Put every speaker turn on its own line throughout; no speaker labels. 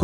ค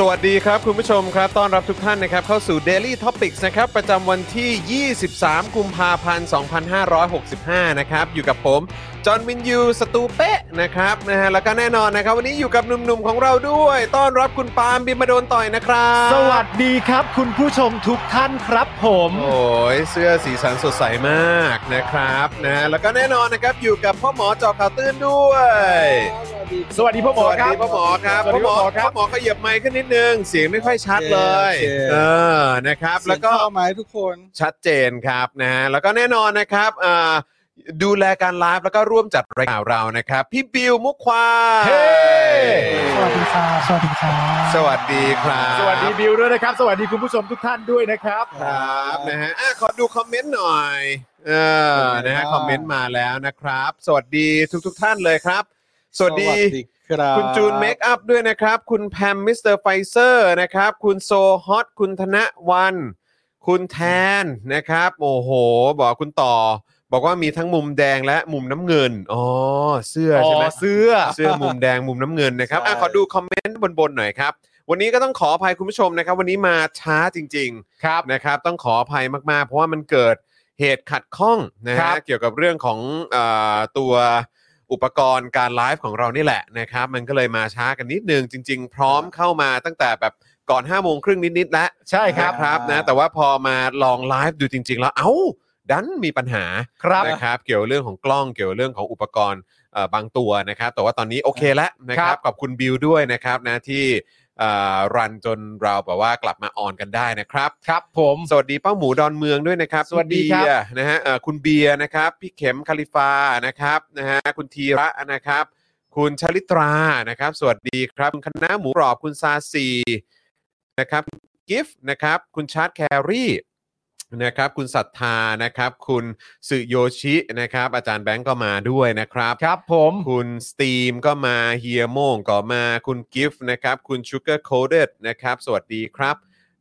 สวัสดีครับ คุณผู้ชมครับต้อนรับทุกท่านนะครับ เข้าสู่ Daily Topics นะครับ ประจำวันที่ 23 กุมภาพันธ์ 2565 นะครับ อยู่กับผม จอห์นวินยู สตูเป๊ะนะครับนะฮะแล้วก็แน่นอนนะครับ วันนี้อยู่กับหนุ่มๆ ของเราด้วย ต้อนรับคุณปาล์มบิมมาโดนต่อยนะครับ
สวัสดีครับ คุณผู้ชมทุกท่านครับผม
โอ้ยเสื้อสีสันสดใสมากนะครับนะฮะแล้วก็แน่นอนนะครับ อยู่กับพ่อหมอจอข่าวตื้นด้วย
สวัสดีพ่อหมอ
สวัส
ครั
ดี
บ
พ่อหมอครับ
สวัสดีพ่อหมอครับ
พ่อหมอขยับไมค์ขึ้นนิดนึง เสียงไม่ค่อยชัดเลย
โอเคโอเค
เออนะครับ แล้วก็
เสียงเข้าไหมทุกคน
ชัดเจนครับนะฮะแล้วก็แน่นอนนะครับอ่าดูแลการไลฟ์แล้วก็ร่วมจัดรายการเรานะครับ พี่บิวมุกควาย
เฮ้
สวัสดีค่ะสวัสดีค่ะ
สวัสดีครับ
สวัสดีบิวด้วยนะครับ สวัสดีคุณผู้ชมทุกท่านด้วยนะครับ
ครับนะฮะอ่ะขอดูคอมเมนต์หน่อยเออนะฮะคอมเมนต์มาแล้วนะครับ สวัสดีทุกทุกๆท่านเลยครับ สวัสดี
ครับ
คุณจูนเมคอัพด้วยนะครับ คุณแพมมิสเตอร์ไฟเซอร์นะครับ คุณโซฮอต คุณธนวัน คุณแทนนะครับ โอ้โห บอกคุณต่อ บอกว่ามีทั้งมุมแดงและมุมน้ำเงิน อ๋อ เสื้อใช่ไหม
อ๋อเสื้อ
เสื้อมุมแดงมุมน้ำเงินนะครับอ่ะขอดูคอมเมนต์บนๆหน่อยครับ วันนี้ก็ต้องขออภัยคุณผู้ชมนะครับ วันนี้มาช้าจริง ๆ ครับนะครับ ต้องขออภัยมากๆ เพราะว่ามันเกิดเหตุขัดข้องนะ
ครั
ฮะ
บ
เกี่ยวกับเรื่องของเออตัว อุปกรณ์การไลฟ์ของเรานี่แหละนะครับ มันก็เลยมาช้ากันนิดนึงจริง ๆ พร้อมเข้ามาตั้งแต่แบบก่อน5้าโมงครึ่งนิดๆแล้ว
ใช่ครับ
นะครับนะแต่ว่าพอมาลองไลฟ์ดูจริง ๆ แล้วเอ้า ดันมีปัญหา
ครับ
นะครับ เกี่ยวเรื่องของกล้องเกี่ยวเรื่องของอุปกรณ์เอ่อบางตัวนะครับ แต่ว่าตอนนี้โอเคแล้วนะครับขอบคุณบิวด้วยนะครับนะที่เอ่อรันจนเราแบบว่ากลับมาออนกันได้นะครับ
ครับผม
สวัสดีป้าหมูดอนเมืองด้วยนะครับ
สวัสดีครับ
พี่เยนะฮะเอ่อคุณเบียร์นะครับ พี่เข็มคาลิฟานะครับนะฮะคุณธีระนะครับ คุณชลิตรานะครับ สวัสดีครับคุณคณะหมูกรอบคุณซาซีนะครับกิฟต์นะครับ คุณชาร์ตแครี่นะครับ คุณศรัทธานะครับ คุณสึโยชินะครับ อาจารย์แบงก์ก็มาด้วยนะครับ
ครับผม
คุณสตีมก็มาเฮียโมงก็มาคุณกิฟต์นะครับ คุณชูเกอร์โคเดนะครับ สวัสดีครับ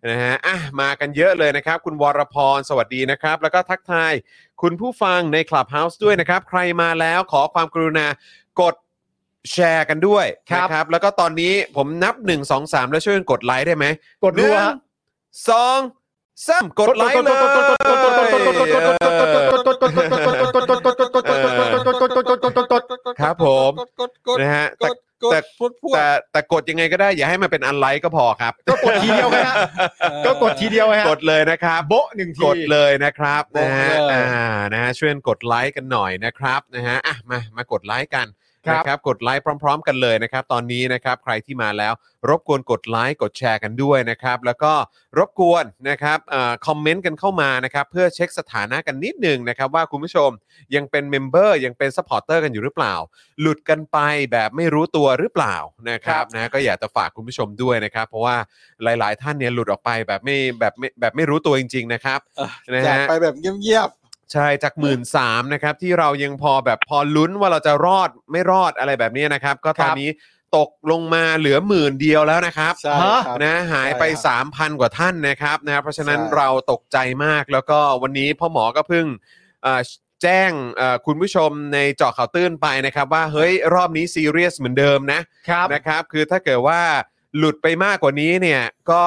นะฮะอ่ะมากันเยอะเลยนะครับ คุณวรพรสวัสดีนะครับ แล้วก็ทักทาย คุณผู้ฟังใน Clubhouse ด้วยนะครับ ใครมาแล้วขอความกรุณากดแชร์กันด้วย
ครับ
นะครับ แล้วก็ตอนนี้ผมนับ 1 2 3 แล้วช่วยกันกดไลค์ได้ไหม
กดดู
ห
ฮะ
นึ่งสองสามกดไลค์เลย ครับผม
กดกดกด
นะฮะ
ก
แต่
ดกด
แต่
พูดพูด
แต่แต่กดยังไงก็ได้อย่าให้มันเป็นอันไลค์ก็พอครับ
ก็กดทีเดียว ฮะก็กดทีเดียวฮะ
กดเลยนะครับ
โบ๊ะหนึ่งที
กดเลยนะครับ
ก
นะ
ด
ฮะ
เลย
อ่านะฮะช่วยกดไลค์กันหน่อยนะครับนะฮะอ่ะมามากดไลค์กัน
ครับ
นะครับกดไลค์พร้อม ๆ กันเลยนะครับ ตอนนี้นะครับใครที่มาแล้ว รบกวนกดไลค์กดแชร์กันด้วยนะครับ แล้วก็รบกวนนะครับเอ่อคอมเมนต์กันเข้ามานะครับ เพื่อเช็คสถานะกันนิดหนึงนะครับ ว่าคุณผู้ชมยังเป็นเมมเบอร์ยังเป็นสปอร์เตอร์กันอยู่หรือเปล่า หลุดกันไปแบบไม่รู้ตัวหรือเปล่านะครับนะก็อยากจะฝากคุณผู้ชมด้วยนะครับ เพราะว่าหลาย ๆ ท่านเนี่ยหลุดออกไปแบบไม่แบบไม่แบบไม่รู้ตัวจริง ๆ นะครับ นะ
จาก
ฮะ
ไปแบบเงียบ
ใช่จากหมื่นสามนะครับที่เรายังพอแบบพอลุ้นว่าเราจะรอดไม่รอดอะไรแบบนี้นะครับ ก็ตอนนี้ตกลงมาเหลือหมื่นเดียวแล้วนะครับ
ใช่ครับ
นะหายไป
ใช่ครับ
3,000 กว่าท่านนะครับนะเพราะฉะนั้น
ใช่
เราตกใจมากแล้วก็วันนี้พ่อหมอก็เพิ่งเอ่อแจ้งเอ่อคุณผู้ชมในเจาะข่าวตื้นไปนะครับ ว่าเฮ้ยรอบนี้ซีเรียสเหมือนเดิมนะครับ นะครับ คือถ้าเกิดว่าหลุดไปมากกว่านี้เนี่ยก็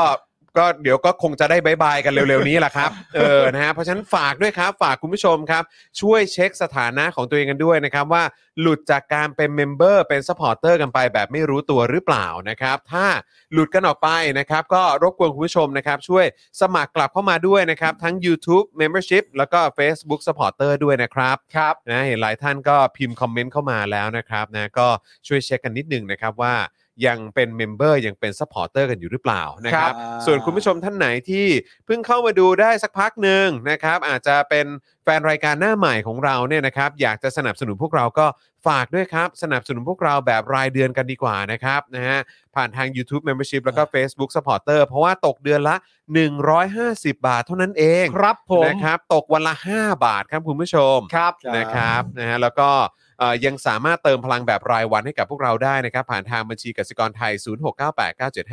ก็เดี๋ยวก็คงจะได้บายบายกันเร็วๆนี้แหละครับเออนะฮะเพราะฉะนั้นฝากด้วยครับฝากคุณผู้ชมครับ ช่วยเช็คสถานะของตัวเองกันด้วยนะครับ ว่าหลุดจากการเป็นเมมเบอร์เป็นซัพพอร์เตอร์กันไปแบบไม่รู้ตัวหรือเปล่านะครับ ถ้าหลุดกันออกไปนะครับ ก็รบกวนคุณผู้ชมนะครับ ช่วยสมัครกลับเข้ามาด้วยนะครับ ทั้ง YouTube Membership แล้วก็ Facebook Supporter ด้วยนะครับ
ครับ
นะเห็นหลายท่านก็พิมพ์คอมเมนต์เข้ามาแล้วนะครับนะก็ช่วยเช็คกันนิดนึงนะครับว่ายังเป็นเมมเบอร์ยังเป็นซัพพอร์เตอร์กันอยู่หรือเปล่านะครับ
ครับ
ส่วนคุณผู้ชมท่านไหนที่เพิ่งเข้ามาดูได้สักพักหนึ่งนะครับ อาจจะเป็นแฟนรายการหน้าใหม่ของเราเนี่ยนะครับ อยากจะสนับสนุนพวกเราก็ฝากด้วยครับ สนับสนุนพวกเราแบบรายเดือนกันดีกว่านะครับนะฮะผ่านทาง YouTube Membership แล้วก็ Facebook Supporter เพราะว่าตกเดือนละ 150 บาทเท่านั้นเอง
ครับผม
นะครับ ตกวันละ 5 บาทครับคุณผู้ชม
ครับ
นะครับนะฮะแล้วก็เอ่อยังสามารถเติมพลังแบบรายวันให้กับพวกเราได้นะครับ ผ่านทางบัญชีกสิกรไทย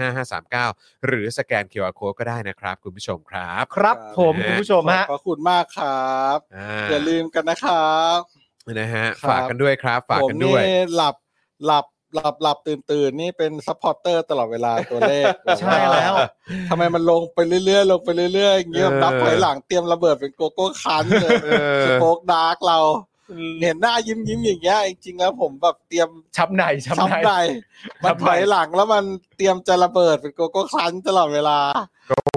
0698975539 หรือสแกน QR Code ก็ได้นะครับ คุณผู้ชมครับ
ครับผม
นะฮะ
คุณผู้ชมฮะ
ขอบพระคุณมากครับ
อ่า
อย่าลืมกันนะครับ
นะฮะ
ครับ
ฝากกันด้วยครับ ฝาก
ผม
กัน
นี่
ด้วย
หลับหลับหลับหลับตื่นตื่นนี่เป็นซัพพอร์เตอร์ตลอดเวลาตัวเลข
ใช่แล้ว
ทำไมมันลงไปเรื่อยๆ ลงไปเรื่อยๆอย่างเงี้ย
เออ
นับถอยหลังเตรียมระเบิดเป็นโกโก้คันเลย
เออ
สโป๊กดาร์กเรา เห็นหน้ายิ้มยิ้มๆอย่างเงี้ยจริงๆแล้วผมแบบเตรียม
ช้ำในช้ำ
ช้ำ
ใน
ใจมันถอยหลังแล้วมันเตรียมจะระเบิดเป็นโกโก้ครันช์ตลอดเวลา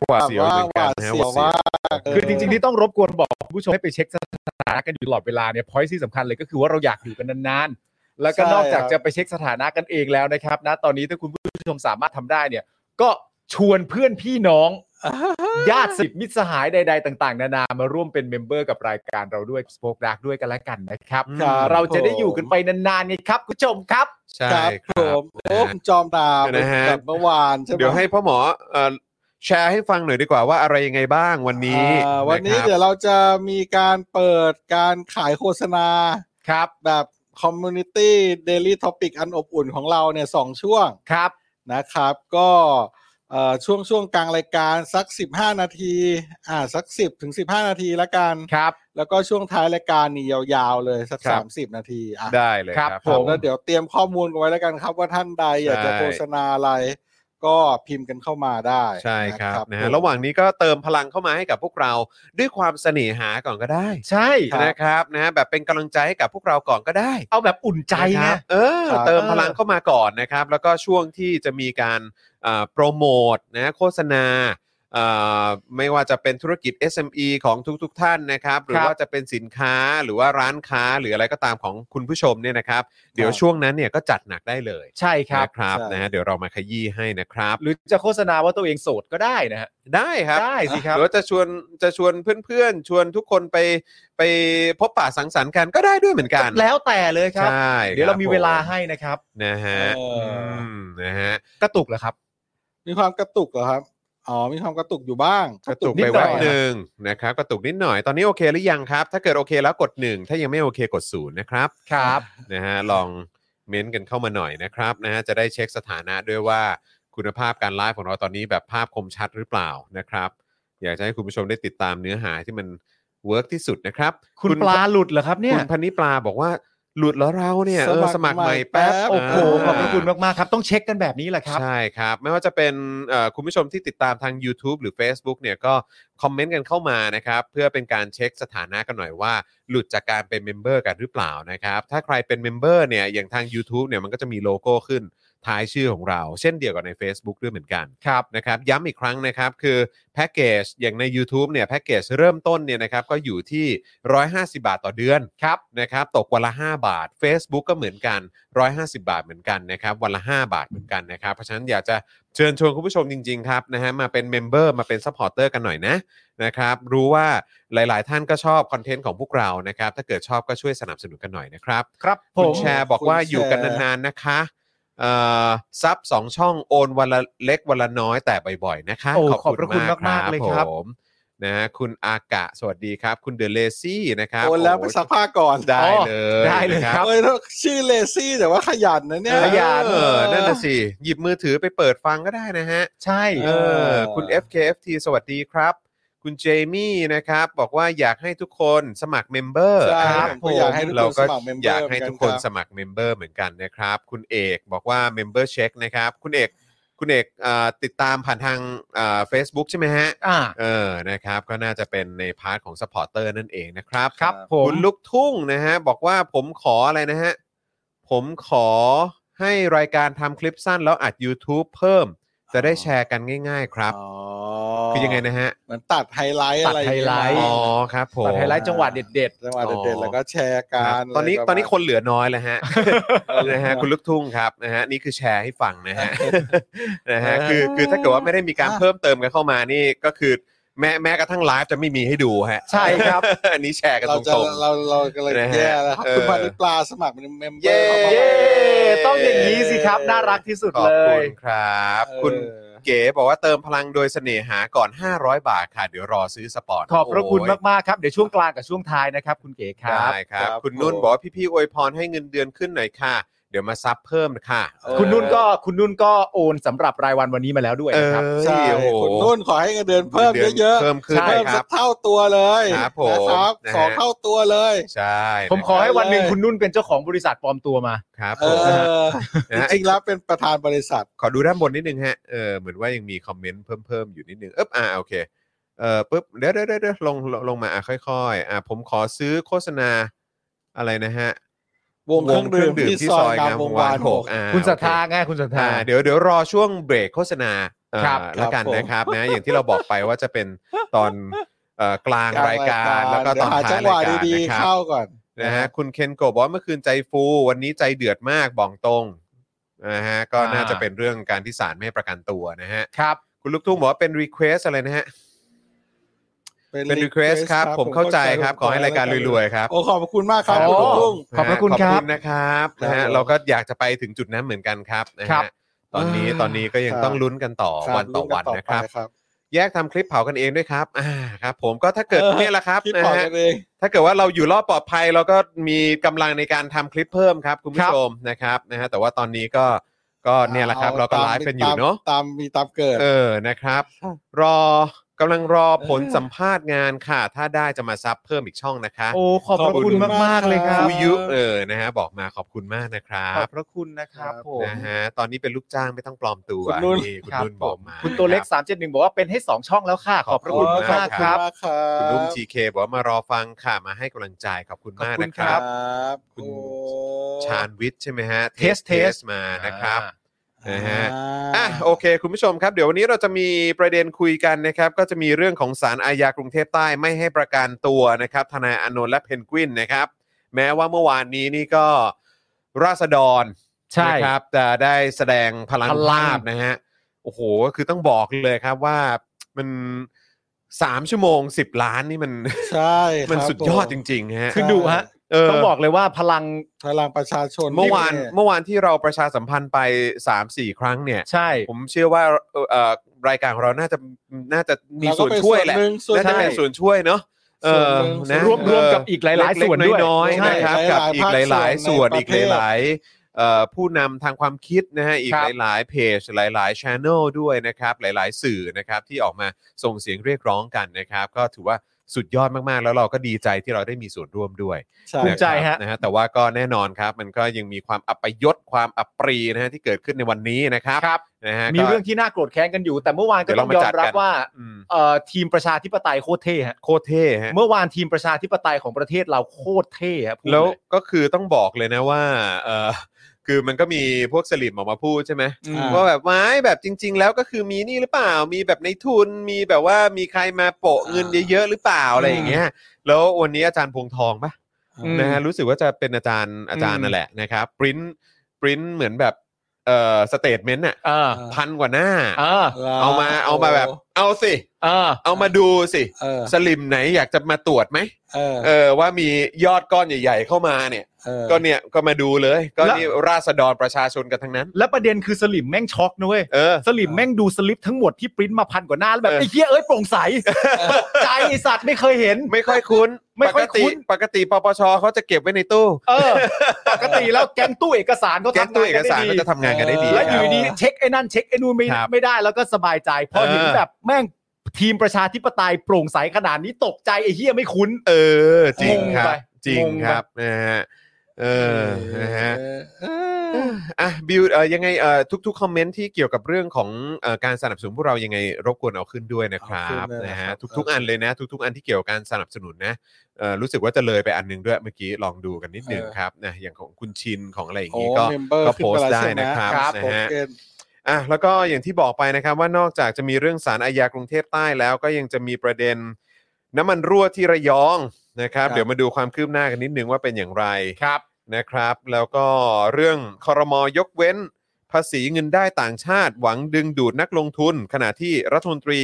หวาดเสียวเหมือนกันนะฮะ
แบบเสี
ห
ยว
าดเสียว
ว่าเ
คือจริงๆที่ต้องรบกวนบอกคุณผู้ชมให้ไปเช็คสถานะกันอยู่ตลอดเวลาเนี่ยพอยที่สำคัญเลยก็คือว่าเราอยากอยู่กันนานๆ แล้วก็
ใช่
นอกจาก
ครับ
จะไปเช็คสถานะกันเองแล้วนะครับนะตอนนี้ถ้าคุณผู้ชมสามารถทำได้เนี่ย ก็ชวนเพื่อนพี่น้องญาติสิบมิตรสหายใด ๆ ต่าง ๆ นานามาร่วมเป็นเมมเบอร์กับรายการเราด้วยสป o อคดักด้วยกันแล้วกันนะครับ
ครับ
เราจะได้อยู่
ผม
กันไปนานๆไงครับคุณผู้ชมครับ
ใช่
ครับ
ค
ผ
รับ
มโอ้คุณจอมดาว
เดี๋ยวนะฮะ
แบบเมื่อวานใช่ไหม
เดี๋ยวให้พ่อหมอเอ่อแชร์ให้ฟังหน่อยดีกว่าว่าอะไรยังไงบ้างวันนี้
อ่าวันนี้
ะครับ
เดี๋ยวเราจะมีการเปิดการขายโฆษณา
ครับ
แบบคอมมูนิตี้เดลี่ท็อปิกอันอบอุ่นของเราเนี่ยสองช่วง
ครับ
นะครับ ก็เอ่อช่วงช่วงกลางรายการสัก 15 นาทีอ่าสัก 10ถึง15 นาทีละกัน
ครับ
แล้วก็ช่วงท้ายรายการนี่ยาวๆเลยสัก
ครับ
สามสิบนาทีอ่ะ
ได้เลยครับ
ครับ
ค
ผ
รับ
ม
แล้วเดี๋ยวเตรียมข้อมูลกันไว้แล้วกันครับ ว่าท่านใดอยากจะ
ใช่
โฆษณาอะไร ก็พิมพ์กันเข้ามาได้
ใช่ครับ
นะ
นะ
ค
ฮะ
รับ
ระหว่างนี้ก็เติมพลังเข้ามาให้กับพวกเราด้วยความเสน่หาก่อนก็ได้
ใช่
ครับ
นะครับนะฮะแบบเป็นกำลังใจให้กับพวกเราก่อนก็ได้
เอาแบบอุ่นใจ
นะค
ไง
รับเออ
ครับ
เติมพลังเข้ามาก่อนนะครับ แล้วก็ช่วงที่จะมีการเอ่อโปรโมทนะโฆษณาเอ่อไม่ว่าจะเป็นธุรกิจ SME ของทุกๆท่านนะครับ หรือ
ครับ
ว่าจะเป็นสินค้าหรือว่าร้านค้าหรืออะไรก็ตามของคุณผู้ชมเนี่ยนะครับ เดี๋ยว
ครับ
ช่วงนั้นเนี่ยก็จัดหนักได้เลย
ใช่ครับ
นะครับ
ใช่
นะฮะเดี๋ยวเรามาขยี้ให้นะครับ
หรือจะโฆษณาว่าตัวเองโสดก็ได้นะฮะ
ได้ครับ
ได้สิครับ
หรือว่าจะชวนจะชวนเพื่อนๆ ชวนทุกคนไปไปพบปะสังสรรค์กันก็ได้ด้วยเหมือนกัน
แล้วแต่เลยครับ
ใช่
เดี๋ยวเรามีเวลา
คบ
ให้นะครับ
ผมนะฮะ
เอออื
มนะฮะ
กระตุกเหรอครับ
มีความกระตุกเหรอครับอ๋อมีความกระตุกอยู่บ้าง
กระตุก
นิ
ไป
ดห
แว
น่
บ
อย
หนึ่งนะครับกระตุกนิดหน่อยตอนนี้โอเคหรือยังครับ ถ้าเกิดโอเคแล้วกดหนึ่งถ้ายังไม่โอเคกดศูนย์นะครับ
ครับ
นะฮะลองเม้นต์กันเข้ามาหน่อยนะครับนะฮะจะได้เช็คสถานะด้วยว่าคุณภาพการไลฟ์ของเราตอนนี้แบบภาพคมชัดหรือเปล่านะครับ อยากจะให้คุณผู้ชมได้ติดตามเนื้อหาที่มันเวิร์กที่สุดนะครับ
คุณปลาหลุดเหรอครับเนี่ย
คุณพันนิปลาบอกว่าหลุดแล้วเราเนี่ยเออสมัครใหม่แป๊บ
โอ้โห
า
ขอบพระคุณมากๆครับ ต้องเช็คกันแบบนี้แหละครับ
ใช่ครับ ไม่ว่าจะเป็นเอ่อคุณผู้ชมที่ติดตามทาง YouTube หรือ Facebook เนี่ยก็คอมเมนต์กันเข้ามานะครับ เพื่อเป็นการเช็คสถานะกันหน่อยว่า หลุดจากการเป็นเมมเบอร์กันหรือเปล่านะครับ ถ้าใครเป็นเมมเบอร์เนี่ยอย่างทาง YouTube เนี่ยมันก็จะมีโลโก้ขึ้นท้ายชื่อของเรา เช่นเดียวกับใน Facebook ด้วยเหมือนกัน
ครับ
นะครับย้ำอีกครั้งนะครับคือแพ็กเกจอย่างใน u t u b e เนี่ยแพ็กเกจเริ่มต้นเนี่ยนะครับก็อยู่ที่ 150 บาทต่อเดือนครับนะครับตกวันละ 5 บาท Facebook ก็เหมือนกัน 150 บาทเหมือนกันนะครับวันละ 5 บาทเหมือนกันนะครับเพราะฉะนั้นอยากจะเชิญชวนคุณผู้ชมจริงๆครับนะฮะมาเป็นเมมเบอร์มาเป็นซัพพอร์เตอร์กันหน่อยนะนะครับรู้ว่าหลายๆ ท่านก็ชอบคอนเทนต์ของพวกเรานะครับถ้าเกิดชอบก็ช่วยสนับสนุนกันหน่อยนะครับ
ครับผ
คุณ
ม
แชร์บอกว่า
คุณแชร์
อยู่กันนานๆนะคะเอ่อซับสองช่องโอนวันละเล็กวันละน้อยแต่บ่อยๆนะคะ
โอ้
ขอบ
ขอบ
คุ
พ
ณ
ระคุณ
มาก
มาก
ครับ
ๆเลยครับ
ผม นะฮะคุณอากะสวัสดีครับ คุณเด e l เลซี่นะครับ
โอนแล้วไปซักผ้าก่อน
ได้เลย
ได้เลย
นะครับ
โอ้ยแล้วชื่อเลซี่แต่ว่าขยันนะเนี่ย
ขยั
เออนั่นน่ะสิหยิบมือถือไปเปิดฟังก็ได้นะฮะ
ใช่
เอ
เอ
อ
อ
คุณ FKFT สวัสดีครับ คุณเจมี่นะครับ บอกว่าอยากให้ทุกคนสมัครเมมเบอร์
ใช่
ครับ
ผมก็อยากให้ทุกคน
เราก็
สมัคร member
อยากให้ทุกคน
เหมือนกันครับ
สมัครเมมเบอร์เหมือนกันนะครับ คุณเอกบอกว่าเมมเบอร์เช็คนะครับ คุณเอกคุณเอกเอ่อติดตามผ่านทางเฟซบุ๊กใช่ไหมฮะ
อ่า
เออนะครับ ก็น่าจะเป็นในพาร์ทของสปอร์เตอร์นั่นเองนะครับ
ครับผม
คุณลูกทุ่งนะฮะบอกว่าผมขออะไรนะฮะผมขอให้รายการทำคลิปสั้นแล้วอัด YouTube เพิ่ม จะได้แชร์กันง่าย ๆ ครับ
อ๋อ
คือยังไงนะฮะ
เหมือนตัดไฮไลท์อะไร
ตัดไฮไลท์
อ๋
อ๋
อ
อ
ครับผม
ตัดไฮไลท์จังหวะเด็ด
จังหวะ
อ๋อ
เด็ดๆแล้วก็แชร์กั
ครั
น
บตอนนี้
ะไร
ตอนนี้
ประ
ค
มาณ
นเหลือน้อยแล้วฮะ นะฮะคุณลูกทุ่งครับนะฮะนี่คือแชร์ให้ฟังนะฮะนะฮะคือคือถ้าเกิดว่าไม่ได้มีการ
อ่ะ
เพิ่มเติมกันเข้ามานี่ก็คือแม้แม้กระทั่งไลฟ์จะไม่มีให้ดูฮะ
ใช่ครับ
อันนี้แชร์กัน
เรา
ต
จะ
รง
เราเราก็เลย
นะฮะ
แย่แล้วครับ
เออ
คุณพานิปลาสมัครเป็นเมมเบ
เย้
อร์เข้า
ๆ
มา
เย้ ต้องอย่างนี้สิครับ น่ารักที่สุด
ๆขอ
เล
บคุ
ย
ณครับ
เออ
คุณเก๋บอกว่าเติมพลังโดยเสน่หาก่อน 500 บาทค่ะ เดี๋ยวรอซื้อสปอร์ต
ขอบพระคุณ
โย
มาก ๆ ครับ เดี๋ยวช่วงกลางกับช่วงท้ายนะครับ คุณเก๋ครั
ได้
บ
ครับ
ครับ
คุณนุ่น
ผม
บอกว่าพี่ๆอวยพรให้เงินเดือนขึ้นหน่อยค่ะ เดี๋ยวมาซับเพิ่มค่ะ
คุณนุ่นก็คุณนุ่นก็โอนสำหรับรายวันวันนี้มาแล้วด้วย
เออ
นะครับ
ใช่
โอ้โห
คุณนุ่นขอให้เงินเดือนเพิ่ม
งินดืน
เยอะๆ
เพิ่มขึ้น
ใช่
นะ
เพิ่ม
ค
สั
รับ
กเท่าตัวเลย
ครับผม
นะครับ
นะฮะ
สองเท่าตัวเลย
ใช่
ผมขอให้วันหนึ่ง
ได้เลย
คุณนุ่นเป็นเจ้าของบริษัทปลอมตัวมา
ครับ
เอ
ผม
อจ
นะฮะ
ริงๆแล้วเป็นประธานบริษัท
ขอดูด้านบนนิดนึงฮะเออเหมือนว่ายังมีคอมเมนต์เพิ่มๆอยู่นิดนึงเอ๊บอ่าโอเคเออปุ๊บเดี๋ยวเดี๋ยวเดี๋ยวลงลงลงมาอ่ะค่อยๆอ่ะผมขอซื้อโฆษณาอะไรนะฮะ
วงเครื่องดื่มที่ซอยงามวงวานหก
อ่
คุณศรัทธา
โอเค
ไงคุณศรัทธา
อ่าเดี๋ยวเดี๋ยวรอช่วงเบรกโฆษณาเอ่อ
ครับ
แล้วกัน
ครับผม
นะครับนะอย่างที่เราบอกไปว่าจะเป็นตอนเอ่อกลางรายการ แล้วก็ตอนท้าย
เดี๋ยหาจัง
รายว
หะ
การ
ดี
นะ
ๆ
ครั
เข้า
บ
ก่อน
นะฮะคุณเคนโกะบอกว่าเมื่อคืนใจฟู วันนี้ใจเดือดมากบอกตรงนะฮะก็
อ่า
น่าจะเป็นเรื่องการที่ศาลไม่ให้ประกันตัวนะฮะ
ครับ
คุณลูกทุ่งบอกว่าเป็นรีเควสอะไรนะฮะ เป็นรีเควส
request
ครับ ผมเข้าใจครับ ขอให้รายการรวยๆครับ
โอ้ขอบคุณมากครับ
โอ้
คุณลุง
ขอบพระคุณ
นฮ
ค
ข
รับ
อบคุณนะครับนะ
ครั
ฮะ
บผม
เราก็อยากจะไปถึงจุดนั้นเหมือนกันครับนะ
ครั
ฮะ
บ
ตอนนี้
อ่า
ตอนนี้ก็ยัง
ครับ
ต้องลุ้นกันต่อ
ครับ
วันต่อวันนะครับ
ไปครับ
แยกทำคลิปเผากันเองด้วยครับ อ่า ครับ ผมก็ถ้าเกิดเนี่ยแหละครับ
ที่
นะ
ปอก
ฮะ
กันเอง
ถ้าเกิดว่าเราอยู่รอบปลอดภัยเราก็มีกำลังในการทำคลิปเพิ่มครับ คุณผู้ชมนะครับ นะฮะ แต่ว่าตอนนี้ก็ ก็เนี่ยแหละครับ
อ
เราก็
ตม
ไลฟ์กันอยู่เนาะ
ตามมีตามเกิด
เออ นะครับ
ค่ะ
รอกำลังรอผล
เออ
สัมภาษณ์งานค่ะ ถ้าได้จะมาซับเพิ่มอีกช่องนะคะ
โอ้ขอบพระคุณ
ขอบคุณ
มาก ๆ เลยครั
ค
บ
รับ
ฟูยุ เออ นะฮะ บอกมาขอบคุณมากนะครั
ขอ
บบ
พระคุณนะครับผม
นะฮะ ตอนนี้เป็นลูกจ้างไม่ต้องปลอมตัว
คุณนุ่น
นี่คุณ
ครับ
นุ่นบอกมา
คุณตัวเล็ก
รับ
371 บอกว่าเป็นให้ 2 ช่องแล้วค่ะ ขอบพระคุณ
ขอบคุณมาม
าก กครับ
ขอณมากครับ
คุณนุ่มทีเคบอกว่ามารอฟังค่ะมาให้กำลังใจขอบคุณมากนะค
ค
รั
รับ บ
คุณ ชาญวิทย์ใช่ไหมฮะ เทส
Test
เทส
Test
มานะครับ นะฮะ
อ่า
อ่ะโอเค คุณผู้ชมครับ เดี๋ยววันนี้เราจะมีประเด็นคุยกันนะครับ ก็จะมีเรื่องของศาลอาญากรุงเทพใต้ไม่ให้ประกันตัวนะครับ ทนายอานนท์และเพนกวินนะครับ แม้ว่าเมื่อวานนี้นี่ก็ราษฎร
ใช่
นะครับจะได้แสดงพลัง
พลัง
ภาพนะฮะโอ้โห คือต้องบอกเลยครับว่ามัน 3 ชั่วโมง 10 ล้านนี่มัน
ใช่
มัน
ครับ
สุดยอด
ผม
จริงๆฮะ
คือดุฮะ
เออ
ต้องบอกเลยว่าพลัง
พลังประชาชน
เมื่อวาน
ที่
เมื่อวานที่เราประชาสัมพันธ์ไป 3-4 ครั้งเนี่ย
ใช่
ผมเชื่อว่าเอ่อเอ่อรายการของเราน่าจะน่าจะมี
เรา
ส่วน
ก็เป็
ช่วยแหละ
ส่นนึ่งส่วน
น่าจะ
ห
เป็น
ง
ส่วนช่วยเนาะเออ
ส่วนหนึ่ง
นะ
รวม
เออ
รวมกับอีกหลายๆ
เกๆ
ส่วนด้วย
น้อยๆ
ใช่
นะครับ
หลายๆ
กับอีกหลายๆ
ภาคส่
ส่ว
วน น
อีก
ในประเทศ
หลายๆเอ่อผู้นำทางความคิดนะฮะอีก
ครับ
หลายๆเพจหลายๆช ANNEL ด้วยนะครับหลายๆ สื่อนะครับที่ออกมาส่งเสียงเรียกร้องกันนะครับ ก็ถือว่าสุดยอดมากๆ แล้วเราก็ดีใจที่เราได้มีส่วนร่วมด้วย
ใช่
ภูมิใจ
นครับ
ฮะ
นะฮะแต่ว่าก็แน่นอนครับ มันก็ยังมีความอัปยศความอับปรีนะฮะที่เกิดขึ้นในวันนี้นะครับ
ครับ
นะฮะ
มี
ก็
เรื่องที่น่าโกรธแค้นกันอยู่ แต่เมื่อวานก็ต้องยอมรับว่า
อืม
เอ่อทีมประชาธิปไตยโคตรเท่ฮะ
โคตรเท่ฮะ
เมื่อวานทีมประชาธิปไตยของประเทศเราโคตรเท่ฮะพูดเย
แล้วก็คือต้องบอกเลยนะว่าเออคือมันก็มีพวกสลิมออกมาพูดใช่ไหม
อืม
ว่าแบบไม่แบบจริง ๆ แล้วก็คือมีนี่หรือเปล่า มีแบบในทุนมีแบบว่ามีใครมาโปะเงินเยอะๆหรือเปล่าอะไรอย่างเงี้ยแล้ววันนี้อาจารย์พวงทองปะ
อืม
นะฮะรู้สึกว่าจะเป็นอาจารย์อาจารย์นั่นแหละนะครับปริ้นปริ้นเหมือนแบบเอ เอ่อสเตทเมนต์น่ะ
อ่า
พันกว่าหน้า
อ่า
เอามาเอามาแบบ เอาสิ
อ่า
เอามาดูสิ
เออ
สลิมไหนอยากจะมาตรวจไหม
เออ
เออว่ามียอดก้อนใหญ่ ๆ เข้ามาเนี่ย
เออ
ก็เนี่ยก็มาดูเลย ก็
แล้ว
นี่ราษฎรประชาชนกันทั้งนั้น
แล้วประเด็นคือสลิมแม่งช็อกนะเว้ย
เออ
สลิมแม่งดูสลิปทั้งหมดที่ปริ้นมาพันกว่าหน้าแล้วแบบ
เออ
ไอ้เหี้ยเอ้ยโปร่งใสใจไอ้สัตว์ไม่เคยเห็น
ไม่ค่อยคุ้น
ไม่ค่อยคุ้
ปก
น
ติปกติปปชเขาจะเก็บไว้ในตู้
เออปกติแล้วแก๊งตู้เอกสารเขา
แก๊ง
ทำ
ตู้
งาน
เอ
กั
ก
นได้
สาร
ดี
ก็จะทำงานกันได้ดี
แล้วอ
ค
ยู่
รับ
ดีเช็คไอ้นั่นเช็คไอ้นู่นไม่
ครับ
ไม่ได้แล้วก็สบายใจพอเห็น
เออ
แบบแม่งทีมประชาธิปไตยโปร่งใสขนาดนี้ตกใจไอ้เหี้ยไม่คุ้น
เออ จริงครับ
งงไป
จริง
งงไป
ครับนะฮะเออนะฮะ
เออ
อ่ะบิวเอ่อยังไงเอ่อทุกๆคอมเมนต์ที่เกี่ยวกับเรื่องของเอ่อการสนับสนุนพวกเรายังไงรบกวนเอาขึ้นด้วยนะครับ
เอาขึ้นด้วย
นะ
นะค
ฮะ
รับ
ทุกๆอันเลยนะทุกๆอันที่เกี่ยวกับการสนับสนุนนะเอ่อรู้สึกว่าจะเลยไปอันหนึงด้วยเมื่อกี้ลองดูกันนิดหนึ่ง
เออ
ครับนะอย่างของคุณชินของอะไรอย่าง
โอ้
งี้ก็
เมมเบอร์
ก็
ขึ้
โพ
น
ส
ป
ต์
แล้ว
ได้
ใช่หม
นะครับ
ครับ
นะ
ผม
ฮะ
เกณฑ์
อ่ะแล้วก็อย่างที่บอกไปนะครับว่านอกจากจะมีเรื่องสารอาญากรุงเทพใต้แล้วก็ยังจะมีประเด็นน้ำมันรั่วที่ระยองนะครับ
ครับ
เดี๋ยวมาดูความคืบหน้ากันนิดนึงว่าเป็นอย่างไร
ครับ
นะครับ แล้วก็เรื่องคอรมอยกเว้น ภาษีเงินได้ต่างชาติ หวังดึงดูดนักลงทุน ขณะที่รัฐมนตรี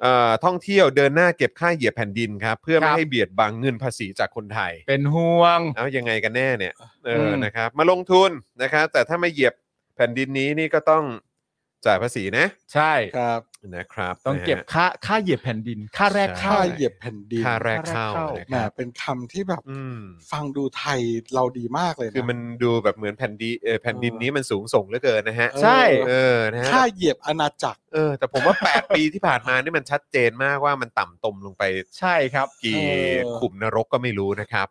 เอ่อท่องเที่ยวเดินหน้าเก็บค่าเหยียบแผ่นดินครับ เพื่อไม่
ครับ
ให้เบียดบังเงินภาษีจากคนไทย
เป็นห่วง
เอายังไงกันแน่เนี่ยเอออ
ม
นะครับ มาลงทุนนะครับ แต่ถ้าไม่เหยียบแผ่นดินนี้นี่ก็ต้องจ่ายภาษีนะ
ใช่
ครับ
นะครับ
ต้องเก็บ
นะฮะ
ค่าค่าเหยียบแผ่นดิน ค่าแรก
ใช่
เข้า
ค่าเหยียบแผ่นดิน
ค่าแรกเข้า
ค่าแรกเข้า
นะค
แหม
รับ
เป็นคำที่แบบ
อืม
ฟังดูไทยเราดีมากเลยนะ
คือมันดูแบบเหมือนแผ่นดินเออแผ่นดิน
เออ
นี้มันสูงส่งเหลือเกินนะฮะ
ใช่
เออนะฮะ
ค่าเหยียบอาณาจักร
เออแต่ผมว่า 8 ปีที่ผ่านมานี่มันชัดเจนมากว่ามันต่ำตมลงไป
ใช่ครับ
กี่
เออ
ขุมนรกก็ไม่รู้นะครับ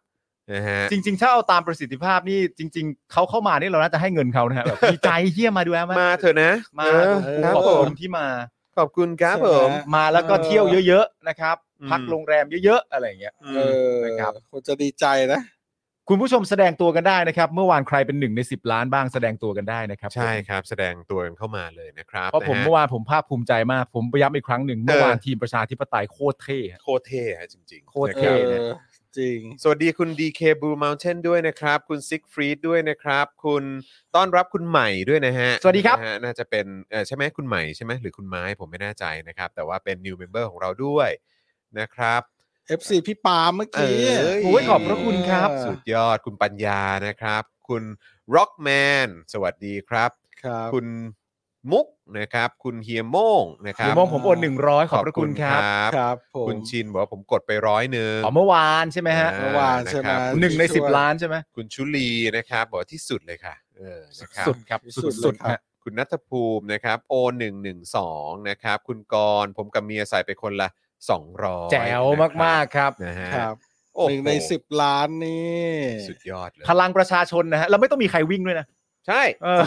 นะฮะ
จริง ๆ ถ้าเอาตามประสิทธิภาพนี่จริง ๆเขาเข้ามานี่เราน่าจะให้เงินเขานะฮะแบบดีใจเฮี้ยมาดูแล
มาเถอะนะ
มา
เออ
เออ
เถ
ค
อะ
รับ
ขอบ
ผ
คุ
ม
ณที่มา
ขอบคุณครับ
ใช่
ผ
ไห
ม
มาแล้วก็เที่ยวเยอะๆนะครับ
อืม
พักโรงแรมเยอะๆอะไรอย่างเงี้ย
อืม
เออ
นะครับ
คนจะดีใจนะ
คุณผู้ชมแสดงตัวกันได้นะครับ เมื่อวานใครเป็นหนึ่งใน 10 ล้านบ้างแสดงตัวกันได้นะครับ
ใช่ครับ แสดงตัวกันเข้ามาเลยนะครับ
เพราะผม
นฮ
เมื่อวานผมภาคภูมิใจมาก ผมย้ำอีกครั้งหนึ่งเมื่อวานทีมประชาธิปไตยโคตรเท่ฮะ
โคตรเท่ฮะจริงๆ
โคตร
นะ
เอ
รับ
อ จริง
สวัสดีคุณ DK Blue Mountain ด้วยนะครับ คุณซิกฟรีดด้วยนะครับ คุณต้อนรับคุณใหม่ด้วยนะฮะ
สวัสดีครับ
นะฮะน่าจะเป็นเอ่อใช่ไหมคุณใหม่ใช่ไหมหรือคุณไม้ผมไม่แน่ใจนะครับ แต่ว่าเป็น new member ของเราด้วยนะครับ
FC พี่ปาล์มเมื่อ
เอ
กี้
้ย
โอ้ยขอบพระคุณครับ
สุดยอดคุณปัญญานะครับ คุณ Rockman สวัสดีครับ
ครับ
คุณมุกนะครับ คุณเฮียโม่งนะครับ
คุณมองผมโอนหนึ่งร้อยขอบพระคุณครับ
บ
ครับผม
คุณชินบอกว่าผมกดไปร้อยหนึ่ง
อ๋อเมื่อวานใช่ไหมฮะ
อ่า
เมื่อวานใช่ไหม
นะครับ
หนึ่งใน
ที่
สิบ
ช่วย
ล้านใช่ไหม
คุณชุลีนะครับ บอกว่าที่สุดเลยค่ะ เออนะครับ
สุดครับ
สุด
สุด
เล
ๆ
ยครับ
ฮะ
คุณนัทภูมินะครับโอหนึ่งหนึ่งสองนะครับ คุณกรณ์ผมกับเมียใส่ไปคนละสองร้อย
แจ๋วมากๆครับ
นะฮะ
ครับ
โอ้โ
หนึ่งในสิบล้านนี่
สุดยอดเลย
พลังประชาชนนะฮะเราไม่ต้องมีใครวิ่งด้วยนะ
ใช่
เออ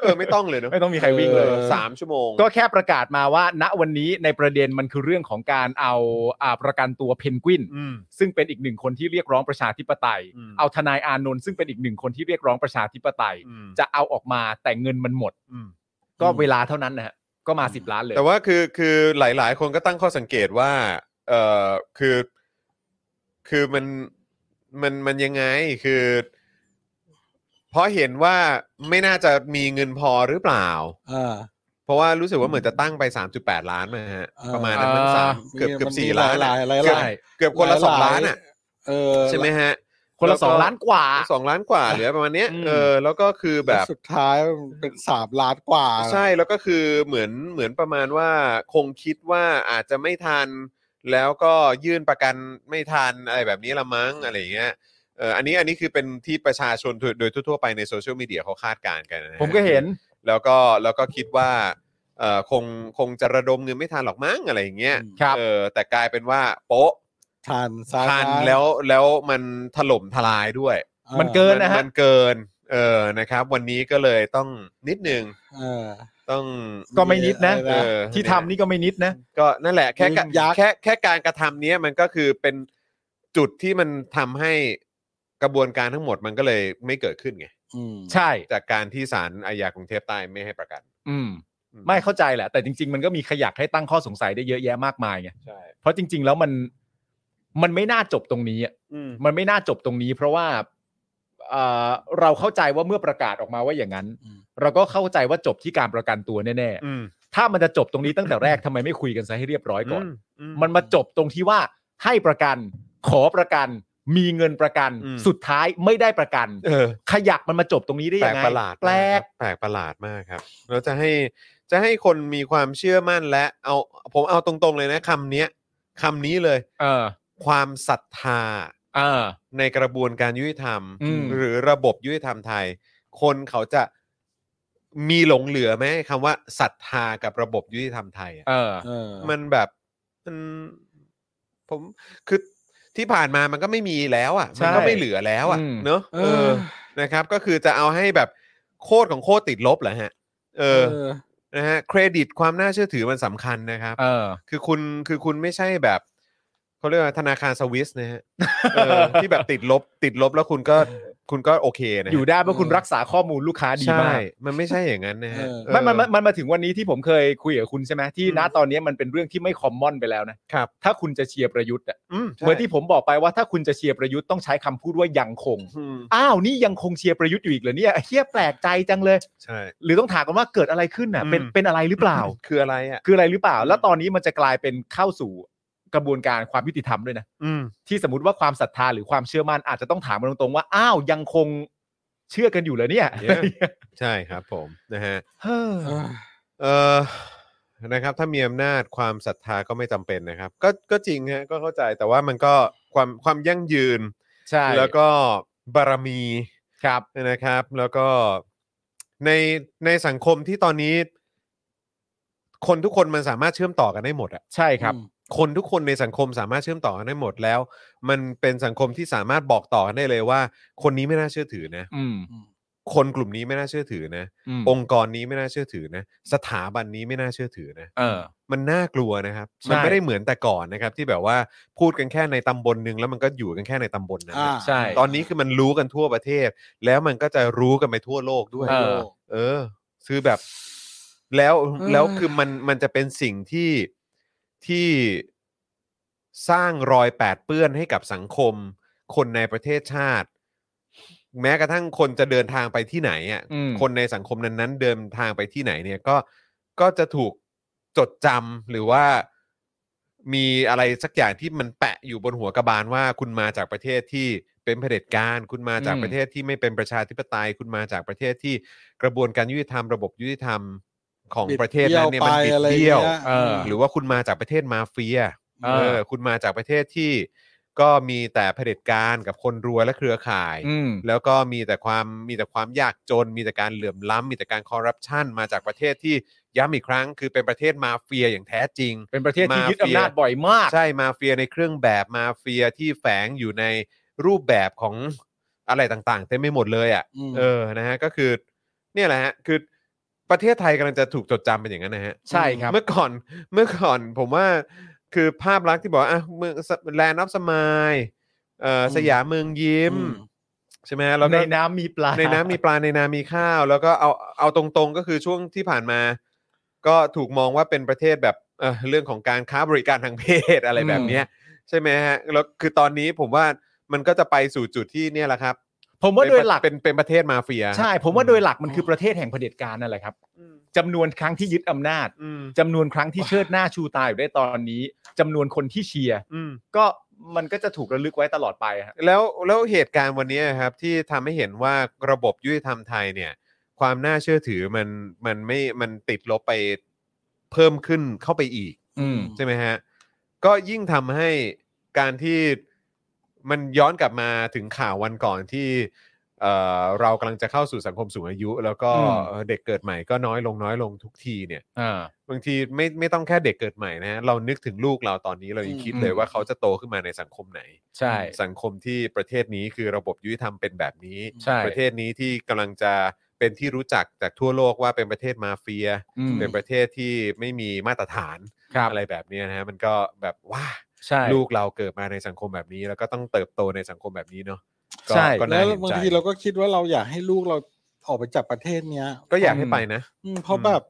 เออไม่ต้องเลยเนอะ
ไม่ต้องมีใครวิ่งเลย
ออสามชั่วโมง
ก็แค่ประกาศมาว่า ณวันนี้ในประเด็นมันคือเรื่องของการเอาอ่าประกันตัวเพนกวิน
อืม
ซึ่งเป็นอีกหนึ่งคนที่เรียกร้องประชาธิปไตย
อืม
เอาทนายอานนท์ซึ่งเป็นอีกหนึ่งคนที่เรียกร้องประชาธิปไตย
อืม
จะเอาออกมาแต่เงินมันหมด
อืม
ก็เวลาเท่านั้นนะฮะก็มาสิบล้านเลย
แต่ว่าคือคือหลาย ๆ คนก็ตั้งข้อสังเกตว่าเออคือคือมันมันมันยังไงคือ เพราะเห็นว่าไม่น่าจะมีเงินพอหรือเปล่า
อ่า
เพราะว่ารู้สึกว่าเหมือนจะตั้งไป 3.8 ล้านมาฮะ
เออ
ประมาณนั้นมันสาม
มี
เกือบเกือบ
มัน
สี่
มี
ล้าน
ห
อะ
ลายๆห
เกือ
ลาย
บ
หลาย
เกือบคนละสองล้านอ่ะ
เออ
ใช่ไหมฮะ
คนละสองล้านกว่า
สองล้านกว่าเหลือประมาณเนี้ย
อืม
เออแล้วก็คือแบบ
สุดท้ายมันเป็นสามล้านกว่า
ใช่แล้วก็คือเหมือนเหมือนประมาณว่าคงคิดว่าอาจจะไม่ทัน แล้วก็ยื่นประกันไม่ทันอะไรแบบนี้ละมั้งอะไรอย่างเงี้ยเอออันนี้อันนี้คือเป็นที่ประชาชนโดยโดยทั่วๆไปในโซเชียลมีเดียเขาคาดการณ์กันนะฮะ
ผมก็เห็น
แล้วก็แล้วก็คิดว่าเออคงคงจะระดมเงินไม่ทันหรอกมั้งอะไรอย่างเงี้ย
อืม
ครับ
เออแต่กลายเป็นว่าโป๊ะ
ทันซะ
ทันแล้วแล้วมันถล่มทลายด้วย
ออ
มันเกิ นะฮะ
มันเกินเออนะครับ วันนี้ก็เลยต้องนิดนึง
เออ
ต้อง
ก็ไม่นิดนะ
เออ
ที่ทำนี่ก็ไม่นิดนะ
ก็นั่นแหละแค่กะ
มียักษ์
แค่แค่การกระทำเนี้ยมันก็คือเป็นจุดที่มันทำให้กระบวนการทั้งหมดมันก็เลยไม่เกิดขึ้นไง
อืม
ใช่
จากการที่ศาลอาญากรุงเทพใต้ไม่ให้ประกัน
อืม
อื
ไม่เข้าใจแหละ แต่จริง ๆ มันก็มีขยักให้ตั้งข้อสงสัยได้เยอะแยะมากมายไง
ใช่
เพราะจริง ๆ แล้วมันมันไม่น่าจบตรงนี้อะ
อืม
มันไม่น่าจบตรงนี้ เพราะว่า เอ่อเราเข้าใจว่าเมื่อประกาศออกมาว่าอย่างนั้น
อืม
เราก็เข้าใจว่าจบที่การประกันตัวแน่
อืม
ๆ ถ้ามันจะจบตรงนี้ตั้งแต่แรก ทำไมไม่คุยกันซะให้เรียบร้อยก่อน
อื
มันมาจบตรงที่ว่าให้ประกัน ขอประกัน มีเงินประกัน
อืม
สุดท้ายไม่ได้ประกัน
เออ
ขยักมันมาจบตรงนี้ได้
แปล
ยั
ก
งไง
ประหลาด
แปล
มากครับ
ก
แปลกประหลาดมากครับแล้วจะให้จะให้คนมีความเชื่อมั่นและเอาผมเอาตรงๆเลยนะคำเนี้ยคำนี้เลย
เออ
ความศรัทธา
เออ
ในกระบวนการยุติธรรม
อืม
หรือระบบยุติธรรมไทย คนเขาจะมีหลงเหลือไหมคำว่าศรัทธากับระบบยุติธรรมไทยอะ
เออ
เออ
มันแบบมันผมคือที่ผ่านมามันก็ไม่มีแล้วอ่ะมันก็
ใช่
ไม่เหลือแล้วอ่ะ
อืม
เนอะ
เอ
เออ
อ
นะครับก็คือจะเอาให้แบบโคตรของโคตรติดลบเหรอฮะ เออ
เออ
นะฮะเครดิตความน่าเชื่อถือมันสำคัญนะครับ
เออ
คือคุณคือคุณไม่ใช่แบบเขาเรียกว่าธนาคารสวิสนะฮะเออ ที่แบบติดลบติดลบแล้วคุณก็คุณก็โอเคนะฮะ
อยู่ได้เพราะคุณ
เออ
รักษาข้อมูลลูกค้าดี
ใช่
มาก
มันไม่ใช่อย่างนั้นนะฮะ
เออ
เออ
ไม่มันมันมันมาถึงวันนี้ที่ผมเคยคุยกับคุณใช่ไหมที่
อืม
ณตอนนี้มันเป็นเรื่องที่ไม่คอมมอนไปแล้วนะครับ ถ้าคุณจะเชียร์ประยุทธ์อะ
อืม
เหมือนที่ผมบอกไปว่าถ้าคุณจะเชียร์ประยุทธ์ต้องใช้คำพูดว่ายังคง
อืม
อ้าวนี่ยังคงเชียร์ประยุทธ์อยู่อีกเหรอเนี่ยเฮียแปลกใจจังเลย
ใช่
หรือต้องถามกันว่าเกิดอะไรขึ้นน่ะ เป็น
อืม
เป็นอะไรหรือเปล่า
คืออะไรอ่ะ
คืออะไรหรือเปล่า แล้วตอนนี้มันจะกลายเป็นเข้าสู่กระบวนการความยุติธรรมด้วยนะ
อืม
ที่สมมติว่าความศรัทธาหรือความเชื่อมั่นอาจจะต้องถามกันตรงๆว่าอ้าวยังคงเชื่อกันอยู่เหรอเนี่ย
ใช่ครับผมนะฮะ
เฮ้อ
เออ
เออนะครับ ถ้ามีอำนาจความศรัทธาก็ไม่จำเป็นนะครับ ก็ก็จริงฮะก็เข้าใจแต่ว่ามันก็ความความยั่งยืน
ใช่
แล้วก็บารมี
ครับ
นะครับ แล้วก็ในในสังคมที่ตอนนี้ คนทุกคนมันสามารถเชื่อมต่อกันได้หมดอะ
ใช่ครับ
คนทุกคนในสังคมสามารถเชื่อมต่อกันได้หมดแล้ว มันเป็นสังคมที่สามารถบอกต่อกันได้เลยว่า คนนี้ไม่น่าเชื่อถือนะ
อืม
คนกลุ่มนี้ไม่น่าเชื่อถือนะ
อืม
องค์กรนี้ไม่น่าเชื่อถือนะ สถาบันนี้ไม่น่าเชื่อถือนะ
เออ
มันน่ากลัวนะครับ
ใช่
มันไม่ได้เหมือนแต่ก่อนนะครับ ที่แบบว่าพูดกันแค่ในตำบลหนึ่งแล้วมันก็อยู่กันแค่ในตำบลนั้น
อ่า
นะ
ใช่
ตอนนี้คือมันรู้กันทั่วประเทศ แล้วมันก็จะรู้กันไปทั่วโลกด้วย
เออ
เออคือแบบ แล้ว
เออ
แล้วคือมันมันจะเป็นสิ่งที่ที่สร้างรอยแปดเปื้อนให้กับสังคม คนในประเทศชาติ แม้กระทั่งคนจะเดินทางไปที่ไหนอ่ะ
อืม
คนในสังคมนั้นๆ เดินทางไปที่ไหนเนี่ยก็ก็จะถูกจดจำหรือว่ามีอะไรสักอย่างที่มันแปะอยู่บนหัวกระบาลว่า คุณมาจากประเทศที่เป็นเผด็จการ คุณมาจาก
อืม
ประเทศที่ไม่เป็นประชาธิปไตย คุณมาจากประเทศที่กระบวนการยุติธรรมระบบยุติธรรมของประเทศนั้นเนี่ยมันบิดเบี้ยว
เออ
หรือว่าคุณมาจากประเทศมาเฟีย
เอ
เออ
อ
คุณมาจากประเทศที่ก็มีแต่เผด็จการกับคนรวยและเครือข่าย
อืม
แล้วก็มีแต่ความมีแต่ความยากจน มีแต่การเหลื่อมล้ำมีแต่การคอร์รัปชันมาจากประเทศที่ย้ำอีกครั้ง คือเป็นประเทศมาเฟียอย่างแท้จริง
เป็นประเทศที่ยึด
มาเฟีย
อำนาจบ่อยมาก
ใช่มาเฟียในเครื่องแบบมาเฟียที่แฝงอยู่ในรูปแบบของอะไรต่างๆเต็มไปหมดเลยอ่ะ
ม
เออนะฮะก็คือเนี่ยแหละฮะคือประเทศไทยกำลังจะถูกจดจำเป็นอย่างนั้นนะฮะ
ใช่ครับ
เมื่อก่อนเมื่อก่อนผมว่าคือภาพลักษณ์ที่บอกว่าอ่ะเมืองแลนด์นับสมายเอ่อสยามเมืองยิ้ม
อืม
ใช่ไหมแล้วก็
ในน้ำมีปลา
ในน้ำมีปลาในนามีข้าว แล้วก็เอาเอาตรงๆก็คือช่วงที่ผ่านมา ก็ถูกมองว่าเป็นประเทศแบบเอ่อเรื่องของการค้าบริการทางเพศอะไรแบบเนี้ยใช่ไหมฮะแล้วคือตอนนี้ผมว่ามันก็จะไปสู่จุดที่เนี่ยแหละครับ
ผมว่าโดยหลัก
เป็นเป็นประเทศมาเฟีย
ใช่ ผมว่าโดยหลักมันคือประเทศแห่งเผด็จการนั่นแหละครับจำนวนครั้งที่ยึดอำนาจ
อืม
จำนวนครั้งที่เชิดหน้าชูตาอยู่ได้ตอนนี้จำนวนคนที่เชียร์
อืม
ก็มันก็จะถูกระลึกไว้ตลอดไปฮะ
แล้วแล้วเหตุการณ์วันนี้ครับที่ทำให้เห็นว่าระบบยุติธรรมไทยเนี่ย ความน่าเชื่อถือมันมันไม่มันติดลบไปเพิ่มขึ้นเข้าไปอีก
อืม
ใช่ไหมฮะ ก็ยิ่งทำให้การที่มันย้อนกลับมาถึงข่าววันก่อนที่เอ่อเรากำลังจะเข้าสู่สังคมสูงอายุ แล้วก็
อืม
เอ่อเด็กเกิดใหม่ก็น้อยลงน้อยลงทุกทีเนี่ย
อ่า
บางทีไม่ไม่ต้องแค่เด็กเกิดใหม่นะฮะเรานึกถึงลูกเราตอนนี้เรายัง
อืม
คิดเลย
อืม
ว่าเขาจะโตขึ้นมาในสังคมไหน
ใช่
สังคมที่ประเทศนี้คือระบบยุติธรรมเป็นแบบนี้
ใช่
ประเทศนี้ที่กำลังจะเป็นที่รู้จักจากทั่วโลกว่าเป็นประเทศมาเฟีย
อืม
เป็นประเทศที่ไม่มีมาตรฐาน
ครับ
อะไรแบบเนี้ยนะฮะมันก็แบบว้า
ใช่
ลูกเราเกิดมาในสังคมแบบนี้ แล้วก็ต้องเติบโตในสังคมแบบนี้เนาะก็
ใช่
ก็
แล้
น่าว เห็น
บาง
ใจ
ทีเราก็คิดว่าเราอยากให้ลูกเราออกไปจากประเทศเนี้ย
ก็อยากให้ไปนะ
อืมเพราะแบบ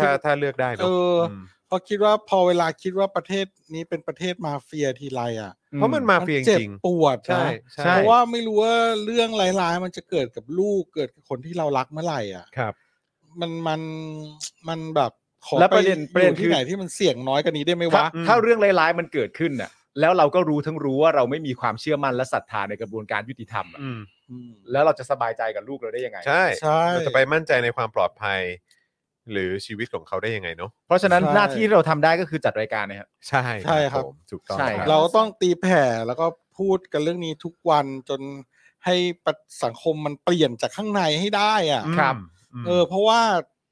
ถ้า
เรคิด
ถ้าถ้าเลือกได้เน
เอ
อะ
อ
ม
เพ ราะคิดว่าพอเวลาคิดว่าประเทศนี้เป็นประเทศมาเฟียทีไรอ่ะ
เพราะมันมาเฟีย
เจ็บ
จริง
ปวด
ๆใช่
นะ
ใช่
ใช่
เพราะว่าไม่รู้ว่าเรื่องร้ายๆ มันจะเกิดกับลูกเกิดกับคนที่เรารักเมื่อไหร่อ่ะ
ครับ
มันมันมันแบบขอ
แล้วประเด็น
ไ
ประเด็น
อ
คือ
ยู่ที่ไหนที่มันเสี่ยงน้อยกว่านี้ได้ไหม
ถ้าว
ะ
ถ้าเรื่องร้ายๆมันเกิดขึ้นน่ะแล้วเราก็รู้ทั้งรู้ว่าเราไม่มีความเชื่อมั่นและศรัทธาในกระบวนการยุติธรรมอะ
อืม
อืม
แล้วเราจะสบายใจกับลูกเราได้ยังไง
ใช่
ใช่
เราจะไปมั่นใจในความปลอดภัย หรือชีวิตของเขาได้ยังไงเนาะ
เพราะฉะนั้น
ใช่
หน้าที่ที่เราทำได้ก็คือจัดรายการนะครับ
ใช่
ใช่ครับ
ผมถูกต้อง
ใช่
ครับ
เราต้องตีแผ่แล้วก็พูดกันเรื่องนี้ทุกวันจนให้ประสังคมมันเปลี่ยนจากข้างในให้ได้อ่ะ
ครับ
อืม
เออเพราะว่า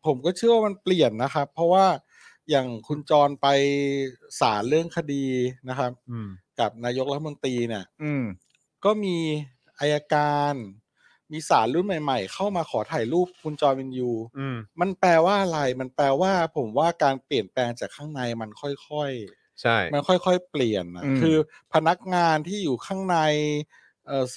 ผมก็เชื่อว่ามันเปลี่ยนนะครับ เพราะว่าอย่างคุณจรไปศาลเรื่องคดีนะครับ
อืม
กับนายกรัฐมนตรีเนี่ย
อืม
ก็มีอายการ มีศาลรุ่นใหม่ ๆ เข้ามาขอถ่ายรูปคุณจอมินยู
อืม
มันแปลว่าอะไร มันแปลว่าผมว่าการเปลี่ยนแปลงจากข้างในมันค่อย
ใช่
ๆ มันค่อยๆ เปลี่ยนนะ
อืม
คือพนักงานที่อยู่ข้างในเอ่อส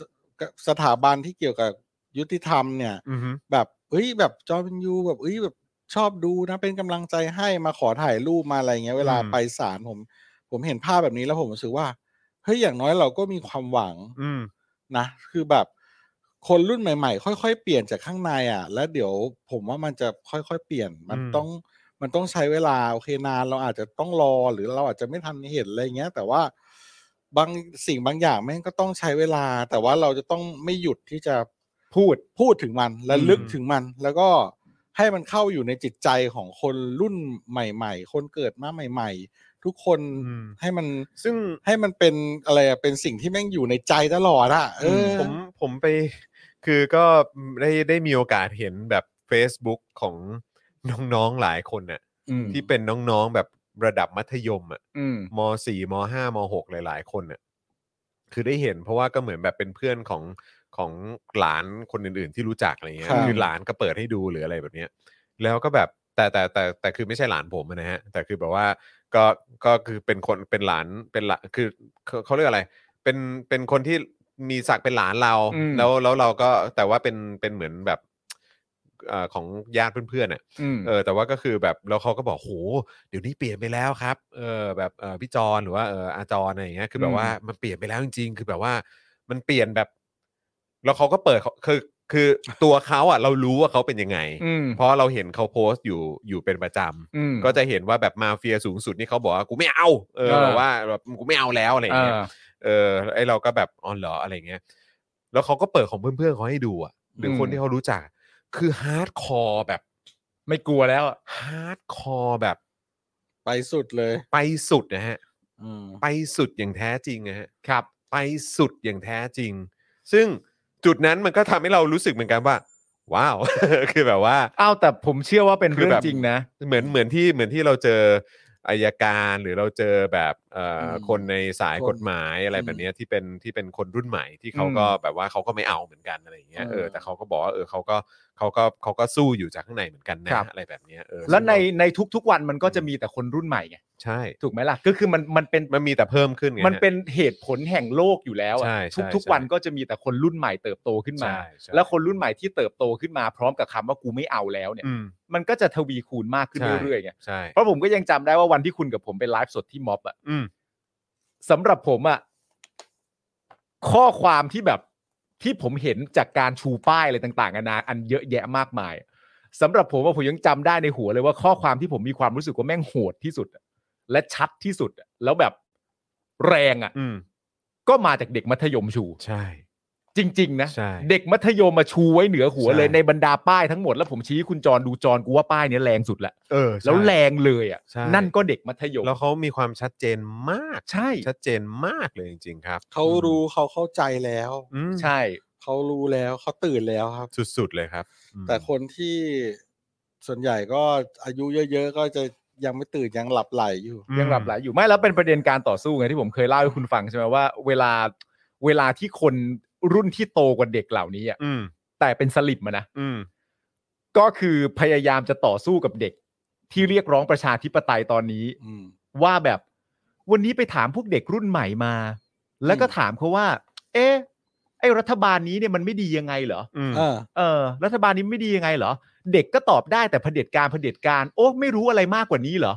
สถาบันที่เกี่ยวกับยุติธรรมเนี่ย
อือฮึ
แบบเอ้ยแบบจอเป็นยูแบบเอ้ยแบบชอบดูนะ เป็นกำลังใจให้มาขอถ่ายรูปมาอะไรเงี้ยเวลาไปศาลผม ผมเห็นภาพแบบนี้แล้วผมรู้สึกว่าเฮ้ยอย่างน้อยเราก็มีความหวัง
อืม
นะคือแบบคนรุ่นใหม่ ๆ ค่อย ๆ เปลี่ยนจากข้างในอ่ะ แล้วเดี๋ยวผมว่ามันจะค่อยๆเปลี่ยนมัน
อืม
ต้องมันต้องใช้เวลาโอเคนานเราอาจจะต้องรอหรือเราอาจจะไม่ทันเห็นอะไรเงี้ย แต่ว่าบางสิ่งบางอย่างแม่งก็ต้องใช้เวลา แต่ว่าเราจะต้องไม่หยุดที่จะ
พูด
พูดถึงมันและ
อืม
ลึกถึงมัน แล้วก็ให้มันเข้าอยู่ในจิตใจของคนรุ่นใหม่ ๆ คนเกิดมาใหม่ ๆ ทุกคน
อืม
ให้มัน
ซึ่ง
ให้มันเป็นอะไรอะเป็นสิ่งที่แม่งอยู่ในใจตลอดอะเออ
ผมผมไป คือก็ได้ได้มีโอกาสเห็นแบบ Facebook ของน้อง ๆ หลายคนน่ะ
อืม
ที่เป็นน้องๆแบบระดับมัธยมอ่ะ
อืม
ม .4 ม .5 ม .6 หลาย ๆ คนน่ะ คือได้เห็นเพราะว่าก็เหมือนแบบเป็นเพื่อนของของหลานคนอื่น ๆ ที่รู้จักอะไรเงี้ย
ครับ
คือหลานก็เปิดให้ดูหรืออะไรแบบเนี้ย แล้วก็แบบแต่แต่แต่แต่คือไม่ใช่หลานผมอะนะฮะ แต่คือแบบว่าก็ก็คือเป็นคนเป็นหลานเป็นหลานคือเขาเขาเรียกอะไร เป็นเป็นคนที่มีศักดิ์เป็นหลานเรา
อืม
แล้วแล้วเราก็แต่ว่าเป็นเป็นเหมือนแบบเอ่อของญาติเพื่อนๆอ่ะ
อืม
เออแต่ว่าก็คือแบบแล้วเขาก็บอกโหเดี๋ยวนี้เปลี่ยนไปแล้วครับเออแบบเออพี่จอนหรือว่าเอออาจอนอะไรอย่างเงี้ยคือแบบว่ามันเปลี่ยนไปแล้วจริงๆ คือแบบว่ามันเปลี่ยนแบบ แล้วเขาก็เปิดเขาคือ คือตัวเขาอ่ะ เรารู้ว่าเขาเป็นยังไง
อืม
เพราะเราเห็นเขาโพสต์อยู่อยู่เป็นประจ
อืม
ำก็จะเห็นว่าแบบมาเฟียสูงสุดนี่เขาบอกว่ากูไม่เอาเออแบบว่าแบบกูไม่เอาแล้วอะไรอย่า
เอง
เงี้ย
อ
เออไอเราก็แบบอ๋อเหรออะไรอย่างเงี้ยแล้วเขาก็เปิดของเพื่อนๆเขาให้ดูอ่ะหรือคนที่เขารู้จัก คือฮาร์ดคอร์แบบ
ไม่กลัวแล้วอะ
ฮาร์ดคอร์แบบ
ไปสุดเลย
ไปสุดนะฮะ
อืม
ไปสุดอย่างแท้จริงนะฮะครับ ไปสุดอย่างแท้จริง ซึ่งจุดนั้นมันก็ทำให้เรารู้สึกเหมือนกันว่า ว้าว คือแบบว่า
อ้าวแต่ผมเชื่อว่าเป็นเรื่อ
คือแบบ
งจริงนะ
เหมือนเหมือนที่เหมือนที่เราเจออายการหรือเราเจอแบบเอ่ออ
ม
คนในสาย
คน
กฎหมายอะไร
อืม
แบบเนี้ยที่เป็นที่เป็นคนรุ่นใหม่ที่เขาก็แบบว่าเขาก็ไม่เอาเหมือนกันอะไรอย่างเงี้ยเออ
เออ
แต่เขาก็บอกว่าเออเขาก็เขาก็เขาก็สู้อยู่จากข้างในเหมือนกันนะครับ อะไรแบบเนี้ยเออ
แล้วในในทุกๆวันมันก็จะมีแต่คนรุ่นใหม่ไง
ใช่
ถูกไหมล่ะ ก็คือมันมันเป็น
มันมีแต่เพิ่มขึ้นไงฮะ
มันเป็นเหตุผลแห่งโลกอยู่แล้วอะ
ใช่ใช่
ทุก
ใช่
ๆวันก็จะมีแต่คนรุ่นใหม่เติบโตขึ้นมา
ใช่ใช่
แล้วคนรุ่นใหม่ที่เติบโตขึ้นมาพร้อมกับคำว่ากูไม่เอาแล้วเนี่ย
อืม
มันก็จะทวีคูณมากขึ้น
ใช่
เรื่อยๆไง
ใช่
เพราะผมก็ยังจำได้ว่าวันที่คุณกับผมไปไลฟ์สดที่ม็อบอะ
อืม
สำหรับผมอะข้อความที่แบบที่ผมเห็นจากการชูป้ายอะไรต่างๆนานาอันเยอะแยะมากมายสำหรับผมว่าผมยังจำได้ในหัวเลยว่าข้อความที่ผมมีความรู้สึกว่าแม่งโหดที่สุดอะและชัดที่สุดอะแล้วแบบแรงอะ
อืม
ก็มาจากเด็กมัธยมชู
ใช่
จริง ๆ นะ
ใช่
เด็กมัธยมมาชูไว้เหนือหัว
ใช่
เลยในบรรดาป้ายทั้งหมดแล้วผมชี้ให้คุณจรดูจรกูว่าป้ายเนี้ยแรงสุดละ
เออ
แล้วแรงเลยอ่ะ
ใช่
นั่นก็เด็กมัธยม
แล้วเขามีความชัดเจนมาก
ใช่
ชัดเจนมากเลยจริง ๆ ครับ
เขารู้เขาเข้าใจแล้ว
อืม
ใช่
เขารู้แล้วเขาตื่นแล้วครับ
สุดๆเลยครับอืม
แต่คนที่ส่วนใหญ่ก็อายุเยอะๆ ก็จะยังไม่ตื่นยังหลับไหลอยู่
อืม
ยังหลับไหลอยู่ไม่แล้วเป็นประเด็นการต่อสู้ไงที่ผมเคยเล่าให้คุณฟังใช่ไหมว่า เวลาเวลาที่คนรุ่นที่โตกว่าเด็กเหล่านี้อ่ะ
อืม
แต่เป็นสลิปมานะ
อืม
ก็คือพยายามจะต่อสู้กับเด็ก ที่เรียกร้องประชาธิปไตยตอนนี้
อืม
ว่าแบบวันนี้ไปถามพวกเด็กรุ่นใหม่มา แล้วก็
อืม
ถามเขาว่า เอ๊ะไอ้รัฐบาลนี้เนี่ยมันไม่ดียังไงเหรอ
อืม
เออ
เออรัฐบาลนี้ไม่ดียังไงเหรอ เด็กก็ตอบได้แต่เผด็จการเผด็จการ โอ้ไม่รู้อะไรมากกว่านี้เหรอ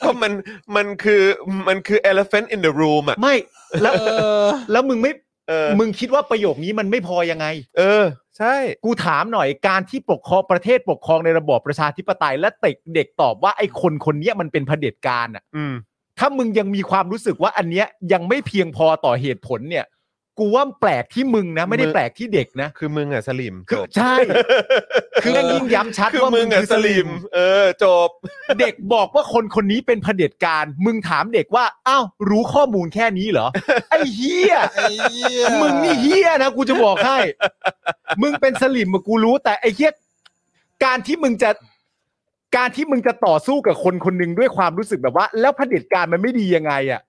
ก็มันมันคือมันคือ elephant in the room อ่ะ
ไม่แล้ว
เออ
แล้วมึงไม่
เออ
มึงคิดว่าประโยคนี้มันไม่พอยังไง
เออ ใช่
กูถามหน่อยการที่ปกครองประเทศปกครองในระบอบประชาธิปไตยและเด็กเด็กตอบว่าไอ้คนคนเนี้ยมันเป็นเผด็จการอ่ะ
อืม
ถ้ามึงยังมีความรู้สึกว่าอันเนี้ยยังไม่เพียงพอต่อเหตุผลเนี่ย กูว่าแปลกที่มึงนะ ไม่ได้
มึง
แปลกที่เด็กนะ
คือมึงอ่ะสลิม
คือ
จบ
ใช่ คือแม่งยิ่งย้ำชัด
คือ
ว่า
มึ
มึ
งอ่ะสลิม เออ จบ
เด็กบอกว่าคนคนนี้เป็นเผด็จการ มึงถามเด็กว่าอ้าวรู้ข้อมูลแค่นี้เหรอ ไอ้เฮีย
ไอ้เหี้ย
มึงนี่เฮียนะกูจะบอกให้ มึงเป็นสลิมอะกูรู้ แต่ไอ้เฮียการที่มึงจะ การที่มึงจะต่อสู้กับคนคนหนึ่งด้วยความรู้สึกแบบว่า แล้วเผด็จการมันไม่ดียังไงอ่ะ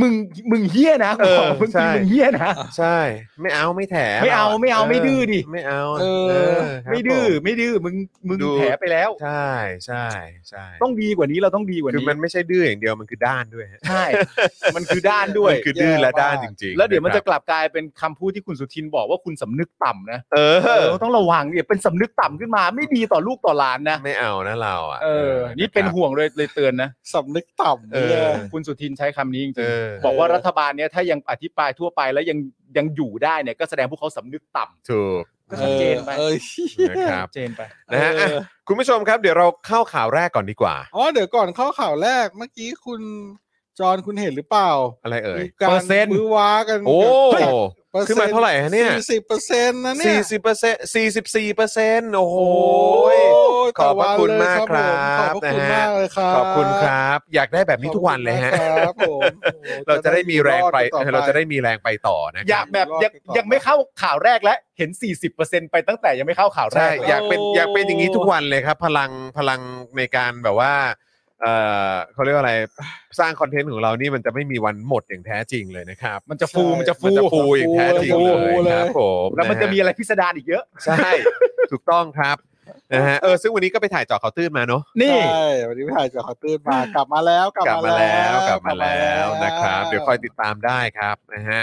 มึงมึงเฮี้ยนะกูบอก
เออ
มึง
ใช่
มึงเฮี้ยนะ
ใช่ ไม่เอาไม่แถ
ไม่เอาไม่เอาไม่ดื้อดิ
ไม่เอา
เอ
เอ
อ
อครับ
ไม่ดื้อ
ผ
ไม่ดื้อมึงมึง
ดู
แผลไปแล้ว
ใช่ใช่ใช่
ต้องดีกว่านี้เราต้องดีกว่า
คือ
นี้
มันไม่ใช่ดื้ออย่างเดียวมันคือด้านด้วยฮะ
ใช่ มันคือด้านด้วย
มันคือดื้อและด้านจริงๆ
แล้วเดี๋ยวมันจะ
ค
กลับกลายเป็นคำพูดที่คุณสุทินบอกว่าคุณสำนึกต่ำนะ
รับเอ
เอ
อ
อต้องระวังเนี่ยเป็นสำนึกต่ำขึ้นมา ไม่ดีต่อลูกต่อหลานนะ
ไม่เอานะเราอ่ะ
เออ นี่เป็นห่วงเลยเลยเตือนนะ
สำนึกต่ำ
เอ
เนี่ย
อ
คุณสุทินใช้คำนี้จริง
เออ
ๆบอกว่ารัฐบาลเนี้ยถ้ายังอธิบายทั่วไปแล้วยังยังอยู่ได้เนี่ยก็แสดงพวกเขาสำนึกต่ำ
ถูก
ก็ชัดเจนไป
ออ
นะ
เหี้ย
ครับ
เจนไป
นะฮะอ่ะ
เออ
คุณผู้ชมครับเดี๋ยวเราเข้าข่าวแรกก่อนดีกว่า
อ๋อเดี๋ยวก่อนเข้าข่าวแรกเมื่อกี้คุณจอนคุณเห็นหรือเปล่า
อะไรเอ่ย
มีกา
เปอ
ร
ร์เซ็นต์
มือว้ากัน
โอ้
กับเปอร์
ขึ้นมาเท่าไหร่ฮะเนี่ย
สี่สิบเปอร์เซ็นต์นะเนี่
สี่
ย
สิบเปอร์เซ็นต์สี่สิบสี่เปอร์เซ็นต์โอ้โห ข
ต่
อบพระ
วัน
คุณ
เลย
มาก
ผม
ครับ
ขอบพระคุณ
นะฮะ
มากเลยครับ
ขอบคุณครับ อยากได้แบบนี้ทุกวันเลยฮะ
ขอบคุณมากครับผมโอ้โห
เราจะได้มีแรงไป
อดนต่อ
เราจะได้มีแรงไปต่อนะ
อ
ค
ยา
รั
ก
บ
แบบยัง
รอบต่อไป
ยังไม่เข้าข่าวแรกแล้วเห็น 40%ไปตั้งแต่ยังไม่เข้าข่าวแร
ใช่
กเลย
อยากเป็น
โอ้
อยากเป็นอย่างนี้ทุกวันเลยครับ พลังพลังในการแบบว่าเออเขาเรียกว่าอะไรสร้างคอนเทนต์ของเรานี่มันจะไม่มีวันหมดอย่างแท้จริงเลยนะครับ
มันจะฟู
ใช่
มันจะ
มัน
ฟู
จะฟูอย่างแท้จริงเลยครับผม
แล้วมันจะมีอะไรพิสดารอีกเยอะ
ใช่ ถูกต้องครับนะฮะเออซึ่งวันนี้ก็ไปถ่ายเจอเขาวตื้นมาเนอะ
นี่
ใช่วันนี้พี่ถ่ายจากขอตื้นมากลับมาแล้ว
กลับมาแล้วกลับมาแล้วนะครับ เดี๋ยวคอยติดตามได้ครับนะฮะ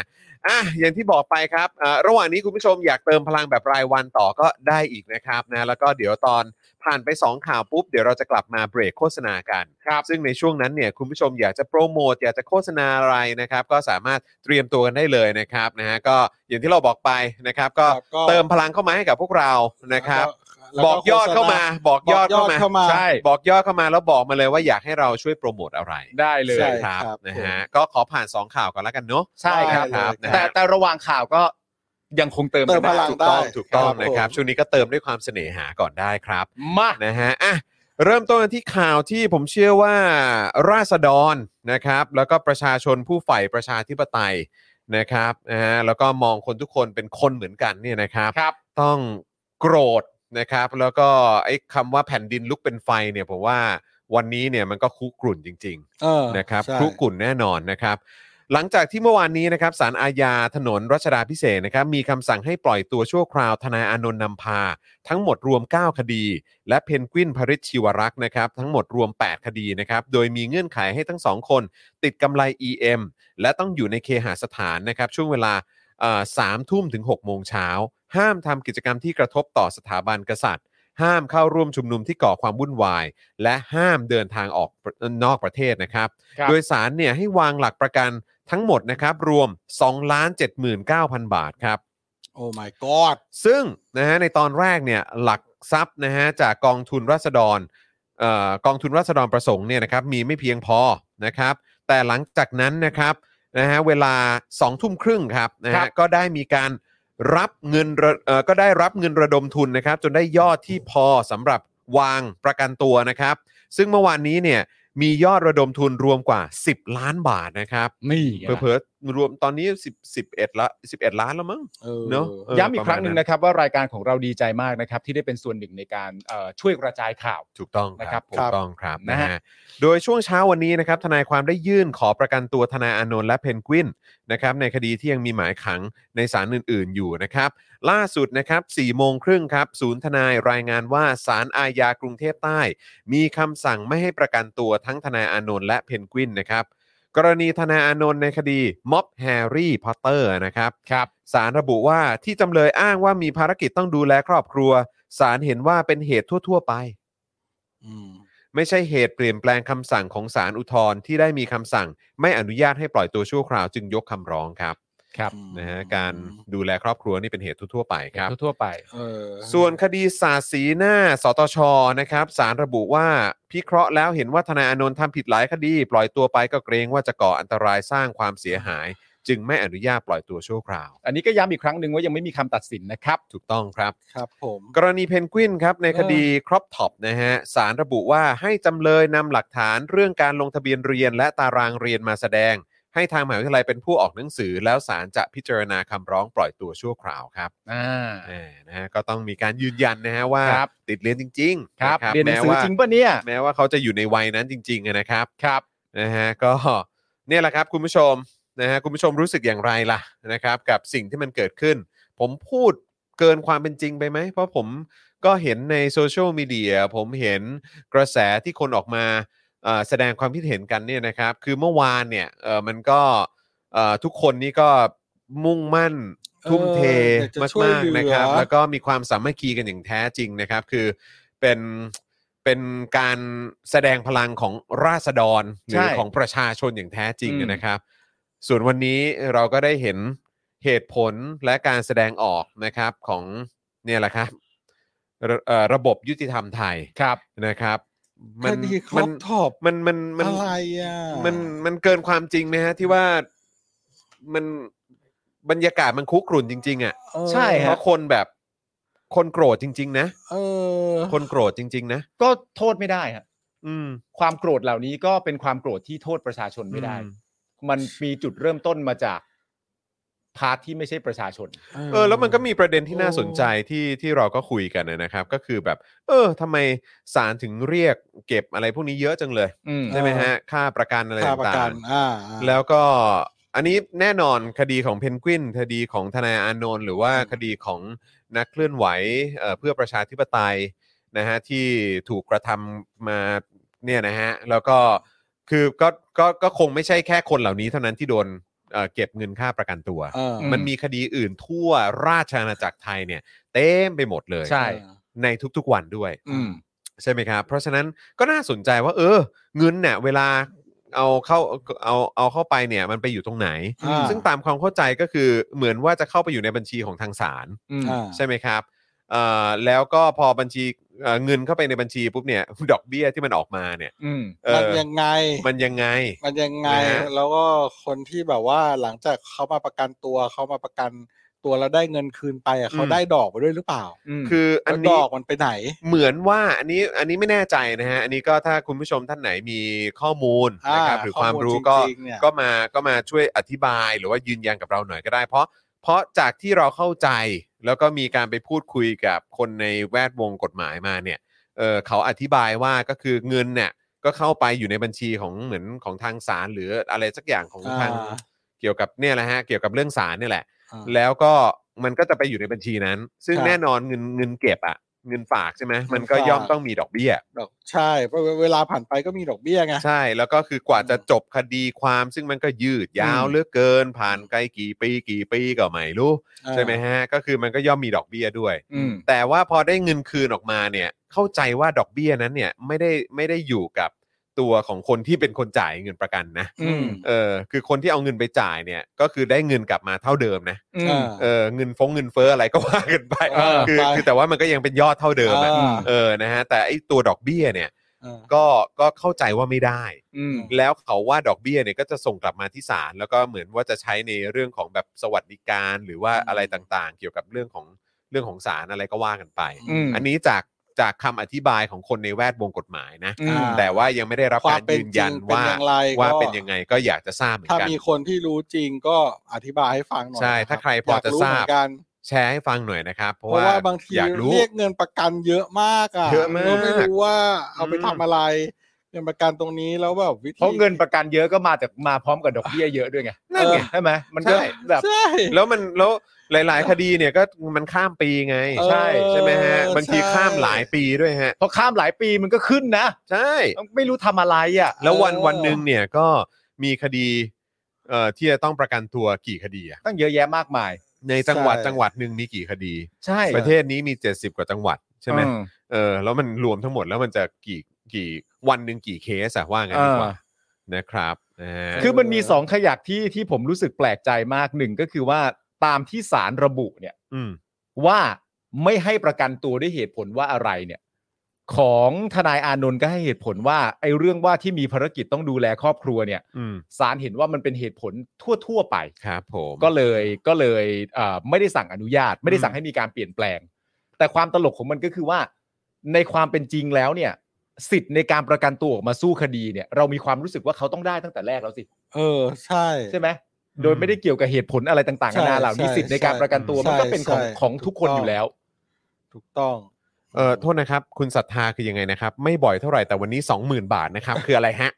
อ่ะอย่างที่บอกไปครับอ่าระหว่างนี้คุณผู้ชมอยากเติมพลังแบบรายวันต่อก็ได้อีกนะครับนะแล้วก็เดี๋ยวตอนผ่านไป 2 ข่าวปุ๊บ เดี๋ยวเราจะกลับมาเบรกโฆษณากันครับซึ่งในช่วงนั้นเนี่ยคุณผู้ชมอยากจะโปรโมทอยากจะโฆษณาอะไรนะครับ ก็สามารถเตรียมตัวกันได้เลยนะครับนะฮะก็อย่างที่เราบอกไปนะครับก็
ครับก็
เติมพลังเข้ามาให้กับพวกเรานะครับ
แล้ว
บอกยอดเข้ามา บอกยอดเข้ามา
บอกยอดเข้ามา
ใช่
บอกยอดเข้ามาแล้วบอกมาเลยว่าอยากให้เราช่วยโปรโมทอะไร
ได้เลย
ใช่
ครับ
ครับ
นะฮะก็ขอผ่าน 2 ข่าวก่อนแล้วกันเนาะ
ใช่ครับ
ได้เลยครับ
แต่แต่ระหว่างข่าวก็ยังคงเติม
เติมพลัง
กัน
ถูกต้อง
ได้
ถูกต้อง
ครับ
นะครับ
ผม
ช่วงนี้ก็เติมด้วยความเสน่หาก่อนได้ครับ
มา
นะฮะอ่ะเริ่มต้นกันที่ข่าวที่ผมเชื่อว่าราษฎรนะครับ แล้วก็ประชาชนผู้ใฝ่ประชาธิปไตยนะครับนะฮะแล้วก็มองคนทุกคนเป็นคนเหมือนกันเนี่ยนะครับ
ครับ
ต้องโกรธนะครับ แล้วก็ไอ้คำว่าแผ่นดินลุกเป็นไฟเนี่ยผมว่าวันนี้เนี่ยมันก็คุกรุ่นจริง ๆ
เออ
นะครับ
ใช่
ครุกรุ่นแน่นอนนะครับ หลังจากที่เมื่อวานนี้นะครับสารอาญาถนนรัชดาพิเศษกนะครับมีคำสั่งให้ปล่อยตัวชั่วคราวทนายอานนท์นำพา ทั้งหมดรวม 9 คดี และเพนกวินพริชชิวรักษ์นะครับทั้งหมดรวม 8 คดีนะครับโดยมีเงื่อนไขให้ทั้งสองคน ติดกำไร EM และต้องอยู่ในเคหสถานนะครับช่วงเวลาสามทุ่มถึง6โมงเช้าห้ามทำกิจกรรมที่กระทบต่อสถาบันกษัตริย์ ห้ามเข้าร่วมชุมนุมที่ก่อความวุ่นวาย และห้ามเดินทางออกนอกประเทศนะครับ
ครับ
โดยสารเนี่ยให้วางหลักประกันทั้งหมดนะครับ รวม 2 79,000 บาทครับ
โอ้ my god
ซึ่งนะฮะในตอนแรกเนี่ยหลักทรัพย์นะฮะจากกองทุนราษฎรเอ่อกองทุนราษฎรประสงค์เนี่ยนะครับมีไม่เพียงพอนะครับ แต่หลังจากนั้นนะครับนะฮะเวลา2ทุ่มครึ่งครับนะ
ครั
ฮะ
บ
ก็ได้มีการรับเงินระเอ่อก็ได้รับเงินระดมทุนนะครับ จนได้ยอดที่พอสำหรับวางประกันตัวนะครับ ซึ่งเมื่อวานนี้เนี่ยมียอดระดมทุนรวมกว่า 10 ล้านบาทนะครับ
นี่
เผลอๆรวมตอนนี้10 11ละ11 ล้านแล้วมั้ง
เออ
เนอะเ
ย้ำอีก
ประมาณ
ครั้งหนึ่ง
นั้น
นะครับว่ารายการของเราดีใจมากนะครับ ที่ได้เป็นส่วนหนึ่งในการเอ่อช่วยกระจายข่าว
ถูกต้องค
นะครั
รับบ
ผม
ถูกต้องครับ
นะ
นะ
ฮะ
ฮะโดยช่วงเช้าวันนี้นะครับทนายความได้ยื่นขอประกันตัวทนายอานนท์และเพนกวินนะครับในคดีที่ยังมีหมายขังในศาลอื่น ๆ อยู่นะครับล่าสุดนะครับ4โมงครึ่งครับศูนย์ทนายรายงานว่าศาลอาญากรุงเทพใต้ มีคำสั่งไม่ให้ประกันตัวทั้งทนายอานนท์และเพนกวินนะครับกรณีทนายอานนท์ในคดีม็อบแฮร์รี่พอตเตอร์นะครับ
ครับ
สารระบุว่าที่จำเลยอ้างว่ามีภารกิจต้องดูแลครอบครัว สารเห็นว่าเป็นเหตุทั่ว ๆ ไป
อืม
ไม่ใช่เหตุเปลี่ยนแปลงคำสั่งของศาลอุทธรณ์ที่ได้มีคำสั่ง ไม่อนุญาตให้ปล่อยตัวชั่วคราวจึงยกคำร้องครับ
ครับ
อืม
นะฮะการดูแลครอบครัวนี่เป็นเหตุทั่วๆไปครับ
ทั่วๆไป
เออ
ส่วนคดีสาดสีหน้าสตชนะครับสารระบุว่าพิเคราะห์แล้วเห็นว่าทนายอานนท์ทำผิดหลายคดี ปล่อยตัวไปก็เกรงว่าจะก่ออันตรายสร้างความเสียหาย จึงไม่อนุญาตปล่อยตัวชั่วคราว
อันนี้ก็ย้ำอีกครั้งหนึ่งว่ายังไม่มีคำตัดสินนะครับ
ถูกต้องครับ
ครับผม
กรณีเพนกวินครับ ในคดีครอปท็อปนะฮะสารระบุว่าให้จำเลยนำหลักฐานเรื่องการลงทะเบียนเรียนและตารางเรียนมาแสดง ให้ทางมหาวิทยาลัยเป็นผู้ออกหนังสือ แล้วศาลจะพิจารณาคำร้องปล่อยตัวชั่วคราวครับ
อ่า
เออนะฮะก็ต้องมีการยืนยันนะฮะว่า
ครับ
ติดเรียนจริง
ครับ
ๆะครับ
เรียนหนังสือ
แม้ว่า
จริงปะเนี่ย
แม้ว่าเขาจะอยู่ในวัยนั้นจริงๆอะนะครับ
ครับ
นะฮะก็เนี่ยแหละครับคุณผู้ชมนะฮะคุณผู้ชมรู้สึกอย่างไรล่ะนะครับ กับสิ่งที่มันเกิดขึ้น ผมพูดเกินความเป็นจริงไปไหม เพราะผมก็เห็นในโซเชียลมีเดียผมเห็นกระแสที่คนออกมาเอ่อแสดงความคิดเห็นกันเนี่ยนะครับ คือเมื่อวานเนี่ยเอ่อมันก็เอ่อทุกคนนี่ก็มุ่งมั่น ทุ่มเท
อออยจะ
มา
ช่วย
ก
เหลือ
ๆนะครับ แล้วก็มีความสามัคคีกันอย่างแท้จริงนะครับ คือเป็นเป็นการแสดงพลังของราษฎรหรื
ใช่
อของประชาชนอย่างแท้จริง
อืม
นะครับ ส่วนวันนี้เราก็ได้เห็นเหตุผลและการแสดงออกนะครับของเนี่ยแหละครับระเอ่อระบบยุติธรรมไทย
ครับ
นะครับ
คดีคร
มั
อบทอบ
มันมันมัน
อะไรอ่ะ
มันมันเกินความจริงไหมฮะ ที่ว่ามันบรรยากาศมันคุกรุ่นจริง ๆ อ่ะ
เออ
ใช่
เพ
ฮะ
ราะคนแบบคนโกรธจริง ๆ นะ
เออ
คนโกรธจริง ๆ นะ
ก็โทษไม่ได้ฮะ
อืม
ความโกรธเหล่านี้ก็เป็นความโกรธที่โทษประชาชนไม่ได้
อืม
มันมีจุดเริ่มต้นมาจากพาร์ทที่ไม่ใช่ประชาชน
เออแล้วมันก็มีประเด็นที่น่า
โอ้
สนใจที่ที่เราก็คุยกันนะนะครับ ก็คือแบบ เออทำไมศาลถึงเรียกเก็บอะไรพวกนี้เยอะจังเลย
อืม
ใช่ไหมฮะ ค่าประกันอะไร
ค่าประ
ต่า
กัน
งๆ
อ่า
แล้วก็อันนี้แน่นอนคดีของเพนกวินคดีของทนายอานนท์หรือว่าคดีของนักเคลื่อนไหวเอ่อเพื่อประชาธิปไตยนะฮะที่ถูกกระทำมาเนี่ยนะฮะแล้วก็คือก็ก็ก็คงไม่ใช่แค่คนเหล่านี้เท่านั้นที่โดนเอ่อเก็บเงินค่าประกันตัว
เออ
ม
มันมีคดีอื่นทั่วราชอาณาจักรไทยเนี่ยเต็มไปหมดเลย
ใช่
ในทุกๆวันด้วย
อืม
ใช่ไหมครับ เพราะฉะนั้นก็น่าสนใจว่า เออ เงินเนี่ยเวลาเอาเข้าเอาเอาเข้าไปเนี่ย มันไปอยู่ตรงไหน
อ่า
ซึ่งตามความเข้าใจก็คือเหมือนว่าจะเข้าไปอยู่ในบัญชีของทางศาล
อืม
อ่า
ใช่ไหมครับเอ่อแล้วก็พอบัญชีเอ่อเงินเข้าไปในบัญชีปุ๊บเนี่ย ดอกเบี้ยที่มันออกมาเนี่ย
อืม
เอ
มัน
อ
ยังไง
มันยังไง
มันยังไง
นะฮะ
แล้วก็คนที่แบบว่าหลังจากเขามาประกันตัวเขามาประกันตัวแล้วได้เงินคืนไปอ่ะเขาได้ดอกไปด้วยหรือเปล่า
คือ
คืออั
แล้
น
วด
นี้
อกมันไปไหน
เหมือนว่าอันนี้อันนี้ไม่แน่ใจนะฮะอันนี้ก็ถ้าคุณผู้ชมท่านไหนมีข้อมูล
อ่า
นะครับหรือความรู้ก็
ข้อมูลจริงๆเนี่ย
ก็มาก็มาช่วยอธิบายหรือว่ายืนยันกับเราหน่อยก็ได้ เพราะเพราะจากที่เราเข้าใจ แล้วก็มีการไปพูดคุยกับคนในแวดวงกฎหมายมาเนี่ยเออเขาอธิบายว่าก็คือเงินเนี่ยก็เข้าไปอยู่ในบัญชีของเหมือนของทางศาลหรืออะไรสักอย่างของทาง
อ่า
เกี่ยวกับเนี่ยแหละฮะเกี่ยวกับเรื่องศาลเนี่ยแหละ
อ่า
แล้วก็มันก็จะไปอยู่ในบัญชีนั้น ซึ่ง
ครับ
แน่นอนเงินเงินเก็บอะเงินฝากใช่ไหม
เงินฝาก
มันก็ย่อมต้องมีดอกเบี้ย
ดอกใช่เพราะเวลาผ่านไปก็มีดอกเบี้ยไง
ใช่แล้วก็คือกว่าจะ
อืม
จบคดีความ ซึ่งมันก็ยืดยาวเหลือเกิน ผ่านไกลกี่ปีกี่ปีก็ไม่รู้ ใช่ไหมฮะ ก็คือมันก็ย่อมมีดอกเบี้ยด้วย
อืม
แต่ว่าพอได้เงินคืนออกมาเนี่ยเข้าใจว่าดอกเบี้ยนั้นเนี่ยไม่ได้ไม่ได้อยู่กับตัวของคนที่เป็นคนจ่ายเงินประกันนะ
อืม
เออคือคนที่เอาเงินไปจ่ายเนี่ยก็คือได้เงินกลับมาเท่าเดิมนะ
อื
อ่า
ม
เออเงินฟงเงินเฟ้ออะไรก็ว่ากันไป
เออ
คือ
ไป
คือแต่ว่ามันก็ยังเป็นยอดเท่าเดิมอะ
อ่า
เออนะฮะแต่ไอตัวดอกเบี้ยเนี่ย
อ่า
ก็ก็เข้าใจว่าไม่ได้
อืม
แล้วเขาว่าดอกเบี้ยเนี่ยก็จะส่งกลับมาที่ศาลแล้วก็เหมือนว่าจะใช้ในเรื่องของแบบสวัสดิการหรือว่า
อืม
อะไรต่างๆ เกี่ยวกับเรื่องของเรื่องของศาลอะไรก็ว่ากันไป
อืม
อันนี้จากจากคำอธิบายของคนในแวดวงกฎหมายนะ
อืม
แต่ว่ายังไม่ได้รับ
คว
การ
มเป็
ยืนยัน
จริง
ว่า
เป็นอย่างไรก็
ว่าเป็นยังไงก็อยากจะทราบเหมือ
ถ้าน
กัน
มีคนที่รู้จริงก็อธิบายให้ฟังหน่อย
ใช่
นะบ
ถ้าใครพออย
ก
จะทราบ
เหมือนกัน
แชร์ให้ฟังหน่อยนะครับ เพ
เพ
ราะ
ราะ
ว่า
ว่าบางที
อยากรู้
เรียกเงินประกันเยอะมากอ่ะ
เยอะมาก
ก็ไม่รู้ว่าเอาไป
อืม
ทำอะไร เงินประกันตรงนี้แล้วแบบวิธี
เพราะเงินประกันเยอะก็มาจากมาพร้อมกับดอกเบี้ยเยอะด้วยไง
นั่นไง
ใช่ไหมมันก็
ใช่
แบบ
ใช่
แล้วมันแล้วหลาย ๆ คดีเนี่ยก็มันข้ามปีไง
เออ
ใช่ใช่ไหมฮะ
ใช่
บางทีข้ามหลายปีด้วยฮะ
พอข้ามหลายปีมันก็ขึ้นนะ
ใช่
ไม่รู้ทำอะไรอ่ะ
แล้ววัน
เออ
วันหนึ่งเนี่ยก็มีคดีเอ่อที่จะต้องประกันตัวกี่คดีอะ
ตั้งเยอะแยะมากมาย
ในจังหวัด
ใช่
จังหวัดหนึ่งมีกี่คดี
ใช่
ประเทศนี้มี 70 กว่าจังหวัดใช่ไหม
อืม
เออแล้วมันรวมทั้งหมดแล้วมันจะกี่ กี่วันหนึ่งกี่เคสอะว่างั้นดีกว่านะครับนะฮะ
คือมันมีสองขยักที่ที่ผมรู้สึกแปลกใจมากหนึ่งก็คือว่าตามที่ศาลระบุเนี่ย
อืม
ว่าไม่ให้ประกันตัวด้วยเหตุผลว่าอะไรเนี่ย ของทนายอานนท์ก็ให้เหตุผลว่าไอ้เรื่องว่าที่มีภารกิจต้องดูแลครอบครัวเนี่ย
อืม
ศาลเห็นว่ามันเป็นเหตุผลทั่ว ๆ ไป
ครับผม
ก็เลยก็เลยเอ่อไม่ได้สั่งอนุญาต ไม่ได้สั่งให้มีการเปลี่ยนแปลง แต่ความตลกของมันก็คือว่า ในความเป็นจริงแล้วเนี่ย สิทธิ์ในการประกันตัวออกมาสู้คดีเนี่ย เรามีความรู้สึกว่าเขาต้องได้ตั้งแต่แรกแล้วสิ
เออใช่
ใช่ไหมโดยไม่ได้เกี่ยวกับเหตุผลอะไรต่างๆ
ใช่
นานาเหล่านี้
ใช่
สิทธิ์ในการประกันตัวมันก็เป็นของ
ใช่
ของทุกคนอ
ถูกต้อง
ยู่แล้ว
ถูกต้อง
เออโทษนะครับ คุณศรัทธาคือยังไงนะครับ ไม่บ่อยเท่าไหร่แต่วันนี้ 20,000 บาทนะครับ คืออะไรฮะ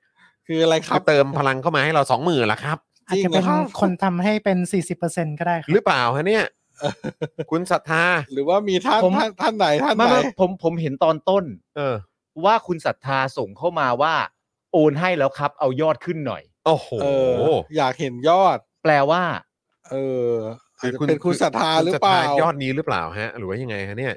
คืออะไรค
คื
รั
อบ เติมพลังเข้ามาให้เรา 20,000ละครับ
จ
อาจ
ริง
จะ
เหรอ
เป็น
ครับ
คนทำให้เป็น 40%ก็ได้ค
หรื
รับ
อเปล่าฮะเนี่ย
เออ
คุณศรัทธา
หรือว่ามีท่าน
ผม
ท่านท่านไหนท่านไห
ไม่
น
ไม่ผมผมเห็นตอนต้น
เออ
ว่าคุณศรัทธาส่งเข้ามาว่า โอนให้แล้วครับ เอายอดขึ้นหน่อย
โอ้โห
เออ อยากเห็นยอด
แปลว่า
เอออาจจะ
คือคุณ
เป็นคุณ
อ
ศรัทธาหรือเปล่า
คุณศรัทธยอดนี้หรือเปล่าฮะ หรือว่ายังไงฮะเนี่ย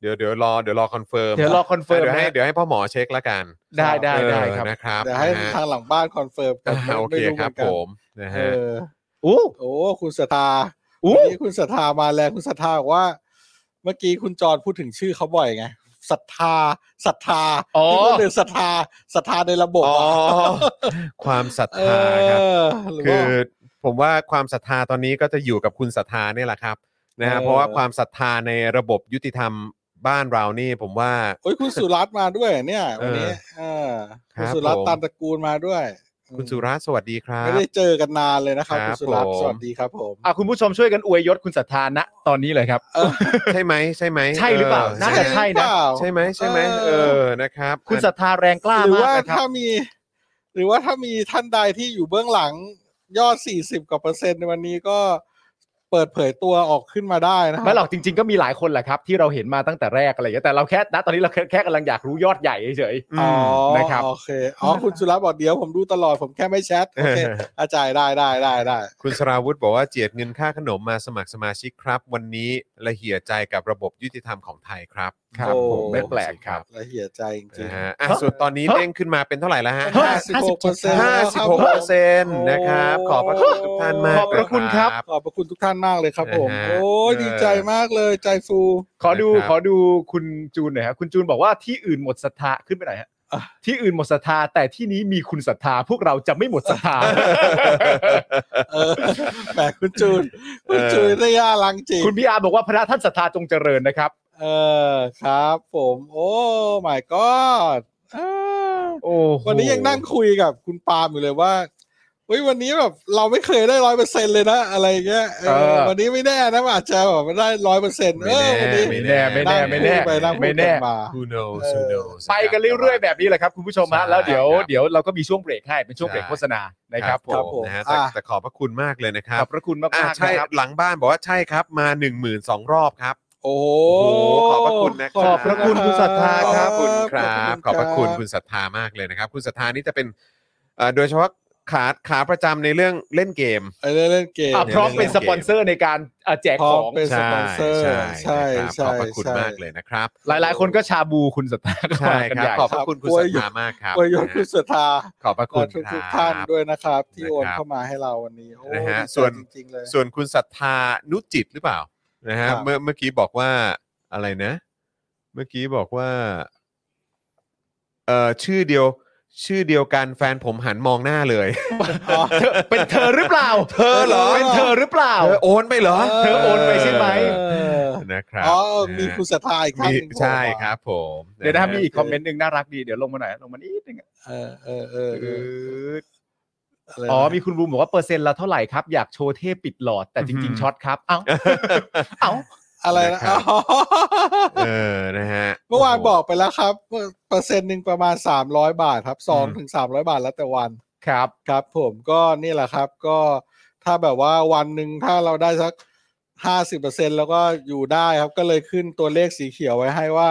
เดี๋ยวเดี๋ยวรอเดี๋ยวรอคอนเฟิร์ม
เดี๋ยวรอคอนเฟิร์ม
เดี๋ยวให้
นะ
เดี๋ยวให้พ่อหมอเช็คละกัน
ได้ได้ได้
เออ
ครับ
นะครับ
เดี๋ยวให้
นะฮะ
ทางหลังบ้านคอนเฟิร์มกั
อ่าน
ไม่
โอเค
ไม่รู้
ค
เห
รั
มื
บ
อน
ผ
กัน
มนะ
เอ
ฮะ
อ
โอ้
โอ้คุณศรัทธา
โอ้
วันนี้คุณศรัทธามาแรงคุณศรัทธาบอกว่า เมื่อกี้คุณจรพูดถึงชื่อเขาบ่อยไงศรัทธาศรัทธาที่คนหนึ่งศรัทธาศรัทธาในระบบ
อ๋อ
อะ
ความศรัท
เอ
ธาครับ
อหรือ
คื
ว่า
อผมว่าความศรัทธาตอนนี้ก็จะอยู่กับคุณศรัทธาเนี่ยแหละครับนะฮะ
เออ
เพราะว่าความศรัทธาในระบบยุติธรรมบ้านเรานี่ผมว่า
โอ้ยคุณสุรัตน์มาด้วยเนี่ย วันนี้เออ
ครั
คุณ
บ
สุรัต
ผ
น์
ม
ตามตระกูลมาด้วย
คุณสุรัตน์สวัสดีครับ
ไม่ได้เจอกันนานเลยนะครับ
ครับ
คุณสุรัตน์
ผม
สวัสดีครับผม
อ่ะคุณผู้ชมช่วยกันอวยยศคุณศรัทธาณตอนนี้เลยครับ
เออ
ใช่ไหมใช่ไหม
ใช่หรือเปล่า น่าจะใช่นะ
เปล่า
ใช่ไหมใช่ไหม
เออ
เออนะครับ
คุณศรัทธาแรงกล้า
หรือ
มาก
ว่า
นะครับ
ถ้ามี หรือว่าถ้ามีท่านใดที่อยู่เบื้องหลังยอด 40 กว่าเปอร์เซ็นต์ในวันนี้ก็เปิดเผยตัวออกขึ้นมาได้นะคบ
ไม่หรอกจริง ๆ ก็มีหลายคนแหละครับ ที่เราเห็นมาตั้งแต่แรกอะไรอย่างเงี้ยแต่เราแค่ณตอนนี้เราแค่แค่กำลังอยากรู้ยอดใหญ่เฉย
อืม
อ๋อ
นะครับ
โอเคอ๋อคุณสุรัตน์บอกเดี๋ยวผมดูตลอดผมแค่ไม่แชทโอเค อาจารย์ได้ได้ได้ได้
คุณสราวุธบอกว่าเจียดเงินค่าขนมมาสมัครสมาชิกครับ วันนี้ละเหียใจกับระบบยุติธรรมของไทยครับ
ครับ
โอ้
ผม
ไม่แปลกครับ
ละเหียดใจจริง
นะ
ๆ
ฮะอ่ะ
เฮ้ย
ส่วนตอนนี้
เฮ้ย
เด้งขึ้นมาเป็นเท่าไหร่แล้วฮะ
เฮ้ย
56เปอร์เซ็นต์
ห้า
แล้ว
สิบ
ค
หก
รับผ
เปอ
ม
ร์เซ็นต์นะครับ ขอบพระคุณทุกท่านมาก
ขอบพระคุณครับ
นะ
ขอบพระคุณทุกท่านมากเลยครับผม
นะฮะ
โอ้ย
เออ
ดีใจมากเลยใจฟู
ขอดู
นะครับ
ขอดูคุณจูนหน่อยครับคุณจูนบอกว่าที่อื่นหมดศรัทธาขึ้นไปไหนอยฮะ
อ่ะ
ที่อื่นหมดศรัทธาแต่ที่นี้มีคุณศรัทธาพวกเราจะไม่หมดศรัทธา
เออ แหมคุณจูน คุณจูนได้ย่ารังจริง
คุณพี่อาร์บอกว่าพระท่านศรัทธาจงเจริญนะครับ
เออครับผมโอ้ my god อ่า
โอ้โห
วันนี้ยังนั่งคุยกับคุณปาล์มอยู่เลยว่าเฮ้ยวันนี้แบบเราไม่เคยได้ร้อยเปอร์เซ็นเลยนะอะไรเงี้ยเออวันนี้ไม่แน่นะอาจจะแบบไม่ได้ร้อยเปอร์เซ็นต์เออวันนี้
ไม่แน่ไม่แน่ไม่แน่
งคุยไปนั่งคุ
ไม่
ย
แน่
กันมา
Who knows Who knows
ไปกันเรื่อยๆแบบนี้แหละครับ คุณผู้ชมฮะ
ใช่
แล้วเดี๋ยว
ครับ
เดี๋ยวเราก็มีช่วงเบรกให้เป็นช่วงเบรก
ใช่
โฆษณานะครับผ
ครั
ม
บผมนะฮะแต่
อ่ะ
แต่ขอบพระคุณมากเลยนะค
ข
รั
อ
บบ
พระคุณมาก
อ่ะ
มาก
ใช่
นะครับ
หลังบ้านบอกว่าใช่ครับ มา1 0 0 0รอบครับ
โอ้โห
โอ้โหขอบพระคุณนะครับ
ขอบพระคุณคุณศรัทธา
ขอบคุณค
ข
รั
ณ
บ ขอบพระคุณคุณศรัทธามากเลยนะครับ คุณศรัทธานี่จะเป็นเอ่อโดยเฉพาะขาขาประจำในเรื่องเล่นเกม
เออเล่นเกม
อ่ะพร้อมเป็นสปอนเซอร์ในการอ่ะแจก
พร้
ข
อม
อง
เป็นส
ใช่
ปอนเซอร์
ใช่
ใช่
นะครับ
ใช่
ขอบพระคุณ
ใช่
มากเลยนะครับ
หลาย ๆ คนก็ชาบูคุณสตาร์ก็
ใช่
มากัน
ครับ
ใหญ่
ขอบพระคุณคุณศรัทธามากครับ
อวยยศคุณศรัทธา
ขอบพระ
ขอ
คุ
บ
ณ
คุณทุก
ครั
ท่าน
บ
ด้วยนะครับ ที่โอน
นะครับ
เข้ามาให้เราวันนี้โอ้
นะฮะ
ดีใจ
ส่วน
จริงๆเลย
ส่วนคุณศรัทธานุจิตหรือเปล่านะฮะ
ครับ
เมื่อเมื่อกี้บอกว่าอะไรนะ เมื่อกี้บอกว่าเอ่อชื่อเดียว ชื่อเดียวกันแฟนผมหันมองหน้าเลย
อ๋อ
เป็นเธอหรือเปล่า
เธอเหรอ
เป็นเธอหรือเปล่า
เธอโอนไปเหรอ
เธอโอนไปใช่ไหม
เออนะครับ
อ๋อมี
นะฮะ
คุณศรัทธาอีกท่านหนึ่ง
มีใช่ครับผม
เดี๋ยวนะมีอีก
ฮ
คอมเมนต์หนึ่งน่ารักดี เดี๋ยวลงมาหน่อย ลงมานิดนึงอะ
เออเออเออเอออะไรนะ
อ๋อ มีคุณบูมบอกว่าเปอร์เซ็นต์ละเท่าไหร่ครับ อยากโชว์เทพปิดหลอดแต่จริง ๆ ช็อตครับ เอ้า เอ้า
อะไรนะอ๋อ
เออนะฮะ
เมื่อวานบอกไปแล้วครับว่าเปอร์เซ็นต์หนึ่งประมาณ 300 บาทครับสองถึงสามร้อยบาทแล้วแต่วัน
ครับ
ครับผมก็นี่แหละครับก็ถ้าแบบว่าวันหนึ่งถ้าเราได้สักห้าสิบเปอร์เซ็นแล้วก็อยู่ได้ครับก็เลยขึ้นตัวเลขสีเขียวไว้ให้ว่า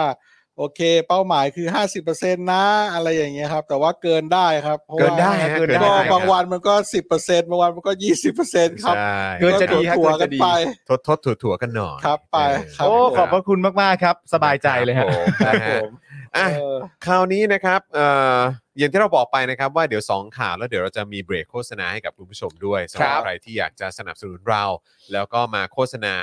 โอเค เป้าหมายคือห้าสิบเปอร์เซ็นนะอะไรอย่างเงี้ยครับ แต่ว่าเกินได้ครับพราะ
เกิ
ว่าน
ได้ฮะ
เกิ
เกิ
น
น
ได้
ได้ครับ
ก็างวันมันก็สิบเปอร์เซ็นบางวันมันก็ยี่สิบเปอร์เซ็นครับ
ใช่
เกินจะดีฮะ
ถั่ว
เกิน
กั
จะ
น
ดี
ไป
ทดทดถั่วๆกันหน่อย
ครับไป
เออ
ครับ
โอ้ ขอบพระคุณมาก ๆ ครับ สบายใจเลยฮะ
ครับผม
ครับ
นะ
ผ
ฮะ
ม
อ่ะ
เออ
คราวนี้นะครับเอ่ออย่างที่เราบอกไปนะครับว่าเดี๋ยว 2 ข่าวแล้วเดี๋ยวเราจะมีเบรกโฆษณาให้กับคุณผู้ชมด้วยสำหรับ
ครับ
ใครที่อยากจะสนับสนุนเรา แล้วก็มาโฆษณา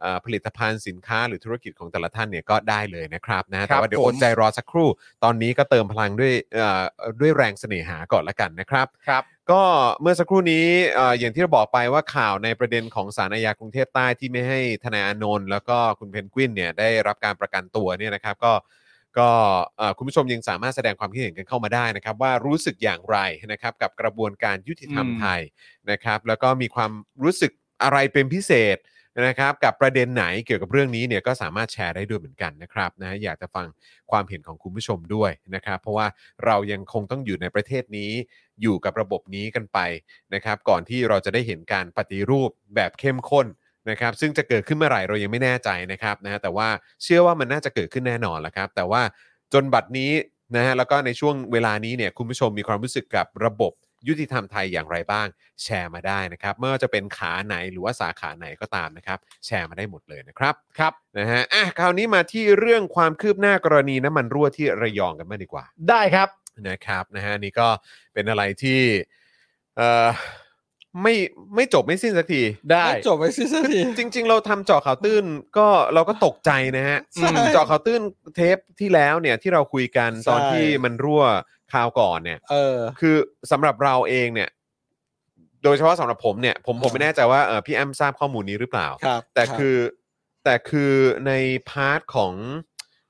เอ่อผลิตภัณฑ์สินค้าหรือธุรกิจของแต่ละท่านเนี่ยก็ได้เลยนะครับนะแต่ว่าเดี๋ยวอดใจรอสักครู่ ตอนนี้ก็เติมพลังด้วยเอ่อด้วยแรงเสน่หาก่อนละกันนะครับ
ครับ
ก็เมื่อสักครู่นี้เอ่ออย่างที่เราบอกไปว่าข่าวในประเด็นของสารอาญากรุงเทพใต้ที่ไม่ให้ทนายอานนท์แล้วก็คุณเพนกวินเนี่ยได้รับการประกันตัวเนี่ยนะครับก็ก็เอ่อคุณผู้ชมยังสามารถแสดงความคิดเห็นกันเข้ามาได้นะครับ ว่ารู้สึกอย่างไรนะครับกับกระบวนการยุติธรรม
อืม
ไทยนะครับ แล้วก็มีความรู้สึกอะไรเป็นพิเศษนะครับ กับประเด็นไหนเกี่ยวกับเรื่องนี้เนี่ยก็สามารถแชร์ได้ด้วยเหมือนกันนะครับนะอยากจะฟัง ความเห็นของคุณผู้ชมด้วยนะครับ เพราะว่าเรายังคงต้องอยู่ในประเทศนี้ อยู่กับระบบนี้กันไปนะครับ ก่อนที่เราจะได้เห็นการปฏิรูปแบบเข้มข้นนะครับ ซึ่งจะเกิดขึ้นเมื่อไหร่เรายังไม่แน่ใจนะครับนะฮะแต่ว่าเชื่อว่ามันน่าจะเกิดขึ้นแน่นอนแหละครับ แต่ว่าจนบัดนี้นะฮะแล้วก็ในช่วงเวลานี้เนี่ยคุณผู้ชมมีความรู้สึกกับระบบยุติธรรมไทยอย่างไรบ้าง แชร์มาได้นะครับไม่ว่าจะเป็นขาไหนหรือว่าสาขาไหนก็ตามนะครับ แชร์มาได้หมดเลยนะครับ
ครับ
นะฮะ อ่ะ คราวนี้มาที่เรื่องความคืบหน้ากรณีน้ำมันรั่วที่ระยองกันมางดีกว่า
ได้ครับ
นะครับนะฮะนี่ก็เป็นอะไรที่เอ่อไม่ไม่จบไม่สิ้นสักที
ได้
ไม่จบไม่สิ้นสักที
จริง ๆ เราทำเจาะข่าวตื้นก็เราก็ตกใจนะฮะ
ใช่
อืมเจาะข่าวตื้นเทปที่แล้วเนี่ยที่เราคุยกันตอน
ใช่
ที่มันรั่วคราวก่อนเนี่ย
เออ
คือสำหรับเราเองเนี่ย โดยเฉพาะสำหรับผมเนี่ยผมผมไม่แน่ใจว่าเอ่อพี่แอมทราบข้อมูลนี้หรือเปล่า
ครับ
แต่
รับ
คือแต่คือในพาร์ทของ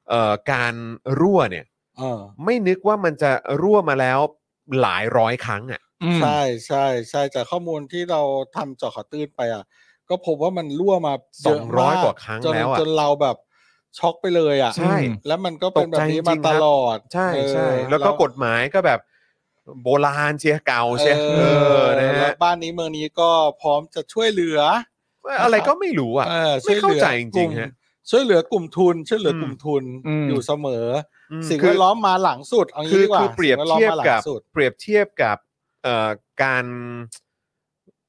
เอ่อการรั่วเนี่ย
เออ
ไม่นึกว่ามันจะรั่วมาแล้วหลายร้อยครั้งอ่ะ
ใช่ใช่ใช่จากข้อมูลที่เราทำเจาะข่าวตื้นไปอ่ะ ก็พบว่ามันรั่วมา
ส
เย
อ
อะ
ง
ม
ร้อยกว่าครั้ง
จน
แล้วอ่ะ
จนเราแบบช็อกไปเลยอ่ะ
ใช่
แล้วมันก็เป็นแบบนี้
ตกใจจริ
มาง
ๆครั
ต
บ
ลอด
ใช่
เออ
ใช่แล้วก็กฎหมายก็แบบโบราณเชียเก่า
เออ
เชียเออนะ
แล้
ฮะ
วบ้านนี้เมืองนี้ก็พร้อมจะช่วยเหลือ
อะไรก็ไม่รู้อ่ะ
เออ
ไม่เข้า
ช่วยหลือ
ใจจริง
กลุ่ม
ๆฮะ
ช่วยเหลือกลุ่มทุน ช่วยเหลืออ
ม
กลุ่มทุน
อืม
อยู่เสมออ
อืม
สิ่ง
คื
แวดล้อมมาหลังสุดเอางี้
คือ
ดีกว่า
คือเปรียบ
สิ่งแวดล้อม
เทียบ
มาหลั
กับ
งสุด
เปรียบเทียบกับเอ่อการ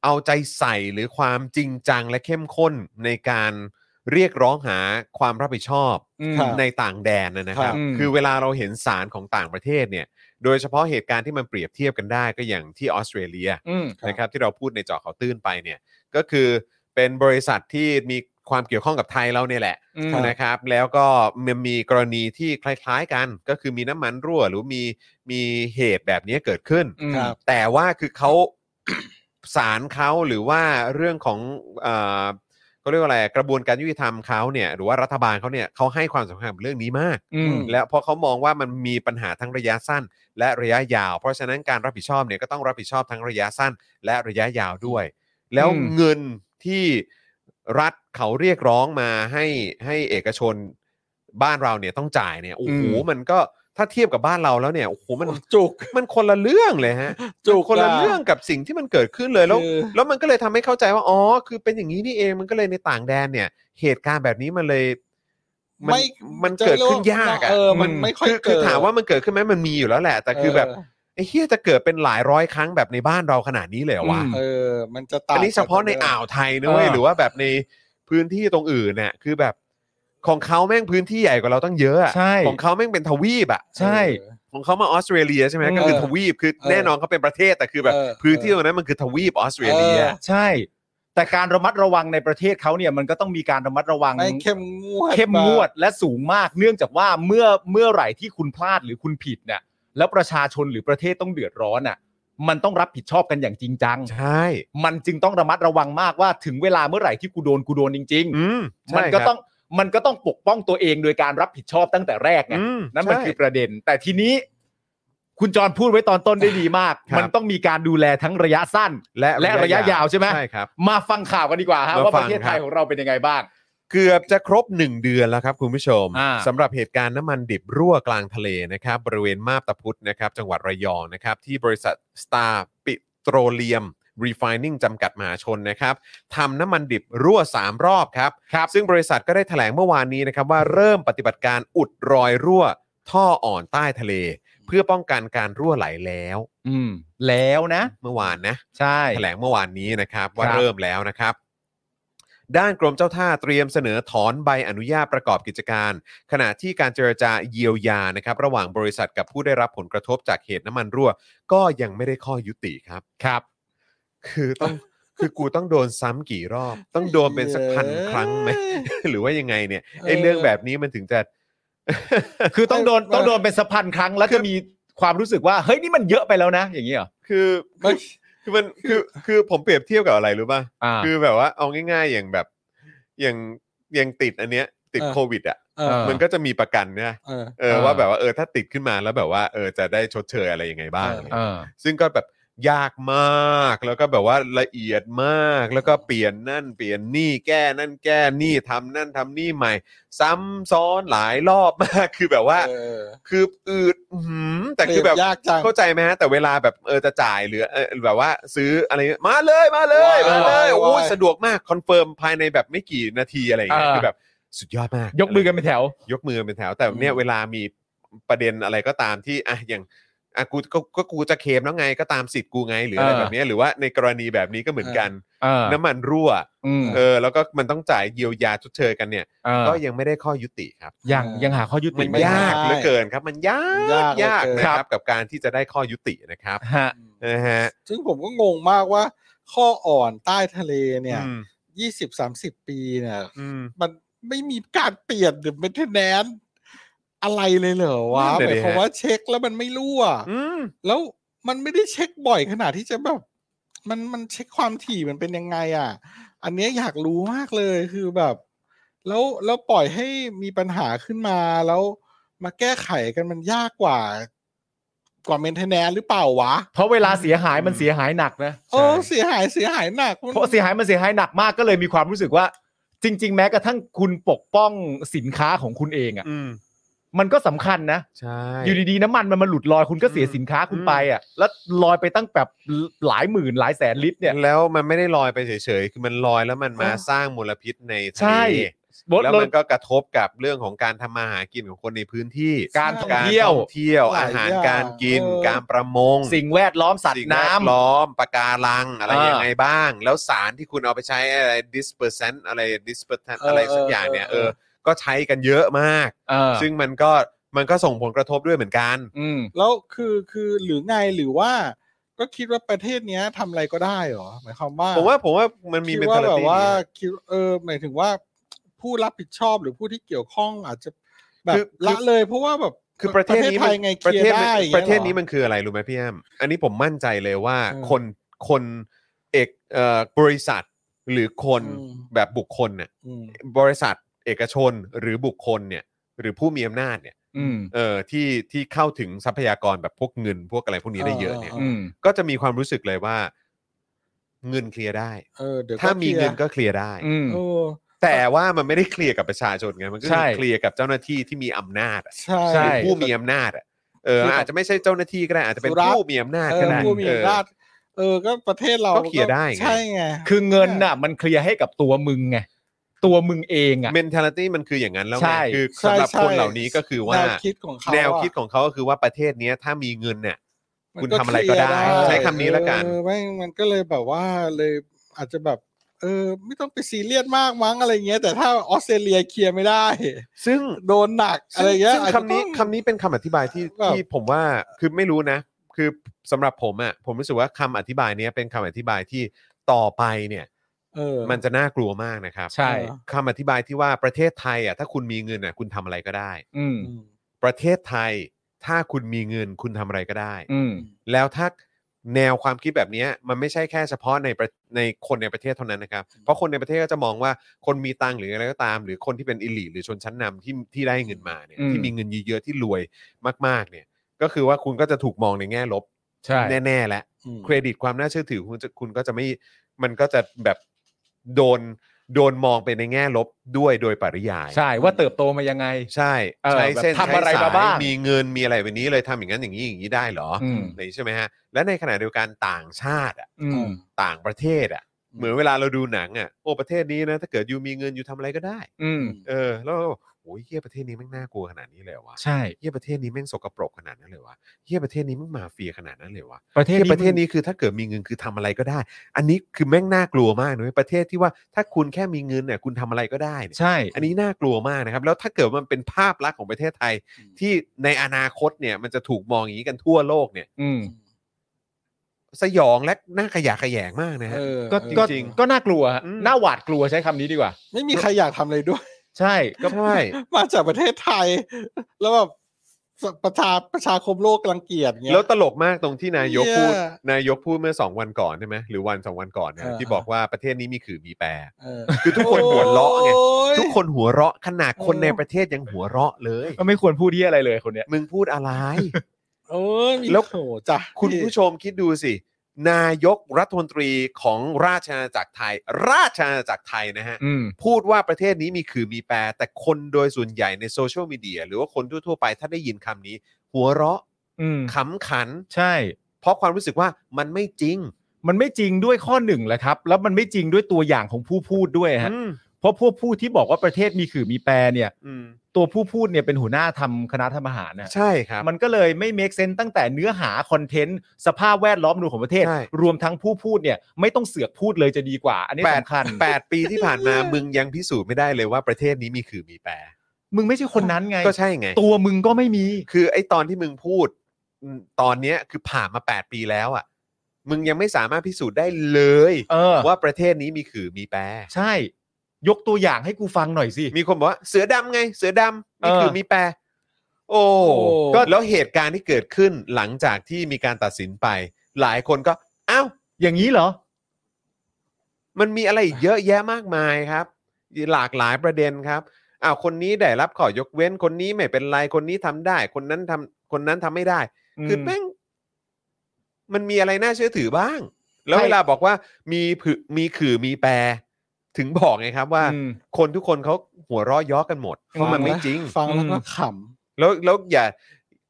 เอาใจใส่หรือความจริงจังและเข้มข้นในการเรียกร้องหาความรับผิดชอบ
อืม
ครับ
ในต่างแดนนะนะครับ
ครับ
คือเวลาเราเห็นสารของต่างประเทศเนี่ย โดยเฉพาะเหตุการณ์ที่มันเปรียบเทียบกันได้ก็อย่างที่ออสเตรเลีย
อืม
นะครับที่เราพูดในเจาะเขาวตื้นไปเนี่ยก็คือเป็นบริษัทที่มีความเกี่ยวข้องกับไทยเราเนี่ยแหละ
อืม
นะครับแล้วก็มันมีกรณีที่คล้าย ๆกัน ก็คือมีน้ำมันรั่วหรือมีมีเหตุแบบนี้เกิดขึ้น
อืม
ครับ
แต่ว่าคือเขา สารเขาหรือว่าเรื่องของเอ่อเขาเรียกว่าอะไรกระบวนการยุติธรรมเขาเนี่ยหรือว่ารัฐบาลเขาเนี่ยเขาให้ความสำคัญกับเรื่องนี้มาก
อืม
แล้วเพราะเขามองว่ามันมีปัญหาทั้งระยะสั้น และระยะยาว เพราะฉะนั้นการรับผิดชอบเนี่ยก็ต้องรับผิดชอบทั้งระยะสั้น และระยะยาวด้วย แล้ว
อืม
เงินที่รัฐเขาเรียกร้องมาให้ให้เอกชนบ้านเราเนี่ยต้องจ่ายเนี่ยโอ้โหมันก็ถ้าเทียบกับบ้านเราแล้วเนี่ยโอ้โหมัน
จุก
มันคนละเรื่องเลยฮะ
จุก
มันคนละ
อะ
เรื่องกับสิ่งที่มันเกิดขึ้นเลยแล้ว
คือ
แล้วมันก็เลยทำให้เข้าใจว่า อ๋อ คือเป็นอย่างนี้นี่เอง มันก็เลยในต่างแดนเนี่ย เหตุการณ์แบบนี้มันเลย มัน
ไม่
มันเกิดขึ้นยากอะ
เออมันไม่ค่อย
คือคือ
เกิด
ถามว่ามันเกิดขึ้นไหมมันมีอยู่แล้วแหละ แต่คือแบบ
เออ
ไอ้เฮียจะเกิดเป็นหลายร้อยครั้งแบบในบ้านเราขนาดนี้เลยเหรอวะ
อืม
เออ มันจะต่าง
อันนี้เฉพาะใน
กั
อ่าวไทยนะเว้ย
เออ
หรือว่าแบบในพื้นที่ตรงอื่นเนี่ยคือแบบของเขาแม่งพื้นที่ใหญ่กว่าเราตั้งเยอะอะ
ใช่
ของเขาแม่งเป็นทวีปอะ
ใช่
ของเขามาออสเตรเลียใช่ไหม
เออ
ก็คือทวีปคือ
เออ
แน่นอนเขาเป็นประเทศแต่คือแบบ
เออ
พื้นที่ตรงนั้นมันคือทวีปออสเตรเลีย
เออ
ใช่ แต่การระมัดระวังในประเทศเขาเนี่ยมันก็ต้องมีการระมัดระวัง
ไม่เข้มงวด
เข้มงวดและสูงมากเนื่องจากว่าเมื่อเมื่อไหร่ที่คุณพลาดหรือคุณผิดเนี่ยแล้วประชาชนหรือประเทศต้องเดือดร้อนอ่ะ มันต้องรับผิดชอบกันอย่างจริงจัง
ใช่
มันจึงต้องระมัดระวังมากว่าถึงเวลาเมื่อไหร่ที่กูโดนกูโดนจริง
อืม
ๆ มันก็ต้องมันก็ต้องปกป้องตัวเองโดยการรับผิดชอบตั้งแต่แรกไง
อืม
นั่นมัน
ใช่
คือประเด็น แต่ทีนี้ คุณจรพูดไว้ตอนต้นได้ดีมาก
ครับ
มันต้องมีการดูแลทั้งระยะสั้น
และ
และระยะยาวใช่ไหม
ใช่ครับ
มาฟังข่าวกันดีกว่าฮะ
มา
ว่า
ฟั
ป
ง
ระเทศไท
ค
ย
รับ
ของเราเป็นยังไงบ้าง
เกือบจะครบ 1 เดือนแล้วครับคุณผู้ชม
อ่า
สำหรับเหตุการณ์น้ำมันดิบรั่วกลางทะเลนะครับบริเวณมาบตาพุธนะครับจังหวัดระยองนะครับที่บริษัทสตาร์ปิโตรเลียม Refining จำกัดมหาชนนะครับทำน้ำมันดิบรั่ว 3 รอบครับ
ครับ
ซึ่งบริษัทก็ได้แถลงเมื่อวานนี้นะครับว่าเริ่มปฏิบัติการอุดรอยรั่ว ท่ออ่อนใต้ทะเล เพื่อป้องกันการรั่วไหลแล้ว
อืม แล้วนะ
เมื่อวานนะ
ใช่
แถลงเมื่อวานนี้นะครับว่า
ครับ
เริ่มแล้วนะครับ ด้านกรมเจ้าท่าเตรียมเสนอถอนใบอนุญาตประกอบกิจการ ขณะที่การเจรจาเยียวยานะครับระหว่างบริษัทกับผู้ได้รับผลกระทบจากเหตุน้ำมันรั่ว ก็ยังไม่ได้ข้อยุติครับครับ คือ ต้อง คือกูต้องโดนซ้ำกี่รอบ ต้องโดนเป็นสักพันครั้ง ไหม หรือว่ายังไงเนี่ยไอ้เรื่องแบบนี้มันถึงจะ
คือต้องโดนต้องโดนเป็นสักพันครั้ง แล้วจะมีความรู้สึกว่าเฮ้ยนี่มันเยอะไปแล้วนะ อย่างนี้เหรอ
คือ
ไม่
คือมันคือคือผมเปรียบเทียบกับอะไรรู้ป่ะ
อ่า
คือแบบว่าเอาง่ายๆอย่างแบบอย่างอย่างติดอันเนี้ย ติด
เออ
โควิดอ่ะ
เออ
มันก็จะมีประกันนะ
เออ
เออ
เออ
ว่าแบบว่าเออถ้าติดขึ้นมาแล้วแบบว่าเออจะได้ชดเชยอะไรยังไงบ้าง
เออ
เนี่ย
เออ
ซึ่งก็แบบยากมากแล้วก็แบบว่าละเอียดมากแล้วก็เปลี่ยนนั่นเปลี่ยนนี่แก้นั่นแก้นี่ทำนั่นทำนี่ใหม่ ซ้ำซ้อนหลายรอบมาก คือแบบว่า
เออ
คืออืดอื้อหือแต่คือแบบ
เรียยากจัง
เข้าใจไหมฮะแต่เวลาแบบเออจะจ่ายหรือเออแบบว่าซื้ออะไรมาเลยมาเลยมาเลย
ว้าย
โอ้ย
ว้าย
สะดวกมากคอนเฟิร์มภายในแบบไม่กี่นาทีอะไรอย่างเงี้ย
เออ
คือแบบสุดยอดมาก
ยกมือกันเป็นแถว
ยกมือเป็นแถว แต่เนี่ยเวลามีประเด็นอะไรก็ตามที่อ่ะอย่างอ่ะกูก็ก็กูจะเคลมแล้วไงก็ตามสิทธิ์กูไงหรืออะไร
เออ
แบบเนี้ยหรือว่าในกรณีแบบนี้ก็เหมือนกัน
เออ
น้ำมันรั่ว
อืม
เออแล้วก็มันต้องจ่ายเยียวยาชดเชยกันเนี่ย
เออ
ก็ยังไม่ได้ข้อยุติครับ
ยังยังหาข้อยุติ
มัน
ไม่ได้
ยากเหลือเกินครับ มันยาก
ยาย
าก ก
เหลือ
นะ
เกิน
ครับกับการที่จะได้ข้อยุตินะครับ
ฮะ
นะฮะ
ซึ่งผมก็งงมากว่า ข้ออ่อนใต้ทะเลเนี่ย
อืม
ยี่สิบสามสิบปีเนี่ย
อืม
มันไม่มีการเปลี่ยนหรือเมนเทนแนนอะไรเลยเหรอวะ
นั่น
หมา
น่ะดิ
ยความ
ฮะ
ว่าเช็คแล้วมันไม่รั่ว
อืม
แล้วมันไม่ได้เช็คบ่อยขนาดที่จะแบบ มันมันเช็คความถี่มันเป็นยังไงอ่ะ อันเนี้ยอยากรู้มากเลยคือแบบ แล้วแล้วปล่อยให้มีปัญหาขึ้นมาแล้วมาแก้ไขกันมันยากกว่า กว่าเมนเทนแนนหรือเปล่าวะ
เพราะเวลาเสียหายมันเสียหายหนักนะ
โอ้เสียหายเสียหายหนักมัน
เพราะเสียหายมันเสียหายหนักมากก็เลยมีความรู้สึกว่า จริง ๆ แม้กระทั่งคุณปกป้องสินค้าของคุณเองอ่ะ
อืม
มันก็สำคัญนะ
ใช่
อยู่ดีๆน้ำมันมันมาหลุดลอยคุณก็เสีย
อืม
สินค้าคุณไปอ่ะแล้วลอยไปตั้งแบบหลายหมื่นหลายแสนลิตรเนี่ย
แล้วมันไม่ได้ลอยไปเฉยๆ คือมันลอยแล้วมันมา
เออ
สร้างมลพิษในทะ
ใช่
เล
บด
แล้ว
ล
มั
ด
นก็กระทบกับเรื่องของการทำมาหากินของคนในพื้นที่
การท่อง
การ
เที่ยว
ท่องเที่ยว
หลา
อาย หาร
อย่าง
การกิน
เออ
การประมง
สิ่งแวดล้อมสัต
สิ่ง
ว์
แว
น้ำ
ดล้อมปะการังอะไร
เออ
ยังไงบ้าง แล้วสารที่คุณเอาไปใช้อะไร dispersant อะไร dispersant อะไรสักอย่างเนี่ยเออก็ใช้กันเยอะมาก
เออ
ซึ่งมันก็มันก็ส่งผลกระทบด้วยเหมือนกัน
อืม
แล้วคือคือหรือไงหรือว่า ก็คิดว่าประเทศเนี้ยทำอะไรก็ได้เหรอหมายความว่า
ผมว่าผมว่ามันมี
คิด
เป็น
ว่า
ทาร์
แบ
ตี้
บว่า
ดี
คิดเออหมายถึงว่า ผู้รับผิดชอบหรือผู้ที่เกี่ยวข้องอาจจะแบ
คือ
บ
คือ
ละเลยเพราะว่าแบบ
คือประเทศนี้
ไท
มัน
ยไงเค
ประ
ลีย
เทศ
ร์ได้
มัน
อย่างงี้ยหอ
ประเทศนี้มันคืออะไรรู้ไหมพี่แอมอันนี้ผมมั่นใจเลยว่า
เออ
คนคนเอกเอ่อบริษัทหรือคน
อืม
แบบบุคคลเนี่ย
อืม
บริษัทเอกชนหรือบุคคลเนี่ยหรือผู้มีอำนาจเนี่ย
อืม
เออที่ที่เข้าถึงทรัพยากรแบบพวกเงิน พวกอะไรพวกนี้ได้เยอะเนี่ย
เออเ
อืม
ก็จะมีความรู้สึกเลยว่า เงินเคลียร์ได้
เออเดี๋ยวก็
ถ้ามี
คลียร์
เงินก็เคลียร์ได้
อืม
เออ
แต่ว่ามันไม่ได้เคลียร์กับประชาชนไงมันก็
ใช่
คือเคลียร์กับเจ้าหน้าที่ที่มีอำนาจอะ
ใช่
ห
ใช่
รือผู้
แต่
มีอำนาจอะเออ
คือแบบ
อาจจะไม่ใช่เจ้าหน้าที่ก็ได้อาจจะเป็น
สุรัตน์
ผู้มีอำนาจ
เอ
ก็
อ
ได้
ผู้มี
เออ
อำนาจเออก็ประเทศเรา
ก็เคลียร์ได้ไง
ใช่ไง
คือเงินน่ะ มันเคลียร์ให้กับตัวมึงไงตัวมึงเองอ่ะ
mentality มันคืออย่างนั้นแล้วไง
ใช่
คือ
ใช่
สำหรับ
ใช่
คนเหล่านี้ก็คือว่า
แนวคิดของเขาอะ
แนวคิดของเขาก็คือว่าประเทศเนี้ยถ้ามีเงินเนี่ย
มัน
คุณทำอะไรก็ได้
เคลียร์
ใช้คำนี้ละกัน
เออแม่งมันก็เลยแบบว่าเลยอาจจะแบบ เออ ไม่ต้องไปซีเรียสมากมั้งอะไรเงี้ย แต่ถ้าออสเตรเลียเคลียร์ไม่ได้
ซึ่ง
โดนหนักอะไรเงี้ย
ซึ่ง
อาจจะ
คำนี้
ต้อง
คำนี้เป็นคำอธิบายที่
แบบ
ที่ผมว่าคือไม่รู้นะ คือสำหรับผมอ่ะผมรู้สึกว่าคำอธิบายเนี้ยเป็นคำอธิบายที่ต่อไปเนี่ย
เออ
มันจะน่ากลัวมากนะครับ
ใช่
คำอธิบายที่ว่าประเทศไทยอ่ะถ้าคุณมีเงินอ่ะคุณทำอะไรก็ได้
อืม
อืม
ประเทศไทยถ้าคุณมีเงินคุณทำอะไรก็ได้
อืม
แล้วถ้าแนวความคิดแบบเนี้ยมันไม่ใช่แค่เฉพาะในประในคนในประเทศเท่านั้นนะครับ เพราะคนในประเทศก็จะมองว่าคนมีตังค์หรืออะไรก็ตาม หรือคนที่เป็นอิลีหรือชนชั้นนำที่ที่ได้เงินมาเนี่ย
อืม
ที่มีเงินเยอะๆที่รวยมากๆเนี่ยก็คือว่าคุณก็จะถูกมองในแง่ลบ
ใช่
แน่ๆแหละ
อืม
เครดิตความน่าเชื่อถือคุณจะคุณก็จะไม่มันก็จะแบบโดนโดนมองไปในแง่ลบด้วยโดยปริยาย
ใช่ว่าเติบโตมายังไง
ใช่
เออ
ใช้เส้น
แบบทำอะไร
ใช้สย
มาบ้าง
มีเงินมีอะไรแบบนี้เลยทำอย่างนั้นอย่างนี้อย่างนี้ได้เหรอ
อืม
อะไรใช่ไหมฮะและในขณะเดียวกันต่างชาติอะ
อืม
ต่างประเทศอ่ะเหมือนเวลาเราดูหนังอ่ะโอ้ประเทศนี้นะถ้าเกิดยูมีเงินอยู่ทำอะไรก็ได้
อืม
เออ แล้ว โอ้ยเฮียประเทศนี้แม่งน่ากลัวขนาดนี้เลยเหรอวะ
ใช่
เฮียประเทศนี้แม่งสกปรกขนาดนั้นเลยวะเฮียประเทศนี้แม่งมาเฟียขนาดนั้นเลยวะ
ประเท
เฮี
ศ
ย
นี้
ประเทศนี้คือถ้าเกิดมีเงินคือทำอะไรก็ได้ อันนี้คือแม่งน่ากลัวมากนะเว้ยประเทศที่ว่าถ้าคุณแค่มีเงินเนี่ยคุณทำอะไรก็ได้เนี่ย
ใช่
อันนี้น่ากลัวมากนะครับ แล้วถ้าเกิดมันเป็นภาพลักษณ์ของประเทศไทย ที่ในอนาคตเนี่ยมันจะถูกมองอย่างนี้กันทั่วโลกเนี่ย
อืม
สยองและน่าขยะแขยงมากนะฮะ
เออ
ก็
เออ
ก็
จริง
ก็น่ากลัวฮะ
อืม
น่าหวาดกลัวใช้คำนี้ดีกว่า
ไม่มีใครอยากทำเลยด้วย
ใช่ก็
ใช่
มาจากประเทศไทย แล้วแบบประชาประชาคมโลกกำลังเกลียดเงี้ย
แล้วตลกมากตรงที่นายก
เหี้ย
พูด นายกพูดเมื่อ 2 วันก่อนใช่ไหมหรือวันสองวันก่อนเนี่ย
เออ
ที่บอกว่าประเทศนี้มีขื่อมีแปร
เออ
คือทุกคนหัวเราะไง
โอ้ย
ทุกคนหัวเราะขนาดคน
เออ
ในประเทศยังหัวเราะเลย
ก็ไม่ควรพูดที่อะไรเลยคนเนี้ย
มึงพูดอะไร
โอ้ยมี
แล้ว
โถจ้ะ
คุณผู้ชมคิดดูสิ นายกรัฐมนตรีของราชอาณาจักรไทย ราชอาณาจักรไทยนะฮะ
อืม
พูดว่าประเทศนี้มีขื่อมีแปร แต่คนโดยส่วนใหญ่ในโซเชียลมีเดียหรือว่าคนทั่วๆไปถ้าได้ยินคำนี้ หัวเราะ
อืม
ขำขัน
ใช่
เพราะความรู้สึกว่ามันไม่จริง
มันไม่จริงด้วยข้อหนึ่งแหละครับ แล้วมันไม่จริงด้วยตัวอย่างของผู้พูดด้วยฮะ
อืม
เพราะผู้พูดที่บอกว่าประเทศมีขื่อมีแปรเนี่ย
อืม
ตัวผู้พูดเนี่ยเป็นหัวหน้าทำคณะทำอาหารนะ
ใช่ครับ
มันก็เลยไม่เมคเซนตั้งแต่เนื้อหาคอนเทนต์สภาพแวดล้อมดูของประเทศ
ใช่
รวมทั้งผู้พูดเนี่ยไม่ต้องเสือกพูดเลยจะดีกว่า อันนี้
แปด
สำคัญ
แปดปีที่ ผ่านมา มึงยังพิสูจน์ไม่ได้เลยว่าประเทศนี้มีขื่อมีแปร
มึงไม่ใช่คนนั้นไง
ก็ใช่ไง
ตัวมึงก็ไม่มี
คือไอ้ตอนที่มึงพูดอืมตอนเนี้ยคือผ่านมา 8 ปีแล้วอ่ะ มึงยังไม่สามารถพิสูจน์ได้เลย
เออ
ว่าประเทศนี้มีขื่อมีแปร
ใช่ ยกตัวอย่างให้กูฟังหน่อยสิ
มีคนบอกว่าเสือดำไง เสือดำมีขื่อ
เออ
มีแปร โอ้
ก็
ก็แล้วเหตุการณ์ที่เกิดขึ้นหลังจากที่มีการตัดสินไป หลายคนก็อ้าว
อย่างนี้เหรอ
มันมีอะไรอีกเยอะแยะมากมายครับ หลากหลายประเด็นครับอ้าวคนนี้ได้รับข้อยกเว้นคนนี้ไม่เป็นไรคนนี้ทำได้ คนนั้นทำคนนั้นทำไม่ได้ คือแม่งมันมีอะไรน่าเชื่อถือบ้าง แล้ว
ใช่
เวลาบอกว่ามีผือมีขื่อมีแปร ถึงบอกไงครับว่า
อืม
คนทุกคนเขาหัวเร้อย่อกันหมด
ฟัง
ว่ามันไม่จริง
ฟังแล้ว
อืม
ก็ข
แล้วแล้วอย่า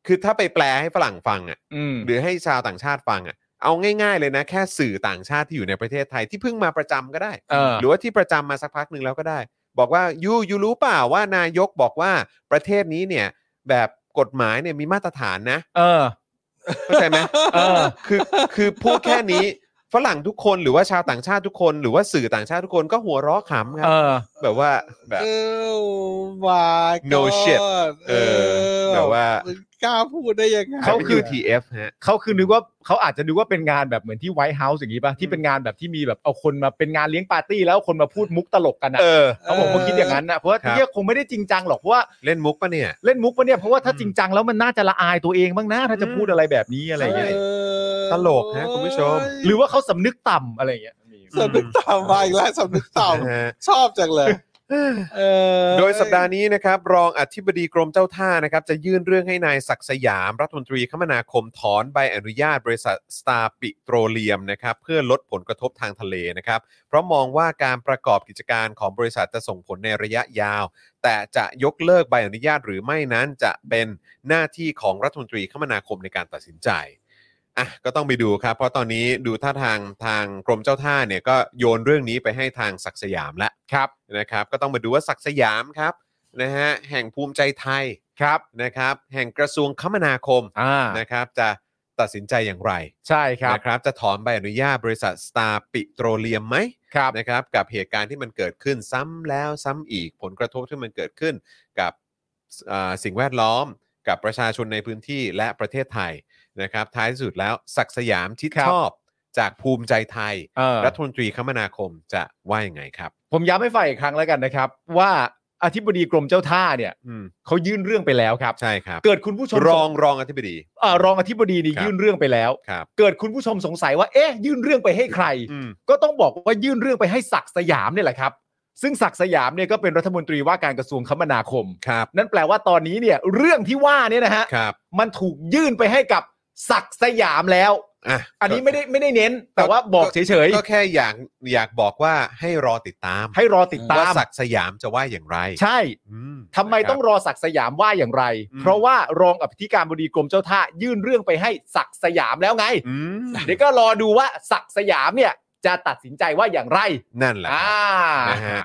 คือถ้าไปแปลให้ฝรั่งฟังอ่ะ
อืม
หรือให้ชาวต่างชาติฟังอ่ะเอาง่ายๆเลยนะ แค่สื่อต่างชาติที่อยู่ในประเทศไทยที่เพิ่งมาประจำก็ได้
เออ
หรือว่าที่ประจำมาสักพักหนึ่งแล้วก็ได้ บอกว่ายูยูรู้เปล่าว่านายกบอกว่าประเทศนี้เนี่ย แบบกฎหมายเนี่ยมีมาตรฐานนะ
เออ
เข้าใจไหม
เออ
คือคือพูดแค่นี้ฝรั่งทุกคนหรือว่าชาวต่างชาติทุกคน หรือว่าสื่อต่างชาติทุกคนก็หัวเราะขำครั
เอบ อ
แบบว่าแบ
ำ
บ
เออว่า
No shit เออแบบว่า
กล้าพูดได้ยังไง
เขา
เขาคื
คือ
อ
TF ฮะ
เขาคือนึกว่าเขาอาจจะนึกว่าเป็นงานแบบเหมือนที่ไวท์เฮาส์อย่างนี้ป่ะ ที่เป็นงานแบบที่มีแบบเอาคนมาเป็นงานเลี้ยงปาร์ตี้แล้วคนมาพูดมุกตลกกันอ่ะ
เออ
เขาบอกว่าคิดอย่างนั้นนะเพราะว่า
ครับ
เนี่ยคงไม่ได้จริงจังหรอกเพราะว่า
เล่นมุกปะเนี่ย
เล่นมุกปะเนี่ยเพราะว่าถ้า
อืม
จริงจังแล้วมันน่าจะละอายตัวเองบ้างนะถ้าจะพูดอะไรแบบนี้อะไรอย่างเงี้ย
ใช่
เออ
ตลกนะคุณผู้ชม
หรือว่าเขาสำนึกต่ำอะไรอย่างเงี้ย
สำนึกต่ำมาอีกแล้วสำนึกต่
นะฮะ
ำชอบจังเลยเออ
โดยสัปดาห์นี้นะครับรองอธิบดีกรมเจ้าท่านะครับจะยื่นเรื่องให้นายศักดิ์สยาม รัฐมนตรีคมนาคมถอนใบอนุญาตบริษัทสตาร์ปิโตรเลียมนะครับเพื่อลดผลกระทบทางทะเลนะครับ เพราะมองว่าการประกอบกิจการของบริษัทจะส่งผลในระยะยาว แต่จะยกเลิกใบอนุญาตหรือไม่นั้นจะเป็นหน้าที่ของรัฐมนตรีคมนาคมในการตัดสินใจอ่ะก็ต้องไปดูครับ เพราะตอนนี้ดูท่าทางทางกรมเจ้าท่าเนี่ยก็โยนเรื่องนี้ไปให้ทางศักดิ์สยามละ
ครับ
นะครับก็ต้องมาดูว่าศักดิ์สยามครับนะฮะแห่งภูมิใจไทย
ครับ
นะครับ แห่งกระทรวงคมนาคม
อ่า
นะครับจะตัดสินใจอย่างไร
ใช่ครับ
นะครับ จะถอนใบอนุญาตบริษัทสตาร์ปิโตรเลียมไหม
ครับ
นะครับ กับเหตุการณ์ที่มันเกิดขึ้นซ้ำแล้วซ้ำอีกผลกระทบที่มันเกิดขึ้นกับเอ่อสิ่งแวดล้อม กับประชาชนในพื้นที่และประเทศไทยนะครับ ท้ายที่สุดแล้วศักดิ์สยามชิด
ครับ
ชอบจากภูมิใจไทย
เออ
รัฐมนตรีคมนาคมจะว่ายังไงครับ
ผมย้ำให้ฟังอีกครั้งแล้วกันนะครับ ว่าอธิบดีกรมเจ้าท่าเนี่ย
อืม
เขายื่นเรื่องไปแล้วครับ
ใช่ครับ
เกิดคุณผู้ชม
รองรองอธิบดี
เอ่อรองอธิบดีนี่
ครับ
ยื่นเรื่องไปแล้ว
ครับ
เกิดคุณผู้ชมสงสัยว่าเอ๊ะยื่นเรื่องไปให้ใคร
อืม
ก็ต้องบอกว่ายื่นเรื่องไปให้ศักดิ์สยามเนี่ยแหละครับ ซึ่งศักดิ์สยามเนี่ยก็เป็นรัฐมนตรีว่าการกระทรวงคมนาคม
ครับ
นั่นแปลว่าตอนนี้เนี่ยเรื่องที่ว่าเนี่ยนะฮะ
ครับ
มันถูกยื่นไปให้กับศักดิ์สยามแล้ว
อ่ะ
อันนี้ไม่ได้ไม่ได้เน้น แต่ว่าบอกเฉย
ก็แค่อยากอยากบอกว่าให้รอติดตาม
ๆให้รอติดตา
ว่าม ศักดิ์สยามจะว่าอย่างไร
ใช่
อื
ทำไมต้อง
นะค
รอศักดิ์สยามว่าอย่างไร
อืม
เพราะว่ารองอธิการบดีกรมเจ้าท่า ยื่นเรื่องไปให้ศักดิ์สยามแล้วไง
บอืม
เดี๋ยวก็รอดูว่าศักดิ์สยามเนี่ยจะตัดสินใจว่าอย่างไร
นั่นแหละค
อ่า
รับ นะฮะ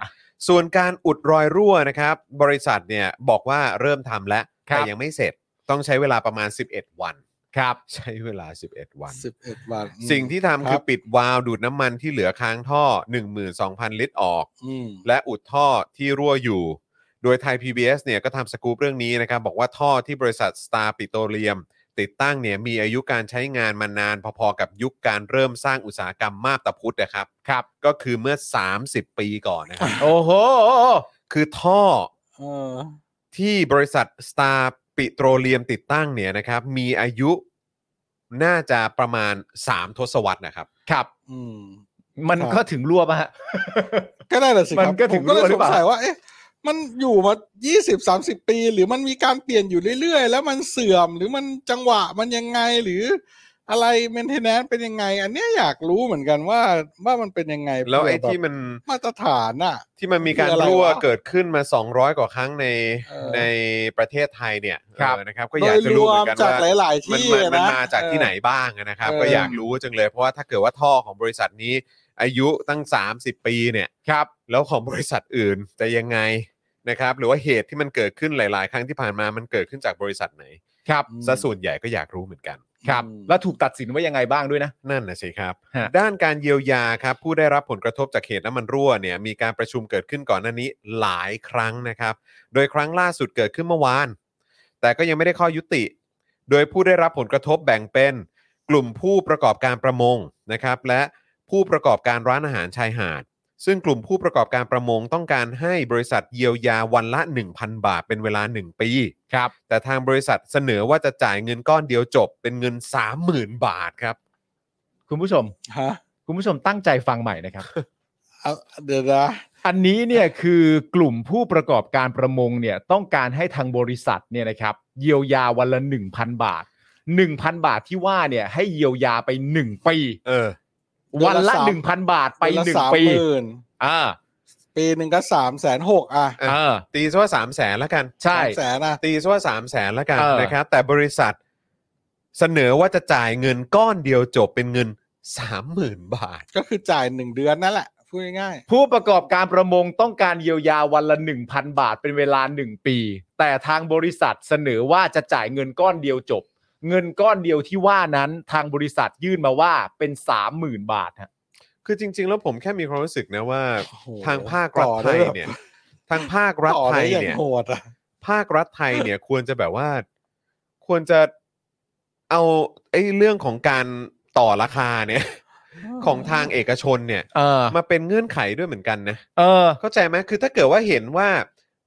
ส่วนการอุดรอยรั่วนะครับ บริษัทเนี่ยบอกว่าเริ่มทำแล้ว
ครับ
แต่ยังไม่เสร็จต้องใช้เวลาประมาณ 11 วัน
ครับ
ใช้เวลา 11 วัน
สิบเอ็ดวันอืม
สิ่งที่ทำ
ค
คื
รั
อบ ปิดวาล์วดูดน้ำมันที่เหลือค้างท่อ 12,000 ลิตรออก
อืม
และอุดท่อที่รั่วอยู่ โดยไทย PBS เนี่ยก็ทำสกู๊ปเรื่องนี้นะครับ บอกว่าท่อที่บริษัท Star p e t r o l e u m ติดตั้งเนี่ยมีอายุการใช้งานมานานพอๆกับยุคการเริ่มสร้างอุตสาหกรรมมาบตาพุธนะครับครับ ก็คือเมื่อ 30 ปีก่อนนะครับ
โอ้โห
คือท่อ
เออ
ที่บริษัท Star p e t r o l e u m ติดตั้งเนี่ยนะครับ มีอายุน่าจะประมาณ 3 ทศวรรษนะครับ
ครับ
อืม
มัน
ครับ
ก็ถึงรั่วป่ะฮะ
ก็ได้แหละสิค
มั
รับ
นก็ถึง
ผมก็เลย
รู้หรือ
ส
ง เปล่า
สัยว่า เอ๊ะ มันอยู่มา 20 30 ปี หรือมันมีการเปลี่ยนอยู่เรื่อยๆ แล้วมันเสื่อม หรือมันจังหวะมันยังไง หรืออะไรเมนเทนแนนเป็นยังไง อันเนี้ยอยากรู้เหมือนกันว่าว่ามันเป็นยังไง
แล้วไอ้
เผื่บบ
ที่มัน
มาตรฐานอ่ะ
ที่มันมีการ
คืออะไร
รั่ว
วะ
เกิดขึ้นมา 200 กว่าครั้งใน
เออ
ในประเทศไทยเนี่ย
ครับ
เออนะครับ ก็
โด
อยาก
ย
จะ
ร
รู้
ว
เหมือ
ม
นกัน
จาก
ว่า
หลาย ๆ
มัน
ที่
มันมัน
นะ
มาจากที่ไหนบ้างนะครับ
เออ
ก็อยากรู้จังเลย เพราะว่าถ้าเกิดว่าท่อของบริษัทนี้ อายุตั้ง 30 ปีเนี่ยครับ แล้วของบริษัทอื่นจะยังไงนะครับ หรือว่าเหตุที่มันเกิดขึ้นหลาย ๆ ครั้งที่ผ่านมามันเกิดขึ้นจากบริษัทไหน
ครับ
อืม
ซะส่วนใหญ่ก็อยากรู้เหมือนกัน
ครับ
อืม
แล้วถูกตัดสินว่ายังไงบ้างด้วยนะ
นั่นนะสิครับ
ฮะ
ด้านการเยียวยาครับ ผู้ได้รับผลกระทบจากเหตุน้ำมันรั่วเนี่ยมีการประชุมเกิดขึ้นก่อนหน้านี้หลายครั้งนะครับ โดยครั้งล่าสุดเกิดขึ้นเมื่อวาน แต่ก็ยังไม่ได้ข้อยุติ โดยผู้ได้รับผลกระทบแบ่งเป็น กลุ่มผู้ประกอบการประมงนะครับ และผู้ประกอบการร้านอาหารชายหาด ซึ่งกลุ่มผู้ประกอบการประมงต้องการให้บริษัทเยียวยาวันละ 1,000 บาทเป็นเวลา 1 ปี
ครับ
แต่ทางบริษัทเสนอว่าจะจ่ายเงินก้อนเดียวจบ เป็นเงิน 30,000 บาทครับ
คุณผู้ชม
ฮะ
คุณผู้ชมตั้งใจฟังใหม่นะครับ
เอาเดี๋ยวนะ
อันนี้เนี่ยคือกลุ่มผู้ประกอบการประมงเนี่ยต้องการให้ทางบริษัทเนี่ยนะครับเยียวยาวันละ 1,000 บาท 1,000 บาทที่ว่าเนี่ยให้เยียวยาไป 1 ปี
เออ
วันละ 1,000 บาทไป
เดือนละสาม
1 ปี
หมื่น
อ่า
ปีหนึ่งก็สามแสนหกอ่ะ
เอ
เออ
ตีซะว่าสามแสนละกัน
ใช่
สามแสนอ่ะ
ตีซะว่าสามแสนละกัน
เออ
นะครับ แต่บริษัทเสนอว่าจะจ่ายเงินก้อนเดียวจบเป็นเงินสามหมื่นบาท
ก็คือจ่ายหนึ่งเดือนนั่นแหละพูดง่าย
ผู้ประกอบการประมงต้องการเยียวยาวันละ 1,000 บาทเป็นเวลา 1 ปี แต่ทางบริษัทเสนอว่าจะจ่ายเงินก้อนเดียวจบ เงินก้อนเดียวที่ว่านั้นทางบริษัทยื่นมาว่าเป็น 30,000 บาทฮะ
คือจริง ๆ แล้วผมแค่มีความรู้สึกนะว่า
ๆโอ้โห
ทางภาครัฐ
ต่อ
ไท
ด้
ย
แบบ
เนี่ย ทางภาครัฐ
ต่อ
ไท
ด้
ย
อา
เนี่ย
โหดอ่ะ
ภาครัฐไทยเนี่ย ควรจะแบบว่า ควรจะเอาไอ้เรื่องของการต่อราคาเนี่ย ของทางเอกชนเนี่ย
เออ
มาเป็นเงื่อนไขด้วยเหมือนกันนะ
เออ
เข้าใจไหมคือถ้าเกิดว่าเห็นว่า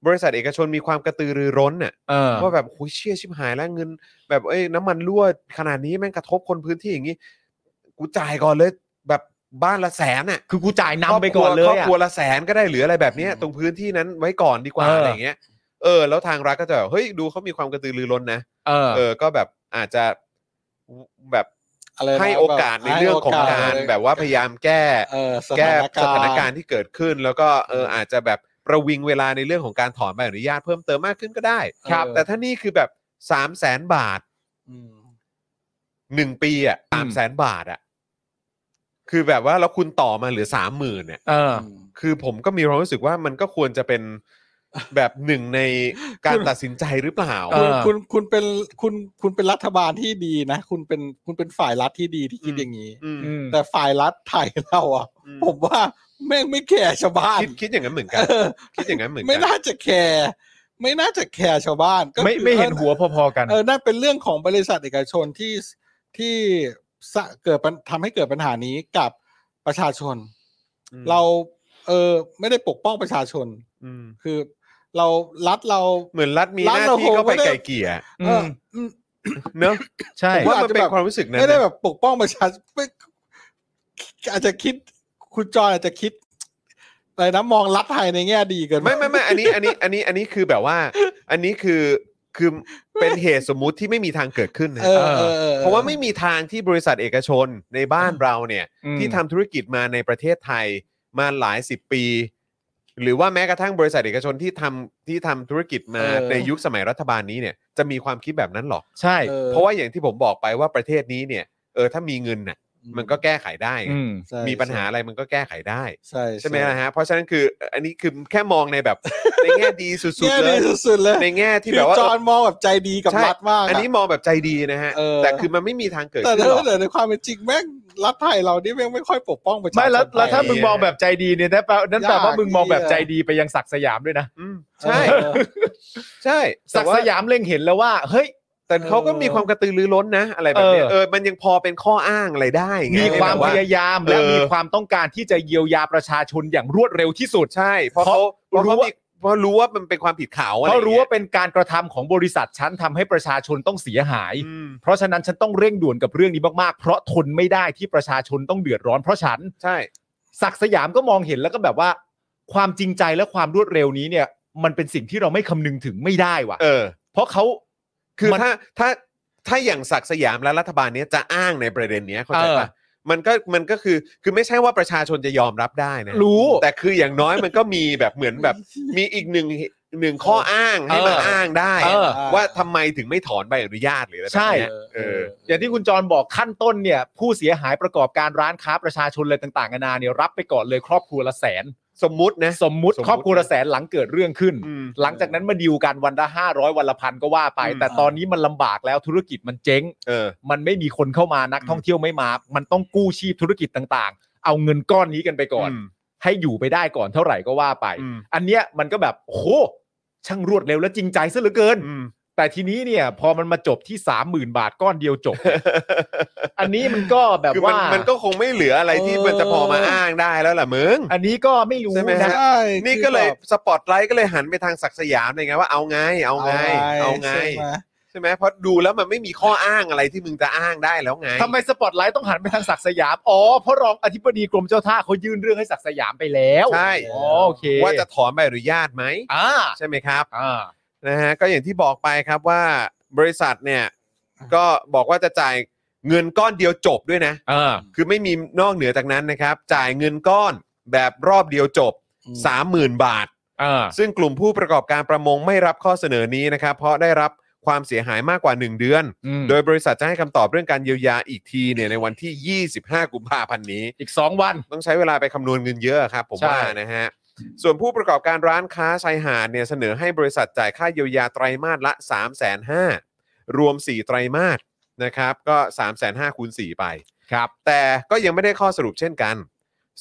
บริษัทเอกชนมีความกระตือรือร้นน่ะ
เออ
ว่าแบบโอ้ยเชี่ยชิบหายแล้วเงิน แบบเอ้ยน้ำมันรั่วขนาดนี้แม่งกระทบคนพื้นที่อย่างนี้ กูจ่ายก่อนเลยแบบบ้านละแสนน่ะ
คือกูจ่ายนำไปก่อนเล
ครอย บ
อะ
ครัวละแสนก็ได้หรืออะไรแบบเนี้ย
อืม
ตรงพื้นที่นั้นไว้ก่อนดีกว่า
เอออ
อะไรอย่างเงี้ยเออแล้วทางรัฐก็จะแบบเฮ้ยดูเขามีความกระตือรือร้นนะ
เออ
เออก็แบบอาจจะแบบ
อะไรนะ
ให้โอกาสใน
แบบ
เรื่องของ
ให้โ
การ
เลย
แบบว่าพยายามแก้
เออ
แก้
ส
ส
ถา
ถาน
น
กา
การ ร
ณ์
ณ์
ที่เกิดขึ้น แล้วก็เอออาจจะแบบประวิงเวลาในเรื่องของการถอนใบอนุญาตเพิ่มเติมมากขึ้นก็ได้
ครับ
แต่ถ้านี่คือแบบ3 0 0แสนบาท
อืม
1 ปีอ่ะ
อื
สาม
ม
แสนบาทอ่ะคือแบบว่าแล้วคุณต่อมาเหลือสามหมื่นเนี่ย
เออ
อืม
คือผมก็มีความรู้สึกว่ามันก็ควร จะเป็นแบบหนึ่งในการ
คุณ
ตัดสินใจหรือเปล่า
เอ
คุณ
อ
คุณคุณเป็นคุณคุณเป็นรัฐบาลที่ดีนะ คุณเป็นคุณเป็นฝ่ายรัฐที่ดีที่คิด
อืม
อย่างนี้
อืม
อืม
แต่ฝ่ายรัฐไทยเราอ่ะ
อืม
ผมว่าแม่งไม่แคร์ชาวบ้าน
คิดคิดอย่างนั้นเหมือนกัน
เออ
คิดอย่างนั้นเหมือน
ไม่
กัน
น่าจะแคร์ไม่น่าจะแคร์ชาวบ้านก็
ไม่
คือ
ไม่เห็น
ออ
หัวพอๆกัน
เออนั่นเป็นเรื่องของบริษัทเอกชนที่ที่สะเกิดปัญทำให้เกิดปัญหานี้กับประชาชน
อืม
เราเออไม่ได้ปกป้องประชาชน
อืม
คือเรารัฐเรา
เหมือนรัฐมีห
รัฐ
น้า
เรา
ที่เข้าไป
คงไม่ได้
ไก่เกลี่ย
อื
เออ
ม
อืม
เนอะ
ใช่
ผมว่ามันเป็น
อาจจะแบบ
ความรู้สึกนั้น
ไม่ได้
นะ
แบบปกป้องประชาชนไม่อาจจะคิดคุณจอยอาจจะคิดอะไรนะมองรัฐไทยในแง่ดีเกินป
ไม่ไม่ไม่อันนี้อันนี้อันนี้อันนี้คือแบบว่า อันนี้คือคือเป็นเหตุสมมุติที่ไม่มีทางเกิดขึ้นนะ
เออเออออ
เพราะว่าไม่มีทางที่บริษัทเอกชนในบ้านเราเนี่ย
อืม
ที่ทำธุรกิจมาในประเทศไทยมาหลายสิบปี หรือว่าแม้กระทั่งบริษัทเอกชนที่ทำที่ทำธุรกิจมาในยุคสมัยรัฐบาลนี้เนี่ยจะมีความคิดแบบนั้นหรอก
ใช่
ออ
เพราะว่าอย่างที่ผมบอกไปว่าประเทศนี้เนี่ยเออถ้ามีเงินน่ะ มันก็แก้ไขได้ไง
อืม
ใช่
มีปัญหาอะไรมันก็แก้ไขได้
ใช่
ใช่ไหมนะฮะเพราะฉะนั้นคืออันนี้คือแค่มองใน แบบ ในแง่ดีสุด
แย่
ๆเล
ดี
ย
สุดๆเลย
ในแง่ที่
คือ
แบบว่า
จอห์นมองแบบใจดีกับ
ใช่
รัฐมากะ
อันนี้มองแบบใจดีนะฮะ
เออ
แต่คือมันไม่มีทางเกิด
แต่
ขึ้น
ถ้า
หรอก
เกิดในความเป็นจริงแม่งรัฐไทยเรานี่แม่งไม่ค่อยปกป้องประชาชน
ไม่แล้วแล้วถ้า
ไทย
มึงมองแบบใจดีเนี่ยนั่นแปลนั่นแปลว่าย
าก
มึงมองแบบ
ที่จะ
ใจดีไปยังศักดิ์สยามด้วยนะ
อืมใช่
เออ
ใช่
ศั
แต่
ก
ว่า
ดิ์สยามเล็งเห็นแล้วว่า เฮ้ย
แต่เขาก็มีความกระตือรือร้นนะ อะไรแบบเนี้ย
เออ
เออมันยังพอเป็นข้ออ้างอะไรได้ไง
มีความ
แบบ
พ
ว่า
ยายามและ
เออ
มีความต้องการที่จะเยียวยาประชาชนอย่างรวดเร็วที่สุด
ใช่ เพราะเขาเพ
เพราะ
ราะเขา
รู้ว่า
มีเพราะรู้ว่ามันเป็นความผิดเขาอะไร
เพราะรู้
อ
ว่า
ย่ง
เป็นการกระทำของบริษัทฉันทำให้ประชาชนต้องเสียหาย
เงี้ยอืม
เพราะฉะนั้นฉันต้องเร่งด่วนกับเรื่องนี้มากๆ เพราะทนไม่ได้ที่ประชาชนต้องเดือดร้อนเพราะฉัน
ใช่
ศักดิ์สยามก็มองเห็นแล้วก็แบบว่า ความจริงใจและความรวดเร็วนี้เนี่ย มันเป็นสิ่งที่เราไม่คำนึงถึงไม่ได้ว่ะ
เออ
เพราะเขา
คือ
มัน
ถ้าถ้าถ้าอย่างศักดิ์สยามและรัฐบาลเนี้ยจะอ้างในประเด็นเนี้ยเข้าใจปะ
เออ
มันก็มันก็คือคือไม่ใช่ว่าประชาชนจะยอมรับได้นะ
รู้
แต่คืออย่างน้อยมันก็มีแบบเหมือนแบบมีอีกหนึ่งหนึ่งข้ออ้างให้มา
เออ
อ้างได้
เออ
ว่าทำไมถึงไม่ถอนใบอนุญาตหรืออะไรแบบ
ใช่
เนี้ยเออ
อย่างที่คุณจรบอกขั้นต้นเนี่ย ผู้เสียหายประกอบการร้านค้าประชาชนอะไรต่างๆนานาเนี่ยรับไปก่อนเลยครอบครัวละแสน
สมมุตินะ
สมมุ
ส
ติ
มมุติ
ครอบครัวละแสนหลังเกิดเรื่องขึ้น
อืม
หลังจากนั้นมาดีลกันวันละห้าร้อยวันละพันก็ว่าไป
อืม
แต่ตอนนี้มันลำบากแล้วธุรกิจมันเจ๊ง
เออ
มันไม่มีคนเข้ามานัก
อืม
ท่องเที่ยวไม่มา มันต้องกู้ชีพธุรกิจต่างๆ เอาเงินก้อนนี้กันไปก่อน
อืม
ให้อยู่ไปได้ก่อนเท่าไหร่ก็ว่าไป
อืม
อันเนี้ยมันก็แบบโอ้โหช่างรวดเร็วและจริงใจซะเหลือเกิน
อืม
แต่ทีนี้เนี่ย พอมันมาจบที่สามหมื่นบาทก้อนเดียวจบ อันนี้มันก็แบบ
คือมัน
ว่า
มันก็คงไม่เหลืออะไรที่มันจะพอมาอ้างได้แล้วล่ะมึง
อันนี้ก็ไม่รู้
ใช่ไหมฮะ
นะ
ใช่
นี่ก็เลย
คือแบบ
สปอตไลท์ก็เลยหันไปทางศักดิ์สยามเลยไงว่าเอาไง เอาไง เอาไง
ใช่หม
ใช่ไหมเพราะดูแล้วมันไม่มีข้ออ้างอะไรที่มึงจะอ้างได้แล้วไง
ทำไมสปอตไลท์ต้องหันไปทางศักดิ์สยาม อ๋อ เพราะรองอธิบดีกรมเจ้าท่าเขายื่นเรื่องให้ศักดิ์สยามไปแล้ว
ใช่
อ๋อโอเค
ว่าจะถอนใบอนุญาตไหม
อ่า
ใช่ไหมครับ
อ่า
นะฮะก็อย่างที่บอกไปครับว่าบริษัทเนี่ยก็บอกว่าจะจ่ายเงินก้อนเดียวจบด้วยนะ
เออ
คือไม่มีนอกเหนือจากนั้นนะครับ จ่ายเงินก้อนแบบรอบเดียวจบ
อืม
30,000 บาท
เออ
ซึ่งกลุ่มผู้ประกอบการประมงไม่รับข้อเสนอนี้นะครับ เพราะได้รับความเสียหายมากกว่า 1 เดือน
อืม
โดยบริษัทจะให้คำตอบเรื่องการเยียวยาอีกทีเนี่ยในวันที่ 25 กุมภาพันธ์นี้
อีกสองวัน
ต้องใช้เวลาไปคำนวณเงินเยอะครับผม
ใช่
ว่านะฮะ ส่วนผู้ประกอบการร้านค้าชายหาดเนี่ยเสนอให้บริษัทจ่ายค่าเยียวยาไตรมาสละ 3 5 0 0 0รวม 4 ไตรมาสนะครับก็ 3 5 0 0 0คูณ4ไป
ครับ
แต่ก็ยังไม่ได้ข้อสรุปเช่นกัน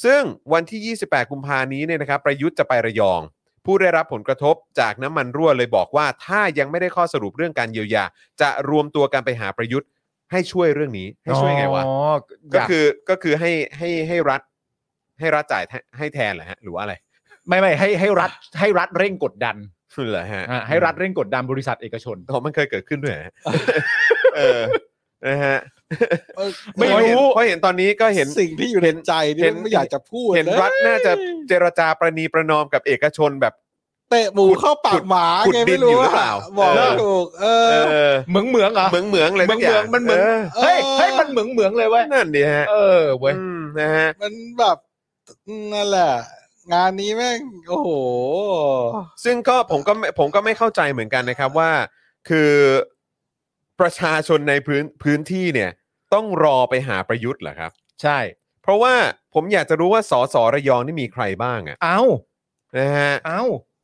ซึ่งวันที่ 28 กุมภานี้เนี่ยนะครับ ประยุทธ์จะไประยอง ผู้ได้รับผลกระทบจากน้ำมันรั่วเลยบอกว่า ถ้ายังไม่ได้ข้อสรุปเรื่องการเยียวยา จะรวมตัวกันไปหาประยุทธ์ให้ช่วยเรื่องนี้ ให้ช่วยไงวะ
อ๋อ
ก็
ยา
คือก็คือให้ให้ให้รัฐ ให้รัฐจ่ายแทให้แทนเหรอฮะ หรือว่า อะไร
ไม่ไม่ให้ให้รัฐให้รัฐเร่งกดดัน
เหรอฮะ
อ่าให้รัฐเร่งกดดันบริษัทเอกชน
อ๋อมันเคยเกิดขึ้นด้วยเหรอ ฮะ เออนะฮะ
เออ
ไม่รู้
เพราะเห็นตอนนี้ก็เห็น
สิ่งที่อยู่ในใจนี่
เห็น
ไม่อยากจะพูด
เห็น
ลย
รัฐน่าจะเจรจาประนีประนอมกับเอกชนแบบ
เตะหมูเข้าปากหมา
ขุด
ไง
ดิ
ไม่
น
รู้
อยู่หรือ
ว่า
เปล่า
บอกไม่ถูกเออ
เออ
เหมืองเหมืองเหรอ
เหมืองเหมืองเลย
เหมืองเหมืองมันเหมือง เฮ้ย
เออ
เฮ้ยมันเหมืองเหมืองเลยเว้ย
นั่นดิฮะ
เออเว้ย
อืมนะฮะ
มันแบบนั่นแหละ งานนี้แม่งโอ้โห
ซึ่งก็ผมก็ไม่ผมก็ไม่เข้าใจเหมือนกันนะครับว่า คือประชาชนในพื้นพื้นที่เนี่ย ต้องรอไปหาประยุทธ์เหรอครับ
ใช่
เพราะว่าผมอยากจะรู้ว่าสสระยองนี่มีใครบ้างอะ
เอา
นะฮะ
เอา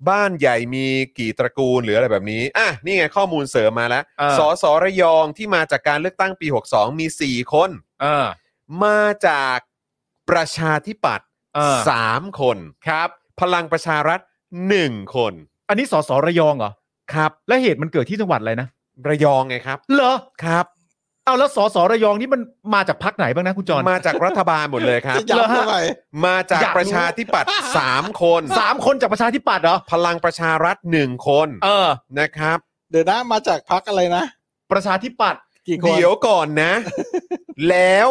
บ้านใหญ่มีกี่ตระกูลหรืออะไรแบบนี้อ่ะนี่ไงข้อมูลเสริมมาแล้ว
เออ
สสระยองที่มาจากการเลือกตั้งปี 62 มี 4 คน
เออ
มาจากประชาธิปัตย์
เออ
สามคน
ครับ
พลังประชารัฐหนึ่งคน
อันนี้สสระยองเหรอ
ครับ
และเหตุมันเกิดที่จังหวัดอะไรนะ
ระยองไงครับ
เหรอ
ครับ
เอาแล้วสสระยองนี่มันมาจากพักไหนบ้างนะคุณจอน
มาจากรัฐบาลหมดเลย ครับ
จะย้ำทำไม
มาจาก
อยากรู้
ประชาธิปัตย์สามคน
สามคนจากประชาธิปัตย์เหรอ
พลังประชารัฐหนึ่งคน
เออ
นะครับ
เดี๋ยวนะมาจากพักอะไรนะ
ประชาธิปัตย์
กี่คน
เดี๋ยวก่อนนะ แล้ว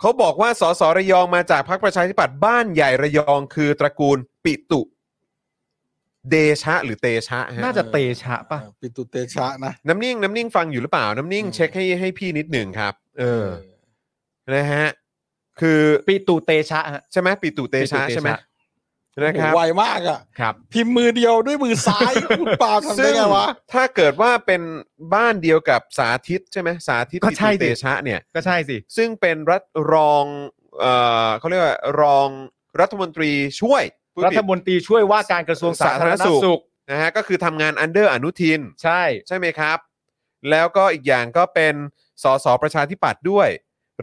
เขาบอกว่าสสระยองมาจากพรรคประชาธิปัตย์บ้านใหญ่ระยองคือตระกูลปิตุ เดชะ หรือเตชะฮะ
น่าจะเตชะป่ะ
ปิตุเตชะนะ
น้ำนิ่งน้ำนิ่งฟังอยู่หรือเปล่า น้ำนิ่ง
อืม
เช็คให้ให้พี่นิดหนึ่งครับ เออนะฮะคือ
ปีตูเตชะฮะ
ใช่ไหมปิตุเตชะ
ปิตุเตชะ
ใช่ไหม
นะครับ
ไวมากอ่ะ
ครับ
พิมพ์มือเดียวด้วยมือซ้าย คุณปาล์มทำได้
ซึ่ง
ไงวะ
ถ้าเกิดว่าเป็นบ้านเดียวกับสาธิตใช่ไหมสาธิต
ก็ใช่
ปิ
ดิ
เตชะเนี่ย
ก็ใช่สิ
ซึ่งเป็นรัฐรองเอ่อเขาเรียกว่ารองรัฐมนตรีช่วยพูด
รั
ผิด
ฐมนตรีช่วยว่าการกระทรวงสาธารณ
สาธารณสุข
สุข
นะฮะก็คือทำงานอันเดอร์อนุทิน
ใช่
ใช่ไหมครับ แล้วก็อีกอย่างก็เป็นสสประชาธิปัตย์ด้วย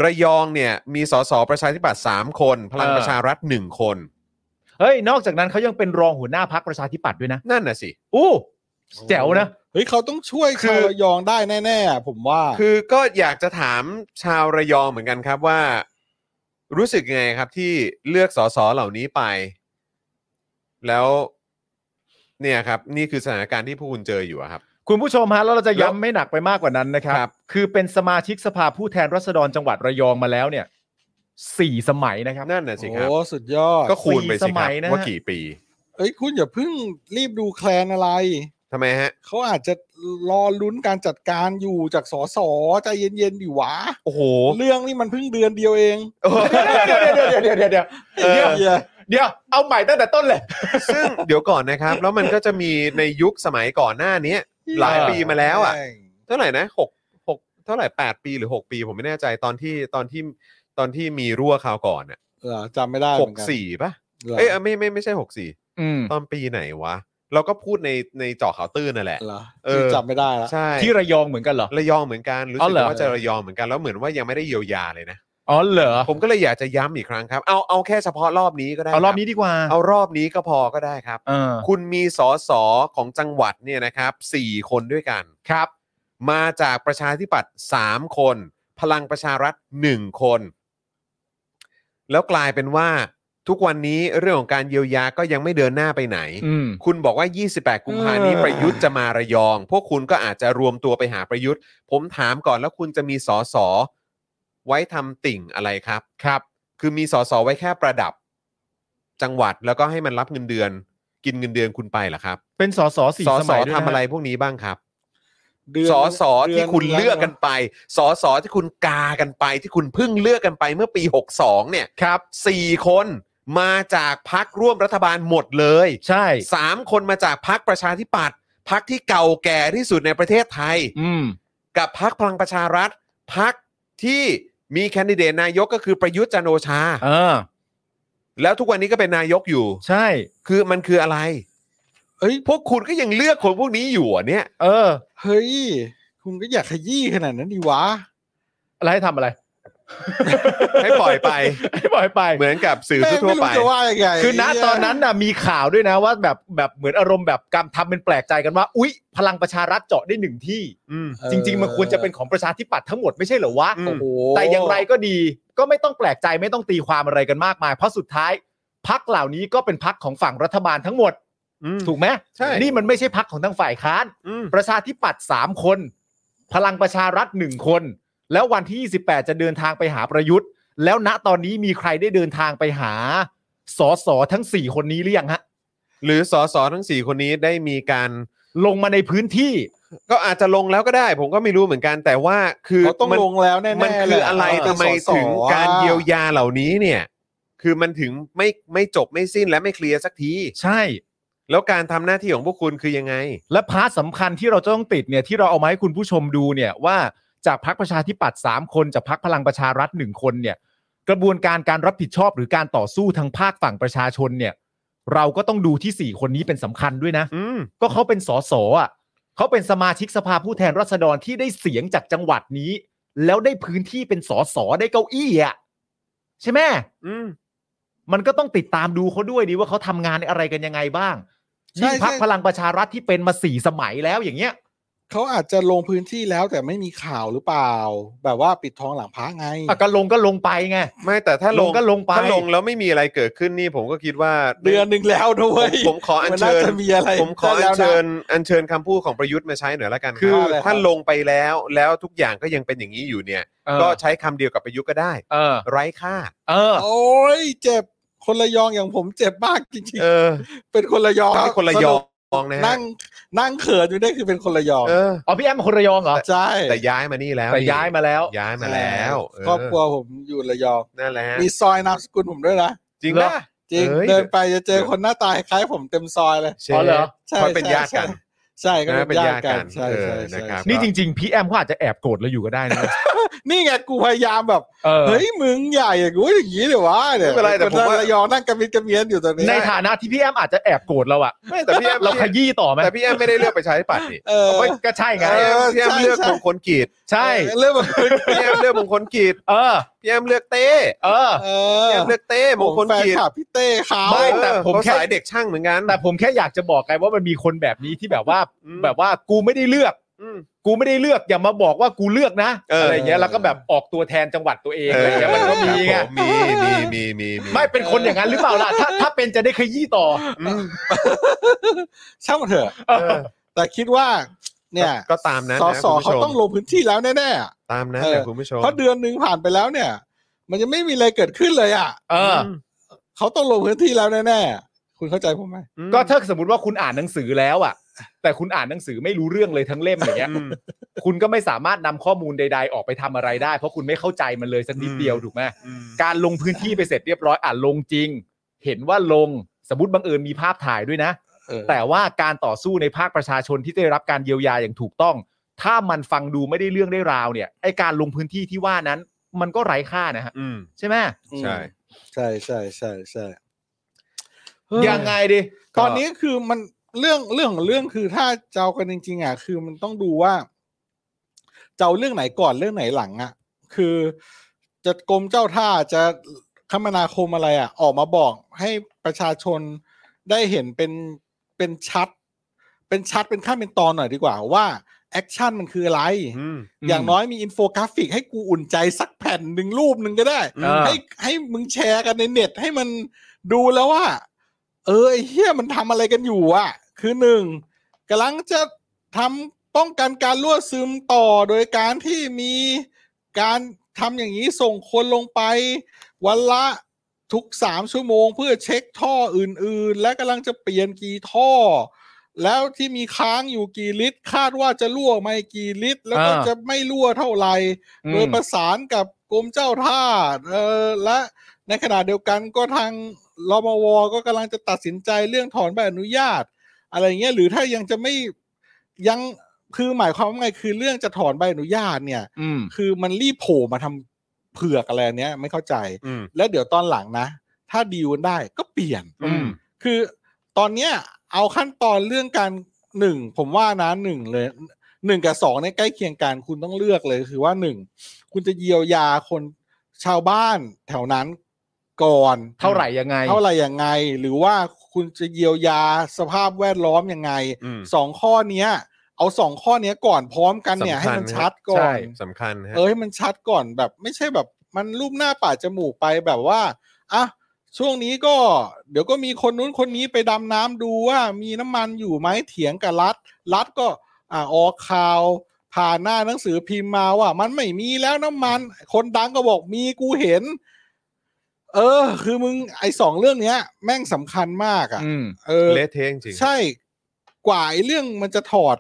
ระยองเนี่ยมีสสประชาธิปัตย์3คน พลัง
เออ
ประชารัฐ 1 คน
เฮ้ย นอกจากนั้นเขายังเป็นรองหัวหน้าพักประชาธิปัตย์ด้วยนะ
นั่นน่ะสิ
อู้แจ๋วนะ
เฮ้ยเขาต้องช่วย
คือ
ชาวระยองได้แน่ๆอะผมว่า
คือก็อยากจะถามชาวระยองเหมือนกันครับว่า รู้สึกยังไงครับที่เลือกสสเหล่านี้ไป แล้วเนี่ยครับ นี่คือสถานการณ์ที่พวกคุณเจออยู่อะครับ
คุณผู้ชมฮะแล้วเราจะ
แล้ว
ย้ำไม่หนักไปมากกว่านั้นนะครับ
ครับ
คือเป็นสมาชิกสภาผู้แทนราษฎรจังหวัดระยองมาแล้วเนี่ยสี่สมัยนะครับ
นั่นน่ะสิครับ
โอ้สุดยอด
ก็คูณไปสิ
สี่
ค
สมั
รับ
ยนะฮะ
ว่ากี่ปี
เอ้ยคุณอย่าเพิ่งรีบดูแคลนอะไร
ทำไมฮะ
เขาอาจจะรอลุ้นการจัดการอยู่จากสสใจเย็นๆดิวะ
โอ้โห
เรื่องนี่มันเพิ่งเดือนเดียวเอง
เดี๋ยวเดี๋ยวเดี๋ยวเดี๋ยวเดี๋ยว
เออ
เดี๋ยว
เหี้ย
เดี๋ยวเอาใหม่ตั้งแต่ต้นเลย
ซึ่งเดี๋ยวก่อนนะครับ แล้วมันก็จะมีในยุคสมัยก่อนหน้านี้ หลายปีมาแล้วอะ
แม่ง
เท่าไหร่นะหกหกเท่าไหร่แปดปีหรือหกปีผมไม่แน่ใจตอนที่ตอนที่ตอนที่มีรั่วคราวก่อนอ่ะ
เหรอจำไม่ได้เห
หก
มือนกัน
สี่ป่ะ
เหรอ
เอ้ยไม่ไม่ไม่ใช่หกสี่
อืม
ตอนปีไหนวะ เราก็พูดในในเจาะข่าวตื้นนั่นแหละ
เหรอ
เออ
จำไม่ได้ละ
ใช่
ที่ระยองเหมือนกันเหรอ
ระยองเหมือนกันรู้
อ๋
สึ
อเหร
ก
อ
ว่าจะระยองเหมือนกันแล้วเหมือนว่ายังไม่ได้เยียวยาเลยนะ
อ๋อเหรอ
ผมก็เลยอยากจะย้ำอีกครั้งครับเอาเอาแค่เฉพาะรอบนี้ก็ได้
เอารอบนี้ดีกว่า
เอารอบนี้ก็พอก็ได้ครับ
เออ
คุณมีสอสอของจังหวัดเนี่ยนะครับ4คนด้วยกัน
ครับ
มาจากประชาธิปัตย์3คน พลังประชารัฐ 1 คน แล้วกลายเป็นว่าทุกวันนี้เรื่องของการเยียวยาก็ยังไม่เดินหน้าไปไหน
อืม
คุณบอกว่า 28 กุมภาพันธ์นี้
เออ
ประยุทธ์จะมาระยอง พวกคุณก็อาจจะรวมตัวไปหาประยุทธ์ ผมถามก่อนแล้วคุณจะมีสอสอไว้ทำติ่งอะไรครับครับ คือมีสอสอไว้แค่ประดับ จังหวัดแล้วก็ให้มันรับเงินเดือน กินเงินเดือนคุณไปเหรอครับ
เป็นสสสี่
สอ
ส
ส
มั
อย
ด้วยน
ทำอะไรพวกนี้บ้างครับ
เดือน
สอสอที่คุณ
ดื
เลือกกันไป สอสอที่คุณกากันไป ที่คุณเพิ่งเลือกกันไปเมื่อปี 62 เนี่ย
ครับ
สี่คนมาจากพักร่วมรัฐบาลหมดเลย
ใช่
สามคนมาจากพักประชาธิปัตย์พักที่เก่าแก่ที่สุดในประเทศไทย
อืม
กับพักพลังประชารัฐพักที่มีแคนดิเดตนายกก็คือประยุทธ์จันทร์โอชา
เออ
แล้วทุกวันนี้ก็เป็นนายกอยู่
ใช่
คือมันคืออะไร
เอ้ย
พวกคุณก็ยังเลือกคนพวกนี้อยู่เหรอเนี่ย
เออ
เฮ้ย คุณก็อยากขยี้ขนาดนั้นดิวะ
อะไรให้ทำอะไร
ให้ปล่อยไป
ให้ปล่อยไป
เหมือนกับสื่อ
แม่ง
ทั่วๆไป
ไม่รู้จะว่ายังไง
คือณ
เหี้ย
ตอนนั้นน่ะมีข่าวด้วยนะว่าแบบแบบเหมือนอารมณ์แบบการทำเป็นแปลกใจกันว่า อุ๊ย พลังประชารัฐเจาะได้หนึ่งที่
อืม
เออ
จริง ๆ มันควรจะเป็นของประชาธิปัตย์ทั้งหมดไม่ใช่เหรอวะ
อืม
โอ้โห
แต่อย่างไรก็ดีก็ไม่ต้องแปลกใจไม่ต้องตีความอะไรกันมากมาย เพราะสุดท้ายพักเหล่านี้ก็เป็นพักของฝั่งรัฐบาลทั้งหมด
อืม
ถูกไหม
ใช่
นี่มันไม่ใช่พักของทางฝ่ายค้าน
อืม
ประชาธิปัตย์สามคน พลังประชารัฐหนึ่งคน แล้ววันที่ 28 จะเดินทางไปหาประยุทธ์ แล้วณตอนนี้มีใครได้เดินทางไปหาสอสอทั้ง 4 คนนี้หรือยังฮะ
หรือสอสอทั้ง 4 คนนี้ได้มีการ
ลงมาในพื้นที่
ก็อาจจะลงแล้วก็ได้ ผมก็ไม่รู้เหมือนกันแต่ว่าคือ
เขาต้อง
มัน
ลงแล้วแน่ๆ
มันคืออะไร
แหล
ทำไมถึงการเยียวยาเหล่านี้เนี่ย คือมันถึงไม่ไม่จบไม่สิ้นและไม่เคลียร์สักที
ใช่
แล้วการทำหน้าที่ของพวกคุณคือยังไง
และพาร์ทสำคัญที่เราจะต้องติดเนี่ยที่เราเอามาให้คุณผู้ชมดูเนี่ยว่าจากพักประชาธิปัตย์สามคนจากพักพลังประชารัฐหนึ่งคนเนี่ยกระบวนการการรับผิดชอบหรือการต่อสู้ทางภาคฝั่งประชาชนเนี่ยเราก็ต้องดูที่สี่คนนี้เป็นสำคัญด้วยนะ
อืม
ก็เขาเป็นสสอ่ะเขาเป็นสมาชิกสภาผู้แทนราษฎรที่ได้เสียงจากจังหวัดนี้ แล้วได้พื้นที่เป็นสสได้เก้าอี้อ่ะใช่ไหม
อืม
มันก็ต้องติดตามดูเขาด้วยดีว่าเขาทำงานอะไรกันยังไงบ้าง
ใช่
ยิ่ง
ใช่
พักพลังประชารัฐที่เป็นมาสี่สมัยแล้วอย่างเงี้ย
เขาอาจจะลงพื้นที่แล้วแต่ไม่มีข่าวหรือเปล่า แบบว่าปิดทองหลังพระไง
อ่ะก็ลงก็ลงไปไง
ไม่แต่ถ้าลง
ลงก็ลงไป
ถ้าลงแล้วไม่มีอะไรเกิดขึ้นนี่ผมก็คิดว่า
เดือนหนึ่งแล้ว
ผ
นะเว้
ม
ย
ผมขออัญ
มันน่า
เชิญ
จะมีอะไร
ผมขออั
ได้แล้
ญ
วนะ
เชิญอัญเชิญคำพูดของประยุทธ์มาใช้หน่อยละกันรับ
คืออะไรครับ
ถ้าลงไปแล้วแล้วทุกอย่างก็ยังเป็นอย่างนี้อยู่เนี่ย ก็ใช้คำเดียวกับประยุทธ์ก็ได้
เออ
ไร้ค่า
เออ
โอ้ยเจ็บคนระยองอย่างผมเจ็บมากจริง
เออ
ๆเป็นคนระยอง
ถ้าคนละยองนะฮะ
นั่งนั่งเขินอยู่เนี่ยคือเป็นคนระยอง
เออ
อ๋อพี่แอมเป็นคนระยองเหรอ
ใช่
แต่ย้ายมานี่แล้ว
แต่ย้ายมาแล้ว
ย้ายมาแล้วเ
ครอบครัวผมอยู่ระยอง
นั่นแหละฮะ
มีซอยนามสกุลผมด้วยนะ
จริง
เหร
นะ
อ
จริง
เอ้ย
เดินไปจะเจอคนหน้าตาคล้ายผมเต็มซอยเลย
ใช่
อ๋อเหรอ
ใช่
เพราะเป็น
ใช่
ญาติกัน
ใช่ใช่ก็
นะเป็
เป็น น
ญา
ญา
ติ
ติ
กั
กัน นใช่
เออ
ใช่
นะ
ใช่
ครับ
นี่จริง ๆ พี่แอมเขาอาจจะแอบโกรธเราอยู่ก็ได้นะ
นี่ไงกูพยายามแบบ
เออ
เฮ้ยมึงใหญ่อย่างกูอย่างนี้เดี๋ยววะเนี่ย
ไม่เป็นไรแต่ผมว่า
ระยองนั่งกระมิดกระเมียนอยู่ตรงนี้
ในฐานะที่พี่แอมอาจจะแอบโกรธเราอะ
ไม่แต่พี่แอม
เราขยี้ต่อไหม
แต่พี่แอมไม่ได้เลือกประชาธิปัตย์นี่
เออ
เฮ้ยก็ใช่ไง
พี่แอม
เออ
พี่แอม
ใช่
เลือก
ใช่
มงคลกิจ
ใช่
เรื่องมัน
พี่แอมเลือกมงคลกิจ
เออ
พี่แอมเลือกเต้
เออ
เอ
พี่
อ
แอมเลือกเต้มงคล
แฟน
กิจ
คลับพี่เต้เขา
ไม่ แต่ผม
เขา
แค่
สายเด็กช่างเหมือนกัน
แต่ผมแค่อยากจะบอกไงว่ามันมีคนแบบนี้ที่แบบว่า
อืม
แบบว่ากูไม่ได้เลือก
อืม
กูไม่ได้เลือกอย่ามาบอกว่ากูเลือกนะ
เอออ
อะไรอย่างเงี้ยแล้วก็แบบออกตัวแทนจังหวัดตัวเองอะไรอย่างเงี้ยมันก็มีไง
ครับผมมีมีมีมีมี
ไม่เป็นคนอย่างนั้นหรือเปล่าล่ะถ้าถ้าเป็นจะได้ขยี้ต่อ
อืม
ช่างมันเถอะ
เออ
แต่คิดว่า เนี่ย
ก็ก็ตามนั้น
ส
นะ
ส
คุณผู้
เขา
ชม
ต้องลงพื้นที่แล้วแน่
ตามนั้น
เออ
นะคุณผู้ช
ๆ
ม
เพราะเดือนหนึ่งผ่านไปแล้วเนี่ย มันจะไม่มีอะไรเกิดขึ้นเลยอ่ะ
เออ
ม
เขาต้องลงพื้นที่แล้วแน่ๆคุณเข้าใจผมไหม
อืม
ก็ถ้าสมมติว่าคุณอ่านหนังสือแล้วอ่ะ แต่คุณอ่านหนังสือไม่รู้เรื่องเลยทั้งเล่มอย่างเงี้ย
อืม
คุณก็ไม่สามารถนำข้อมูลใด ๆ ออกไปทำอะไรได้ เพราะคุณไม่เข้าใจมันเลยสักนิดเดียว
อืม
ถูกไหม
อืม
การลงพื้นที่ไปเสร็จเรียบร้อยอ่านลงจริง เห็นว่าลงสมมติบังเอิญมีภาพถ่ายด้วยนะ
เออ
แต่ว่าการต่อสู้ในภาคประชาชนที่ได้รับการเยียวยาอย่างถูกต้อง ถ้ามันฟังดูไม่ได้เรื่องได้ราวเนี่ยไอการลงพื้นที่ที่ว่านั้น มันก็ไร้ค่านะฮะ
อืม
ใช่ไหม
อืม
ใช่
ใช่ใช่ใช่ใช่
ยังไงดิ
ตอนนี้คือมันเรื่องเรื่องของเรื่องคือถ้าจะเอากันจริงๆอ่ะคือมันต้องดูว่าจะเอาเรื่องไหนก่อนเรื่องไหนหลังอ่ะ คือจะกรมเจ้าท่าจะคมนาคมอะไรอ่ะ ออกมาบอกให้ประชาชนได้เห็นเป็นเป็นชัด เป็นชัดเป็นขั้นเป็นตอนหน่อยดีกว่าว่าแอคชั่นมันคืออะไร
อืม
อย่างน้อยมีอินโฟกราฟิกให้กูอุ่นใจสักแผ่นหนึ่งรูปหนึ่งก็ได้
เออ
ให้ให้มึงแชร์กันในเน็ตให้มันดูแล้วว่า เออไอ้เฮียมันทำอะไรกันอยู่อ่ะ คือหนึ่งกำลังจะทำป้องกันการรั่วซึมต่อโดยการที่มีการทำอย่างนี้ส่งคนลงไป วันละทุกสามชั่วโมงเพื่อเช็คท่ออื่นๆ และกำลังจะเปลี่ยนกี่ท่อ แล้วที่มีค้างอยู่กี่ลิตร คาดว่าจะรั่วไหม่กี่ลิตร แล้วก็จะไม่รั่วเท่าไหร่
อืม
โดยประสานกับกรมเจ้าท่าเออและในขณะเดียวกันก็ทางรมวก็กำลังจะตัดสินใจเรื่องถอนใบอนุญาต อะไรเงี้ยหรือถ้ายังจะไม่ยังคือหมายความว่าไงคือเรื่องจะถอนใบอนุญาตเนี่ย
อืม
คือมันรีบโผล่มาทำเผือกอะไรอันเนี้ยไม่เข้าใจ
อืม
แล้วเดี๋ยวตอนหลังนะ ถ้าดีลกันได้ก็เปลี่ยน
อืม
คือตอนเนี้ยเอาขั้นตอนเรื่องการหนึ่งผมว่านะหนึ่งเลยหนึ่งกับสองเนี่ยใกล้เคียงกันคุณต้องเลือกเลยคือว่าหนึ่งคุณจะเยียวยาคนชาวบ้านแถวนั้นก่อน
เท่าไหร่ยังไง
เท่าไหร่ยังไง หรือว่าคุณจะเยียวยาสภาพแวดล้อมยังไง
อืม
สองข้อเนี้ย เอาสองข้อเนี้ยก่อนพร้อมกันเนี่ย
สำคั
ให้
ญ
มัน
นะ
ชัดก่อ
ใช่
น
สำคัญฮะ
เออให้มันชัดก่อนแบบไม่ใช่แบบมันรูปหน้าป่าจมูกไปแบบว่าอ่ะช่วงนี้ก็ เดี๋ยวก็มีคนนู้นคนนี้ไปดำน้ำดูว่ามีน้ำมันอยู่ไหมเถียงกับรัฐ รัฐก็อ่ะออกข่าว ผ่านหน้าหนังสือพิมพ์มาว่า มันไม่มีแล้วน้ำมัน คนดังก็บอกมีกูเห็น เออ คือมึงไอ้สองเรื่องเนี้ย แม่งสำคัญมากอ่ะ
อืม
เออ
เละเทะจริงๆ
ใช่ กว่าไอ้เรื่องมันจะถอด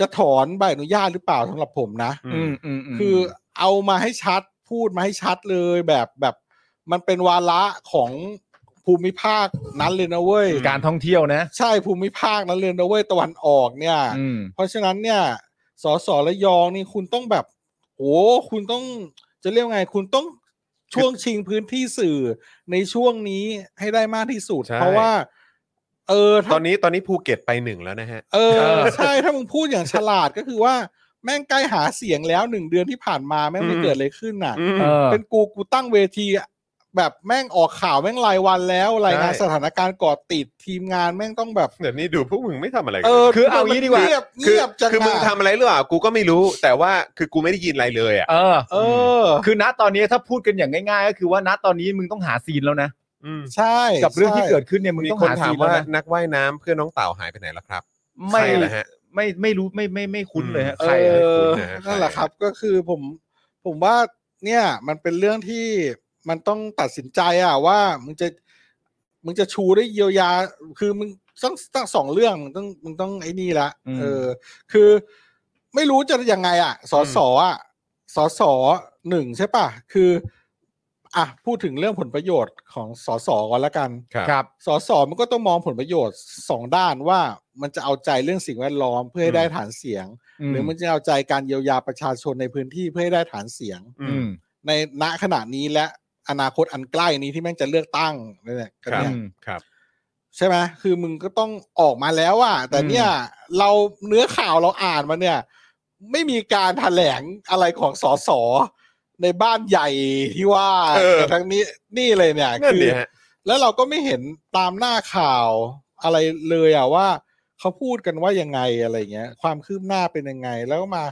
จะถอนใบอนุญาตหรือเปล่าสำหรับผมนะ
อื
อื
ม
มอืมม
คือเอามาให้ชัดพูดมาให้ชัดเลยแบบแบบมันเป็นวาระของภูมิภาคนั้นเลยนะเว้ย
การท่องเที่ยวนะ
ใช่ภูมิภาคนั้นเลยนะเว้ยตะวันออกเนี่ย
อืม
เพราะฉะนั้นเนี่ยสสระยองนี่คุณต้องแบบโอ้คุณต้องจะเรียกว่าไง คุณต้องช่วงชิงพื้นที่สื่อในช่วงนี้ให้ได้มากที่สุด
ใช่
เพราะว่า เออ
ต
ถ้า
อนนี้ตอนนี้ภูเก็ตไปหนึ่งแล้วนะฮะ
เอ
เอ
อ
อ
ใช่ถ้ามึงพูดอย่างฉลาดก็คือว่า แม่งใกล้หาเสียงแล้วหนึ่งเดือนที่ผ่านมาแม่งไม่
อืม
เกิดอะไรขึ้นน่ะ
อืม
เออ
เป็นกูกูตั้งเวทีแบบแม่งออกข่าวแม่งรายวันแล้วรายงาน
ใช่
สถานการณ์ก่อติดทีมงานแม่งต้องแบบ
เดี๋ยวนี้ดูพวกมึงไม่ทำอะไรกั
เออ
คือเอางี้ดีกว่า
เงียบ
คือ
เงียบจัง
คือมึงทำอะไรหรือเปล่ากูก็ไม่รู้ แต่ว่าคือกูไม่ได้ยินอะไรเลยอ่ะ
เออ
เออ
คือณตอนนี้ถ้าพูดกันอย่างง่ายๆ ก็คือว่าณตอนนี้มึงต้องหาซีนแล้วนะ
ม
ใช่
กับเรื่องที่
ใช่
เกิดขึ้นเนี่ยมึง
มี
ต้อง
คน
หา
ถา
ซี
ม
นแล้ว
ว่า
นะ
นักว่ายน้ำเพื่อนน้องเต่าหายไปไหนแล้วครับ
ไม่
ใช่แล้วฮะ
ไม่ไม่รู้ไม่ไม่ไม่คุ้นเลยฮะ
เอ
ใครอะ
อ
ใครอะ
นั่นแหละครับก็คือผมผมว่าเนี่ยมันเป็นเรื่องที่มันต้องตัดสินใจอะว่ามึงจะมึงจะชูได้เยียวยา คือมึงต้องต้องสองเรื่องมึงต้องมึงต้องไอ้นี่ละเออ คือไม่รู้จะยังไงอะสอสออะสอสอหนึ่งใช่ป่ะ คือ อ่ะพูดถึงเรื่องผลประโยชน์ของสสก่อนละกัน
ครับ
ครับ
สสมันก็ต้องมองผลประโยชน์สองด้านว่ามันจะเอาใจเรื่องสิ่งแวดล้อมเพื่อให้ได้ฐานเสียง หรือมันจะเอาใจการเยียวยาประชาชนในพื้นที่เพื่อให้ได้ฐานเสียง
อื
อื
ม
ม
ในณขณะนี้และอนาคตอันใกล้นี้ที่แม่งจะเลือกตั้งเนี่ยกัน
ครับ
เนี่ย
ครับ
ใช่ไหมคือมึงก็ต้องออกมาแล้วอะแต่เนี่ยเราเนื้อข่าวเราอ่านมาเนี่ย ไม่มีการแถลงอะไรของสสในบ้านใหญ่ที่ว่า
เออ
แต่ทั้งนี้นี่เลยเนี่ย
นั่น
คื
เนี่ยฮะ
แล้วเราก็ไม่เห็นตามหน้าข่าวอะไรเลยอะว่าเขาพูดกันว่ายังไงอะไรเงี้ย ความคืบหน้าเป็นยังไงแล้วมา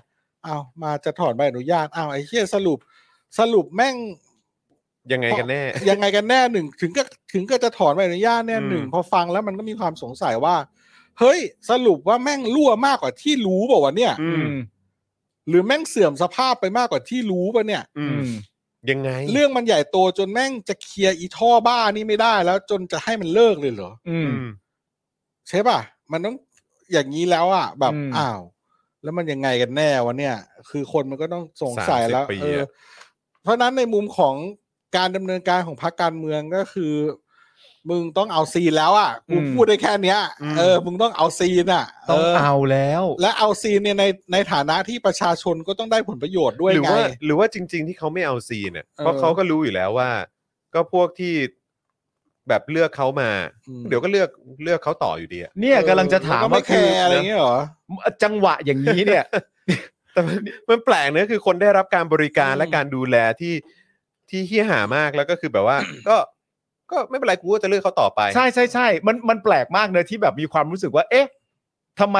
เอามาจะถอนใบอนุญาตเอาวไอ้เชี่ยสรุปสรุปแม่ง
ยังไงกันแน่
ยังไงกันแน่หนึ่งถึงก็ถึงก็จะถอนใบอนุญาตเนี่ย
อืม
หนึ่งพอฟังแล้วมันก็มีความสงสัยว่า เฮ้ย สรุปว่าแม่งรั่วมากกว่าที่รู้ป่าวะเนี่ย
อื
อื
ม
ม
หรือแม่งเสื่อมสภาพไปมากกว่าที่รู้ป่ะเนี่ย
อื
อื
ม
ม
ยังไง
เรื่องมันใหญ่โตจนแม่งจะเคลียร์อีท่อบ้านี่ไม่ได้แล้วจนจะให้มันเลิกเลยเหรอ
อื
อืม
ม
ใช่ป่ะ มันต้องอย่างนี้แล้วอ่ะแบบ
อืม
อ้าว แล้วมันยังไงกันแน่วะเนี่ย คือคนมันก็ต้องสงสัย
30
แล้ว
ปี
เออ
อะ
เพราะฉะนั้นในมุมของการดำเนินการของพรรคการเมืองก็คือ มึงต้องเอาซีนแล้วอ่ะกู
อืม
พูดได้แค่เนี้ย
อืม
เออมึงต้องเอาซีนอ่ะ
ต้อง
เ
เอาแล้ว
และเอาซีนเนี่ยในในฐานะที่ประชาชนก็ต้องได้ผลประโยชน์ด้วย
หรือ
ไง
ว่าหรือว่าจริง ๆ ที่เขาไม่เอาซีนเนี่ย
เออ
เพราะเขาก็รู้อยู่แล้วว่า ก็พวกที่แบบเลือกเขามา
อืม
เดี๋ยวก็เลือกเลือกเขาต่ออยู่ดีอะ
เนี่ยกำลังจะถาม
เออแล้ว
ว่า
ก็ไม่แคร์อะไรเงี้ยเหรอ
จังหวะอย่างนี้เนี่ย
แต่มัน มันแปลกนะคือคนได้รับการบริการ
อืม
และการดูแลที่ที่เฮี้ยหามากแล้วก็คือแบบว่า ก็ก็ไม่เป็นไรกูก็จะเลือกเขาต่อไป
ใช่ใช่ใช่มันมันแปลกมากเนอะที่แบบมีความรู้สึกว่า เอ๊ะทำไม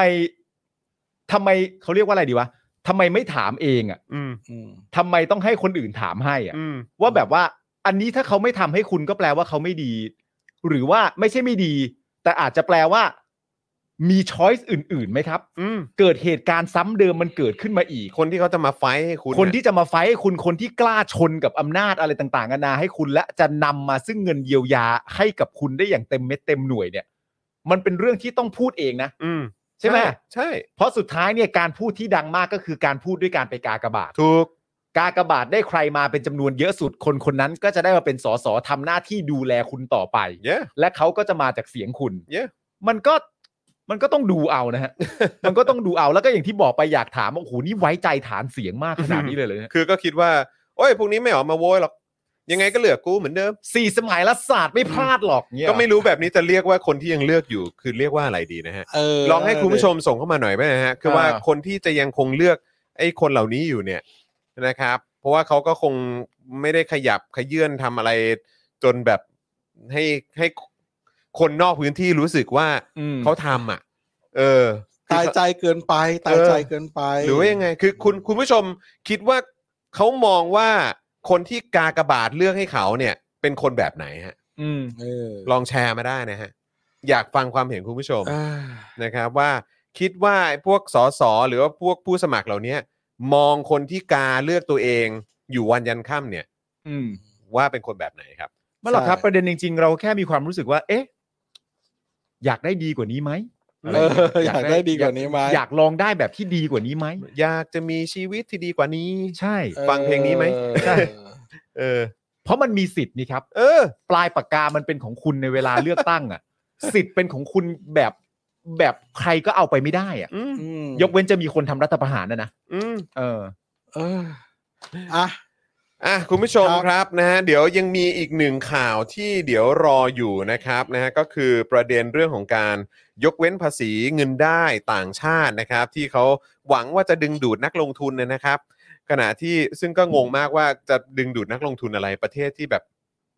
ทำไมเขาเรียกว่าอะไรดีวะทำไมไม่ถามเองอ่ะ
อืม
อืม
ทำไมต้องให้คนอื่นถามให้อ่ะ
อืม
ว่าแบบว่าอันนี้ถ้าเขาไม่ทำให้คุณก็แปลว่าเขาไม่ดี หรือว่าไม่ใช่ไม่ดี แต่อาจจะแปลว่า มีช้อยส์อื่นๆไหมครับ
อืม
เกิดเหตุการณ์ซ้ำเดิมมันเกิดขึ้นมาอีก
คนที่เขาจะมาไฟท์ให้คุณ
คน
เย
ที่จะมาไฟท์ให้คุณคนที่กล้าชนกับอำนาจอะไรต่างๆนานาให้คุณและจะนำมาซึ่งเงินเยียวยาให้กับคุณได้อย่างเต็มเม็ดเต็มหน่วยเนี่ย มันเป็นเรื่องที่ต้องพูดเองนะ
อืม
ใช่ไหม
ใช่
เพราะสุดท้ายเนี่ยการพูดที่ดังมากก็คือการพูดด้วยการไปกากบาท
ถูก
กากบาทได้ใครมาเป็นจำนวนเยอะสุดคนคนนั้นก็จะได้มาเป็นสสทำหน้าที่ดูแลคุณต่อไป
เย้
และเขาก็จะมาจากเสียงคุณ
Yeah.
มันก็มันก็ต้องดูเอานะฮ ะ มันก็ต้องดูเอาแล้วก็อย่างที่บอกไปอยากถามว่าโอ้โหนี่ไว้ใจฐานเสียงมากขนาดนี้เลยเลย
คือก็คิดว่า โอ้ยพวกนี้ไม่ออกมาโวยหรอก ยังไงก็เหลือกกูเหมือนเดิม
สี่สมัยละศาสตร์ไม่พลาดหรอกเนี่ย
ก็ไม่รู้แบบนี้จะเรียกว่าคนที่ยังเลือกอยู่ คือเรียกว่าอะไรดีนะฮะ
เออ
ลองให้คุณผู้ชมส่งเข้ามาหน่อยไหมนะฮะ คือว่าคนที่จะยังคงเลือกไอ้คนเหล่านี้อยู่เนี่ยนะครับ เพราะว่าเขาก็คงไม่ได้ขยับขยื่นทำอะไร จนแบบให้ให้คนนอกพื้นที่รู้สึกว่า
อืม
เขาทำอ่ะ เออ
ตายใจเกินไปตายใจเกินไป
หรือว่ายังไง คือคุณคุณผู้ชมคิดว่าเขามองว่าคนที่กากบาทเลือกให้เขาเนี่ย เป็นคนแบบไหนฮะ
อืม
เออ
ลองแชร์มาได้นะฮะ อยากฟังความเห็นคุณผู้ชม
อ่า
นะครับว่าคิดว่าไอ้พวกสสหรือว่าพวกผู้สมัครเหล่าเนี้ยมองคนที่กาเลือกตัวเองอยู่วันยันค่ำเนี่ย
อืม
ว่าเป็นคนแบบไหนครับ
ไม่หรอกครับ
ใช่
ประเด็นจริงๆ เราแค่มีความรู้สึกว่า เอ๊ะ อยากได้ดีกว่านี้ไหม
เอออยากได้ดีกว่านี้ไหม
อยากลองได้แบบที่ดีกว่านี้ไหม
อยากจะมีชีวิตที่ดีกว่านี้
ใช่
ออ
ฟังเพลงนี้ไหม
ใช่
เออ
เพราะมันมีสิทธิ์นี่ครับ
เออ
ปลายปากกามันเป็นของคุณในเวลาเลือกตั้งอ่ะ สิทธิ์เป็นของคุณแบบแบบใครก็เอาไปไม่ได้อ่ะ
อืม
อืม
ยกเว้นจะมีคนทำรัฐประหารนะนะ
อืม
เออ
เอออ่ะ
อ่ะคุณผู้ชม
ครับ
ครับนะฮะเดี๋ยวยังมีอีกหนึ่งข่าวที่เดี๋ยวรออยู่นะครับนะฮะก็คือประเด็นเรื่องของการยกเว้นภาษีเงินได้ต่างชาตินะครับ ที่เขาหวังว่าจะดึงดูดนักลงทุนเนี่ยนะครับ ขณะที่ซึ่งก็งงมากว่าจะดึงดูดนักลงทุนอะไรประเทศที่แบบ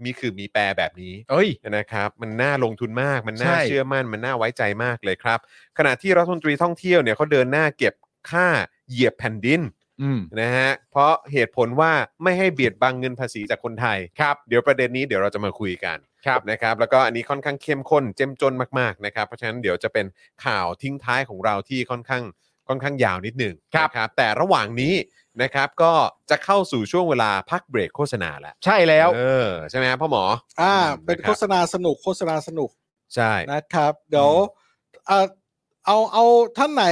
มีคือมีแปรแบบนี้
เอ้ย
นะครับ มันน่าลงทุนมาก มันน่า
ใช่
เชื่อมั่นมันน่าไว้ใจมากเลยครับ ขณะที่รัฐมนตรีท่องเที่ยวเนี่ยเขาเดินหน้าเก็บค่าเหยียบแผ่นดิน
อืม
นะฮะเพราะเหตุผลว่าไม่ให้เบียดบังเงินภาษีจากคนไทยครับเดี๋ยวประเด็นนี้เดี๋ยวเราจะมาคุยกัน
ครับ
นะครับ แล้วก็อันนี้ค่อนข้างเข้มข้นเจ้มจนมากๆนะครับ เพราะฉะนั้นเดี๋ยวจะเป็นข่าวทิ้งท้ายของเราที่ค่อนข้าง ค่อนข้างยาวนิดหนึ่ง
ครับ
นะครับ แต่ระหว่างนี้นะครับก็จะเข้าสู่ช่วงเวลาพักเบรกโฆษณาแล้ว
ใช่แล้ว
เออใช่ไหมครับพ่อหมอ
อ่า
ม
เป็นะ
ค
โฆ
รับ
ษณาสนุกโฆษณาสนุก
ใช่
นะครับ เดี๋ยวอ่ะเอาเอาท่านไหน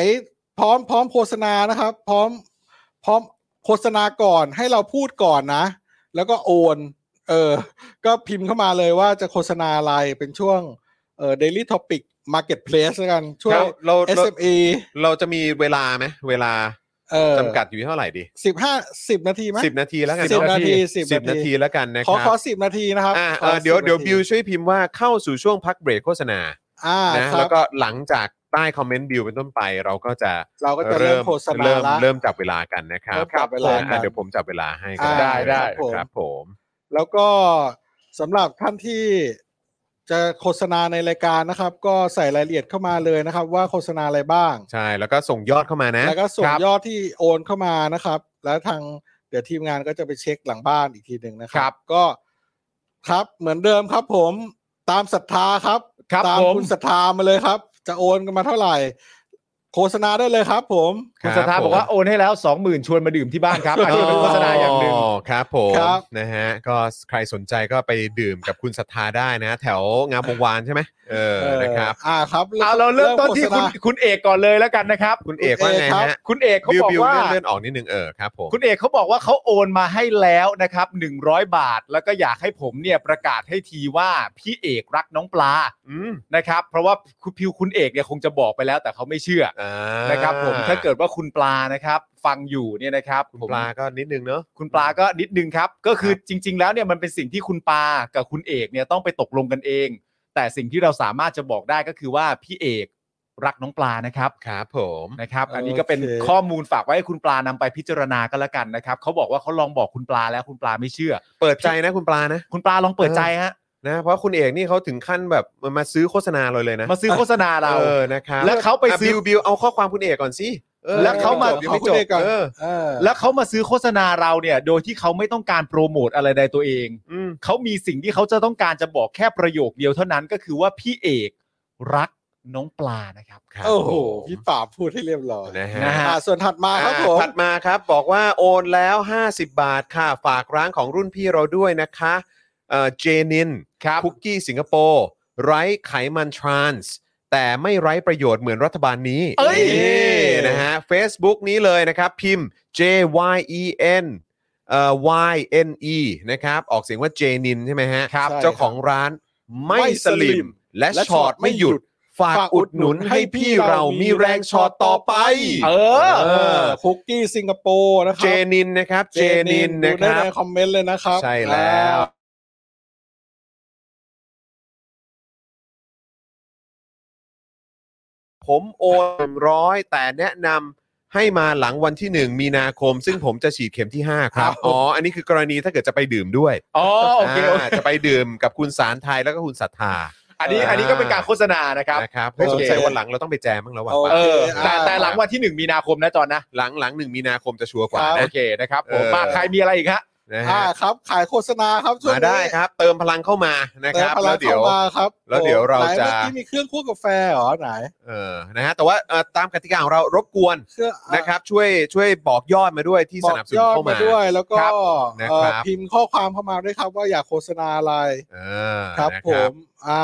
พร้อมพร้อมโฆษณานะครับ พร้อม พร้อมโฆษณาก่อนให้เราพูดก่อนนะ แล้วก็โอน เออ ก็พิมพ์เข้ามาเลยว่าจะโฆษณาอะไรเป็นช่วงเออ daily topic marketplace แล้วกันช่วง
เราเรา
SME
เราจะมีเวลาไหมเวลา
เออ
จำกัดอยู่เท่าไหร่ดี
สิบห้าสิบนาทีไหม
สิบนาทีแล้วกัน
สิบ
เอะ
นาที
สิบนาทีแล้วกันนะค
ขอ
รั
ขอบ สิบนาทีนะครับ
อ่า
ขอ
เอ่อเดี๋ยว
10
เดี๋ยว
นาที
บิวช่วยพิมพ์ว่าเข้าสู่ช่วงพักเบรกโฆษณา
อ่า
นะครับ แล้วก็หลังจากใต้คอมเมนต์บิวเป็นต้นไป เราก็จะ
เราก็จะเริ่มโฆษณา
เริ่ม
ละ
เริ่มจับเวลากันนะครับ
เริ่มจับเวลากัน
อ่ะเดี๋ยวผมจับเวลาให้ก็
อ่าได้
ได้
ครับผม
แล้วก็สำหรับท่านที่จะโฆษณาในรายการนะครับ ก็ใส่รายละเอียดเข้ามาเลยนะครับ ว่าโฆษณาอะไรบ้าง
ใช่แล้วก็ส่งยอดเข้ามานะ
แล้วก็ส่ง
ครับ
ยอดที่โอนเข้ามานะครับ แล้วทางเดี๋ยวทีมงานก็จะไปเช็คหลังบ้านอีกทีหนึ่งนะค
ครั
รับ ก็ครับเหมือนเดิมครับผมตามศรัทธาครับ
ครับ
ตาม
ผม
คุณศรัทธามาเลยครับ จะโอนกันมาเท่าไหร่ โฆษณาได้เลยครับผม
คุณสถา
รับ
บอกว่า
ผม
โอนให้แล้ว 20,000 ชวนมาดื่มที่บ้าน ครับอันนี้เป็นโฆษณาอย่างหนึ่ง
ครับผม
ครับ
นะฮะก็ใครสนใจก็ไปดื่มกับคุณศรัทธาได้นะ แถวงามวงวานใช่ไหมเออนะครับ
อ่าครับ
เอาเราเริ่มต้นที่
โฆ
คุ
ษ
ณ
ณา
คุณเอกก่อนเลยแล้วกันนะครับ
คุณเอกว่าไงฮะ
คุณเอกเขา
บิว
บอก
บิว
ว่า
เลื่อนเลื่อนออกนิดนึงเออครับผม
คุณเอกเขาบอกว่าเขาโอนมาให้แล้วนะครับ 100 บาท แล้วก็อยากให้ผมเนี่ยประกาศให้ทีว่าพี่เอกรักน้องปลา
อืม
นะครับ เพราะว่าคุณพิวคุณเอกเนี่ยคงจะบอกไปแล้วแต่เขาไม่เชื่อ
อ่า
อ
นะ
นะครับ ผมถ้าเกิดว่าคุณปลานะครับ ฟังอยู่เนี่ยนะครับผม
ปลาก็นิดนึงเนาะ
คุณปลาก็นิดนึงครับ ก็คือจริง ๆ แล้วเนี่ยมันเป็นสิ่งที่คุณปลากับคุณเอกเนี่ยต้องไปตกลงกันเอง แต่สิ่งที่เราสามารถจะบอกได้ก็คือว่าพี่เอกรักน้องปลานะครับ
ครับผม
นะครับอันนี้ก็เป็น
โอเค
ข้อมูลฝากไว้ให้คุณปลานำไปพิจารณาก็แล้วกันนะครับเขาบอกว่าเขาลองบอกคุณปลาแล้วคุณปลาไม่เชื่อ
เปิดใจนะคุณปลานะ
คุณปลาลองเปิดใจฮะ
นะเพราะคุณเอกนี่เขาถึงขั้นแบบมันมาซื้อโฆษณาเราเลยนะ
มาซื้อโฆษณาเรา
เออนะครับ
แล้วเขาไป
ะ
ซื้อ
บิวบิวเอาข้อความคุณเอกก่อนสิออ
แล้วเขามา
ยังไม่จบ
เอาคุณเอกก่อน
เออ
เออ
แล้วเขามาซื้อโฆษณาเราเนี่ยโดยที่เขาไม่ต้องการโปรโมทอะไรใดตัวเอง
อืม
เขามีสิ่งที่เขาจะต้องการจะบอกแค่ประโยคเดียวเท่านั้นก็คือว่าพี่เอกรักน้องปลานะครับ
ครับ
โอ้โห
ผม
พี่ป่าบพูดให้เรียบร้อย
นะฮะ
นะฮะ
อ่าส่วนถัดมาครับผม
อ่าถัดมาครับบอกว่าโอนแล้ว 50 บาทค่ะ ฝากร้านของรุ่นพี่เราด้วยนะคะเอ่อเจนิน
ครับ
คุกกี้สิงคโปร์ไร้ไขมันทรานส์แต่ไม่ไร้ประโยชน์เหมือนรัฐบาลนี้
เอ้ย
นี่นะฮะ Facebook นี้เลยนะครับ พิมพ์ J Y E N เอ่อ Y N E นะครับ ออกเสียงว่าเจนินใช่ไหมฮะ
ครับ
เจ้าของร้านไม่สลิม และ
และ
ช็อตไม่หยุด ฝาก
ฝากอุ
อุด
ด
ห
หนุ
นุน
น
ให้พี่เรามีแรงช็อตต่อไป
เออ
เออ
คุกกี้สิงคโปร์นะครั
เจนินนะครับ เจนินนะ
ดู
ค
ได้
รับ
ในคอมเมนต์เลยนะครับ
ใช่แล้ว ผมโอนร้อยแต่แนะนำให้มาหลังวันที่ 1 มีนาคม ซึ่งผมจะฉีดเข็มที่ 5 ครับ
ครับ
อ๋อ อันนี้คือกรณีถ้าเกิดจะไปดื่มด้วย
อ๋อโอเคโอเค
อ่าจะไปดื่มกับคุณสารไทยแล้วก็คุณศรัทธา
อันนี้อันนี้ก็เป็นการโฆษณานะครับ
นะครับเฮ้ย
โอ
ส
เค
งสัยวันหลังเราต้องไปแจมบ้างแล้วว่ะ
โอ
เอ
เค
อ
อ่า
แต่แต่หลังวันที่หนึ่งมีนาคมนะจอนนะ
หลังหลังหนึ่งมีนาคมจะชัวร์กว่า
โอ
นะ
เคนะครับผม
เออ
มาใครมีอะไรอีกฮะ
นะ
อ่า
ฮะ
ครับ ขายโฆษณาครับช่วง
มา
นี้
ได้ครับ เติมพลังเข้ามานะครับ
ติมพ
แล้
ง
วเดี๋ยว
ข้ามาครับ
แล้วเดี๋ยวเรา
ไหน
จะ
เมื่อกี้มีเครื่องคั่วกาแฟเหรอไหน
เออนะฮะแต่ว่าเอ่อตามกติกาของเรารบกวน
เครื่องอ่ะ
นะครับช่วยช่วยบอกยอดมาด้วยที่
บ
ส
อก
นับสนุ
ย
น
อด
เข้า
มา
มา
ด้วยแล้วก็
ครับ
นะครับ
เอ่อพิมพ์ข้อความเข้ามาด้วยครับ ว่าอยากโฆษณาอะไร
เออ
ครับ
นะ
ผม อ่า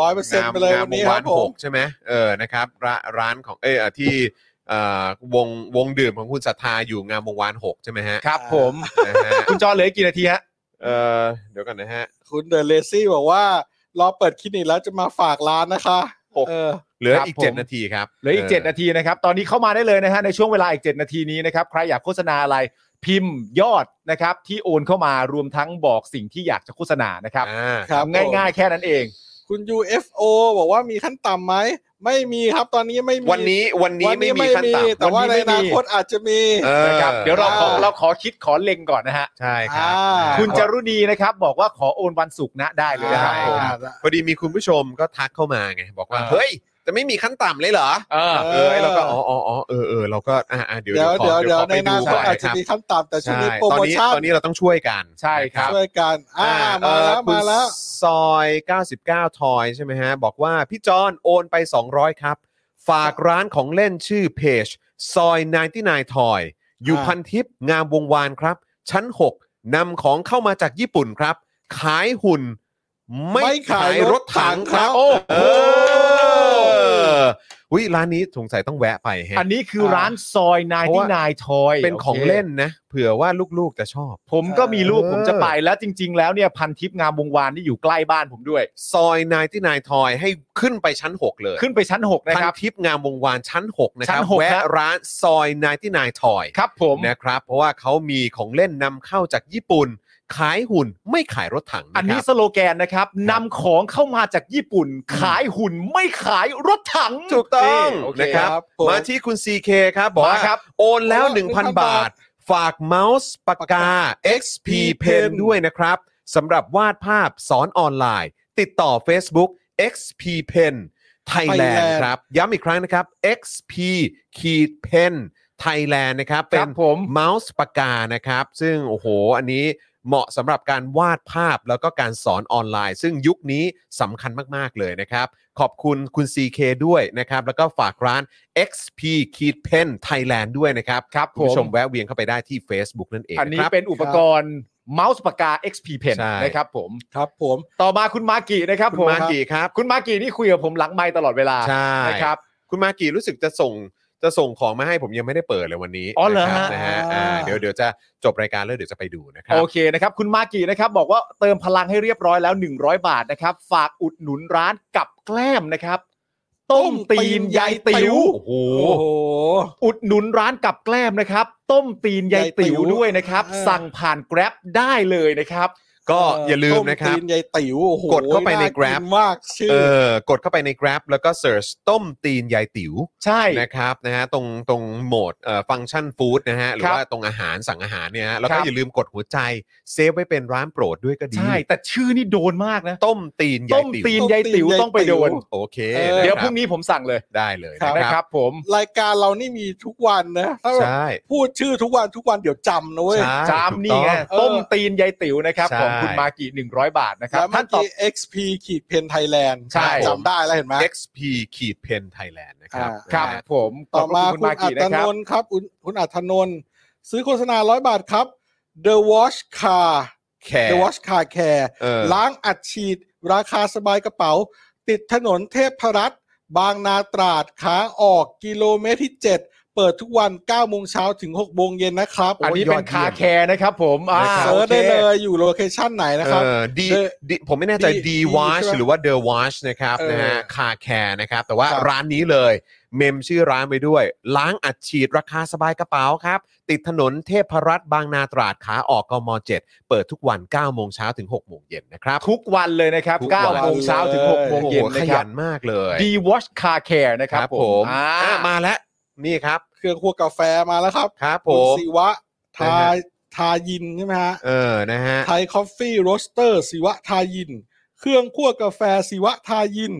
ร้อยเปอร์เซ็นต์ไปเลย
งาม
วันนี้
งามว
คว
งา
รั
น
บผ
ห
ม
กใช่ไหมเออนะครับร้าร้านของเออที่เอ่อวงวงดื่มของคุณศรัทธาอยู่งามวงวานหกใช่ไหมฮะ
ครับ
อ่า
ผม
นะฮะ
คุณจอเหลืออีกกี่นาทีฮะ
เออเดี๋ยวกันนะฮะ
คุณเดอะเลซี่บอกว่ารอเปิดคลินิกแล้วจะมาฝากร้านนะคะ
หก
เออ
เหลือ
ครับ
อีก
ผม
เจ็ดนาทีครับ
เหลืออีก 7 นาทีนะครับ ตอนนี้เข้ามาได้เลยนะฮะในช่วงเวลาอีก 7 นาทีนี้นะครับ ใครอยากโฆษณาอะไรพิมพ์ยอดนะครับ ที่โอนเข้ามารวมทั้งบอกสิ่งที่อยากจะโฆษณานะครับ
อ่า
ครับผม
ง่ายๆแค่นั้นเอง
คุณ UFO บอกว่ามีขั้นต่ำไหม ไม่มีครับตอนนี้ไม่มี
วันนี้วันนี้ไม่มีขั้นต่ำ
แต่ว่า
วัน
ใน
นี้
อ
ไม่มี
นาคตอาจจะมี
ออ
นะครับเดี๋ยวเราขอ
อ่า
เราขอคิดขอเล็งก่อนนะฮะ
ใช่ครับ
อ่า
คุณจารุณีนะครับบอกว่าขอโอนวันศุกร์นะได้เลยนะครับ
ได้
ผม
อ่า
พอดีมีคุณผู้ชมก็ทักเข้ามาไงบอกว่า
อ่า
เฮ้ยจะไม่มีขั้นต่ำเลยเหรอ
เออ
เออไอ้เราก็อ๋ออ๋ออ๋อเออเออเราก็อ่าอ่าเดี๋ยว
เดี๋ยว
ขอ
เดี๋ยวเดี๋ยว
ขอ
ใน
ไปดู
อนาค
ก่
ต
อน
อาจ
นะค
จะ
รับ
มีขั้นต่ำแต่ช่วง
ใช่
นี้โปร
ตอน
โม
นี้
ชั่น
ตอนนี้เราต้องช่วยกัน
ใช่ครับ
ช่วยกันอ่า
เอ่อ
มาแล้ว
คุณ
มาแล้ว
ซอย 99 ทอยใช่ไหมฮะ บอกว่าพี่จอนโอนไป 200 ครับ ฝากร้านของเล่นชื่อเพจซอย 99 ทอย อยู่
อ่า
พันทิพย์งามวงวานครับ ชั้น 6นำของเข้ามาจากญี่ปุ่นครับ ขายหุ่น ไม่ขายรถถังครับ
โอ้
เออ
โห
อุ้ยร้านนี้สงสัยต้องแวะไปแฮะ
อันนี้คือ
เออ
ร้านซอยนายที่นายทอย
เป็นของเล่นนะ เผื่อว่าลูกๆจะชอบ
ผมก็มีลูก
เออ
ผมจะไปแล้วจริง ๆ แล้วเนี่ยพันทิพย์งามวงวานนี่อยู่ใกล้บ้านผมด้วย
ซอยนายที่นายทอยให้ขึ้นไปชั้น 6 เลย
ขึ้นไปชั้น 6 นะ
พัน
ครับ
ทิพย์งามวงวานชั้น 6 นะครับ
ชั้นหก
แวะ
ครับ
ร้านซอยนายที่นายทอย
ครับผม
นะครับ เพราะว่าเขามีของเล่นนำเข้าจากญี่ปุ่น ขายหุ่นไม่ขายรถถัง
อันนี้
ะค
ส
รับ
โลแกนนะครับนำของเข้ามาจากญี่ปุ่น ขายหุ่นไม่ขายรถถัง
ถูกต้อง
โอเค
นะครับ
ครับผม
มาที่คุณ CK ครับบอกว่า
มาครับ
โอนแล้ว
โอ้
1,000
1,000
บาท ฝากเมาส์ปากกา XP Pen ด้วยนะครับสำหรับวาดภาพสอนออนไลน์ ติดต่อ Facebook XP Pen Thailand
Thailand
ครับ ย้ำอีกครั้งนะครับ XP ขีด Pen Thailand นะครับ
ค
เป็
รั
น
บผม
เมาส์ปากกานะครับ ซึ่งโอ้โห อันนี้เหมาะสำหรับการวาดภาพแล้วก็การสอนออนไลน์ ซึ่งยุคนี้สำคัญมาก ๆ เลยนะครับ ขอบคุณคุณ CK ด้วยนะครับ แล้วก็ฝากร้าน XP ขีด Pen Thailand ด้วยนะครับ
ครับ
คุ
ผ
ณผู้ชม
ม
แวะเวียนเข้าไปได้ที่ Facebook นั่นเอง
อันนี้
ะครับ
เป็นอุปกรณ์เมาส์ปากกา XP Pen
ใช่
นะครับผม
ครับผม
ต่อมาคุณมากินะครับ
คุณ
ผม
มากีครับ
คุณมากินี่คุยกับผมหลังไมค์ตลอดเวลา
ใช่
นะครับ
คุณมากีรู้สึกจะส่งจะส่งของมาให้ผมยังไม่ได้เปิดเลยวันนี้
อ๋อเหรอฮะ
นะครับนะฮะอ่า
อ่า
เดี๋ยวเดี๋ยวจะจบรายการแล้วเดี๋ยวจะไปดูนะครั
โอเคนะครับ คุณมากินะครับ บอกว่าเติมพลังให้เรียบร้อยแล้ว 100 บาทนะครับ ฝากอุดหนุนร้านกับแกล้มนะครับ ต้มตีนยายติ๋ว
โอ้โห
โอ้โห
อุดหนุนร้านกับแกล้มนะครับ ต้มตีนยายติ๋วด้วยนะครับ
เออ
สั่งผ่าน Grab ได้เลยนะครับ
ก็อย่าลืมนะครับ
ต้ตีนยายติ๋วโอ้โห
กดเข้าไปใน Grab
กิมากชื่อ
เออกดเข้าไปใน Grab แล้วก็ search ต้มตีนยายติ๋ว
ใช่
นะครับนะฮะตรงตรงโหมดเอ่อฟังก์ชันฟู้ดนะฮะหรือ
ครับ
ว่าตรงอาหารสั่งอาหารเนี่ยฮะแล้ว
ค
ก็
รับ
อย่าลืมกดหัวใจเซฟไว้เป็นร้านโปรดด้วยก็ดี
ใช่ แต่ชื่อนี่โดนมากนะ
ต้มตีนยา
ต้
ย
ม
ติ๋ว
ตีนยายติ๋วต้องไปโดน
โอเค
เออ
เดี๋ยว
นะคบ
พรุ่งนี้ผมสั่งเลย
ได้เลย
ครับ
นะ
นะ
ค
ครับ รับผม
รายการเรานี่มีทุกวันนะถ้าแบบ
ใช่
พูดชื่อทุกวันทุกวันเดี๋ยวจำนะเว้ย
ใช่
จามนี่ไง
ถูกต้อง
ต้มตีนยายติ๋วนะครับ
ใช่
ของคุณมากิ100 บาทนะครับ
แล้วเมื่
ท่า
อน
ต่อ
กี้ XP ขีดเพนไทยแลนด์
ใช่
จำได้แล้วเห็นไหม
XP ขีดเพนไทยแลนด์นะครับ
อ่า
ครับ
นะฮะ
ผม
ต่อมา
ขบคุ
คุ
ณ ณมา
อั
กิ
ต
นะคน รับ
นท์ครับคุณคุณอัตนนท์ซื้อโฆษณาร้อยบาทครับ The Wash Car
แค
The Wash Car Care
เออ
ล้างอัดฉีด ราคาสบายกระเป๋า ติดถนนเทพรัตน์บางนาตราดขาออกกิโลเมตรที่ 7 เปิดทุกวัน9โมงเช้าถึง6โมงเย็นนะครับ
อันนี้
โอ้ย
เป็น
ยอดเยี่
คาย
ม
แคร์นะครับผมอ่า
นะครับ
เซิร์ช
โอค
ได้เลยอยู่โลเคชั่นไหนนะครับ
เออดี
The
ดีผมไม่แน่ใจ
D-
D
D
Wash
ใช่ปะ
หรือว่า The Wash นะครับ
เออ
นะฮะคาแคร์นะครับ แต่ว่า
ครับ
ร้านนี้เลย เมมชื่อร้านไปด้วย ล้างอัดฉีดราคาสบายกระเป๋าครับ ติดถนนเทพรัตน์บางนาตราดขาออกกม 7 เปิดทุกวัน 9 โมงเช้าถึง 6 โมงเย็นนะครับ
ทุกวันเลยนะครับ
ทุกวัน
9โมงเช้าถึง6โม
โอ้
ง
โห
เย็น
ข
นะค
ยั
รับ
นมากเลย
D Watch Car Care นะครับผม
อ่า
อ่า
มาแล้ว นี่ครับ
เครื่องครัวกาแฟมาแล้วครับ
ครับผ
คุณ
ม
ศิวะทา
นะฮะ
ทายินใช่ไหมฮะ
เออนะฮะ
ไทยคอฟฟี่โรสเตอร์ศิวะทายิน เครื่องคั่วกาแฟศิวะทายิน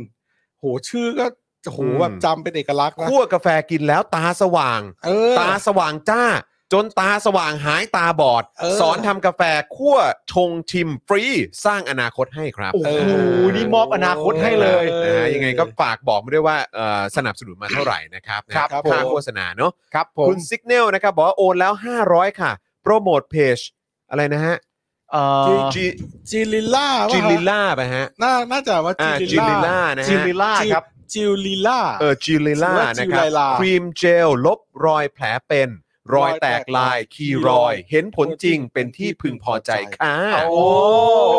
โหชื่อก็โห
อืม
แบบจำเป็นเอกลักษณ์นะ
คั่วกาแฟกินแล้วตาสว่าง
เออ
ตาสว่างจ้า จนตาสว่างหายตาบอด
เออ
สอนทำกาแฟคั่วชงชิมฟรี สร้างอนาคตให้ครับ
โอ้โห
เออ
นี่มอบอนาคตให้เลย
เออ
นะฮะยังไงก็ฝากบอกมาด้วยว่าเอ่อสนับสนุนมาเท่าไหร่นะครับนะครับ ค่า
ผม
โฆษณาเนาะ
ครับผม
คุณซิกเนลนะครับ บอกว่าโอนแล้ว 500 ค่ะ โปรโมทเพจอะไรนะฮะ
เอ่อ
จิ
จิลิล่า
จิลิล่าไปฮะ
น่าน่าจะว่า
อ่า
จิ
จิลิล่านะ
จิ
ฮะ
ลิล่าครับ
จิลิล่า
เออจิลิล่า
หรือว่าจิ
นะ
ล
ครับ
ไลลา
ครีมเจลลบรอยแผลเป็น รอยแตกลาย คีรอย เห็นผลจริงเป็นที่พึงพอใจค่ะ
โอ้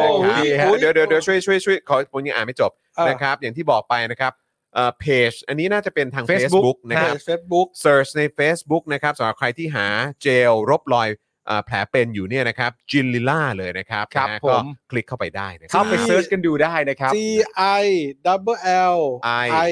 นะค
ดี
รับ
ฮะ
เดี๋ยวเดี๋ยวเดี๋ยวช่วยช่วยช่วยขอผมยังอ่านไม่จบ
เออ
นะครับ อย่างที่บอกไปนะครับเอ่อเพจ อันนี้น่าจะเป็นทาง
Facebook
Facebook นะครับ
เฟซบุ๊ก
Search ใน Facebook นะครับสำหรับใครที่หาเจลรบรอยเอ่อแผลเป็นอยู่เนี่ยนะครับจินลิล่าเลยนะครับ
ครับ
นะฮะ
ผม
ก็คลิกเข้าไปได้นะครั
เข้า
บ
ไปเซิร์ชกันดูได้นะครับ
G I W L
I
I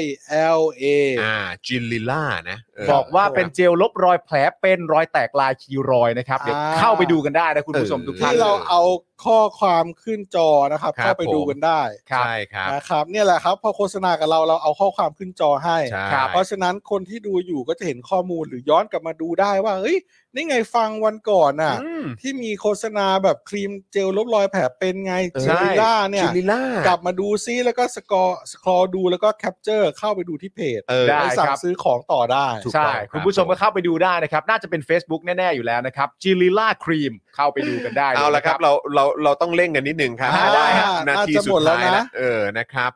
L A
อ่าจินลิล่านะเ
บอกว่าเป็นเจลลบรอยแผลเป็นรอยแตกลายคีรอยนะครับเดี๋ยว
อ่า
เข้าไปดูกันได้นะคุณผู้ชมทุกท่าน
ที่เราเอาข้อความขึ้นจอนะครับ
ครับ
เข้าไปดู
ผม
กันได้
ใช่ครับ
นะครับเนี่ยแหละครับพอโฆษณากับเราเราเอาข้อความขึ้นจอให้
ใช่
เพราะฉะนั้นคนที่ดูอยู่ก็จะเห็นข้อมูลหรือย้อนกลับมาดูได้ว่าเฮ้ยนี่ไงฟังวันก่อนน่ะ
อืม
ที่มีโฆษณาแบบครีมเจลลบรอยแผลเป็นไง
ใช่
จิลิล่าเนี่ย
จินลิล่าก กั
ลับมาดูซิแล้วก็สกอร์สครอดูแล้วก็แคปเจอร์เข้าไปดูที่เพจ
เออ
ได้
ไปสั่
ค
ง
รับ
ซื้อของต่อได้
ถูก
ใช่
ต้องครับ
คุณผู้ชม
ผม
ก็เข้าไปดูได้นะครับ น่าจะเป็น Facebook แน่ ๆ อยู่แล้วนะครับจิลิล่าครีมเข้าไปดูกันได้ย
เอาละครับ
น
เราเราเราต้องเร่งกันนิดหนึ่งครับเพ
อ่า
ราะว่า
ได้ฮะ
นาที
น่าจะ
สุ
หม
ด
ดแล้ว
ท้ายแล้ว
นะ
เออนะครับ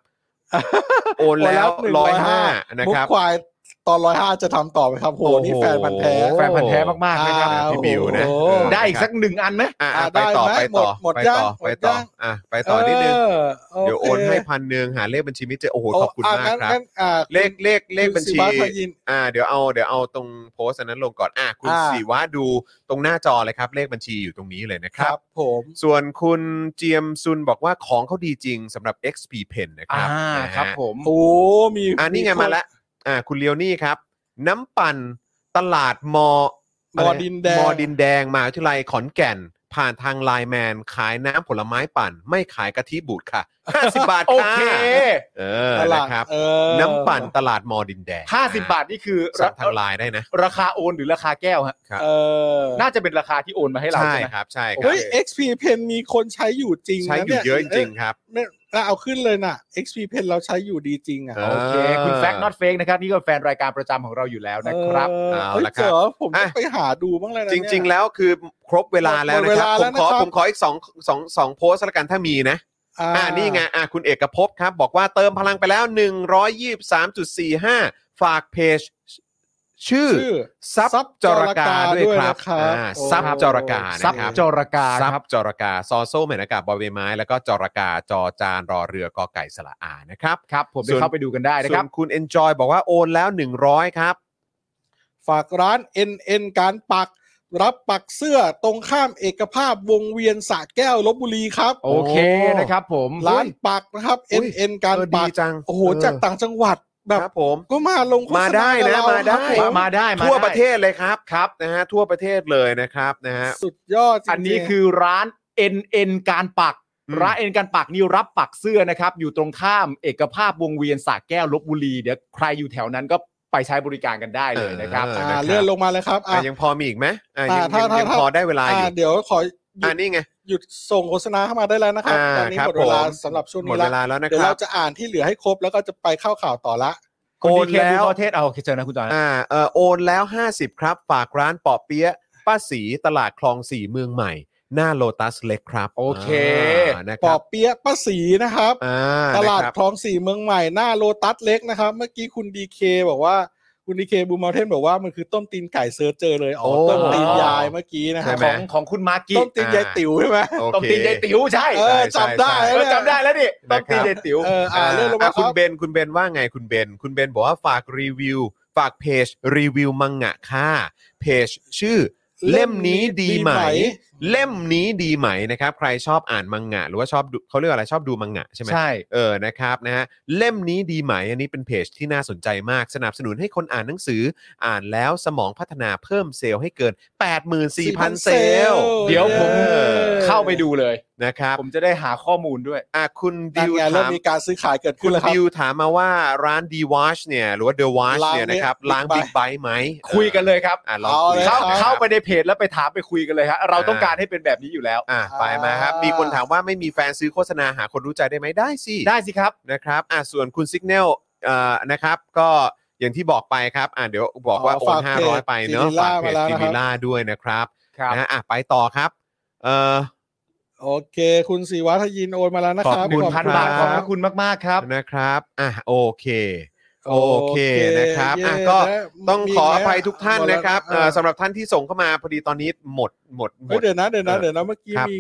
โอนแล้ว
หนึ่ง
ร้อยห้านะ
มุ
ค
ก
รับ
ควาย ตอนร้อยห้าจะทำต่อไหมครับโหนี่แฟนพันธ์แท้
โอ้โห
แฟนพันธ์แท้มากๆนะครับ
อ้าว
พี่บิวนะ
โอ้
เออ
ได้อีกสักหนึ่งอันไหม
อ่ะ
อ่ะ
อ่ะไปต่อ
ได้
ไป
ไหม
ต่อ
หมด
ไป
หมด
ต่อ
ยัง
ไปต่อ
หมดยัง
อ่ะไปต่อนิดนึง
ออ
เดี๋ยวโอน
ค
ให้พันหนึ่งหาเลขบัญชีมิเจอโอ้โหขอบคุณ
ะ
มาก
งั้น
ครับ
งั้นอ่ะ
เลขเลขเลข
คุณ
บัญชี
สิวะพยิน
อ่าเดี๋ยวเอาเดี๋ยวเอาตรงโพสต์อันนั้นลงก่อนอ่ะคุณ
อ่า
สีว่าดูตรงหน้าจอเลยครับ เลขบัญชีอยู่ตรงนี้เลยนะค
ครับ รับผม
ส่วนคุณเจียมซุนบอกว่าของเขาดีจริงสำหรับ XP Pen นะครับ
อ่า
นะฮะ
ครับผม
โอ้มี
อ่านี่ไงมาละอ่าคุณเลียวนี่ครับ น้ำปั่นตลาดม
มอดินแดง
มอดินแดงมหาวิทยาลัยขอนแก่น ผ่านทางไลน์แมน ขายน้ำผลไม้ปั่น ไม่ขายกะทิบูดค่ะ 50 บาท
โอ
ค่ะ
เค
เออ
ตลา
นะ
ด
ครับ
เออ
น้ำปั่นตลาดมอดินแดง
ห้าสิบบาทนี่คือ
สั่งทางไลน์ได้นะ
ราคาโอนหรือราคาแก้วฮะ
ครับ
เออ
น่าจะเป็นราคาที่โอนมาให้เรา
ใช่
ใช่ไหม
ครับใช่ครั
เฮ้ย
บ
XP Pen มีคนใช้อยู่จริง
ใช้
น
อยู่เยอะจริงๆครับ
เนี่ยเนี่ยเอาขึ้นเลยน่ะ XP Pen เราใช้อยู่ดีจริงอ่ะ
เอ
โอเค คุณแฟกต์ not fake นะครับ นี่ก็แฟนรายการประจำของเราอยู่แล้วนะครับ
เออ
เอา
เฮ้ย
ละครับ
เจ๋อผมต้
อ่ะ
องไปหาดูบ้างเลยนะ
จ
เนี่ย
ริง ๆ แล้วคือครบเวลาแล้ว
หม
นะ
ดเว
ครับ
ลา
ผ
แล้ว
มขอ
นะครับ
ผมขออีกสองสองสองโพสต์ละกันถ้ามีนะ
อ่า
อ่านี่ไงอ่าคุณเอกภพครับ บอกว่าเติมพลังไปแล้ว 123.45 ฝากเพจ ชื่อ
ชื่อ
ซับ
ซับ
จรกาด้วยครับ
จรกาด้วยนะครับ
อ่า
โอ้
ซับจรกา
ซั
นะ
บ
ครับ
จรกา
ซั
ครับ บ
จรกาซอโซ่เหมือนอากาศบอใบไม้ แล้วก็จรกาจอจานรอเรือกอไก่สละอานะครับ
ครับ ผม
ส่
ไป
วน
เข้าไปดูกันได้นะครับ
ส่วนคุณ Enjoy บอกว่าโอนแล้ว 100 ครับ
ฝากร้าน NN การปัก รับปักเสื้อตรงข้ามเอกภาพวงเวียนสระแก้วลบบุรีครับ
โอเคนะครับผม
ร้านปักนะครับ
อุ๊ย
NN การ
เออ
ปั
ดี
ก
จัง
โอ้โห
เออ
จากต่างจังหวัดแบบ
ครับผม
ก็มาลงโฆษณ
มาได้นะ
ก
มาได้
ับเรครับผม
มาได้มา
ทั่ว
ได้
ประเทศเลยครับครับนะฮะทั่วประเทศเลยนะครับนะฮะ
สุดยอดจริงๆ
อันนี้คือร้าน NN การปัก
อืม
ร้าน NN การปักนี่รับปักเสื้อนะครับ อยู่ตรงข้ามเอกภาพวงเวียนสระแก้วลบบุรี เดี๋ยวใครอยู่แถวนั้นก็ไปใช้บริการกันได้เลยนะครับ
เออนะครั
อ่า
บ
เลื่อนลงมาเลยครับอ่ะ
อ่ะยังพอมีอีกไหมอ่ะยัง
อ่ะถ้า
ยัง
ถ้า
ยัง
ถ้า
พอได้เวลาอ
อ่า
ยู่
เดี๋ยวขอหยุ
อ่า
ด
นี่ไง
หยุดส่งโฆษณาเข้ามาได้แล้วนะครับ
อ่า
ตอนนี้
ครับ
หมดเวลา
ผม
สำหรับช่วง
หมด
นี้
เว
ละ
ลาแล้วนะ
เดี๋ย
คว รั
เรา
บ
จะอ่านที่เหลือให้ครบแล้วก็จะไปเข้าข่าวต่อละ
คนที่เค
โอนแล้
ดู
ว
ประเทศเอาโอเคเจอนะคุณจอยนะ
อ่าเออโอนแล้ว 50 ครับ ฝากร้านปอเปี๊ยะป้าสีตลาดคลองสี่เมืองใหม่ หน้าโลตัสเล็กครับ
โอเค
อ่านะค
ปอ
รับ
เปี๊ยะป้าสีนะครับ
อ่า
ตลาด
นะครับ
คลองสี่เมืองใหม่ หน้าโลตัสเล็กนะครับ เมื่อกี้คุณดีเคบอกว่าคุณดีเคบูมเมลเทนบอกว่ามันคือต้มตีนไก่เซิร์ชเจอเลยอ๋อต้มตีนยายเมื่อกี้นะค
ข
รับ
ใช่ไหม
องของคุณมาร์กี้
ต้มตีนยายติ๋วใช่ไหม
โอเค
ต้มตีนยายติ๋วใช่
เออ
ใช่
จำได้
ใช่
เออจำได้แล้วดิต้มตีน
นะครับ
ยายติ๋ว
เอออ่าเรื่องลงมา
อ่ะคุณ
รับ
เบนคุณเบนว่าไงคุณเบนคุณเบนบอกว่าฝากรีวิว ฝากเพจรีวิวมังงะค่ะเพจชื่อ เล่มนี้ดีไหม เล่มนี้ดีไหมนะครับ ใครชอบอ่านมังงะ หรือว่าชอบดูเขาเรียกอะไรชอบดูมังงะใช่ไหม
ใช่
เออ นะครับ นะฮะ เล่มนี้ดีไหม อันนี้เป็นเพจที่น่าสนใจมาก สนับสนุนให้คนอ่านหนังสือ อ่านแล้วสมองพัฒนาเพิ่มเซลล์ให้เกิน 84,000 เซลล์
เดี๋ยวผม
ออ
เข้าไปดูเลย
นะครับ
ผมจะได้หาข้อมูลด้วย
อ่ะคุณ
นั่
ดิ
น
ว
ไงเริ่ม
ถาม
มีการซื้อขายเกิด
คุ
ขึ้น
ณ
แล้วครับ
ดิวถามมาว่าร้าน d w a s h เนี่ย หรือว่า The Wash
ล้าง
เนี่ย
เนี่ย
นะครับ ล้าง
Big
Big Bike ไหม
คุยกันเลยครับ
อ่ะลอง
เอา
คุย
เลย
กั
เข้าน
ครับ
นะครับ
เข้าไปในเพจแล้วไปถามไปคุยกันเลยฮะเราต้องการให้เป็นแบบนี้อยู่แล้ว
อ่ะไปมาครับ มีคนถามว่าไม่มีแฟนซื้อโฆษณาหาคนรู้ใจได้ไหมได้สิ
ได้สิครับ
นะครับอ่ะส่วนคุณซิกเนลเอ่อนะครับ ก็อย่างที่บอกไปครับอ่ะเดี๋ยวบอกว่า
อ๋อ
โอน
ฝากเพจ
500 ไปเนาะ
Gmail
ฝากเพจ
มาแล้ว
กิ
นะครับ
มิล่าด้วยนะครับ
ครับ
นะอ่ะไปต่อครับเอ่อ
โอเค คุณศิวัฒยินโอนมาแล้วนะครั
ข
บ
อบคุณ
พัน
ครับ
าทขอบพ
รั
ระคุณมาก ๆ ครับ
นะครับอ่ะโอเค
โอ
โอเคนะครับอ่ะก็
เย้
ต้องขออภัย
มีแล้ว
ทุกท่านนะครับ
หมด
เอ่
แล้ว
อสำหรับท่านที่ส่งเข้ามาพอดีตอนนี้หมดหมดหม
เฮ้ย
ด
เดี๋ยวนะเดี๋ยวนะ
เออ
เดี๋ยวนะเมื่อกี้
ครับ
มี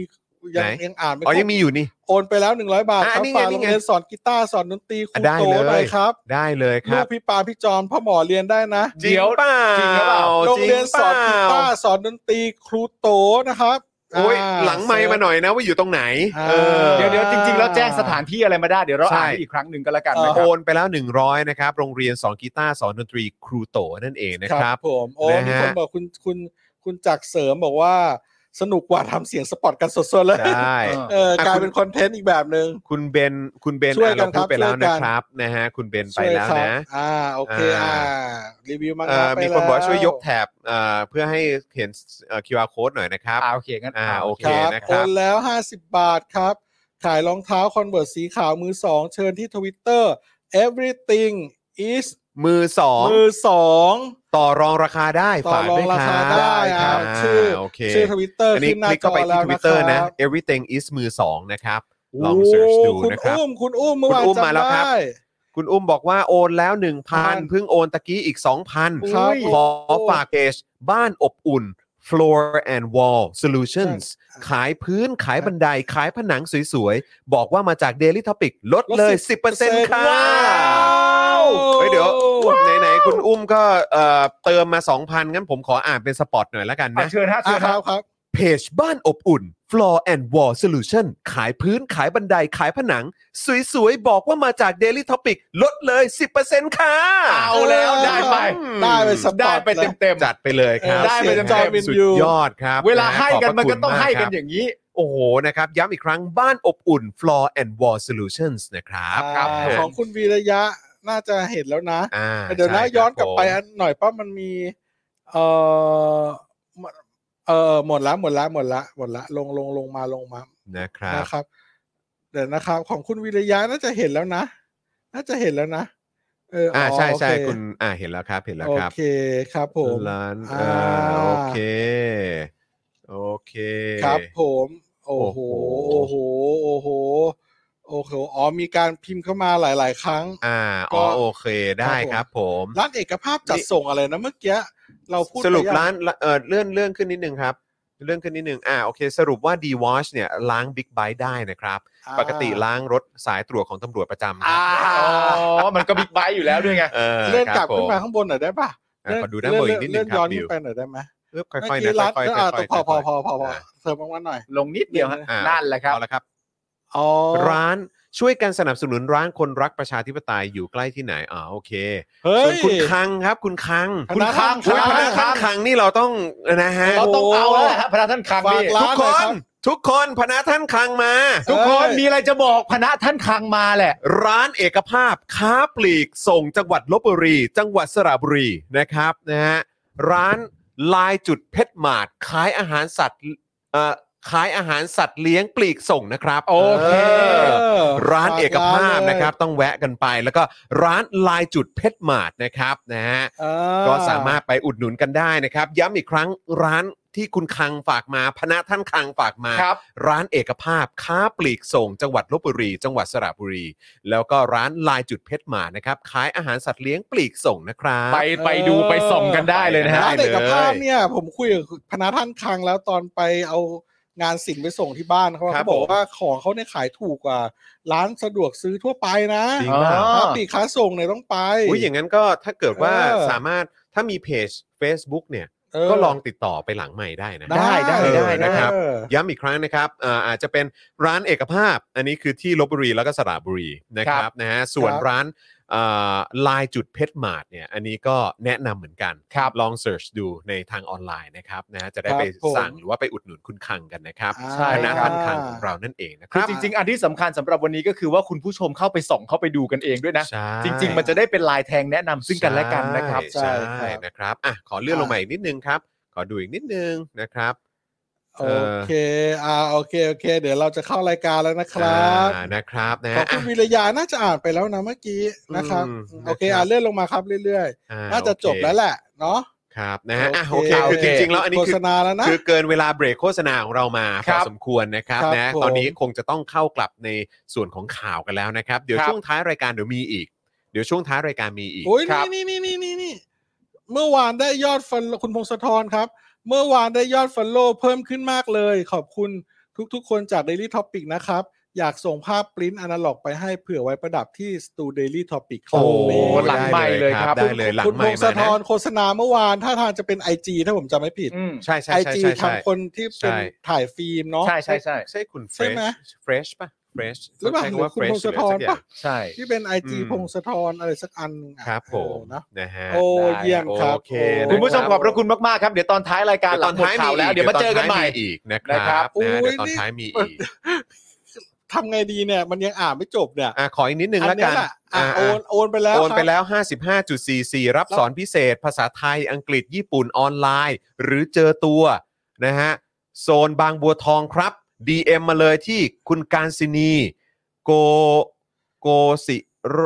ยัง
ไหน
ยังอ่านไม่ค
อ๋
ร
อบ ยังมีอยู่นี่
โอนไปแล้ว100บาท
อ่ะ
ครับ
นี่ไง
ฝาก
นี่
โรง
ไง
เรียนสอนกีตาร์สอนดนตรีครู
ได้
โต
เลย
หน่อยครับ
ได้เลยค
ลู
รั
ก
บ
พี่ปาพี่จอมพ่อหมอเรียนได้นะ
จริงเปล่า
จริงหรือเปล่า
จ
โรง
ริง
เรียน
เป
สอ
ล่าน
กีตาร์สอนดนตรีครูโตนะครับ
โอ้ย
อ่า
หลังไมค์มาหน่อยนะว่าอยู่ตรงไหนเออ
เดี๋ยวเดี๋ยวจริง ๆ แล้วแจ้งสถานที่อะไรมาได้ เดี๋ยวเรา
ใช่
อ่านให้อีกครั้งหนึ่งก็แล้วกัน
เออ
นะค
โอ
รับ
นไปแล้ว 100 นะครับ โรงเรียนสอนกีตาร์สอนดนตรีครูโตนั่นเองนะค
ค
รั
รับ บผมโอ้
นะฮะ
มีคนบอกคุณคุณคุณจักรเสริมบอกว่าสนุกกว่าทำเสียงสปอตกันสดๆเลย
ใช่
เออ
เออกลายเป็นคอนเทนต์อีกแบบหนึ่ง
คุณเบนคุณเบน
ช่วย
อ่ะ
กั
เรา
นค
พู
รั
ด
บ
ไปแล้ว
ช่วยกั
นะ
น
ครับนะฮะคุณเบนไป
ช่ย
แล้ว
ครับ
นะ
อ่าโอเค
อ่า
อ่ารีวิวมัง
เอ่
งะ
อ
ไป
มีคนบอกว่าช่วยยก
แ
แถบเอ่อเพื่อให้เห็นเอ่อ QR code หน่อยนะครับ
อ่าโอเคงั้น
อ่าโอเค
ล้วครับ
นะครับ
โอนแล้ว 50 บาทครับ ขายรองเท้าคอนเวิร์สสีขาวมือสองเชิญที่ทวิตเตอร์ everything is
มือ
มือสอง
2 ต่อรองราคาได้
ต่อ
ฝาก
รอ
ด้ว
ง
ย
รา
ครั
คา
บ
ได้อ่า
ครับ
ชื่อ
โอเค
ชื่อทวิตเตอร์
อันนี้
ขึ้นหน้า
คลิก
จ
เข้า
อ
ไปที่
แล้วนะค
Twitter
รั
นะ
บ
everything is มือ 2 นะครับ ลอง search ดู
โอ้คุณ
นะครับ
อุ้มคุณอุ้มเมื่อวาน
คุณอุ้มมาแล้ว
จำ
ครับ
ได้
คุณอุ้มบอกว่าโอนแล้ว 1,000 เพิ่งโอนตะกี้อีก 2,000
ครับ
ขอฝากเพจบ้านอบอุ่น floor and wall solutions ขายพื้นขายบันไดขายผนังสวยๆ บอกว่ามาจาก daily topic ลดเลย 10%ค่ะเฮ้ยเดี๋ยวไหนๆ คุณอุ้มก็เอ่อเติมมา 2,000 งั้นผมขออ่านเป็นสปอตหน่อยแล้วกัน
อ่ะ
นะ
เชิญฮะ
อ่ะ
เชิญ
ค
ค
รั
รั
บบ ครับ
เพจบ้านอบอุ่น Floor and Wall Solution ขายพื้นขายบันไดขายผนัง สวยๆ บอกว่ามาจาก Daily Topic ลดเลย 10%ค่ะ
เอาแล้วได้ไป
อืม
ได้ไปสปอต
ได้ไป
เลย
เต็ม
จัดไปเลยครับ
ได้ไปเต็
สียง
มๆ
จากสุดยอดครับ
ๆ เวลาให้กั
ขบพ
น
ระ
มันก็
คุณ
ต้องให้กัน
มา
อย่างนี้
โอ้โหนะครับ ย้ำอีกครั้งบ้านอบอุ่น Floor and Wall Solutions นะครับ
ครับ
อ่าของคุณวีระยะน่าจะเห็นแล้วนะ
อ่า
เดี๋ยวนะ
ใช่ครับ
ย้อนกลับไป
ผม
อันหน่อยป้ามันมี เออเออหมดละหมดละหมดละหมดละลงลงลงมาลงมา
นะครับ
นะครับ เดี๋ยวนะครับ ของคุณวิริยะน่าจะเห็นแล้วนะ น่าจะเห็นแล้วนะเออ
อ่า
อ๋อ
ใช่ใช่
โอเ
คุณอ่าเห็นแล้วครับเห็นแล้ว
โอ
ครับ
เคครับผม
ร้าน
อ่
เออโอา เค โอเค
ครับผม โอ้โห
โอ้
โอ้
โห
โหโอ้โหโอ้โหอ๋อมีการพิมพ์เข้ามาหลาย ๆ ครั้ง
อ่าอ๋อ
ก็
โอเคได้ครับผม
ร้านเอกภาพจัดส่งอะไรนะเมื่อกี้เราพูด
สรุป
ไปยัง
ร้านเออเลื่อนเลื่อนขึ้นนิดนึงครับ เลื่อนขึ้นนิดนึงอ่าโอเค สรุปว่า D Wash เนี่ยล้างบิ๊กไบ e ได้นะครับ
อ่า
ปกติล้างรถสายตรวจของตำรวจประจำค
อ๋
รับ
อ มันก็บิ๊กไบค์อยู่แล้วด้วยไง
เออ
เลื่อน
ค
กลั
รั
บบ ขึ้นมา
ผม
ข้างบนหน่อยได้ปะ
อ่ะขอดูด้าน
เลื่
บนอีกนิดนึ
เลื่
ง
น
ค
ย้
รั
อบ น
บิ
ขึ้
วน
ไปหน่อยได้ไหม
เอบค่
เมื่
อยๆ
กี้
นะ
ร้าน
ค่อยๆ
เ
ค่อยๆค่
พอพอพอพอพอ
อยๆ
เสริมมากๆหน่อย
ลงนิดเดียวฮะ
อ่า
นั่นแหละครับ
เอาละครับ
อ๋อ
ร้านช่วยกันสนับสนุนร้านคนรักประชาธิปไตยอยู่ใกล้ที่ไหนอ๋อโอเค
เฮ้
ส่วย นคุณคังครับคุณคัง
พนักงาน
คุณ
คัง
พนักงานคังนี่เราต้องนะฮะ
เราต้องเอาแล้วฮะพระท่านคลัง
ฝา
นี่
กร้า
ทุกค
ร้าน
น
เลยครับ
ทุกคนพนักท่านคังมา
ทุกคนมีอะไรจะบอกพระท่านคลังมาแหละ
ร้านเอกภาพค้าปลีกส่งจังหวัดลบบุรี จังหวัดสระบุรีนะครับนะฮะร้านลายจุดเพชรหมาดขายอาหารสัตว์เอ่อขายอาหารสัตว์เลี้ยงปลีกส่งนะครับ
โอเค
อ
เออ
ร้านเอกภาพ
ฝกเลย
นะครับ ต้องแวะกันไปแล้วก็ร้านลายจุดเพชรหมาดนะครับนะฮะ
อ่า
ก็สามารถไปอุดหนุนกันได้นะครับ ย้ำอีกครั้งร้านที่คุณคังฝากมาพนะท่านคังฝากมา
ครับ
ร้านเอกภาพค้าปลีกส่ง จังหวัดลบบุรี จังหวัดสระบุรี แล้วก็ร้านลายจุดเพชรหมานะครับขายอาหารสัตว์เลี้ยงปลีกส่งนะครับ
ไปไปดูไปส่องกันได้เลยนะฮะ
ได้
ร้าน
ลย
เอกภาพเนี่ย ผมคุยกับพนักท่านคลังแล้วตอนไปเอางานสินไปส่งที่บ้านเขา
ครับ
เขาบอ
ผ
ก
ม
ว่าของเขาเนี่ยขายถูกกว่า ร้านสะดวกซื้อทั่วไปนะ
จริงเปล่า
อ๋อ
ถ้าปีกค้าส่งเนี่ยต้องไป
อุ้ยอย่างนั้นก็ถ้าเกิดว่า
เออ
สามารถถ้ามีเพจ Facebook เนี่ย
เ
ก็ลองติดต่อไปหลังใหม่ได้นะ
ได้ได้
ได้
ได้
นะ
นะ
ค
ค
รั
รับ บ
เออ
ย้ำอีกครั้งนะครับเอ่ออาจจะเป็นร้านเอกภาพ อันนี้คือที่ลบบุรีแล้วก็สระบุรีนะค
ครั
รับบ นะฮะส่วน
ครับ
ร้านเอ่อลายจุดเพชรหมาดเนี่ยอันนี้ก็แนะนำเหมือนกันลองเสิร์ชดูในทางออนไลน์นะครับนะฮะจะได้ไปสั่งหรือว่าไปอุดหนุนคุณคังกันนะครับ
อ่า
ใช่
คณะ
ครับ
ท่านคังของเรานั่นเองนะค
คือ
รับ
จริง ๆ อันที่สำคัญสำหรับวันนี้ก็คือว่าคุณผู้ชมเข้าไปส่องเข้าไปดูกันเองด้วยนะ
ใช่
จริง ๆ มันจะได้เป็นลายแทงแนะนำซึ่งกันและกันนะครับ
ใช่
ใช่ครับ
นะครับอ่ะขอเลื่อนลงมาอีกนิดนึงครับ ขอดูอีกนิดนึงนะครับ เอ
โอ
อ
เค อ่า โอเค โอเค เดี๋ยวเราจะเข้ารายการแล้วนะครับ
อ่านะครับนะ
ขอบคุ
อ่ะ
ณวิรยา น่าจะอ่านไปแล้วนะเมื่อกี้นะครับ
อืม
โอเค
นะครับ
อ่าเลื่อนลงมาครับเรื่อย
อ่
ๆ น่าจะจบแล้วแหละ เนาะ
ครับนะฮะอ่ะโอ
โอ
เค
เค
คือจริงๆแล้วอันนี้
โฆ
คือ
ษณาแล้วนะ
คือเกินเวลาเบรกโฆษณาของเรามาพ
ครั
อบ สมควรนะครับ
ครับ
นะ
ผม
ตอนนี้คงจะต้องเข้ากลับในส่วนของข่าวกันแล้วนะครับ เดี๋ยว
ครับ
ช่วงท้ายรายการเดี๋ยวมีอีก เดี๋ยวช่วงท้ายรายการมีอีก
โอ้ย
ครั
นี่
บ
นี่นี่นี่นี่นี่เมื่อวานได้ยอดฟันคุณพงศธรครับ เมื่อวานได้ยอดฟันโลเพิ่มขึ้นมากเลย ขอบคุณทุกๆ คนจาก Daily Topic นะครับ อยากส่งภาพปริ้นอนาล็อกไปให้เผื่อไว้ประดับที่สตู Daily Topic ครั
โอ้
โห
บ
หลังใหม่เลยครับ
ได้เลยหลัง
คุณ
ให
พ
ม่
งศ
มา
ธ
นะ
รโฆษณาเมื่อวานท่าทางจะเป็นไอจถ้าผมจำไม่ผิด
อืม
ใช่ใช่
ไอ
ใช่
จี
ใช่ใช่
ทำคนที่เป็น
ใช่
ถ่ายฟิล์มเนาะ
ใช่ใช่ใช่
ใช่คุณเฟ
ใช่
ร
ไหม
ชเฟรชป่ะเฟรช
หรือเปล่า
คำว่า
ห
เฟ
รือ
ร
คุ
ช
ณพงศ
สักอย่า
ธรปะ
ง
ใช่
ที่เป็นไอจีพงศธรอะไรสักอันหนึ่งอะ
ครับผม
เออเนอะ
นะฮะ
โอ้เยี่ยมครับ
โอเค
โ
คุณผู้ชมขอบพระคุณมากๆครับเดี๋ยวตอนท้ายรายการหลังหมดข่าวแล้วเดี๋ยวมาเจอกันใหม่
อีกนะค
นะครั
รับบ นะฮะเดี๋
โอ้
ย
ยว
ตอน
นี่
ท้ายมีอีก
ทำไงดีเนี่ยมันยังอ่านไม่จบเนี่ย
อ่ะขออีกนิดนึง
อั
ละ
นเนี้
กั
ย
น
แหละอ่ะ
อ่ะ
โอนโอนไปแล้ว
โอนไป
ครับ
แล้ว 55.44 รับสอนพิเศษ ภาษาไทย อังกฤษ ญี่ปุ่น ออนไลน์ หรือเจอตัวนะฮะ โซนบางบัวทองครับ DM มาเลยที่คุณการศินี โก โกสิโร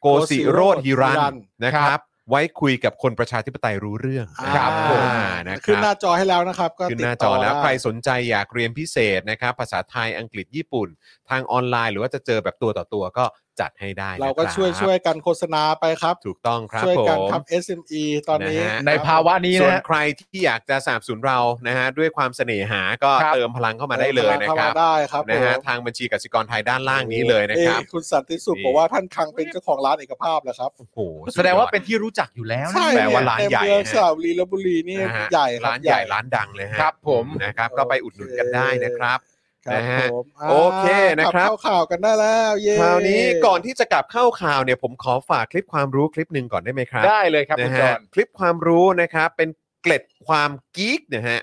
โกสิโรธฮิรัน
ฮิรัน
นะครับ ไว้คุยกับคนประชาธิปไตยรู้เรื่อง
อ่า
ครับผม
นะค
ขึ้น
รับ
หน้าจอให้แล้วนะครับ ก็
ขึ้น
ติ
ห
ด
น้าจ
ต่
อ
อ
แล้ว
ได้
ใครสนใจอยากเรียนพิเศษนะครับ ภาษาไทยอังกฤษญี่ปุ่น ทางออนไลน์ หรือว่าจะเจอแบบตัวต่อตัวก็ จัดให้ได้นะ
เราก็
คบ
ช่วยช่วยกันโฆษณาไปครับ
ถูกต้องครับ
ช่วยกัน
ผม
ทำ SME ตอนนี้
นะฮะ
ในภาวะนี้
ส่วน
นะ
ใครที่อยากจะสนับสนุนเรานะฮะด้วยความเสน่หาก็
ครับ
เติมพลังเข้ามาได้เลยนะ
เข้า
ค
มา
รับ
ได้ครับ
นะฮะ
ผม
ทางบัญชีกสิกรไทยด้านล่างนี้เลยนะครับ
เอ้คุณสันติสุข
นี่
บอกว่าท่านคังเป็นเจ้าของร้านเอกภาพเหรอครับ
โอ้โห
แสดงว่าเป็น
ยอ
ที่รู้จักอยู่แล้วนะ
ใช่
แปลว่าร้าน
เย
ใหญ่
ในเมือง
นะ
สระบุรีและบุรีนี่
นะฮะ
ใหญ่คบ
ร้านใหญ่ร้านดังเลยฮะ
ครับผม
นะครับ ก็ไปอุดหนุนกันได้นะครับ
ครับ
นะฮะ
ผม
โอเคนะครับ
กลัเข้าข่าวกันได้แล้วเย้
คราวนี้ก่อนที่จะกลับเข้าข่าวเนี่ยผมขอฝากคลิปความรู้คลิปหนึ่งก่อนได้ไหมครับ
ได้เลยครับคุณ
นะ
จ
ฮะ
อน
คลิปความรู้นะครับเป็นเกล็ดความกี๊กนะฮะ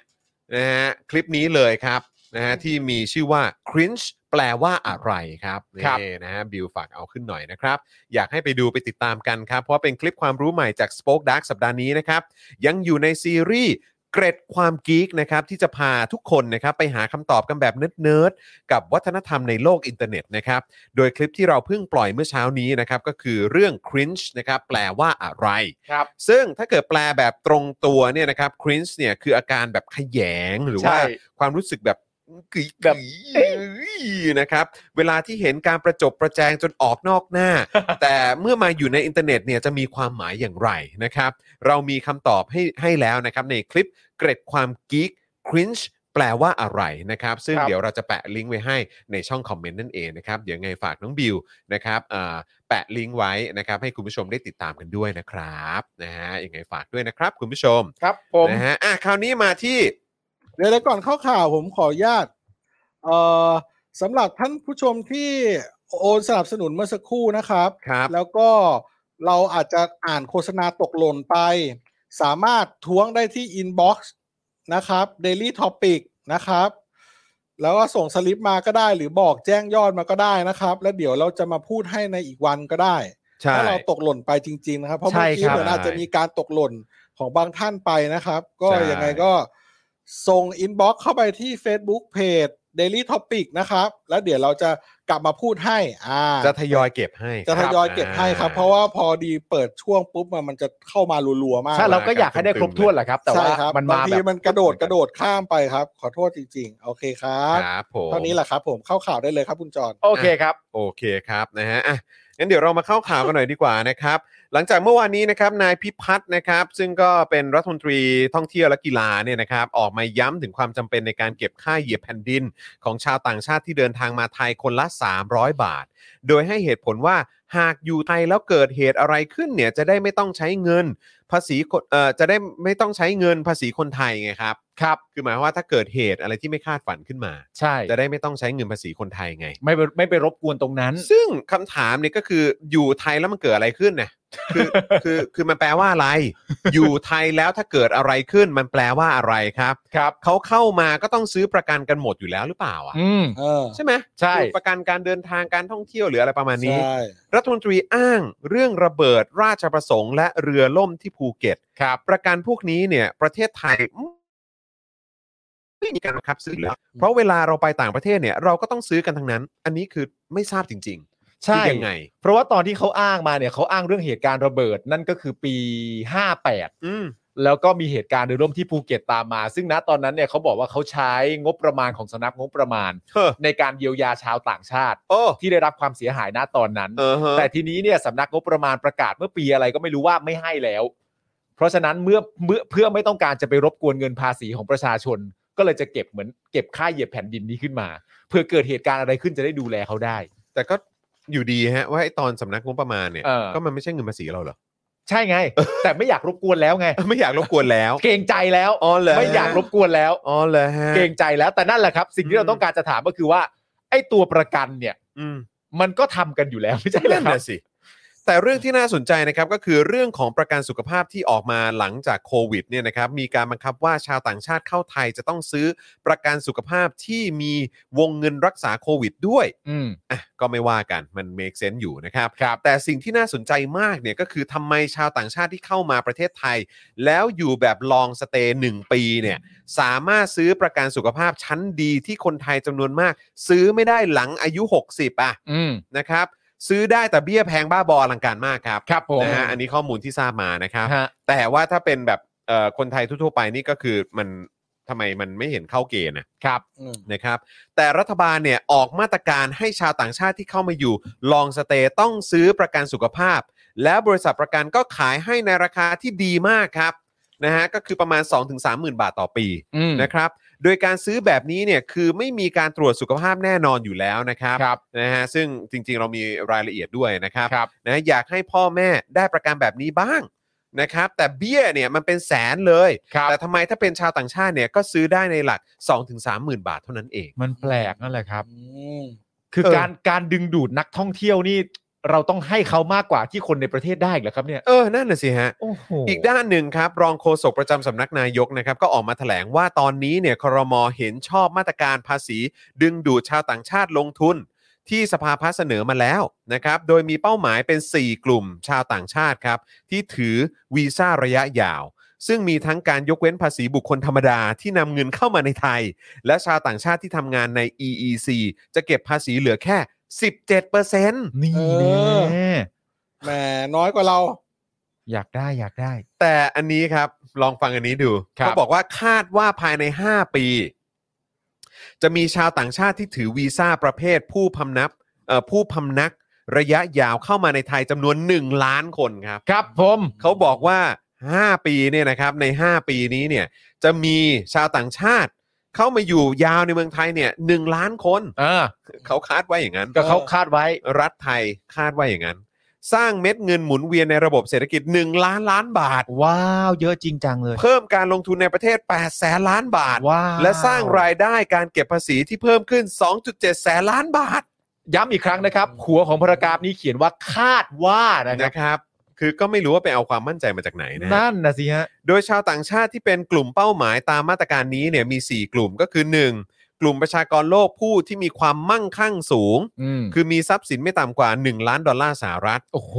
นะฮะคลิปนี้เลยครับนะฮะที่มีชื่อว่า cringe แปลว่าอะไรครับ
ครับ
นี่นะฮะบิวฝากเอาขึ้นหน่อยนะครับ อยากให้ไปดูไปติดตามกันครับ เพราะเป็นคลิปความรู้ใหม่จาก Spoke Dark สัปดาห์นี้นะครับ ยังอยู่ในซีรีส์เกร็ดความกีกนะครับที่จะพาทุกคนนะครับไปหาคำตอบกันแบบเนิร์ดๆกับวัฒนธรรมในโลกอินเทอร์เน็ตนะครับ โดยคลิปที่เราเพิ่งปล่อยเมื่อเช้านี้นะครับก็คือเรื่อง cringe นะครับแปลว่าอะไร
ครับ
ซึ่งถ้าเกิดแปลแบบตรงตัวเนี่ยนะครับครินช์เนี่ยคืออาการแบบขยงหรือว่า
ใช่
ความรู้สึกแบบกึ๋ย
แบบเอ๊ะ
นะครับ เวลาที่เห็นการประจบประแจงจนออกนอกห น้า แต่เมื่อมาอยู่ในอินเทอร์เน็ตเนี่ยจะมีความหมายอย่างไรนะครับ เรามีคำตอบให้ให้แล้วนะครับ ในคลิปเกร็ดความกิ๊กครินช์แปลว่าอะไรนะครับ ซึ่ง
ครับ
เดี๋ยวเราจะแปะลิงก์ไว้ให้ในช่องคอมเมนต์นั่นเองนะครับเดี๋ยวไงฝากน้องบิวนะครับอ่า แปะลิงก์ไว้นะครับให้คุณผู้ชมได้ติดตามกันด้วยนะครับนะฮะยังไงฝากด้วยนะครับ คุณผู้ชม
ครับผม
นะฮะอ่ะคราวนี้มาที่
เดี๋ยวแล้วก่อนเข้าข่าวผมขออนุญาตเอ่อสำหรับท่านผู้ชมที่โอนสนับสนุนเมื่อสักครู่นะครับ
ครับ
แล้วก็เราอาจจะอ่านโฆษณาตกหล่นไป สามารถท้วงได้ที่ inbox นะครับ daily topic นะครับ แล้วก็ส่งสลิปมาก็ได้ หรือบอกแจ้งยอดมาก็ได้นะครับ แล้วเดี๋ยวเราจะมาพูดให้ในอีกวันก็ได้
ใช่
ถ้าเราตกหล่นไปจริง ๆ นะครับ เพราะ
ใช่
เมื่อกี้
ครับ
เหมือนอาจจะมีการตกหล่นของบางท่านไปนะครับ ก็
ใช่
ยังไงก็ส่งอินบ็อกซ์เข้าไปที่ Facebook Page Daily Topic นะครับ แล้วเดี๋ยวเราจะกลับมาพูดให้อ่า
จะทยอยเก็บให้
จะทยอย
า
เก็บให้ครับ เพราะว่าพอดีเปิดช่วงปุ๊บมันมันจะเข้ามารัวๆมาก
ใช่เราก็อยากให้ได้ครบถ้วนแหละครับ แต่ว่า
ใช่ครับ
มันมา
บาง
แบ
ที
บ
มันกระโดดกระโดดข้ามไปครับ ขอโทษจริง ๆ โอเคครับ
ครับผม
เท่านี้แหละครับ ผมเข้าข่าวได้เลยครับคุณจอน
โอเคครับ
โอเคครับนะฮะอ่ะงั้นเดี๋ยวเรามาเข้าข่าวกันหน่อยดีกว่านะครับ หลังจากเมื่อวานนี้นะครับนายพิพัฒน์นะครับ ซึ่งก็เป็นรัฐมนตรีท่องเที่ยวและกีฬาเนี่ยนะครับ ออกมาย้ำถึงความจำเป็นในการเก็บค่าเหยียบแผ่นดิน ของชาวต่างชาติที่เดินทางมาไทยคนละ 300 บาท โดยให้เหตุผลว่าหากอยู่ไทยแล้วเกิดเหตุอะไรขึ้นเนี่ยจะได้ไม่ต้องใช้เงิน ภาษีคนเอ่อจะได้ไม่ต้องใช้เงินภาษีคนไทยไงครับครับคือหมายความว่าถ้าเกิดเหตุอะไรที่ไม่คาดฝันขึ้นมา
ใช่
จะได้ไม่ต้องใช้เงินภาษีคนไทยไง
ไม่ไปไม่ไปรบกวนตรงนั้น
ซึ่งคำถามเนี่ยก็คืออยู่ไทยแล้วมันเกิดอะไรขึ้นเนี่ยคือ คือคือมันแปลว่าอะไร อยู่ไทยแล้วถ้าเกิดอะไรขึ้นมันแปลว่าอะไรครับ
ครับ
เขาเข้ามาก็ต้องซื้อประกันกันหมดอยู่แล้วหรือเปล่าอ่ะ
อืม
เออ
ใช่ไหม
ใช่
คือประกันการเดินทางการท่องเที่ยวหรืออะไรประมาณนี้
ใช่
รัฐมนตรีอ้างเรื่องระเบิดราชประสงค์และเรือล่มที่ภูเก็ต
ครับ
ประกันพวกนี้เนี่ยประเทศไทยไม่มีการบังคับซื้ออยู่แล้วเพราะเวลาเราไปต่างประเทศเนี่ยเราก็ต้องซื้อกันทั้งนั้น อันนี้คือไม่ทราบจริงๆ
ใช่
คือยังไง
เพราะว่าตอนที่เขาอ้างมาเนี่ยเขาอ้างเรื่องเหตุการณ์ระเบิดนั่นก็คือปี 58
อืม
แล้วก็มีเหตุการณ์เรือล่มที่ภูเก็ตตามมา ซึ่งณตอนนั้นเนี่ยเขาบอกว่าเขาใช้งบประมาณของสำนักงบประมาณ
เฮ้อ
ในการเยียวยาชาวต่างชาติ
โอ้
ที่ได้รับความเสียหายณตอนนั้น
เออฮะ
แต่ทีนี้เนี่ยสำนักงบประมาณประกาศเมื่อปีอะไรก็ไม่รู้ว่าไม่ให้แล้ว เพราะฉะนั้นเมื่อเมื่อเพื่อไม่ต้องการจะไปรบกวนเงินภาษีของประชาชน ก็เลยจะเก็บเหมือนเก็บค่าเหยียบแผ่นดินนี้ขึ้นมา เพื่อเกิดเหตุการณ์อะไรขึ้นจะได้ดูแลเขาได้
แต่ก็อยู่ดีฮะ ว่าไอ้ตอนสำนักงบประมาณเนี่ย
เออ
ก็มันไม่ใช่เงินภาษีเราเหรอ
ใช่ไง แต่ไม่อยากรบกวนแล้วไง
ไม่อยากรบกวนแล้ว
เกรงใจแล้ว
อ๋อเหรอ
ไม่อยากรบกวนแล้ว
อ๋อเลยฮะ
เกรงใจแล้วแต่นั่นแหละครับ สิ่งที่
อื
เรา
ม
ต้องการจะถามก็คือว่า ไอ้ตัวประกันเนี่ย
อืม
มันก็ทำกันอยู่แล้วไม่ใช่เหรอ
นั่น
ครับ
น่ะสิแต่เรื่องที่น่าสนใจนะครับก็คือเรื่องของประกันสุขภาพที่ออกมาหลังจากโควิดเนี่ยนะครับมีการบังคับว่าชาวต่างชาติเข้าไทยจะต้องซื้อประกันสุขภาพที่มีวงเงินรักษาโควิดด้วย
อืม
อ่ะก็ไม่ว่ากันมัน make sense อยู่นะครับ
ครับ
แต่สิ่งที่น่าสนใจมากเนี่ยก็คือทำไมชาวต่างชาติที่เข้ามาประเทศไทย แล้วอยู่แบบลองสเตย์หนึ่งปีเนี่ยสามารถซื้อประกันสุขภาพชั้นดีที่คนไทยจำนวนมาก ซื้อไม่ได้หลังอายุ 60อ่ะ
อืม
นะครับซื้อได้แต่เบี้ยแพงบ้าบออลังการมากครับ
ครับผม
นะฮะอันนี้ข้อมูลที่ทราบมานะครับ
ฮะ
แต่ว่าถ้าเป็นแบบเอ่อคนไทยทั่วๆไปนี่ก็คือมัน ทำไมมันไม่เห็นเข้าเกณฑ์นะครับ
อืม
นะครับแต่รัฐบาลเนี่ยออกมาตรการให้ชาวต่างชาติที่เข้ามาอยู่ ลองสเตย์ต้องซื้อประกันสุขภาพ แล้วบริษัทประกันก็ขายให้ในราคาที่ดีมากครับนะฮะก็คือประมาณ 2-3 หมื่นบาทต่อปี
อืม
นะครับ โดยการซื้อแบบนี้เนี่ยคือไม่มีการตรวจสุขภาพแน่นอนอยู่แล้วนะครับ
ครับ
นะฮะซึ่งจริงๆเรามีรายละเอียดด้วยนะครับ
ครับ
นะอยากให้พ่อแม่ได้ประกันแบบนี้บ้างนะครับแต่เบี้ยเนี่ยมันเป็นแสนเลย
ครับ
แต่ทำไมถ้าเป็นชาวต่างชาติเนี่ยก็ซื้อได้ในหลัก 2-3หมื่นบาทเท่านั้นเอง
มันแปลกนั่นแหละครับ
อืม
คือ
เออ
การการดึงดูดนักท่องเที่ยวนี่ เราต้องให้เขามากกว่าที่คนในประเทศได้อีกเหรอครับเนี่ย
เออนั่นน่ะสิฮะ
โอ้โห
อีกด้านหนึ่งครับ รองโฆษกประจำสำนักนายกนะครับ ก็ออกมาแถลงว่าตอนนี้เนี่ยครมเห็นชอบมาตรการภาษี ดึงดูดชาวต่างชาติลงทุน ที่สภาพัฒน์เสนอมาแล้วนะครับ โดยมีเป้าหมายเป็น 4 กลุ่มชาวต่างชาติครับ ที่ถือวีซ่าระยะยาว ซึ่งมีทั้งการยกเว้นภาษีบุคคลธรรมดาที่นำเงินเข้ามาในไทย และชาวต่างชาติที่ทำงานใน EEC จะเก็บภาษีเหลือแค่ 17%
นี่แน่
แหมน้อยกว่าเรา
อยากได้อยากได้
แต่อันนี้ครับลองฟังอันนี้ดู
ครับ
เขาบอกว่าคาดว่าภายใน 5 ปี จะมีชาวต่างชาติที่ถือวีซ่าประเภทผู้พำนับเอ่อผู้พำนักระยะยาวเข้ามาในไทยจำนวน 1 ล้านคนครับ
ครับผม
เขาบอกว่า 5 ปีเนี่ยนะครับใน 5 ปีนี้เนี่ยจะมีชาวต่างชาติ เข้ามาอยู่ยาวในเมืองไทยเนี่ยหล้านคน
เออ
เขาคาดไว้อย่างนั้น
ก็เขาคาดไว้
รัฐไทยคาดไว้อย่างนั้น สร้างเม็ดเงินหมุนเวียนในระบบเศรษฐกิจ 1 ล้านล้านบาท
ว้าวเยอะจริงจังเลย
เพิ่มการลงทุนในประเทศ 8 แสนล้านบาท
ว้าว
และสร้างรายได้การเก็บภาษีที่เพิ่มขึ้น 2.7 แสนล้านบาท
ย้ำอีกครั้งนะครับ หัวของพารากราฟนี้เขียนว่าคาดว่านะครับ
นะครับ คือก็ไม่รู้ว่าไปเอาความมั่นใจมาจากไหนนะฮะ
นั่นนะสิฮะ
โดยชาวต่างชาติที่เป็นกลุ่มเป้าหมายตามมาตรการนี้เนี่ยมี 4 กลุ่มก็คือ 1. กลุ่มประชากรโลกผู้ที่มีความมั่งคั่งสูง
อืม
คือมีทรัพย์สินไม่ต่ำกว่า 1 ล้านดอลลาร์สหรัฐ
โอ้โห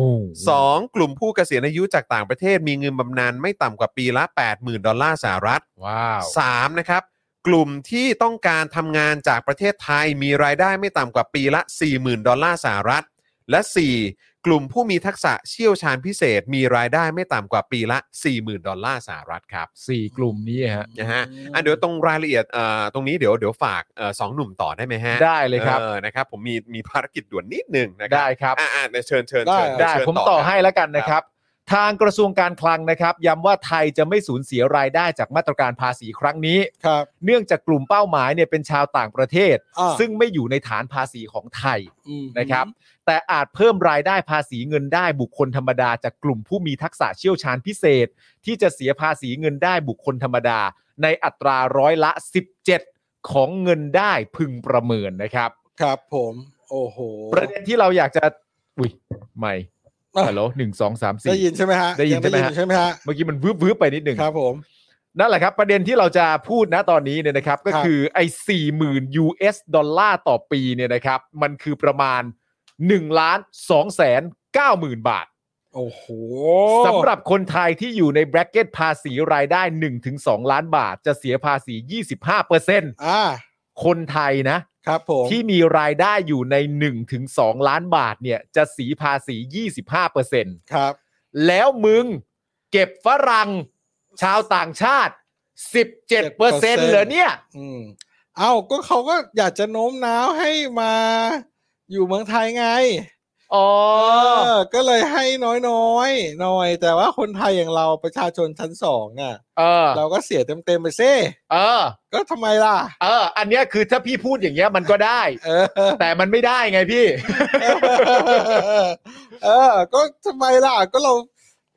2. กลุ่มผู้เกษียณอายุจากต่างประเทศมีเงินบำนาญไม่ต่ำกว่าปีละ 80,000 ดอลลาร์สหรัฐ
ว้าว
สามนะครับ กลุ่มที่ต้องการทำงานจากประเทศไทยมีรายได้ไม่ต่ำกว่าปีละ 40,000 ดอลลาร์สหรัฐ และ 4 กลุ่มผู้มีทักษะเชี่ยวชาญพิเศษ มีรายได้ไม่ต่ำกว่าปีละ 40,000 ดอลลาร์สหรัฐครับ
สี่กลุ่มนี้ฮะ
นะฮะอ่ะเดี๋ยวตรงรายละเอียดเอ่อตรงนี้เดี๋ยวเดี๋ยวฝากเอ่อสองหนุ่มต่อได้ไหมฮะ
ได้เลยครับ
ออนะครับ ผมมีมีภารกิจด่วนนิดนึงนะครั
ได้ครับ
อ่ะอ่ะเดี๋ยวเชิญเชิญ
ได้
เชิญ
ได้
เชิญ
ผมต่อ
ครับ
ให้แล้วกันนะครับ ทางกระทรวงการคลังนะครับ ย้ำว่าไทยจะไม่สูญเสียรายได้จากมาตรการภาษีครั้งนี้
ครับ
เนื่องจากกลุ่มเป้าหมายเนี่ยเป็นชาวต่างประเทศ
อ่า
ซึ่งไม่อยู่ในฐานภาษีของไทย
อืม
นะครับ แต่อาจเพิ่มรายได้ภาษีเงินได้บุคคลธรรมดา จากกลุ่มผู้มีทักษะเชี่ยวชาญพิเศษ ที่จะเสียภาษีเงินได้บุคคลธรรมดา ในอัตราร้อยละ 17 ของเงินได้พึงประเมินนะครับ
ครับผม โอ้โห
ประเด็นที่เราอยากจะ อุ้ยไม่
อ่ะ
ฮัลโหลหนึ่งสองสามสี่
ได้ยินใช่ไหมฮะ
ได้ยิน
ง
ใช่ไหมฮะ
ใช่ไหมฮะ
เมื่อกี้มันวืบวืบไปนิดหนึ่ง
ครับผม
นั่นแหละครับ ประเด็นที่เราจะพูดนะตอนนี้เนี่ยนะครับ ก็
ครับ
คือไอ้สี่หมื่น US ดอลลาร์ต่อปีเนี่ยนะครับ มันคือประมาณ1นึ่งล้านสองแสนเก้าหมื่นบาท
โอ้โห
สำหรับคนไทยที่อยู่ในแบร c เกตภาษีรายได้ 1-2 ล้านบาท จะเสียภาษี 25%
อ่า
คนไทยนะ
ครับผม
ที่มีรายได้อยู่ใน 1-2 ล้านบาทเนี่ยจะสีภาษี 25%
ครับ
แล้วมึงเก็บฝรั่งชาวต่างชาติ 17%เหรอเนี่ย
อืมเอ้าก็เขาก็อยากจะโน้มน้าวให้มาอยู่เมืองไทยไง
อ๋อ
เออก็เลยให้น้อยๆหน่อย แต่ว่าคนไทยอย่างเราประชาชนชั้นสองอ่ะ
เออ
เราก็เสียเต็มๆไปซิ
เออ
ก็ทำไมล่ะ
เออ อันเนี้ยคือถ้าพี่พูดอย่างเงี้ยมันก็ได้
เออ
แต่มันไม่ได้ไงพี่
เออ ก็ทำไมล่ะ ก็เรา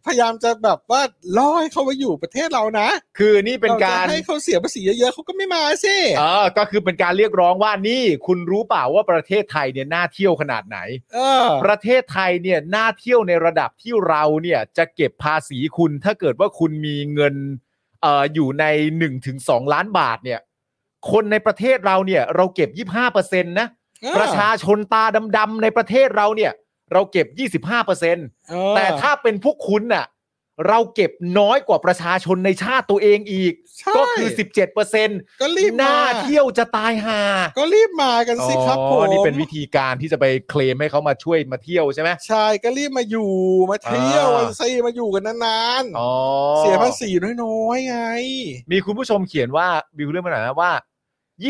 พยายามจะแบบว่าล่อให้เขามาอยู่ประเทศเรานะ
คือนี่เป็นการ
จะให้เขาเสียภาษีเยอะๆเขาก็ไม่มาสิ
เออ ก็คือเป็นการเรียกร้องว่านี่ คุณรู้เปล่าว่าประเทศไทยเนี่ยน่าเที่ยวขนาดไหน
เออ
ประเทศไทยเนี่ยน่าเที่ยวในระดับที่เราเนี่ยจะเก็บภาษีคุณถ้าเกิดว่าคุณมีเงินเอ่ออยู่ใน 1-2 ล้านบาทเนี่ย คนในประเทศเราเนี่ยเราเก็บ 25%นะประชาชนตาดำๆในประเทศเราเนี่ย เราเก็บ 25%แต่ถ้าเป็นพวกคุณน่ะ เราเก็บน้อยกว่าประชาชนในชาติตัวเองอีก
ใช่
ก็คือ 17เปอร์เซ็นต์
ก็รีบ
ห
มา
น้าเที่ยวจะตายหา
ก็รีบมากันสิครับผ
อ๋อ
ม
นี่เป็นวิธีการที่จะไปเคลมให้เขามาช่วยมาเที่ยวใช่ไหม
ใช่ก็รีบมาอยู่มาเที่ยว
อ่า
กันสิมาอยู่กันนาน
อ๋อ
ๆเสียภาษีน้อยๆไง
มีคุณผู้ชมเขียนว่าบิวเรื่องมันหน่อยนะว่า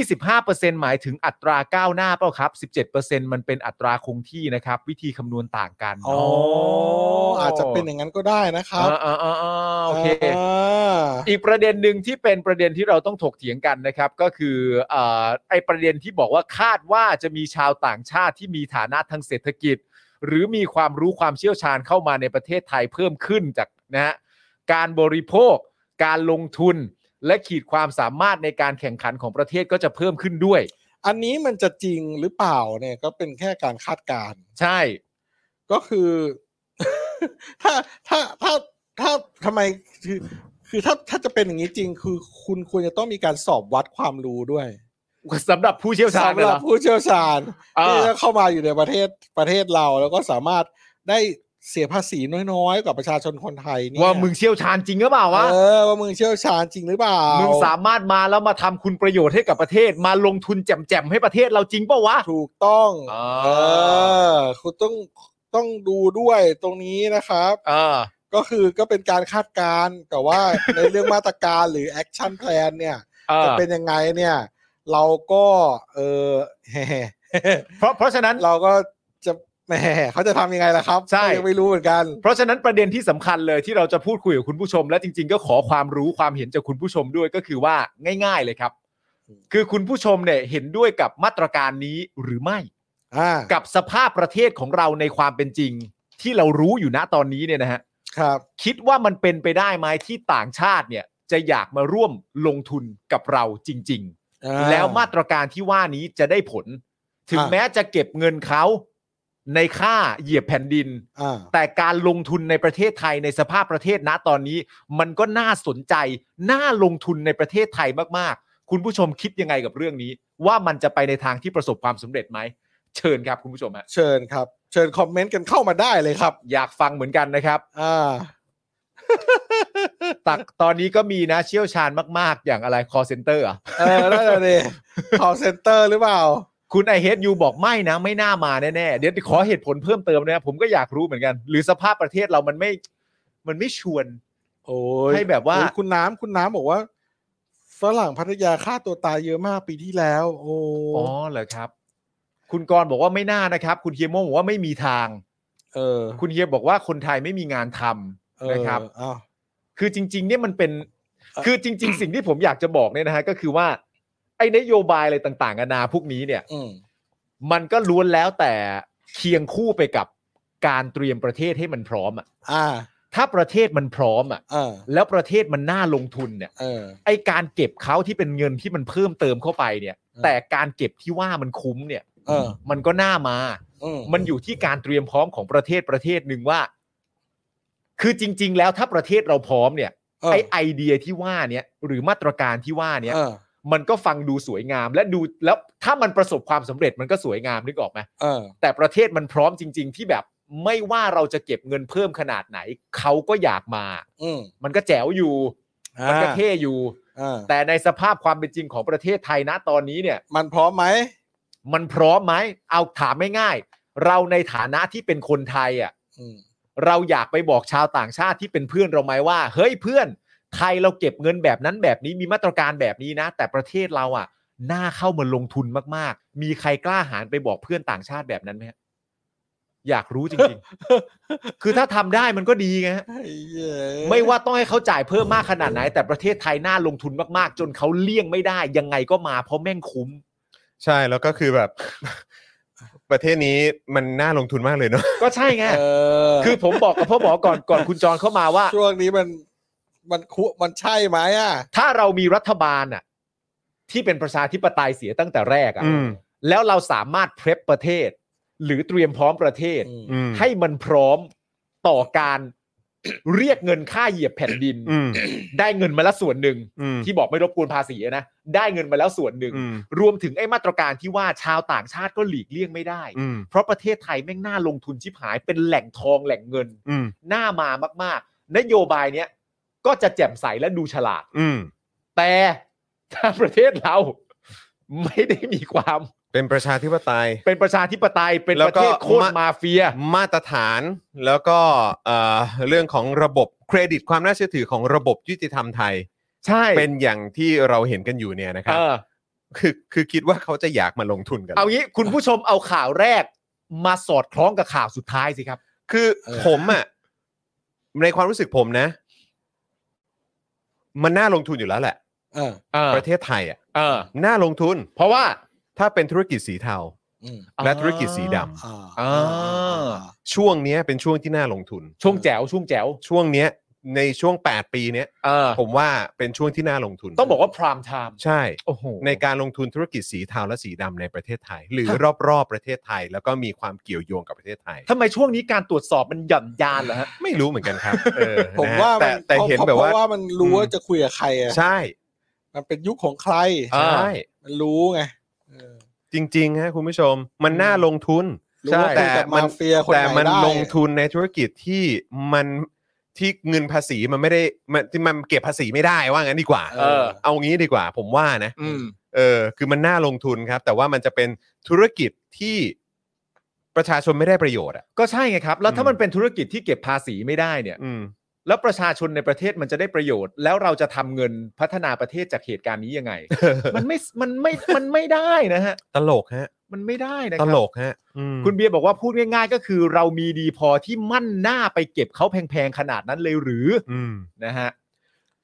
25%หมายถึงอัตราก้าวหน้าเปล่าครับ 17%มันเป็นอัตราคงที่นะครับ วิธีคำนวณต่างกัน
อ๋ออาจจะเป็นอย่างนั้นก็ได้นะครับ
อ่าอ่าอ่าโอเค
า
อีกประเด็นหนึ่งที่เป็นประเด็นที่เราต้องถกเถียงกันนะครับ ก็คือเออไอประเด็นที่บอกว่าคาดว่าจะมีชาวต่างชาติที่มีฐานะทางเศรษฐกิจ หรือมีความรู้ความเชี่ยวชาญเข้ามาในประเทศไทยเพิ่มขึ้นจากนะฮะการบริโภค การลงทุน และขีดความสามารถในการแข่งขันของประเทศก็จะเพิ่มขึ้นด้วย
อันนี้มันจะจริงหรือเปล่าเนี่ยก็เป็นแค่การคาดการณ์
ใช่
ก็คือ ถ้าถ้าถ้าถ้าทำไมคือคือถ้าถ้าจะเป็นอย่างนี้จริง คือคุณควรจะต้องมีการสอบวัดความรู้ด้วย
สำหรับผู้เชี่ยวชาญ
สำ
เลย
ห
เห
รั
ร
บ
อ
ผู้เชี่ยวชาญ
อ่า
ที่จะเข้ามาอยู่ในประเทศประเทศเรา แล้วก็สามารถได้เสียภาษีน้อยๆกับประชาชนคนไทยเนี่ย
ว่ามึงเชี่ยวชาญจริงหรือเปล่าวะ
เออว่ามึงเชี่ยวชาญจริงหรือเปล่า
มึงสามารถมาแล้วมาทำคุณประโยชน์ให้กับประเทศ มาลงทุนแจ่มๆให้ประเทศเราจริงเปล่าวะ
ถูกต้อง
อ่า
เออคุณต้องต้องดูด้วยตรงนี้นะครับ
เออ
ก็คือก็เป็นการคาดการณ์แต่ว่า ในเรื่องมาตรการหรือแอคชั่นแพลนเนี่ย
เออ
จะเป็นยังไงเนี่ย เราก็เออแหม่
เพราะเพราะฉะนั้น
เราก็จะแหม่เขาจะทำยังไงล่ะครับ
ใช่
ก็ยังไม่รู้เหมือนกัน
เพราะฉะนั้นประเด็นที่สำคัญเลยที่เราจะพูดคุยกับคุณผู้ชม และจริง ๆ ก็ขอความรู้ความเห็นจากคุณผู้ชมด้วยก็คือว่าง่าย ๆเลยครับ คือคุณผู้ชมเนี่ยเห็นด้วยกับมาตรการนี้หรือไม่
อ่า
กับสภาพประเทศของเราในความเป็นจริง ที่เรารู้อยู่ณตอนนี้เนี่ยนะฮะ
ครับ
คิดว่ามันเป็นไปได้ไหมที่ต่างชาติเนี่ยจะอยากมาร่วมลงทุนกับเราจริง ๆ
อ่
แล้วมาตรการที่ว่านี้จะได้ผล ถึง
อ่า
แม้จะเก็บเงินเขาในค่าเหยียบแผ่นดิน
อ่า
แต่การลงทุนในประเทศไทยในสภาพประเทศนะตอนนี้ มันก็น่าสนใจ น่าลงทุนในประเทศไทยมากๆ คุณผู้ชมคิดยังไงกับเรื่องนี้ ว่ามันจะไปในทางที่ประสบความสำเร็จไหม เชิญครับคุณผู้ชมฮะ
เชิญครับ เชิญคอมเมนต์กันเข้ามาได้เลยครับ
อยากฟังเหมือนกันนะครับ
อ่า
ตักตอนนี้ก็มีนะเชี่ยวชาญมากๆ อย่างอะไร call center อะ
เออนั่นแหละดิ call center หรือเปล่า
คุณไอเฮดยูบอกไม่นะไม่น่ามาแน่ๆเดี๋ยวขอเหตุผลเพิ่มเติมนะครับผมก็อยากรู้เหมือนกัน หรือสภาพประเทศเรามันไม่ มันไม่ชวน
โอ้ย
ให้แบบว่า
โอ้ยคุณน้ำคุณน้ำบอกว่าฝรั่งพัทยาฆ่าตัวตายเยอะมากปีที่แล้ว โอ้
อ๋อเหรอครับ คุณกรณ์บอกว่าไม่น่านะครับ คุณเฮียโมงบอกว่าไม่มีทาง
เออ
คุณเฮียบอกว่าคนไทยไม่มีงานทำ
เออ
นะครับ
อ้าว
คือจริง ๆ เนี่ยมันเป็น
เอ่อ
คือจริง ๆ สิ่งที่ผมอยากจะบอกเนี่ยนะฮะก็คือว่า ไอ้นโยบายอะไรต่างๆนานาพวกนี้เนี่ย
อืม
มันก็ล้วนแล้วแต่เคียงคู่ไปกับการเตรียมประเทศให้มันพร้อมอะ
อ่า
ถ้าประเทศมันพร้อมอะ
เออ
แล้วประเทศมันน่าลงทุนเนี่ย
เออ
ไอการเก็บเขาที่เป็นเงินที่มันเพิ่มเติมเข้าไปเนี่ย
เออ
แต่การเก็บที่ว่ามันคุ้มเนี่ย
เออ
มันก็น่ามา
อืม
มันอยู่ที่การเตรียมพร้อมของประเทศประเทศหนึ่งว่า คือจริง ๆ แล้วถ้าประเทศเราพร้อมเนี่ย
เออ
ไอไอเดียที่ว่าเนี่ยหรือมาตรการที่ว่าเนี่ย
เออ
มันก็ฟังดูสวยงาม และดูแล้วถ้ามันประสบความสำเร็จมันก็สวยงามนึกออกไหม
เออ
แต่ประเทศมันพร้อมจริง ๆ ที่แบบไม่ว่าเราจะเก็บเงินเพิ่มขนาดไหนเขาก็อยากมา
อืม
มันก็แจ๋วอยู่ มันก็เท่อยู่
อ่า
แต่ในสภาพความเป็นจริงของประเทศไทยนะตอนนี้เนี่ย
มันพร้อมไหม
มันพร้อมไหมเอาถามง่ายๆเราในฐานะที่เป็นคนไทยอ่ะ
อืม
เราอยากไปบอกชาวต่างชาติที่เป็นเพื่อนเราไหมว่า เฮ้ยเพื่อน ไทยเราเก็บเงินแบบนั้นแบบนี้มีมาตรการแบบนี้นะ แต่ประเทศเราอ่ะน่าเข้ามาลงทุนมากๆ มีใครกล้าหาญไปบอกเพื่อนต่างชาติแบบนั้นไหมฮะอยากรู้จริงๆ คือถ้าทำได้มันก็ดีไงฮะ
ไอ้เหี้ย
ไม่ว่าต้องให้เขาจ่ายเพิ่มมากขนาดไหน แต่ประเทศไทยน่าลงทุนมากๆ จนเขาเลี่ยงไม่ได้ ยังไงก็มาเพราะแม่งคุ้ม
ใช่แล้วก็คือแบบ ประเทศนี้มันน่าลงทุนมากเลยเนาะ
ก็ใช่ไง
เออ
คือผมบอกกับพ่อหมอก่อนก่อนคุณจรเข้ามาว่า
ช่วงนี้มันมันคุมันใช่ไหมอ่ะ
ถ้าเรามีรัฐบาลน่ะที่เป็นประชาธิปไตยเสียตั้งแต่แรกอะ
อืม
แล้วเราสามารถเพรพประเทศ หรือเตรียมพร้อมประเทศ
อืม
อืม
ให้มันพร้อมต่อการ เรียกเงินค่าเหยียบแผ่นดิน
อืม
ได้เงินมาแล้วส่วนหนึ่ง
อืม
ที่บอกไม่รบกวนภาษีนะได้เงินมาแล้วส่วนหนึ่ง
อืม
รวมถึงไอ้มาตรการที่ว่าชาวต่างชาติก็หลีกเลี่ยงไม่ได้
อืม
เพราะประเทศไทยแม่งน่าลงทุนชิบหายเป็นแหล่งทองแหล่งเงิน
อืม
น่ามามาก นโยบายเนี้ยก็จะแจ่มใสและดูฉลาด
อืม
แต่ถ้าประเทศเรา ไม่ได้มีความ
เป็นประชาธิปไตย
เป็นประชาธิปไตยเป็น
แล้
ป
ว
ระ
ก็
เทศโคตรมาเฟีย
มาตรฐานแล้วก็เอ่อเรื่องของระบบเครดิตความน่าเชื่อถือของระบบยุติธรรมไทย
ใช่
เป็นอย่างที่เราเห็นกันอยู่เนี่ยนะครั
เอบ อ
คือคือคิดว่าเขาจะอยากมาลงทุนกัน
เอางี้คุณผู้ชมเอาข่าวแรก มาสอดคล้องกับข่าวสุดท้ายสิครับ
คือ
เออ
ผมอะในความรู้สึกผมนะ มันน่าลงทุนอยู่แล้วแหละ
เออ
เออ
ประเทศไทยอะ
เออ
น่าลงทุน
เพราะว่า
ถ้าเป็นธุรกิจสีเทา
อืม
และธุรกิจสีดำ
อ่า
อ่า
ช่วงเนี้ยเป็นช่วงที่น่าลงทุน
ช่วงแจ๋วช่วงแจ๋ว
ช่วงเนี้ยในช่วง 8 ปีเนี้ย
เออ
ผมว่าเป็นช่วงที่น่าลงทุน
ต้องบอกว่าพรามไทม์
ใช่
โอ้โห
ในการลงทุนธุรกิจสีเทาและสีดำในประเทศไทย หรือรอบๆประเทศไทย แล้วก็มีความเกี่ยวโยงกับประเทศไทย
ทำไมช่วงนี้การตรวจสอบมันหย่อนยานเหรอฮะ
ไม่รู้เหมือนกันครับเออ
ผม
นะฮะ
ว่ามั
แต่
น
แต่เห็น
พระ
แบบว่า
พระมันรู้
อืม
ว่าจะคุยกับใครอ่ะ
ใช่
มันเป็นยุคของใคร
อ่า
ใช่
มันรู้ไงเออ
จริงๆฮะคุณผู้ชม มันน่าลงทุน
รู้ว่า
ใช่
คุยกับ
แต่มั
มาน เฟียคน
แต่
ไหน
มัน
ได้
ลงทุนในธุรกิจที่มันที่เงินภาษีมันไม่ได้มันที่มันเก็บภาษีไม่ได้ว่างั้นดีกว่า
เออ
เอางี้ดีกว่า ผมว่านะ
อืม
เออคือมันน่าลงทุนครับ แต่ว่ามันจะเป็นธุรกิจที่ประชาชนไม่ได้ประโยชน์อ่ะ
ก็ใช่ไงครับ แล้ว
อื
ถ้าม มันเป็นธุรกิจที่เก็บภาษีไม่ได้เนี่ย
อืม
แล้วประชาชนในประเทศมันจะได้ประโยชน์ แล้วเราจะทำเงินพัฒนาประเทศจากเหตุการณ์นี้ยังไง มันไม่ มันไม่ มันไม่ได้นะฮะ
ตลกฮะ
มันไม่ได้นะค
ต
รับ
ลกฮะอืม
คุณเบียร์บอกว่าพูดง่าย ๆ ก็คือเรามีดีพอที่มั่นหน้าไปเก็บเขาแพงๆขนาดนั้นเลยหรือ
อืม
นะฮะ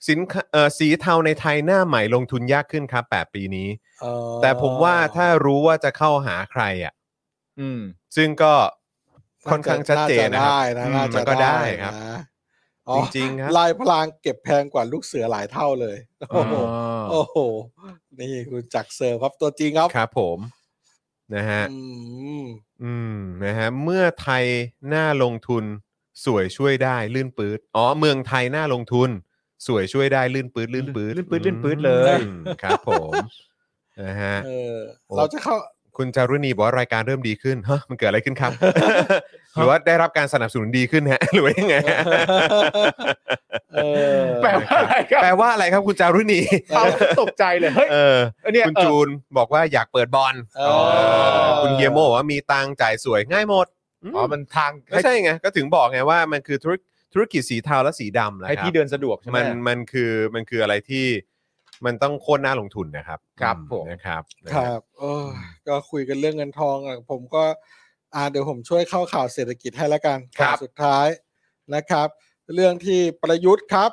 สินค้าเอ่อสีเทาในไทยหน้าใหม่ลงทุนยากขึ้นครับ 8 ปีนี้
เออ
แต่ผมว่าถ้ารู้ว่าจะเข้าหาใครอ่ะ
อืม
ซึ่งก็ค่อนข้างชัดเจนนะครับ
าจ
อืม
ได้นะ
มันก็ได้ครับ จ
จริง
ริงๆครับ
ลายพลางเก็บแพงกว่าลูกเสือหลายเท่าเลย โอ้โห โอ้โห นี่คุณจักรเสิร์ฟครับตัวจริงครับ
ครับผมนะฮะ
อืม
อืมนะฮะเมื่อไทยน่าลงทุน สวยช่วยได้ลื่นปื๊ดอ๋อเมืองไทยน่าลงทุน สวยช่วยได้ลื่นปื๊ดลื่นปื๊ด
ลื่นปื๊ดลื่นปื๊ดเลย
อืมครับผมนะฮะ
เออ
โอ้
เราจะเข้า
คุณจารุณีบอกว่ารายการเริ่มดีขึ้นฮะมันเกิดอะไรขึ้น ครับ หรือว่าได้รับการสนับสนุนดีขึ้นฮะ หรือว่า ยังไงฮะ
เออ
แปลว่าอะไรครับ
แปลว่าอะไรครับคุณจารุณี
เอาตกใจเลยเฮ้ย
เออ
อันเนี่ย
คุณ
เออ
จูนบอกว่าอยากเปิดบอล
เออ
เออคุณเยโมบอกว่ามีตังค์จ่ายสวยง่ายหมด
อ๋อ มันทาง
ไม่ใช่ไง ก็ถึงบอกไงว่ามันคือธุรกิจธุรกิจสีเทาและสีดำนะ
ให้
ครั
พี่เดินสะดวกใช่ไหม
มันมันคือมันคืออะไรที่มันต้องโค่นหน้าลงทุนนะครับ
ครับ
อื
ผม
นะครับนะ
ค
ฮะ
รับโอ้ยก็คุยกันเรื่องเงินทองอ่ะผมก็อ่าเดี๋ยวผมช่วยเข้าข่าวเศรษฐกิจให้ละกัน
ครับ
ข่าวสุดท้ายนะครับ เรื่องที่ประยุทธ์ครับ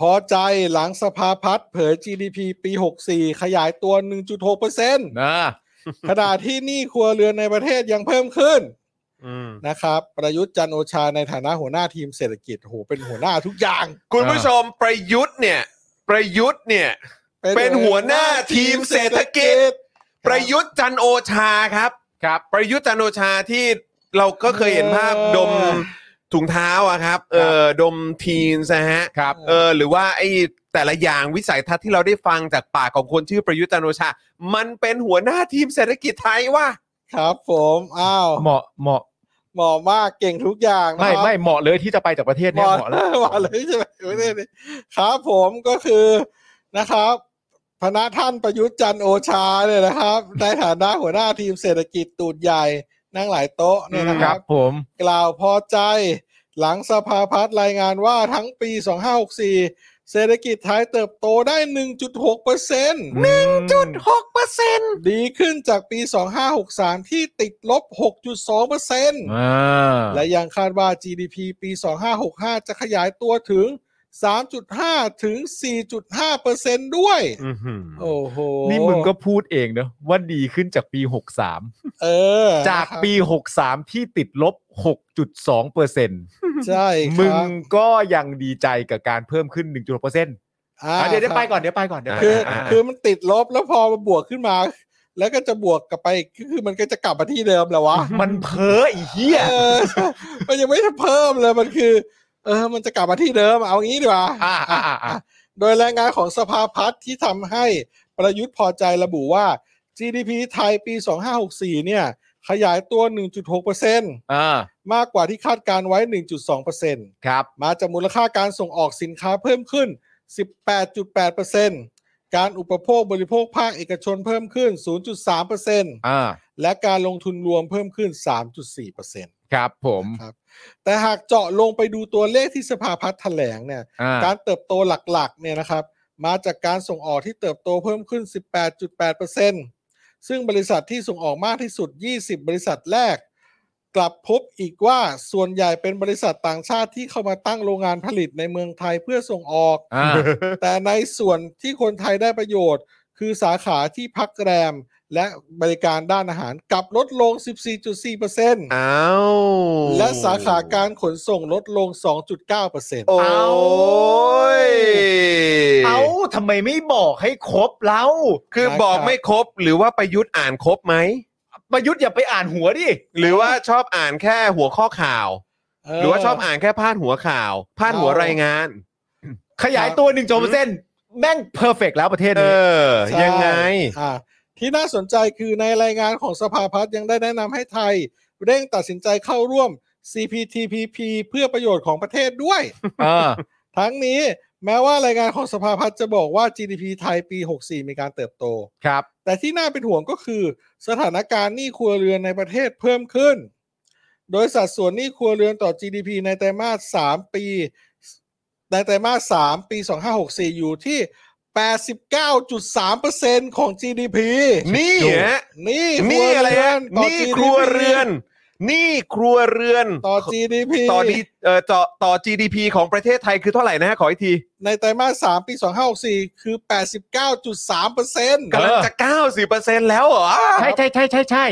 พอใจหลังสภาพัฒน์เผย GDP ปี 64 ขยายตัว 1.6%
นะ
ขณะที่หนี้ครัวเรือนในประเทศยังเพิ่มขึ้น
อืม
นะครับ ประยุทธ์จันทร์โอชาในฐานะหัวหน้าทีมเศรษฐกิจโอ้โหเป็นหัวหน้าทุกอย่าง
คุณผู้ชมประยุทธ์เนี่ย ประยุทธ์เนี่ย เป็นหัวหน้าทีมเศรษฐกิจ ประยุทธ์จันทร์โอชาครับ
ครับ
ประยุทธ์จันทร์โอชาที่เราก็เคยเห็นภาพ
เออ
ดมถุงเท้าอะครับ เออดมทีนส์นะฮะ
ครับ
เออหรือว่าไอ้แต่ละอย่างวิสัยทัศน์ที่เราได้ฟังจากปากของคนชื่อประยุทธ์จันทร์โอชา มันเป็นหัวหน้าทีมเศรษฐกิจไทยว่ะ
ครับผมอ้าว
เหมาะ เหมาะ
เหมาะมากเก่งทุกอย่างนะ
ไม่
ครับ
ไม่เหมาะเลยที่จะไปจากประเทศเนี่ยเหมาะแล้ว
หมอเลยใช่ไหมไม่ได้ดิครับผมก็คือนะครับพนะท่านประยุทธ์จันทร์โอชาเนี่ยนะครับ ในฐานะหัวหน้าทีมเศรษฐกิจตูดใหญ่นั่งหลายโต๊ะเนี่ยนะ
ค
ค
รั
รั
บบ ผม
กล่าวพอใจหลังสภาพัฒน์รายงานว่าทั้งปี 2564 เศรษฐกิจไทยเติบโตได้ 1.6เปอร์เซ็นต์
6%เปอร์เซ็นต์
ดีขึ้นจากปี 2563 ที่ติดลบ 6.2เปอร์เซ็นต์
อ่า
และยังคาดว่า GDP ปี 2565 จะขยายตัวถึง 3.5 ถึง 4.5เปอร์เซนต์ด้วย โอ้โห
นี่มึงก็พูดเองเนอะว่าดีขึ้นจากปี 63
เออ
จากปี 63 ที่ติดลบ 6.2เปอร์เซ็นต์
ใช่ครับ
มึงก็ยังดีใจกับการเพิ่มขึ้น 1.6เปอร์เซ็นต์
อ่า
เดี๋ยวเดี๋ยว
ครับ
ไปก่อนเดี๋ยวไปก่อนเดี๋ยวไป
คือ
ก่น
อา คือมันติดลบแล้วพอมาบวกขึ้นมา แล้วก็จะบวกกลับไปอีกก็คือมันก็จะกลับมาที่เดิมแหล้ววะ
มันเพ้อไอีเหี้ย
เออมันยังไม่ได้เพิ่มเลยมันคือ เออ มันจะกลับมาที่เดิมเอางี้ดีกว่า
อ่าอ่าอ่าอ่า
โดยรายงานของสภาพัฒน์ที่ทำให้ประยุทธ์พอใจระบุว่า GDP ไทยปี 2564 เนี่ย ขยายตัว 1.6%
อ่าม
ากกว่าที่คาดการไว้ 1.2%
ครับ
มาจากมูลค่าการส่งออกสินค้าเพิ่มขึ้น 18.8%การอุปโภคบริโภคภาคเอกชนเพิ่มขึ้น 0.3%
อ่า
และการลงทุนรวมเพิ่มขึ้น
ค
3.4%
รับผม
ครับแต่หากเจาะลงไปดูตัวเลขที่สภาพัฒน์แถลงเนี่ย
อ่า
การเติบโตหลักๆเนี่ยนะครับมาจากการส่งออกที่เติบโตเพิ่มขึ้น 18.8%ซึ่งบริษัทที่ส่งออกมากที่สุด 20 บริษัทแรก กลับพบอีกว่าส่วนใหญ่เป็นบริษัทต่างชาติที่เข้ามาตั้งโรงงานผลิตในเมืองไทยเพื่อส่งออก
อ่า
แต่ในส่วนที่คนไทยได้ประโยชน์ คือสาขาที่พักแรม และบริการด้านอาหารกลับลดลง 14.4%
อ้าว
และสาขาการขนส่งลดลง 2.9%
โอ้ย
เอ้าทำไมไม่บอกให้ครบแล้ว
คือบอกไม่ครบหรือว่าประยุทธ์อ่านครบไหม
ประยุทธ์อย่าไปอ่านหัวดิ
หรือว่าชอบอ่านแค่หัวข้อข่าว หรือว่าชอบอ่านแค่พาดหัวข่าว พาดหัวรายงาน
ขยายตัวหนึ่งจมเส้นแม่งเพอร์เฟกแล้วประเทศ
เอ
นี้
อ
ใช่
ยังไง
อ่าที่น่าสนใจคือในรายงานของสภาพัฒน์ยังได้แนะนำให้ไทย เร่งตัดสินใจเข้าร่วม CPTPP เพื่อประโยชน์ของประเทศด้วย
เออ
ทั้งนี้แม้ว่ารายงานของสภาพัฒน์จะบอกว่า GDP ไทยปี 64 มีการเติบโต
ครับ
แต่ที่น่าเป็นห่วงก็คือ สถานการณ์หนี้ครัวเรือนในประเทศเพิ่มขึ้น โดยสัดส่วนหนี้ครัวเรือนต่อ GDP ในไตรมาส 3 ปี ในไตรมาส 3 ปี 2564 อยู่ที่ 89.3%ของ GDP
นี่ฮะ
นี่
นี่อะไรฮะ
ต่อ
นี่
GDP
ครัวเรือน นี่ครัวเรือน
ต่อ GDP
ต่อดีเอ่อต่อต่อ GDP ของประเทศไทยคือเท่าไหร่นะฮะขออีกที
ในไตรมาส 3 ปี 2564 คือ 89.3%
กำลังจะ 90%แล้วเหรอ
ใช่ใช่ใช่ใช่ใช่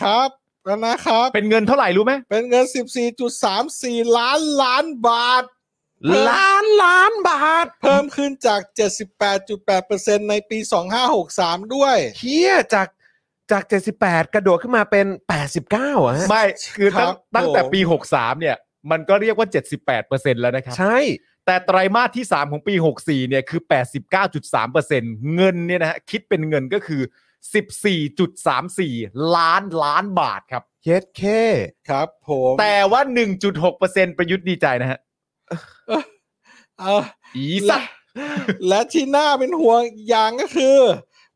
ครับแล้วนะครับ
เป็นเงินเท่าไหร่รู้ไหม
เป็นเงิน 14.34 ล้านล้านบาท
ล้านล้านบาท
เพิ่มขึ้นจาก 78.8%ในปี 2563 ด้วย
เฮียจากจาก 78 กระโดดขึ้นมาเป็น 89อ่ะฮะ
ไม่คือตั้ง
ครับ
ตั้งแต่
ผม
ปี 63 เนี่ย มันก็เรียกว่า 78%แล้วนะครับ
ใช่
แต่ไตรมาสที่ 3 ของปี 64 เนี่ย คือ 89.3%เงินเนี่ยนะฮะคิดเป็นเงินก็คือ 14.34 ล้านล้านบาทครับ
เย็ดเค
ครับผม
แต่ว่า 1.6%ประยุทธ์ดีใจนะฮะ
เออ
อีสั
และ
ตว์
และที่น่าเป็นห่วงอีกอย่างก็คือ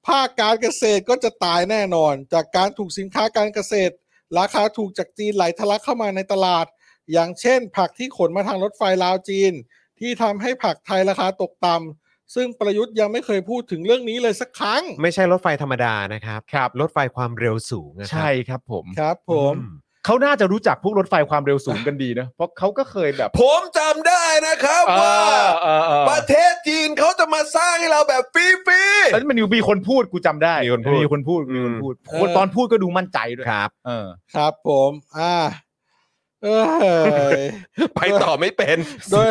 ภาคการเกษตรก็จะตายแน่นอน จากการถูกสินค้าการเกษตร ราคาถูกจากจีนไหลทะลักเข้ามาในตลาด อย่างเช่น ผักที่ขนมาทางรถไฟลาวจีน ที่ทำให้ผักไทยราคาตกต่ำซึ่งประยุทธ์ยังไม่เคยพูดถึงเรื่องนี้เลยสักครั้ง
ไม่ใช่รถไฟธรรมดานะครับครับรถไฟความเร็วสูงอะครับ
ใช่ครับผม
ครับผม
อื
เขาน่าจะรู้จักพวกรถไฟความเร็วสูงกันดีนะ เพราะเขาก็เคยแบบ
ผมจำได้นะครับว่า
เออเออเออ
ประเทศจีนเขาจะมาสร้างให้เราแบบฟรี
แล้วมันมีคนพูดกูจำได้
มีคนพูด
มีคนพูดมีคนพูด
อืม
คนตอนพูดก็ดูมั่นใจด้วย
ครับ
เออ
ครับผมอ่าเอ้ย
ไปต่อไม่เป็น
โดย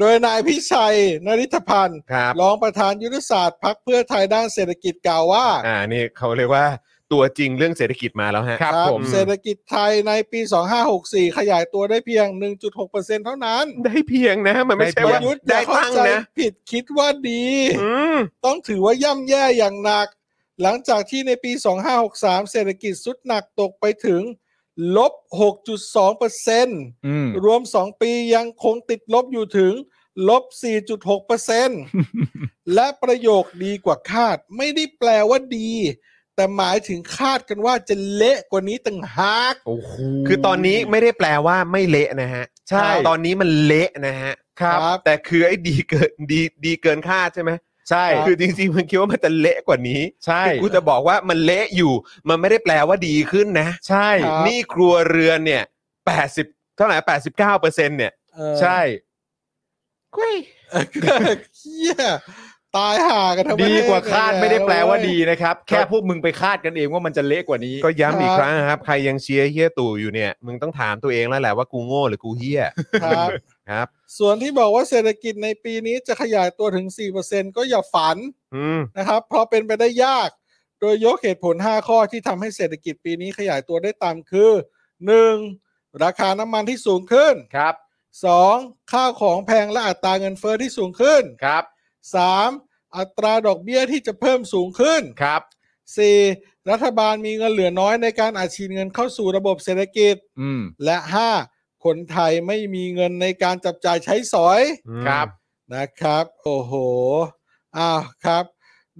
โดยนายพิชัยนริธพันธ์
ครับ
รองประธานยุทธศาสตร์พักเพื่อไทยด้านเศรษฐกิจกล่าวว่า
อ่านี่เขาเรียกว่าตัวจริงเรื่องเศรษฐกิจมาแล้วฮะ
ครับผม
เศรษฐกิจไทยในปี 2564 ขยายตัวได้เพียง 1.6%เท่านั้น
ได้เพียงนะ มันไม่ใช่
ได้เพี
ว่าง
ยุทธอ
ได้
ย่าเข้า
ตั้ง
ใจ
นะ
ผิดคิดว่าดี
อืม
ต้องถือว่าย่ำแย่อย่างหนัก หลังจากที่ในปี 2563 เศรษฐกิจสุดหนักตกไปถึงลบ 6.2%
อืม
รวม 2 ปียังคงติดลบอยู่ถึงลบ 4.6% และประโยคดีกว่าคาดไม่ได้แปลว่าดี แต่หมายถึงคาดกันว่าจะเละกว่านี้ต่างหาก
โอ้โห
คือตอนนี้ไม่ได้แปลว่าไม่เละนะฮะ
ใช่
ตอนนี้มันเละนะฮะ
ครับครับ
แต่คือไอ้ดีเกิน ดีดีเกินคาดใช่ไหม
ใช่
คือจริงๆมันคิดว่ามันจะเละกว่านี้
ใช่
คือกูจะบอกว่ามันเละอยู่ มันไม่ได้แปลว่าดีขึ้นนะ
ใช่
ครับ
นี่ครัวเรือนเนี่ย80เท่าไหร่89เปอร์เซ็นต์เนี่ย
เออ
ใช่
กุ้ย
เหี้ยตายห่ากันทั้งประ
ดี
เทศ
กว่าคาด
เย
ไม่ได้แปลว่า
เย
ดีนะครับ แค่พวกมึงไปคาดกันเองว่ามันจะเละกว่านี้
ก็ย้ำอีกครั้งนะครับ ใครยังเชียร์เฮี้ยตู่อยู่เนี่ย มึงต้องถามตัวเองแล้วแหละว่ากูโง่หรือกูเฮี้ย
ครับ
ครับ
ส่วนที่บอกว่าเศรษฐกิจในปีนี้จะขยายตัวถึง 4%ก็อย่าฝัน
อืม
นะครับ เพราะเป็นไปได้ยาก โดยยกเหตุผล 5 ข้อที่ทำให้เศรษฐกิจปีนี้ขยายตัวได้ตามคือ 1. ราคาน้ำมันที่สูงขึ้น
ครับ
2. ข้าวของแพงและอัตราเงินเฟ้อที่สูงขึ้น
ครับ
3. อัตราดอกเบี้ยที่จะเพิ่มสูงขึ้น
ครับ
สี่รัฐบาลมีเงินเหลือน้อยในการอัดฉีดเงินเข้าสู่ระบบเศรษฐกิจ
อืม
และห้าคนไทยไม่มีเงินในการจับจ่ายใช้สอย
ครับ
นะครับ โอ้โหอ้าวครับ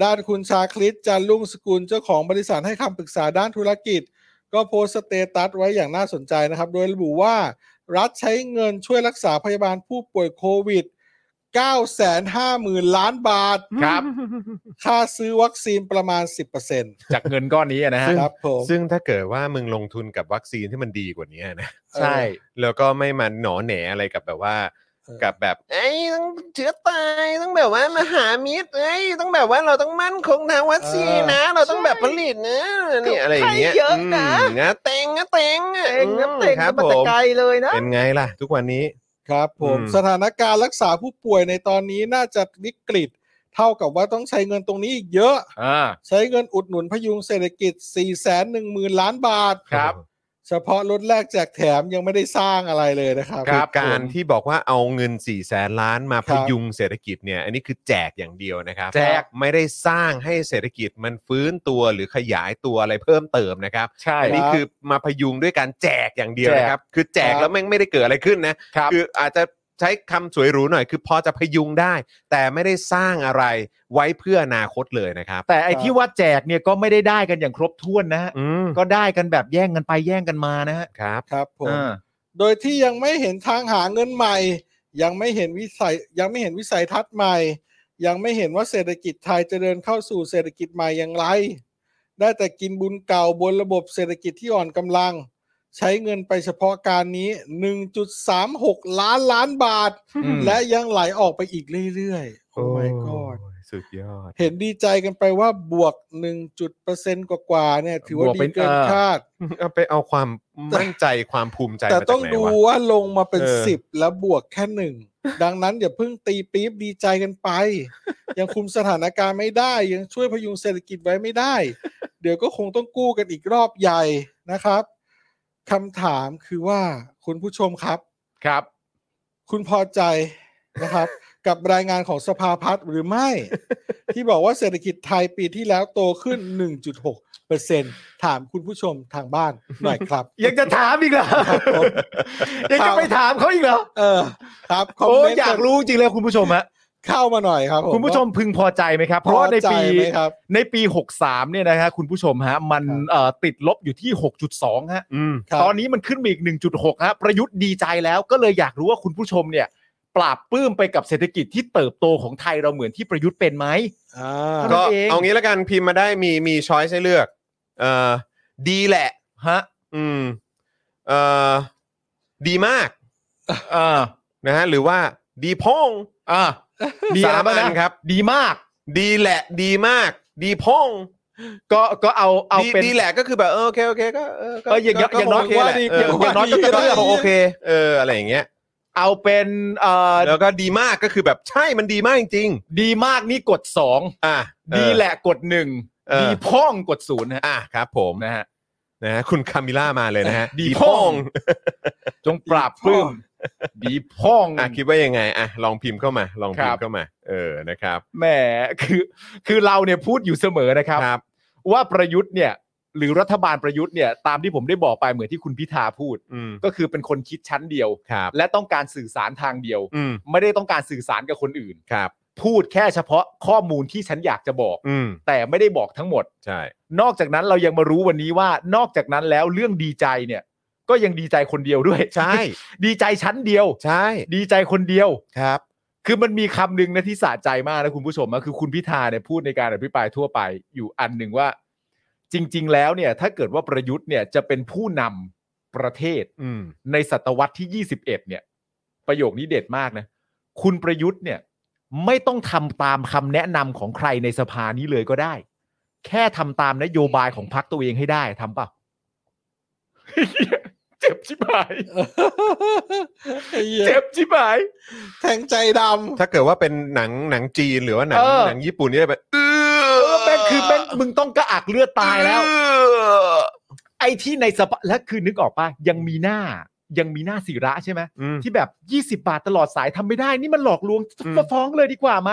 ด้านคุณชาคลิตจันทร์รุ่งสกุลเจ้าของบริษัทให้คำปรึกษาด้านธุรกิจ ก็โพสต์สเตตัสไว้อย่างน่าสนใจนะครับ โดยระบุว่า รัฐใช้เงินช่วยรักษาพยาบาลผู้ป่วยโควิด 950,000 ล้านบาท
ครับ
ค่าซื้อวัคซีนประมาณ 10%น
จากเงินก้อนนี้อะนะฮะ
ะครับผม
ซึ่งถ้าเกิดว่ามึงลงทุนกับวัคซีนที่มันดีกว่านี้นะ
ใช่
แล้วก็ไม่มาหนอแหนอะไรกับแบบว่า
เออ
กับแบบไอ้ยต้องเชื้อตายต้องแบบว่ามหามิตรเอ้ยต้องแบบว่าเราต้องมั่นคงทางวัคซีนนะ เราต้องแบบผลิตนะเนี่ยอะไรอย่างเงี้ย
ใครเยอะนะ
มนะเต็งนะเต็งอะ
เต็งนะเต็ง
อืมครับ
มา
ผ
แต่
ม
ไกลเลยนะ
เป็นไงล่ะ ทุกวันนี้
ครับผม
อืม
สถานการณ์รักษาผู้ป่วยในตอนนี้น่าจะวิกฤต เท่ากับว่าต้องใช้เงินตรงนี้อีกเยอะ
อ่า
ใช้เงินอุดหนุนพยุงเศรษฐกิจ 4 1 0 0 0 0 ล้านบาท
ครับ
เฉพาะรถแรกแจกแถมยังไม่ได้สร้างอะไรเลยนะครับ
คือ
ผม
การที่บอกว่าเอาเงิน4ี่แสนล้านมา
ค
พ
รับ
ยุงเศรษฐกิจเนี่ย อันนี้คือแจกอย่างเดียวนะครับ
แจก
ไม่ได้สร้างให้เศรษฐกิจมันฟื้นตัวหรือขยายตัวอะไรเพิ่มเติมนะครับ
ใช่
อันนี้คือมาพยุงด้วยการแจกอย่างเดียว
แจก
นะครับ คือแจกแล้วแม่งไม่ได้เกิดอะไรขึ้นนะ
ครับ
คืออาจจะใช้คำสวยหรูหน่อย คือพอจะพยุงได้ แต่ไม่ได้สร้างอะไรไว้เพื่ออนาคตเลยนะครับ
แต่ไอ้ที่ว่าแจกเนี่ยก็ไม่ได้ได้กันอย่างครบถ้วนนะฮะ
อืม
ก็ได้กันแบบแย่งกันไปแย่งกันมานะฮะ
ครับ
ครับผม
อ่า
โดยที่ยังไม่เห็นทางหาเงินใหม่ ยังไม่เห็นวิสัยยังไม่เห็นวิสัยทัศน์ใหม่ ยังไม่เห็นว่าเศรษฐกิจไทยจะเดินเข้าสู่เศรษฐกิจใหม่อย่างไร ได้แต่กินบุญเก่าบนระบบเศรษฐกิจที่อ่อนกำลัง ใช้เงินไปเฉพาะการนี้ 1.36 ล้านล้านบาท
อืม
และยังไหลออกไปอีกเรื่อยๆ โอ้ my god
โอ้ยสุดยอด
เห็นดีใจกันไปว่าบวก 1 จุดเปอร์เซ็นต์กว่าๆเนี่ย ถือว่า
บวก
ดี
เป็น
เกิน
เออ
คาด
เอาไปเอาความมั่นใจความภูมิใจ
แต่
มา
ต้
จา
อก ง
ไหน
ดู
วะ
ว่าลงมาเป็น
เออ
สิบแล้วบวกแค่หนึ่ง ดังนั้นอย่าเพิ่งตีปี๊บดีใจกันไป ยังคุมสถานการณ์ไม่ได้ ยังช่วยพยุงเศรษฐกิจไว้ไม่ได้ เดี๋ยวก็คงต้องกู้กันอีกรอบใหญ่นะครับคำถามคือว่าคุณผู้ชมครับ
ครับ
คุณพอใจนะครับ กับรายงานของสภาพัฒน์หรือไม่ ที่บอกว่าเศรษฐกิจไทยปีที่แล้วโตขึ้น 1.6เปอร์เซ็นถามคุณผู้ชมทางบ้านหน่อยครับ
ยังจะถามอีกเหรอ
ครับผม
ยังจะไปถามเขาอีกเหรอ
เออ ครับคม
โอ้
เม
ย
นต์
อยากรู้จริงเลยคุณผู้ชมฮะ
เข้ามาหน่อยครับผม
คุณผู้ชมพึงพอใจไหมครับ เพ
พ
ราะ
อ
ว่าใน
ใจ
ปี
ไหมครับ
ในปี 63 เนี่ยนะฮะคุณผู้ชมฮะ มัน
ครับ
เอ่อติดลบอยู่ที่ 6.2 ฮะ
อืม
ครับ
ตอนนี้มันขึ้นมาอีก 1.6 ฮะ ประยุทธ์ดีใจแล้วก็เลยอยากรู้ว่าคุณผู้ชมเนี่ย ปราบปลื้มไปกับเศรษฐกิจที่เติบโตของไทยเราเหมือนที่ประยุทธ์เป็นไหม
อ่า
ก็
เท่านั้นเอง
เอางี้แล้วกันพิมพ์มาได้มีมีช้อยให้เลือก เอ่อดีแหละ
ฮะ
อืมเอ่อดีมาก
เอ่า
นะฮะหรือว่าดีพอง
อ่าดี
สา
อะ
ม
ไรบ้าง
อัน
นะครับ ดีมาก
ดีแหละ ดีมาก ดีพอง
ก็ก็เอาเอา
ดี
เป็น
ดีแหละก็คือแบบเออโอเคโอเคก็เออก็
เอออย่างน้อย
ก็ค
อย่างน้อย
โเคแหละ
ว่าดี
เออ
อย่างน้อยก็
ดีก็ก็โอเคเอออะไรอย่างเงี้ย
เอาเป็นเอ่อ
แล้วก็ดีมากก็คือแบบใช่มันดีมากจริง
ดีมากนี่กด
ๆอ่ะ
2 ดีแหละกด
เอ
1
อ
ดีพ่องกด0นะฮะ
อ่ะครับผม
นะฮะ
นะฮะคุณคามิล่ามาเลยนะฮะ
ดีพอง จงปราบปลื้มดีพ่อง
อ่ะคิดว่ายังไงอ่ะลองพิมพ์เข้ามา ลองพิม
ครับ
พ์เข้ามา เออนะครับ
แหม คือคือเราเนี่ยพูดอยู่เสมอนะครับ
ครับ
ว่าประยุทธ์เนี่ย หรือรัฐบาลประยุทธ์เนี่ยตามที่ผมได้บอกไปเหมือนที่คุณพิธาพูด
อืม
ก็คือเป็นคนคิดชั้นเดียว
ครับ
และต้องการสื่อสารทางเดียว
อืม
ไม่ได้ต้องการสื่อสารกับคนอื่น
ครับ
พูดแค่เฉพาะข้อมูลที่ฉันอยากจะบอก
อืม
แต่ไม่ได้บอกทั้งหมด
ใช่
นอกจากนั้นเรายังมารู้วันนี้ว่านอกจากนั้นแล้วเรื่องดีใจเนี่ย ก็ยังดีใจคนเดียวด้วย
ใช่
ดีใจชั้นเดียว
ใช่
ดีใจคนเดียว
ครับ
คือมันมีคำหนึ่งนะที่สะใจมากนะคุณผู้ชมนะคือคุณพิธาเนี่ยพูดในการอภิปรายทั่วไปอยู่อันหนึ่งว่า จริง ๆ แล้วเนี่ย ถ้าเกิดว่าประยุทธ์เนี่ยจะเป็นผู้นำประเทศ
อืม
ในศตวรรษที่ 21 เนี่ย ประโยคนี้เด็ดมากนะ คุณประยุทธ์เนี่ย ไม่ต้องทำตามคำแนะนำของใครในสภานี้เลยก็ได้ แค่ทำตามนโยบายของพรรคตัวเองให้ได้ทำเปล่า เจ็บชิบหาย
ไอ้เหี้ย
เจ็บชิบหาย
แทงใจด
ถ้าเกิดว่าเป็นหนังหนังจีนหรือว่าหนัง
เออ
หนังญี่ปุ่นนี่จะแบบเอ
เออแม่งคือแม่งมึงต้องกระอักเลือดตายแล้ว ไอ้ที่ในสปะและคือนึกออกป่ะยังมีหน้ายังมีหน้าศิระใช่ไหม
อืม
ที่แบบ 20 บาทตลอดสายทำไม่ได้ นี่มันหลอกลวง
อืม
มาฟ้องเลยดีกว่าไหม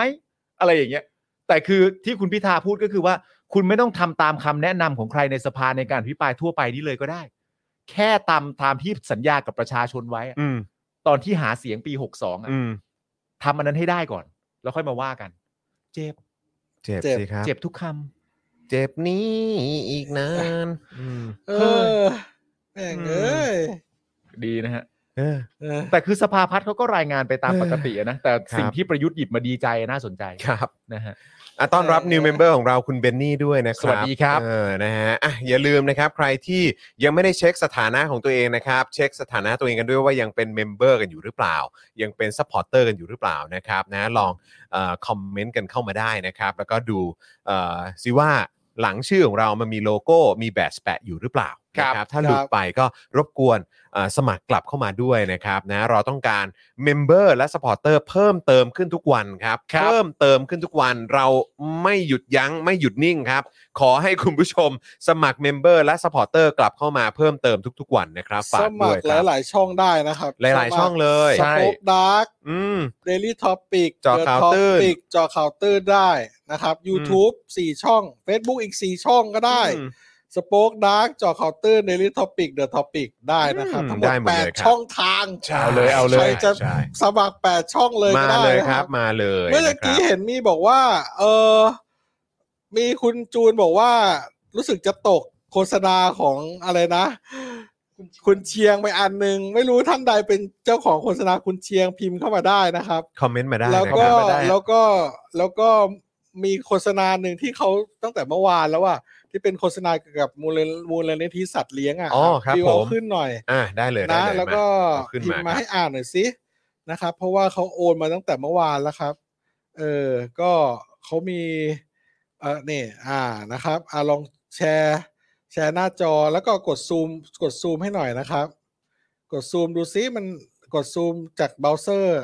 อะไรอย่างเงี้ย แต่คือที่คุณพิธาพูดก็คือว่า คุณไม่ต้องทำตามคำแนะนำของใครในสภาในการอภิปรายทั่วไปนี้เลยก็ได้ แค่ตามตามที่สัญญากับประชาชนไว้อะ
อืม
ตอนที่หาเสียงปีหกสอง
อืม
ทำอันนั้นให้ได้ก่อน แล้วค่อยมาว่ากัน เจ็บ
เจ็บ
เจ็บ
สิครับ
เจ็บทุกคำ
เจ็บนี้อีกนานอืม
เออแม่งเอ้ย
ดีนะฮะ
เออ
เออ
แต่คือสภาพัฒน์เขาก็รายงานไปตามปกติอะนะ แต่สิ่ง
ครับ
ที่ประยุทธ์หยิบมาดีใจน่าสนใจ
ครับ
นะฮะ
อ่ะต้อนรับ
เออ
new member ของเราคุณเบนนี่ด้วยนะครับ
สวัสดีครับ
เออนะฮะอ่ะอย่าลืมนะครับ ใครที่ยังไม่ได้เช็คสถานะของตัวเองนะครับ เช็คสถานะตัวเองกันด้วยว่ายังเป็นเมมเบอร์กันอยู่หรือเปล่า ยังเป็นซัพพอร์เตอร์กันอยู่หรือเปล่านะครับนะลองคอมเมนต์กันเข้ามาได้นะครับ แล้วก็ดูเอ่อซิว่าหลังชื่อของเรามันมีโลโก้มีแบตแปะอยู่หรือเปล่า
ครับ
นะถ้าหลุดไปก็รบกวนเอ่อสมัครกลับเข้ามาด้วยนะครับนะเราต้องการ เมมเบอร์และสปอร์เตอร์เพิ่มเติมขึ้นทุกวันครับ
ครับ
เพิ่มเติมขึ้นทุกวันเราไม่หยุดยัง้งไม่หยุดนิ่งครับ ขอให้คุณผู้ชมสมัครเมมเบอร์และสปอร์เตอร์กลับเข้ามาเพิ่มเติมทุกๆวันนะครับฝา
ส
ก
มั
ด้ว
ค
ยค
รห
รับ
ลายหลายๆช่องได้นะครับ
หลายๆช่องเลย
ส
ใช่
ป็อคดาร์ก
อืม
เดลี่ท็อปิก
เจาะข่าวตื้น
จอข่าวตื้นได้นะครับ YouTube 4 ช่อง Facebook อีก 4 ช่องก็ได้
อืม
สป็อคดาร์กจอข่าวตื้นเดลี่ท็อปิกเดอะท็อปิกได้นะครับ
อืม
ทั้งหม
ได้
ด
หมด
แปด
เลยครับ
ช่องทาง
เอาเลยเอาเลย
ใครจะ
ใช่
สมัครแปดช่องเลย
มา
ก็ได้
เลย
นะ
ค
ค
รั
รั
บบ มาเลย
เมื่อตะกี้
นะครั
เห็นมีบอกว่า เออมีคุณจูนบอกว่า รู้สึกจะตกโฆษณาของอะไรนะ คุณเชียงไปอันหนึ่งไม่รู้ท่านใดเป็นเจ้าของโฆษณาคุณเชียงพิมพ์เข้ามาได้นะครับ
บคอมเมนต์มาได้
แล้ว
นะค
ก็
รับ
แล้วก็แล้วก็มีโฆษณาหนึ่งที่เขาตั้งแต่เมื่อวานแล้วว่า ที่เป็นโฆษณาเกี่ยวกับมูลมูลนิธิสัตว์เลี้ยงอ่ะ
อ๋อครับ
พี่
ผ
เอา
ม
ขึ้นหน่อย
อ่ะได้เลยได้
นะ
เย
แล้วก็
มาขึ้น
พิม
มา
พ์
ค
มา
รับ
ให้อ่านหน่อยสินะครับ เพราะว่าเขาโอนมาตั้งแต่เมื่อวานแล้วครับ เออก็เขามีเออนี่อ่านะครับอ่าลองแชร์ แชร์หน้าจอแล้วก็กดซูม กดซูมให้หน่อยนะครับ กดซูมดูซิมันกดซูมจากเบราว์เซอร์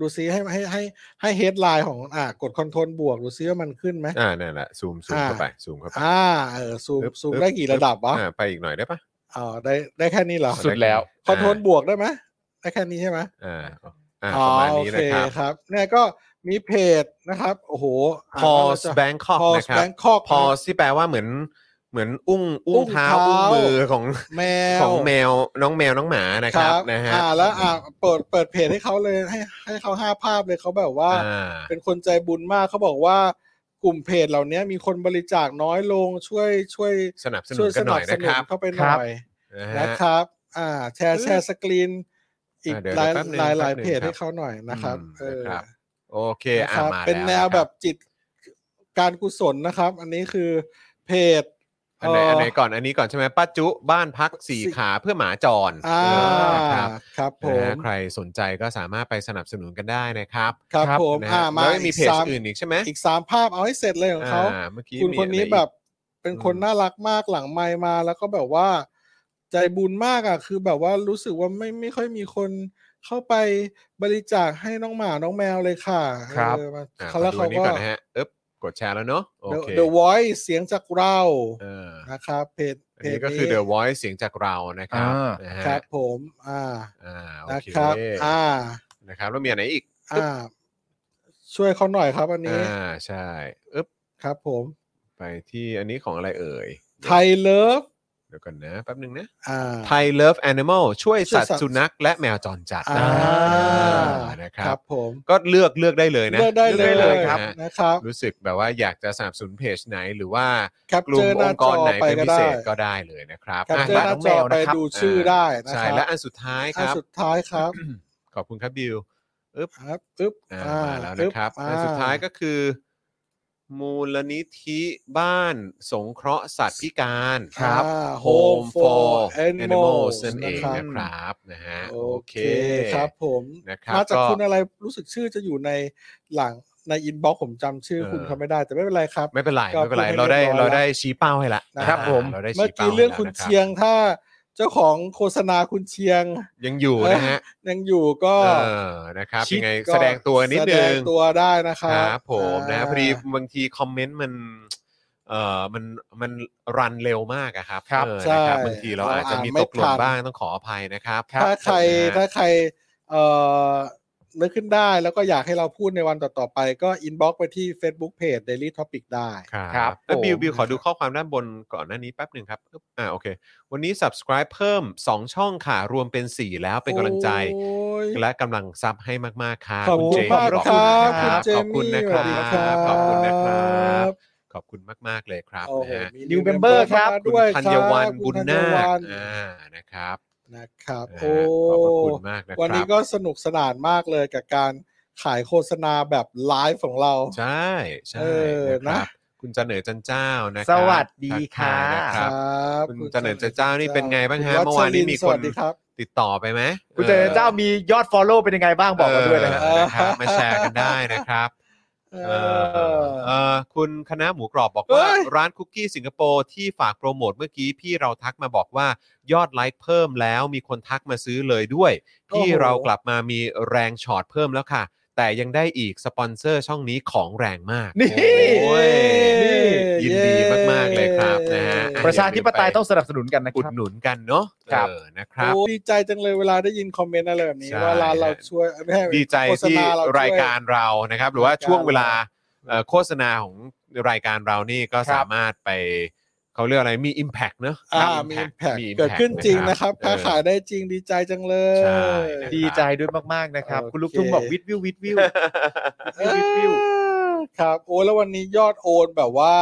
ดูซิให้ให้ให้ให้เฮดไลน์ของอ่ากดคอนโทรลบวกดูซิว่ามันขึ้นไหม
อ่านั่นแหละซูมซูม
อ่า
เข้าไปซูมเข้าไป
อ่าเออซูม
อึ๊บ
ซูม
อึ๊บ
ได้กี่ระดับวะ
อ่าไปอีกหน่อยได้ปะ
อ๋อได้ได้แค่นี้เหรอ
สุดแล้ว
คอนโทรลบวกได้ไหมได้แค่นี้ใช่ไหม
อ่าอ่าประมาณนี้นะครับ
โอเคครับเนี่ยก็มีเพจนะครับโอ้โห
Paul's Bangkok
พอ
นะ
ส
ครับ
แบงคอก
พอที่แปลว่าเหมือนเหมือนอุ้งอุ้
อุ้
ง
ง
เท้า
เท้า
อุ้งมือของ
แม
ข
ว
องแมวน้องแมวน้องหมานะครับนะฮะ
อ่าแล้วอ่าเปิดเปิดเพจให้เขาเลยให้ให้เขาห้าภาพเลยเขาแบบว่า
อ่า
เป็นคนใจบุญมากเขาบอกว่ากลุ่มเพจเหล่านี้มีคนบริจาคน้อยลงช่วยช่วย
สนับสนุ
ช่วน ย
กั
ส
นหน่
นับ
อย
ส
นะค
นุ
น รับ
เข้าไปห
ครั
น่
บ
อย
นะ
นะ
ฮะ
ครับ อ่า แชร์แชร์สกรีนอีก
อ่าเดี๋ยว
หลาย
แป๊บนึง
หลาย
แป๊บ
หลาย
นึง
เพจ
ครับ
ให้เขาหน่อยนะครับ
อืม
เอ
นะครับ
อ
โอเค
นะ
อ่ะ
ครับ
มา
เป็นแนว
ล้ะครับ
แบบจิตการกุศลนะครับ อันนี้คือเพจ
อันไหน
เ
อันไหนก่อนอันนี้ก่อนใช่ไหมป้าจุบ้านพักสี
สี่
ขาเพื่อหมาจร
อ่า
นะครับ
ครับผ
นะ
ม
ฮะใครสนใจก็สามารถไปสนับสนุนกันได้นะครับ
ครับ
ครับ
ผม
นะ
อ่า
ฮะ
มา
แล้วมีเพจ
สาม
อื่นอีกใช่ไหม
อีกสามภาพเอาให้เสร็จเลยของเขา
อ่เมื่อกี้
คุณ
มี
คนนี้
อะไรอีก
แบบเป็นคน
อืม
น่ารักมากหลังไมค์มาแล้วก็แบบว่า ใจบุญมากอ่ะ คือแบบว่ารู้สึกว่าไม่ไม่ค่อยมีคนเข้าไปบริจาคให้น้องหมาน้องแมวเลยค่ะ
ครับ
เออมา
อ่ะ
เขาแล้ว
ขอ
เขา
ดูอันนี้
ก็
ก่อนนะฮะเอ๊บกดแชร์แล้วเนาะโอ
The-
เค
The Voice เสียงจากเรา
เออ
นะครับเพจ
อัน
เพจ
นี้ก็คือ The Voice เสียงจากเรานะครับ
อ่า
นะ
ครั
ฮะ
บผม อ่า
อ่าโอ
นะ
เค
ครับอ่า
นะครับแล้วมีอันไหนอีก
อ่า ช่วยเขาหน่อยครับอันนี้
อ่าใช่อึ๊บ
ครับผม
ไปที่อันนี้ของอะไรเอ่ย
ไทยเลิฟ
เดี๋ยวกันนะแป๊บหนึ่งนะ
อ่า
Thai Love Animal ช่วยสัต
ช่วยสั
ว์
ตว์
สุนัขและแมวจรจัด
อ่า
อ่านะค
ค
รั
รับ บผม
ก็เลือกเลือกได้เลยนะ
เลือกได้เล
อ
ย
ก
ครับ
นะฮะ
นะครับ
รู้สึกแบบว่าอยากจะสนับสนุนเพจไหนหรือว่า
แค
ก
ปเจ
ลุ่
อ
ม
ร์ห
อ
น้าง
ค์
จ
ก
อ
รไหน
ไป
เป็นพิ
ก็ได้
เศษก็ได้เลยนะครับ
แคปเจอ
อ่ะ
ร์หน้า
น้อง
จ
แม
อ
ว
ไป
นะครับ
ดูชื่อได้นะ
ใช่
ครับ
และอันสุดท้ายค
อัน
รับ
สุดท้ายครับ
ขอบคุณครับบิว
ครับอึ๊บ
อ่า
อ่า
มาแล้วนะครับ
อึ๊
อันสุดท้ายก็คือ มูลนิธิบ้านสงเคราะห์สัตว์พิการ
ครับ
Home
Home
for
for
Animals
Animals
นั่นเอง
นะครับ
นะครับนะฮะ
โอ
โอเค
เคครับผม
นะครับ
มาจาก
ก็
คุณอะไรรู้สึกชื่อจะอยู่ในหลังในอินบ็อกผมจำชื่อ
เออ
คุณเขาไม่ได้แต่ไม่เป็นไรครับ
ไม่เป็นไร
ก็
ไม่เป็นไร
พูดให้
เราได้
เรียบร้อย
เราได้ชี้เป้าให้ละ
นะครับ
อ่า
ผม
เราได้
เมื่อ
ชี้ป้า
กี้เรื่องคุณ
ให้แล้วนะรับ
เชียงถ้าเจ้าของโฆษณาคุณเชียง
ยังอยู่
เอ้ย
นะฮะ
ยังอยู่ก็
เออนะครับยังไง
ก็
แสดงตัวนิด
แส
นึ
ง
ง
ตัวได้นะครับ
ครับผมนะ
า
พอดีบางทีคอมเมนต์มันเอ่อมันมันรันเร็วมากอะครับ
ครับ
เออ
ใช่
นะครับบางทีเรา
เรา
อาจจะมี
อ่านไม่
ตกหล่น
ทัน
บ้างต้องขออภัยนะครับ
ถ้าใคร
ผมนะฮะ
ถ้าใครเอ่อ นึกขึ้นได้แล้วก็อยากให้เราพูดในวันต่อๆไปก็อินบ็อกไปที่ Facebook Page Daily Topic ได้
ครับ
เอ้ย
ผม
บิวบิวขอดูข้อความด้านบนก่อนหน้านี้แป๊บหนึ่งครับอึ๊บอ่าโอเค วันนี้ subscribe เพิ่ม 2 ช่องค่ะ รวมเป็น 4 แล้วเป็นกำลังใจ
โอ้ย
และกำลังซับให้มาก ๆ ค่ะ
ขอบคุณ
เจ
มาก
ขอบ
ค
คุณ
รับ
ครับข
คุณเจ
อบคุณ
มี่
นะ
ส
ครั
วัส
ขอ
ดีครับ บ
บคุณนะครับขอบคุณมาก ๆ เลยครับ
โอ้โห
นะฮะ
มี
New member
member
ครับ
เข้า
คุ
มา
ณ
ด้วย
ธั
ค
ญ
รับ
วัน
คุณ
บุญ
ธัญ
นา
วั
คน อ่านะครับ
นะครับ
นะ
โอ้
ฮะขอบพระคุณมากนะ
วัน
ครั
นี้
บ
ก็สนุกสนานมากเลยกับการขายโฆษณาแบบไลฟ์ของเรา
ใช่ใช่
เออ
นะ
นะ
ครับคุณจันเหนือจันเจ้านะครับ
สวัสดีค่ะ
ทักทายนะค
ค
รั
รับ บ
คุณจันเหนิดเจ้าเจ้านี่เป็นไงบ้างฮะ
คุณ
เมื่อวานนี้มีคน
สวัสดีครับ
ติดต่อไปไหม
คุณเจริญเจ้ามียอด Follow เป็นยังไงบ้างบอกมาด้วยนะฮะ
เออนะครับมาแชร์กันได้นะครับ
เอ
เออ
อ
เออคุณคณะหมูกรอบบอก
เอ้
ว่า
ย
ร้านคุกกี้สิงคโปร์ที่ฝากโปรโมทเมื่อกี้พี่เราทักมาบอกว่ายอดไลค์เพิ่มแล้วมีคนทักมาซื้อเลยด้วย พี่เรากลับมามีแรงช็อตเพิ่มแล้วค่ะ แต่ยังได้อีกสปอนเซอร์ช่องนี้ของแรงมาก
นี่
โอ้ย
นี่
ยินดีมากๆเลยครับนะฮะ
เย้
ประชาธิปไตยต้องสนับสนุนกันนะค
อุด
รับ
หนุนกันเนาะ
ครับ
เออนะครับ
โอ้ดีใจจังเลยเวลาได้ยินคอมเมนต์อะไรแบบนี้
ใช่
ว่าร้านเราช่วยไม่ใช่
ดีใจ
โฆษ
ที่
ณเช่ว
รายการเรานะครับ หรือว่าช่วงเวลาเอ่อโฆษณาของรายการเรานี่ก็
ครับ
สามารถไปเขาเรียกอะไรมี Impact เนอะค
อ่า
รับ
มี
impact
แพค
มี impact
เกิดขึ้นจริงนะครับ
เอ
ค้า
อ
ขายได้จริงดีใจจังเลย
ใช่นะ
ดีใจด้วยมากๆนะครับ
โอเค
คุณลูกทุ่งบอกวิทวิววิทวิว
เออครับโอ้แล้ววันนี้ยอดโอนแบบว่า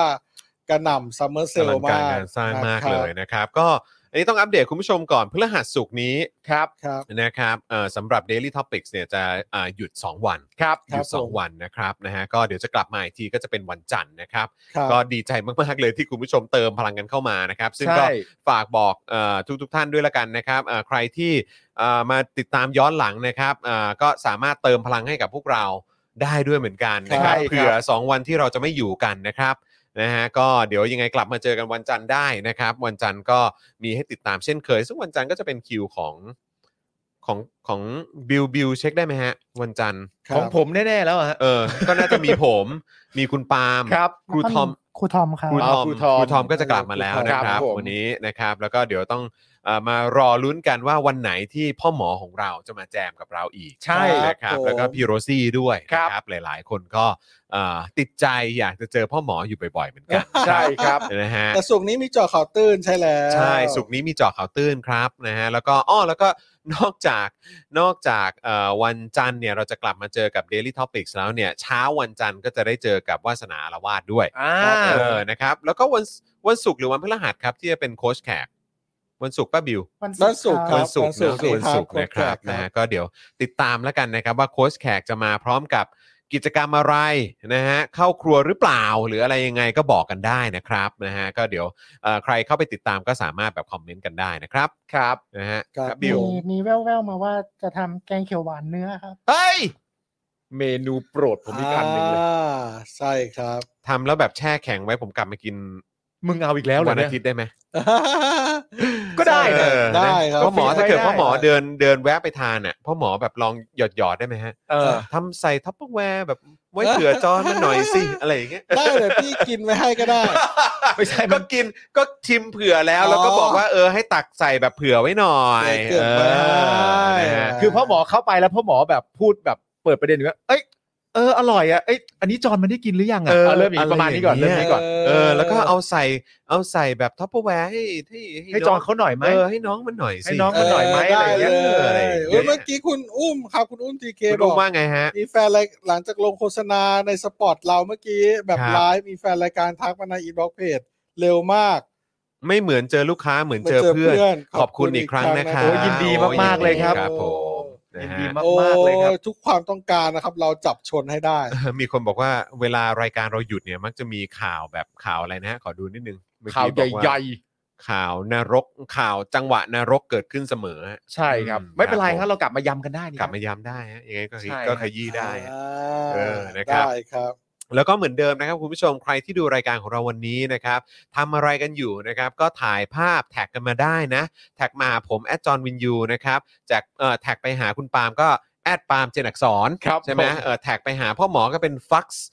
กระหน่ำซัมเมอร์เซ
อ
ล
ลัง
มา
การ
ก
งานสร้างมาก
นะคบ
เลยนะครับ ก็อันนี้ต้องอัปเดตคุณผู้ชมก่อนพฤหัสศุกร์นี้
ครับ
ครับ
นะครับเอ่อสำหรับ Daily Topics เนี่ยจะอ่าหยุด 2 วัน
ครับ
หยุด
ครับผม
2 วันนะครับนะฮะก็เดี๋ยวจะกลับมาอีกทีก็จะเป็นวันจันทร์นะครับ
ครับ
ก็ดีใจมาก ๆ เลยที่คุณผู้ชมเติมพลังกันเข้ามานะครับ ซึ่งก็
ใช่
ฝากบอกเอ่อทุก ๆ ท่านด้วยละกันนะครับเอ่อใครที่เอ่อมาติดตามย้อนหลังนะครับเอ่อก็สามารถเติมพลังให้กับพวกเราได้ด้วยเหมือนกันนะครับ
ใช่ครับ
เผื่อ 2 วันที่เราจะไม่อยู่กันนะครับนะฮะก็เดี๋ยวยังไงกลับมาเจอกันวันจันทร์ได้นะครับ วันจันทร์ก็มีให้ติดตามเช่นเคย ซึ่งวันจันทร์ก็จะเป็นคิวของของของบิวบิวเช็คได้ไหมฮะ วันจันทร์
ครับ
ของผมแน่ๆแล้วอะฮะ
เออก็น่าจะมีผม มีคุณปาล์ม
ครับ
ครูทอม
ครูทอมครับ
ครูทอม
ครู
ค
ทอม
รูทอมก็จะกลับมาแล้วนะค
ครั
รับบ
ผม
วันนี้นะครับ แล้วก็เดี๋ยวต้องเอ่อมารอลุ้นกันว่าวันไหนที่พ่อหมอของเราจะมาแจมกับเราอีก
ใช่
ค
นะค
รับ
รับ
ผม
แล้วก็พี่โรซี่ด้วย
ครั
นะ
บ
ครับหลาย ๆ คนก็เอ่อติดใจอยากจะเจอพ่อหมออยู่บ่อย ๆ เหมือนกัน
ใช่ครับ
นะฮะ
แต่สุกร์นี้มีเจอข่าวตื้นใช่แล้ว
ใช่สุกร์นี้มีเจาะข่าวตื้นครับนะฮะแล้วก็อ้อแล้วก็ นอกจากนอกจากเอ่อวันจันทร์เนี่ยเราจะกลับมาเจอกับ Daily Topics แล้วเนี่ยเช้าวันจันทร์ก็จะได้เจอกับวาสนาอารวาสด้วย
อ่า
เออ นะครับ แล้วก็วันวันศุกร์หรือวันพฤหัสครับที่จะเป็นโค้ชแขก วันศุกร์ป้าบิว
วันศุกร์ ครั
วั
บ
นศุกร์นะ
วั
วัน
นศุ
ศุก
ก
ร์
ร์
นะค
ครั
รับบ นะ
ครั
ฮะ
บ
ก็เดี๋ยวติดตามแล้วกันนะครับว่าโค้ชแขกจะมาพร้อมกับกิจกรรมอะไรนะฮะเข้าครัวหรือเปล่าหรืออะไรยังไงก็บอกกันได้นะครับนะฮะก็เดี๋ยวเอ่อใครเข้าไปติดตามก็สามารถแบบคอมเมนต์กันได้นะครับ
ครับ
นะฮะ
ครับ
ครับ
มี
บิว
มีแว่วๆมาว่าจะทำแกงเขียวหวานเนื้อครับ
เฮ้ย
เมนูโปรดผมอีกอันหนึ่งเลย
อ่าใช่ครับ
ทำแล้วแบบแช่แข็งไว้ผมกลับมากิน
มึงเอาอีกแล้วเหร
วั
อน เนี่
อาย ทิตย์ได้ไหม
ก็ได้นะ
เออ
ได้ครับ
พ่อหมอถ้าเกิด
ได้
พ่อหมอเดินเดินแวะไปทานอ่ะพ่อหมอแบบลองหยอดหยอดๆได้ไหมฮะ
เออ
ทำใส่ทัพเปอร์แวร์แบบไว้เผื่อจอนมันหน่อยสิอะไรอย่างเงี้ย
ได้เลยพี่กินไว้ให้ก็ได้
ไม่ใช่มั
ก็
น
กินก็ชิมเผื่อแล้ว
อ๋อ
แล้วก็บอกว่าเออให้ตักใส่แบบเผื่อไว้หน่อย
เผื่อไว้
เออนะฮะ
คือพ่อหมอเข้าไปแล้วพ่อหมอแบบพูดแบบเปิดประเด็นว่าเอ้ยเอออร่อยอ่ะเอ้ยอันนี้จอนมันได้กินหรือยังอ่ะเอาเริ่มอย่างนี้ประมาณนี้ก่อนเริ่มอย่างนี้ก่อน
เออแล้วก็เอาใส่เอาใส่แบบท็อปเปอร์แวร์ให้ให้
ให้จอนเขาหน่อยไหม
เออให้น้องมันหน่อยสิ
ให้น้องมันหน่อยไหม
เ
อะไรอย่างเงี้ย
ด้
อออะไร
เลย
อย่าง
เอ
เงี้
อย เมื่อกี้คุณอุ้มครับคุณอุ้มทีเค
คุณ
บ
ลุ
อง ก
ว่าไงฮะ
มีแฟนรายหลังจากลงโฆษณาในสปอตเราเมื่อกี้แบบ
ครับ
ไลฟ์มีแฟนรายการทักมาในอินบ็อกเพจเร็วมาก
ไม่เหมือนเจอลูกค้าเหมือนเจอเพื่อน ขอบคุณอีกครั้งนะคะ
โอ้ยยินดีมากๆเลยครับ
ครับผม
ยิ
นะ
น
ฮะ
ดี
โอ้
มากๆเลยครับ
ยทุกความต้องการนะครับ เราจับชนให้ได้
เออ มีคนบอกว่าเวลารายการเราหยุดเนี่ย มักจะมีข่าวแบบข่าวอะไรนะฮะขอดูนิดนึงเมื่อ
ข่าว
กี้บอก
ใหญ่
ข่าวนรกข่าวจังหวะนรกเกิดขึ้นเสมอฮะ
ๆ ใช่ครับ
อืม
ไม่เป็นไร
ค
ค
รั
รับ บเรากลับมายำกันได้นี่
ก
ค
ลับ
รับ
มาย้ำได้ฮะยังไงก็ขยี้
ใช่
ก็ขยี้ได้ฮะ
อ่า
เออนะครับ
ได้ครับ
แล้วก็เหมือนเดิมนะครับ คุณผู้ชมใครที่ดูรายการของเราวันนี้นะครับทำอะไรกันอยู่นะครับ ก็ถ่ายภาพแท็กกันมาได้นะ แท็กมาหาผมแอดจอห์นวินยูนะครับจากเอ่อแท็กไปหาคุณปาล์มก็แอดปาล์มเจนอักสอน
ครับ
ใช่ไหม
ผม
เออแท็กไปหาพ่อหมอก็เป็นฟักซ์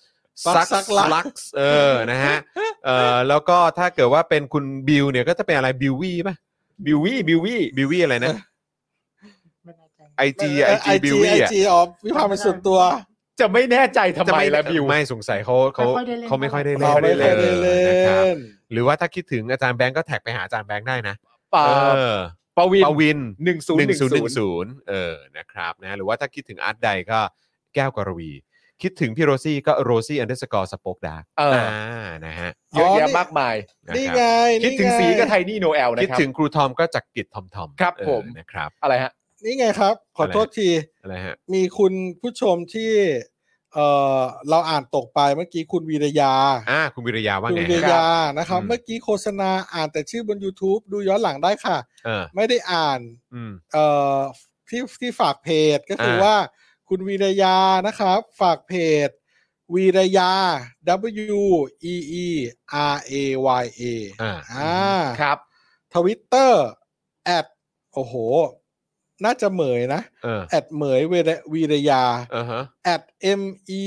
Fox
ซัก
Fox
ลัก
Lux
เออนะฮะเออแล้วก็ถ้าเกิดว่าเป็นคุณบิวเนี่ยก็จะเป็นอะไรบิววี่ป่ะ
บิววี่บิววี่
บิววี่อะไรนะ
ไม่แน่ใจ
ไอ จีไอจีบิวลี่
ไอ
อ่ะ
จีออฟวิภามันส่วนตัว
จะไม่แน่ใจทำไมละบิว
ไม่สงสัยเขาเขา
ไม่ค่อยได้เล่น
เขาไม่ค่อยได้เล่
เรา
น
ไม่ค่
ไม่เค
อย ได้
ได้เล่
นะครับ
น
หรือว่าถ้าคิดถึงอาจารย์แบงก์ก็แท็กไปหาอาจารย์แบงก์ได้นะ
ปา
เออ
ปวิน
ปวิน
หนึ่งศูนย์หนึ่งศูนย์
1010เออนะครับนะหรือว่าถ้าคิดถึงอาร์ตใดก็แก้วกรวี คิดถึงพี่โรซี่ก็โรซี่อันเดอร์สกอร์สปอกดาร์
เออ
นะฮะ
เยอะ
อ๋อนี่
แยะมากมาย
นะ
นี่
ครับ
ไง
คิดถึงสีก็ไท
ย
นี่โนแอลนะ
คิด
ครับ
ถึงครูทอมก็จักรกิจทอมทอม
ครับ
เออ
ผม
นะครับ
อะไรฮะ
นี่ไงครับ ขอ
อะไร
โทษที
อะไรฮะ
มีคุณผู้ชมที่เออเราอ่านตกไปเมื่อกี้คุณวีรยา
อ่าคุณวิริยาว่า
คุณ
ไง
วีร
ฮะ
ยานะครับ
อืม
เมื่อกี้โฆษณาอ่านแต่ชื่อบน YouTube ดูย้อนหลังได้ค่ะ
เออ
ไม่ได้อ่าน
อืม
เอ่อที่ที่ฝากเพจก็คืออา ว่าคุณวีรยานะครับ ฝากเพจ วีรยา W E E R A Y A
อ่า
อ่า
ครับ
ทวิตเตอร์แอดโอ้โห น่าจะเหมยนะ
เออ
แอดเหมยวีรวีรยา
เออฮะ
แอด M E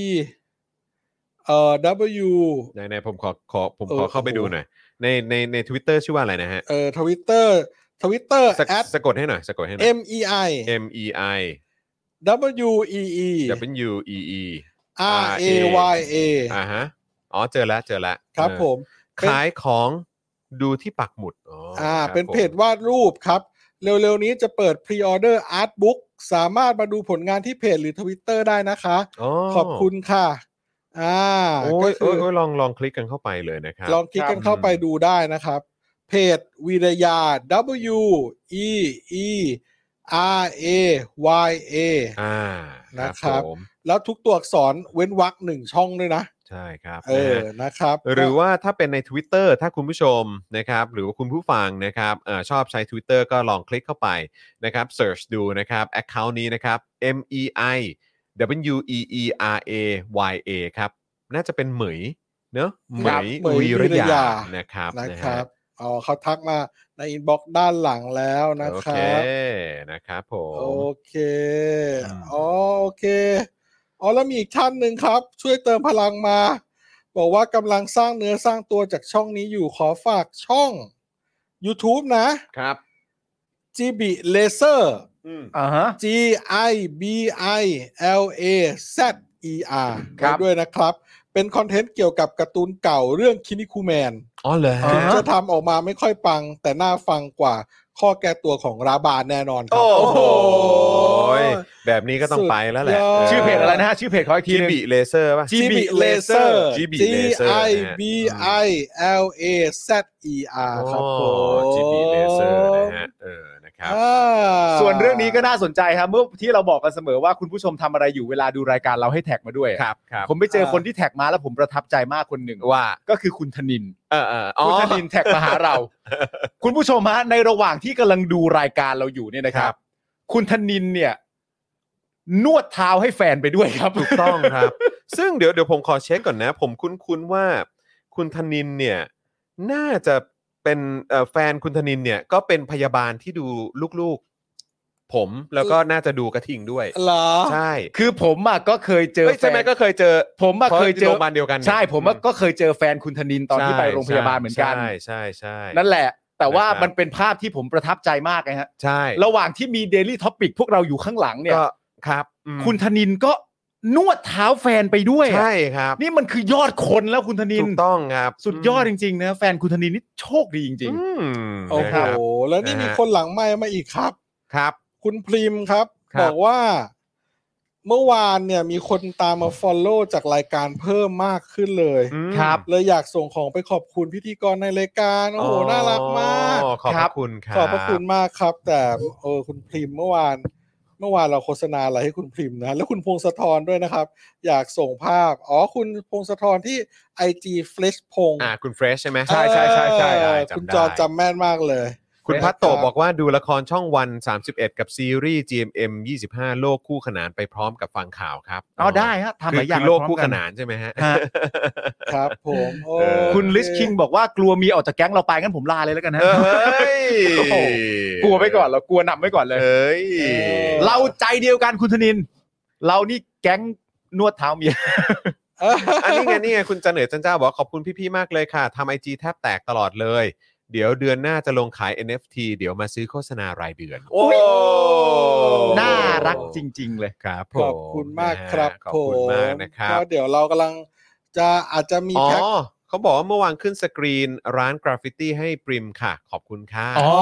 เอ่อ W
ไหนๆผมขอขอผม
เออ
ขอเข้าไป
โอ้โห
ดูหน่อยในในในทวิตเตอร์ชื่อว่าอะไรนะฮะ
เอ่อทวิตเตอร์ทวิตเตอร์
สะ
แอด
สะกดให้หน่อยสะกดให้หน่อย
M E I
M E I
W E E
W E E
R A Y A
อ่าฮะอ๋อเจอแล้วเจอแล้ว
ครับ
เออ
ผม
ขายของดูที่ปักหมุดอ๋ออ่า
อ่า เป็นเพจวาดรูปครับ เร็วๆนี้จะเปิดพรีออเดอร์อาร์ตบุ๊กสามารถมาดูผลงานที่เพจหรือทวิตเตอร์ได้นะคะ ขอบคุณค่ะ อ่า
โอ้
ก็
ย
คื
โอ้ย
อ
โอ้ยลองลองคลิกกันเข้าไปเลยนะครับ
ลองคลิกกันเข้าไปดูได้นะครับ เพจวีรยา W E E R A Y A
อ่านะ
นะครับ แล้วทุกตัวอักษรเว้นวรรคหนึ่งช่องด้วยนะ
ใช่ครับ
เออ
นะฮะ
นะครับ
หรือว่าถ้าเป็นใน Twitter ถ้าคุณผู้ชมนะครับ หรือว่าคุณผู้ฟังนะครับเออชอบใช้ Twitter ก็ลองคลิกเข้าไปนะครับ search ดูนะครับ account นี้นะครับ M E I W E E R A Y A ครับ น่าจะเป็นเหมยเนอะเหม
ครับ
ย
เหมย
วี
วี
ร
ร
ยาย
า
นะครับ
นะ
ฮ
ครับ อ๋อเขาทักมาในอินบ็อกด้านหลังแล้วนะ
โอ
ค
เค
รับ
นะครับผม
โอเค
อืม
อ๋อโอเค อ๋อแล้วมีอีกท่านหนึ่งครับ ช่วยเติมพลังมา บอกว่ากำลังสร้างเนื้อสร้างตัวจากช่องนี้อยู่ขอฝากช่อง YouTube นะ
ครับ
GB Laser
อืม
อ่าฮะ
G I B I L A Z E R
ครับ
ด้วยนะครับ เป็นคอนเทนต์เกี่ยวกับการ์ตูนเก่าเรื่องคินิคูแมน
อ๋อเหรอฮะ
อ่าฮ
จะทำออกมาไม่ค่อยปัง แต่น่าฟังกว่าข้อแก้ตัวของราบานแน่นอนครั
โอ้โห แบบนี้ก็ต้องไปแล้วแหละ
สุดยอด
ชื่อเพจอะไรนะฮะ ชื่อเพจขออีกที
จี
หนึง
บีเลเซอร์ป่ะ
จี GB
GB
Laser
Laser
GB
G
Laser
I
นะ
B I L A Z E R ครับผม
จีบีเลเซอร์นะฮะ เออ นะครับ
อ่า
ส่วนเรื่องนี้ก็น่าสนใจครับเมื่อที่เราบอกกันเสมอว่าคุณผู้ชมทำอะไรอยู่เวลาดูรายการเราให้แท็กมาด้วย
ครับครับ
ผมไปเจอคนที่แท็กมาแล้วผมประทับใจมากคนหนึ่ง
ว่า
ก็คือคุณธนิน
เออเอออ๋อ
คุณธนินแท็กมาหา เรา คุณผู้ชมฮะในระหว่างที่กำลังดูรายการเราอยู่เนี่ยนะครั
ครับ บ
คุณธนินเนี่ย นวดเท้าให้แฟนไปด้วยครับ
ถูกต้องครับ ซึ่งเดี๋ยวเดี๋ยวผมขอเช็คก่อนนะ ผมคุ้นๆว่าคุณธนินเนี่ย น่าจะเป็นเอ่อแฟนคุณธนินเนี่ย ก็เป็นพยาบาลที่ดูลูกๆ ผมแล้วก็น่าจะดูกระทิงด้วย
เหรอ
ใช่
คือผมอะก็เคยเจอ
เอ้ยใช่ไหม
แฟน
ก็เคยเจอ
ผมอะ
พราะ
เคยเจ
โร
อง
พยาบาลเดียวกัน
ใช่ผมอะก็เคยเจอแฟนคุณธนินตอนที่ไปโรงพยาบาลเหมือนกัน
ใช่ใช่ใช่
นั่นแหละ แต่ว่า
นะครับ
มันเป็นภาพที่ผมประทับใจมากนะฮะ
ใช่
ระหว่างที่มี Daily To อปิพวกเราอยู่ข้างหลังเนี่ย
ก็ครับอืม
คุณธนินก็นวดเท้าแฟนไปด้วยอะ
ใช่ครับ
นี่มันคือยอดคนแล้วคุณธนิน
ถูกต้องครับ
สุดยอดจริงๆนะแฟนคุณธนินนี่โชคดีจริง
อืม
โอ้
นะ
โห
ครับ
แล้วนี่มีคนหลังไม่มาอีกครับ
ครับ
คุณพริมครับ
ครับ
บอกว่า เมื่อวานเนี่ยมีคนตามมา Follow จากรายการเพิ่มมากขึ้นเลย
อืม
ครับ
เลยอยากส่งของไปขอบคุณพิธีกรในรายการ โอ้โห น่ารักมาก
อ๋อขอบพ
ครั
ระ
บ
คุณครับ
ขอบพระคุณมากครับ แต่เออคุณพริมเมื่อวาน เมื่อวานเราโฆษณาอะไรให้คุณพริมนะ แล้วคุณพงศธรด้วยนะครับ อยากส่งภาพ อ๋อคุณพงศธรที่ไอจีเฟลชพงศ์
อ่าคุณเฟรชใช่ไหม
ใช่ใช่ใช่ใช่
เออ
คุณ
จำได้
จอจำแม่นมากเลย
คุณพัตโต
ครับ
บอกว่าดูละครช่องวัน 31 กับซีรีส์ GMM 25 โลกคู่ขนานไปพร้อมกับฟังข่าวครับ
ๆเอาได้ฮะทำ
คือ
หลายอย่าง
คือโลก
พร้อม
คู่ขนานใช่ไหมฮะ
ฮะ
ครับ ผมโอ้
เออ
คุณลิสคิงบอกว่ากลัวเมียออกจากแก๊งเราไปงั้นผมลาเลยแล้วกันนะ
เออเฮ้ย
กลัวไปก่อนเรากลัวนำไว้ก่อนเลย
เอ้ย
เราใจเดียวกันคุณธนิน เรานี่แก๊งนวดเท้าเมีย
เอ้ย
อันนี้ไงนี่ไงคุณจันเหนือจันเจ้าบอกว่าขอบคุณพี่ๆมากเลยค่ะทำไอจีแทบแตกตลอดเลย เดี๋ยวเดือนหน้าจะลงขาย NFT เดี๋ยวมาซื้อโฆษณารายเดือน โอ้
อุ๊ย
โอ้
น่ารักจริง ๆ เลย
ครับ
ขอบคุณมากครับ
ขอบ
ผ
คุณ
ม
มากนะครั
ก็
บ
เดี๋ยวเรากำลังจะอาจจะมี
อ๋อ
แพ็ค
เขาบอกว่าเมื่อวานขึ้นสกรีนร้านกราฟฟิตี้ให้ปริมค่ะ ขอบคุณค่ะ
อ๋อ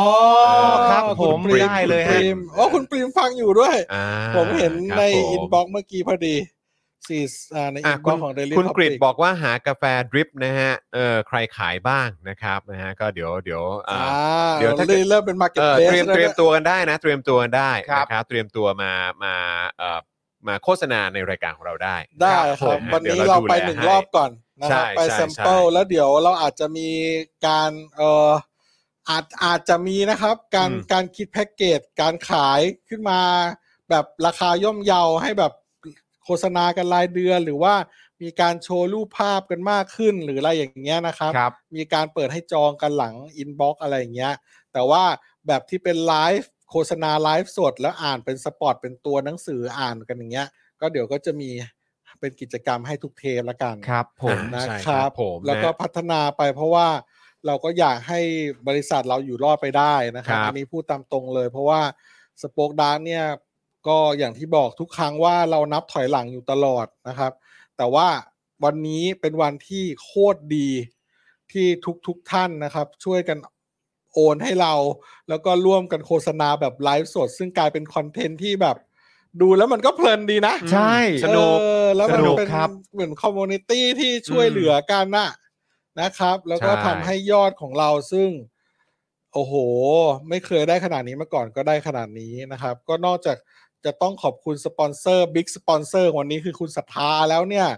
ครับ
เออ
ผ
คุณ
ม
ปริม
ได้เลย
ป
ฮะ
ริมอ๋อคุณปริมฟังอยู่ด้วย
อ่า
ผมเห็น
ครับ
ใน
ผม
อินบ็อกซ์เมื่อกี้พอดีสี่อ่าใน
อ่ะ
อิน
คุณ
บ็อกซ์ของ Daily
คุณกริด
Topic
บอกว่าหากาแฟดริปนะฮะเออใครขายบ้างนะครับนะฮะก็เดี๋ยวเดี๋ยวอ่า
อ่า
เดี๋ยวถ้าเกิด
เริ่มเป็นมาร์เก็ต
เออ
เพลส
เตรียมเตรียมตัวกันได้นะ เตรียมตัวกันได้
ครับ
นะครับเตรียมตัวมามาเอ่อมาโฆษณาในรายการของเราได้
ได้ค
ผ
รับ
มฮะ
วัน
ดี๋ย
นี้
ว
เรา
ดู
ไป
แล
หนึ่ง
ใ
รอบก่อนนะครับ
ใช่
ไป
ใช่
แซมเปิล
ใช่
แล้วเดี๋ยวเราอาจจะมีการเอ่ออาจอาจจะมีนะครับ การ
อืม
การคิดแพ็กเกจการขายขึ้นมา แบบราคาย่อมเยาให้แบบโฆษณากันรายเดือน หรือว่ามีการโชว์รูปภาพกันมากขึ้นหรืออะไรอย่างเงี้ยนะครับ
ครับ
มีการเปิดให้จองกันหลังอินบ็อกอะไรอย่างเงี้ย แต่ว่าแบบที่เป็นไลฟ์โฆษณาไลฟ์สด แล้วอ่านเป็นสปอตเป็นตัวหนังสืออ่านกันอย่างเงี้ย ก็เดี๋ยวก็จะมีเป็นกิจกรรมให้ทุกเทปละกัน
ครับผม
อ่า
นะ
ใช่
ครับ
ผม
แล้วก็
นะ
พัฒนาไปเพราะว่าเราก็อยากให้บริษัทเราอยู่รอดไปได้นะครับ
ครับ
อันนี้พูดตามตรงเลย เพราะว่าสป k อกดาร์เนี่ยก็อย่างที่บอกทุกครั้งว่าเรานับถอยหลังอยู่ตลอดนะครับ แต่ว่าวันนี้เป็นวันที่โคตรดีที่ทุกๆทท่านนะครับ ช่วยกันโอนให้เรา แล้วก็ร่วมกันโฆษณาแบบไลฟ์สด ซึ่งกลายเป็นคอนเทนต์ที่แบบ ดูแล้วมันก็เพลินดีนะ
ใช่
สนุก
เออแล้วมัน
สนุก
เป็น
ครับ
เหมือนคอมมูนิตี้ที่ช่วยเหลือกันน่ะนะครับ แล้วก็
ใช่
ทำให้ยอดของเราซึ่ง โอ้โห ไม่เคยได้ขนาดนี้มาก่อนก็ได้ขนาดนี้นะครับ ก็นอกจากจะต้องขอบคุณสปอนเซอร์บิ๊กสปอนเซอร์วันนี้คือคุณศรัทธาแล้วเนี่ย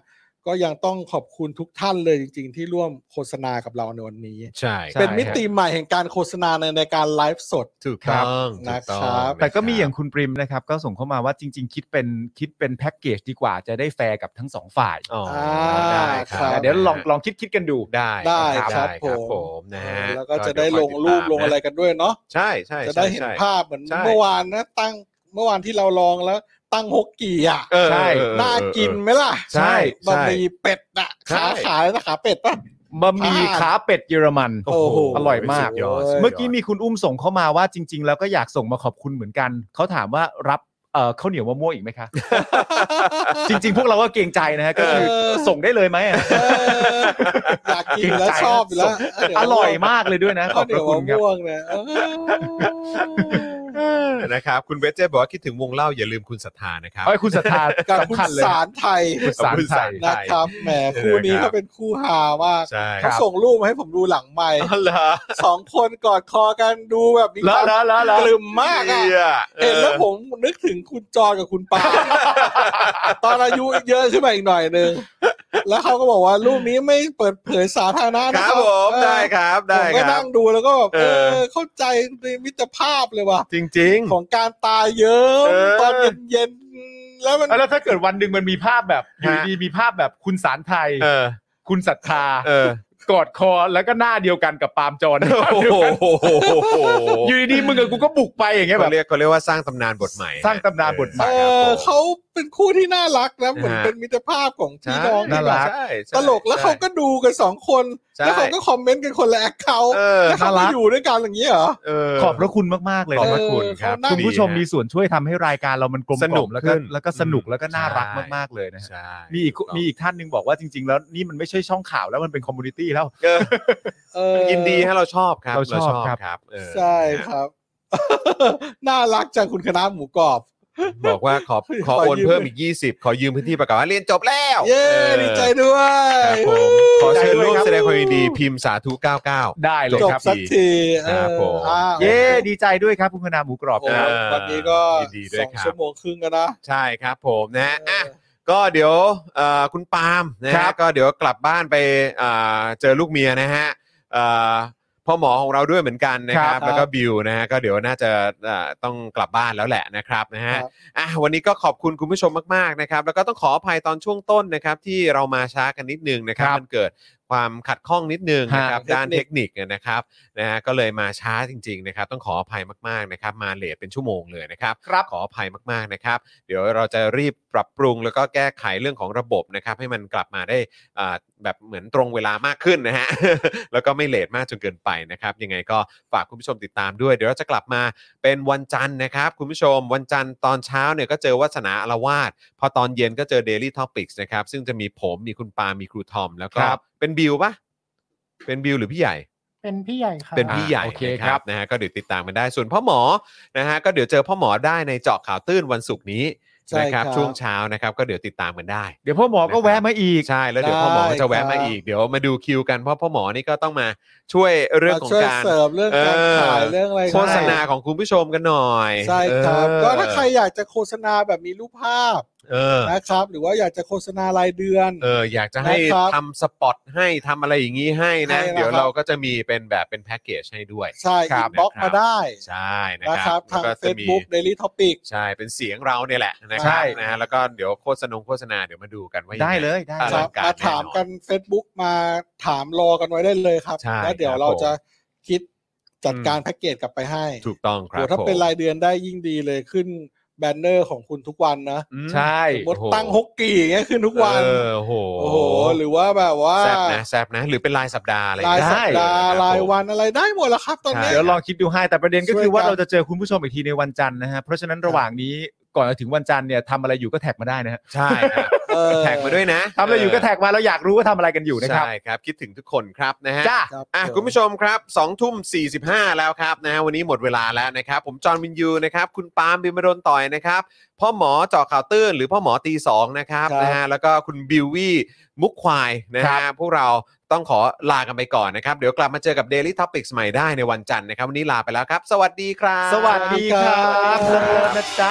ก็ยังต้องขอบคุณทุกท่านเลยจริง ๆ ที่ร่วมโฆษณากับเราในวันนี้
ใช่
ใช่
เป็นมิติใหม่แห่งการโฆษณาในในการไลฟ์สด
ถูกต้อง
ครับ
ถูกต้อง
นะครับ
แต่ก็มี
นะครับ
อย่างคุณปริมนะครับ ก็ส่งเข้ามาว่าจริง ๆ คิดเป็นคิดเป็นแพ็กเกจดีกว่าจะได้แฟร์กับทั้งสองฝ่าย
อ๋ออา ได้ค
ครั
รับบ
เดี๋ยวลองลองคิดคิดกันดู
ได้
ได้
ครับ
ครับ
ได้
ผม
ผมนะฮะ
แล้วก็จะได้ลงรูปลงอะไร
ก็เดี๋ยวคอยติดตามน
กันด้วยเนาะ
ใช่ใช่
จะ
ใช่
ได้เห็น
ใช่
ภาพเหมือน
ใช่
เมื่อวานนะตั้งเมื่อวานที่เราลองแล้ว ตั้งฮกกี่อ่ะ
เออ
ใช่
เออเออ
น่ากินไหมล่ะ
ใช่
บะหมี่เป็ดอ่ะ
ใช่
ขาขายนะขาเป็ดป่ะ
บะหมี่ขาเป็ดเยอรมัน
โอ้โห
อร่อยมาก
สุดยอด
เ
สุดยด
เมื่อกี้มีคุณอุ้มส่งเข้ามาว่าจริง ๆ แล้วก็อยากส่งมาขอบคุณเหมือนกัน เขาถามว่ารับเอ่อข้าวเหนียวมะม่วงอีกไหมคะ จริง ๆ พวกเราก็เกรงใจนะฮะก็คือ
เออ
ส่งได้เลยไหมอะ
เอ ออยากกินแล้ว
เกรงใจนะ
ชอบอยู่แล้ว
ส่ อร่อยมากเลย ด้วยนะ ข
ก็
อบพ
เดี๋ย
ระ
ว
คุ
มะ
ณครับ
ม่วงเนี่ยเออ
เออนะครับคุณเวจเจบอกว่าคิดถึงวงเล่าอย่าลืมคุณศรัทธานะครับ
เอ้ยคุณศรัทธา
กับคุ
สำ
ณ
คัญเลย
สารไทย
คุณสาร
ณ
ไทย
สารไทย
นะครับแหมคู่นี้ก็เป็นคู่ฮามาก
ใช่
ค
เขา
รับ
ส่งรูปมาให้ผมดูหลังใหม่
อ๋อเหรอ
สองคนกอดคอกันดูแบบมี
แล้ว
ความ
แล้วแล้วแล้ว
กลุ่มมากอ่ะ
หี้ย
เห็นแล้วผมนึกถึงคุณจอนกับคุณปาล์ม ตอนอายุเยอะขึ้นมาอีกหน่อยหนึ่งแล้วเขาก็บอกว่ารูปนี้ไม่เปิดเผยสาธารณะ
ค
นะ
รับผม
เออ
ได้ครับได้
ผม
ค
ก็
รั
นั่
บ
งดูแล้วก็แบบ
เอ
เอ
อ
อเข้าใจในมิตรภาพเลยว่ะ
จริง
ของการตายเยอะ
เออ
ตอนเย็นๆแล้วมัน
แล้วถ้าเกิดวันหนึ่งมันมีภาพแบบอยู่ดีๆมีภาพแบบคุณสารไทย
ๆ เออ
คุณศรัทธา
เออก
อดคอแล้วก็หน้าเดียวกันกับปาล์มจ อน
โอ้โห
อยู่ดีๆมึงกับกูก็บุกไปอย่างเงี้ยแบ
เขา
บ
เรียกเขาเรียกว่าสร้างตำนานบทใหม่
สร้างตำนานบทใหม่
เออเขาเป็นคู่ที่น่ารักนะเหมือน
ฮะ
เป็นมิตรภาพของ
ใช่
พี่น้อง
น่ารัก
ใช่ใช่
ตลกแล้วเขาก็ดูกันสองคน
ใช่
แล้วเขาก็คอมเมนต์กันคนละแอคเคาท์
เออ
แล้วเขา
น่ารัก
ก็อยู่ด้วยกันอย่างนี้เหรอ
เออ
ขอบพระคุณมากๆเลย
ขอบพ
นะ
ระคุณ
เออ
ครับ
เขานั่ง
คุณผู้ชมมี
ดีฮะ
ส่วนช่วยทำให้รายการเรามันกลม
ส
ก
นุ
ล่อกมแล้วก็
ขึ้น
แล้วก็สนุก
อืม
แล้วก็น่ารัก
ใช่
มากๆเลยนะฮะ
ใช่
มีอีกมีอีกท่านหนึ่งบอกว่าจริง ๆ แล้วนี่มันไม่ใช่ช่องข่าวแล้วมันเป็นคอมมูนิตี้แล้ว
เออ
เออ
ยินดีให้เราชอบครับ
เราชอบครับ
ครับเออ
ใช่ครับ น่ารักจังคุณคณะหมูกรอบ
บอกว่าขอขอ
ขอ
โอน
ยืม
เพิ่มอีก 20 ขอยืมพื้นที่ประกาศว่าเรียนจบแล้ว
เย้
ออ
ดีใจด้วย
ครับผมขอเชิญ
ใจด้วย
ร่วม
ครับ
แสดงความยินดีพิมพ์สาธุ 99
ได้เลย
จบ
ครับ
สักที
ครับ
เออ
ผม
อ้าว
เย้ดีใจด้วยครับคุณคณาหมูกรอบ
โอ้
ค
โห
รับ
วันนี้ก็
ยินดีด้วย
สอง
ครับ
ชั่วโมงครึ่งกันนะ
ใช่ครับผมนะฮะอ่ะก็เดี๋ยวเอ่อคุณปาล์มนะ
ครั
ฮะ
บ
ก็เดี๋ยวกลับบ้านไปเอ่อเจอลูกเมียนะฮะเอ่อพ่อหมอของเราด้วยเหมือนกันนะค
ครั
รับ
บ
แล้วก็บิวนะฮะก็เดี๋ยวน่าจะเอ่อต้องกลับบ้านแล้วแหละนะครับนะฮะ
ครับ
อ่ะวันนี้ก็ขอบคุณคุณผู้ชมมากๆนะครับแล้วก็ต้องขออภัยตอนช่วงต้นนะครับที่เรามาช้ากันนิดนึงนะครับ
ครับ
มันเกิดความขัดข้องนิดนึงนะครับ
ฮะ
ด้าน
เท
เทค
คนิ
นิค
ค
นะครับนะฮะก็เลยมาช้าจริงๆนะครับต้องขออภัยมากๆนะครับมาเลทเป็นชั่วโมงเลยนะครับ
ครับ
ขออภัยมากๆนะครับ เดี๋ยวเราจะรีบ ปรับปรุงแล้วก็แก้ไขเรื่องของระบบนะครับให้มันกลับมาได้อ่าแบบเหมือนตรงเวลามากขึ้นนะ ฮะ แล้วก็ไม่เลทมากจนเกินไปนะครับ ยังไงก็ฝากคุณผู้ชมติดตามด้วย เดี๋ยวเราจะกลับมาเป็นวันจันทร์นะครับ คุณผู้ชมวันจันทร์ตอนเช้าเนี่ยก็เจอวัสนาอารวาสพอตอนเย็นก็เจอ Daily Topics นะครับ ซึ่งจะมีผมมีคุณปาล์มมีครูทอม แล้วก็
ครับ
เป็นบิวปะเป็นบิวหรือพี่ใหญ่
เป็นพี่ใหญ่ครับ
เป็นพี่ใหญ่
อ่าโอเค
นะครับ นะฮะก็เดี๋ยวติดตามกันได้ส่วนพ่อหมอนะฮะก็เดี๋ยวเจอพ่อหมอได้ในเจาะข่าวตื้นวันศุกร์นี้
ใช่
นะค
ครั
รับบ ช่วงเช้านะครับก็เดี๋ยวติดตามกันได้
เดี๋ยวพ่อหมอก็แวะมาอีก
ใช่แล้วเดี๋ยวพ่อหมอก็จะแวะมาอีกเดี๋ยวมาดูคิวกันเพราะพ่อหมอนี่ก็ต้องมาช่วยเรื่องของ
ช่วย
การ
เสริมเรื่องการ
เออ
ขายเรื่องอะไร
โฆษณาของคุณผู้ชมกันหน่อย
ใช่ครับ
เออ
ก็ถ้าใครอยากจะโฆษณาแบบมีรูปภาพ
เออ
นะครับ หรือว่าอยากจะโฆษณารายเดือน
เอออยากจะให้
นะครับ
ทำสปอตให้ทำอะไรอย่างนี้ให้นะ
ให้นะครับ
เดี๋ยวเราก็จะมีเป็นแบบเป็นแพ็กเกจให้ด้วย
ใช่
ครั
อิ
บ
นบ็อกซ์
นะครับ
มาได้
ใช่นะ
นะ
ค
ค
รั
รั
บบ
ทาง
แล้วก็จะมี
Facebook Daily Topic
ใช่ เป็นเสียงเราเนี่ยแหละนะค
ใช่
รับนะฮะแล้วก็เดี๋ยวโฆษณงโฆษณาเดี๋ยวมาดูกันว่ายังง
ได้เลยได้
อ
เล
ลั
ย
งกร
มา
แน่
ถาม
นอ
กัน น Facebook มาถามรอกันไว้ได้เลยครับ
ใช่
แล้วเดี๋ย
คว รับ
เราจะ
ผม
คิดจัด
อืม
การแพ็กเกจกลับไปให้
ถูกต้องครั
โห
บ
ถ้าเป็น
ผม
รายเดือนได้ยิ่งดีเลยขึ้นแบนเนอร์ของคุณทุกวันนะ
อืม
ใช่
สมมติ
โอ้โห
ตั้งฮกกี่อย่างเงี้ยขึ้นทุกวัน
เออโอ้โห
โอ้โห หรือว่าแบบว่า
แซบนะแซบนะ หรือเป็นรายสัปดาห์อะไร
รายสัปดาห์
ไเลคบ
รายวั
ผม
นอะไรได้หมดแล้วครับตอน
ใช่
นี้
เดี๋ยวลองคิดดูให้แต่ประเด็นก็
ช่วย
คือว่า
กัน
เราจะเจอคุณผู้ชมอีกทีในวันจันทร์นะฮะเพราะฉะนั้นระหว่างนี้ก่อนจะถึงวันจันทร์เนี่ยทำอะไรอยู่ก็แท็กมาได้นะฮะ
ใช่ครับ
เออ
แท็กมาด้วยนะ
ทำอะไรอยู่ก็แท็กมาเราอยากรู้ว่าทำอะไรกันอยู่นะครับ
ใช่ครับ คิดถึงทุกคนครับนะฮะ
จ้า
ครับ
อ่ะ
ผม
คุณผู้ชมครับ2ทุ่ม 45 แล้วครับนะฮะวันนี้หมดเวลาแล้วนะครับ ผมจอห์นวินยูนะครับ คุณปาล์มบิมโดนต่อยนะครับ พ่อหมอเจาะข่าวตื้นหรือพ่อหมอตีสองนะครับ
ครับ
นะฮะแล้วก็คุณบิววี่มุกควายนะ
ครั
ฮะ
บ
พวกเราต้องขอลากันไปก่อนนะครับ เดี๋ยวกลับมาเจอกับ Daily Topics ใหม่ได้ในวันจันทร์นะครับ วันนี้ลาไปแล้วครับ สวัสดีครับ
สวัสดีครับ
สวัสดีครับ
นะจ๊ะ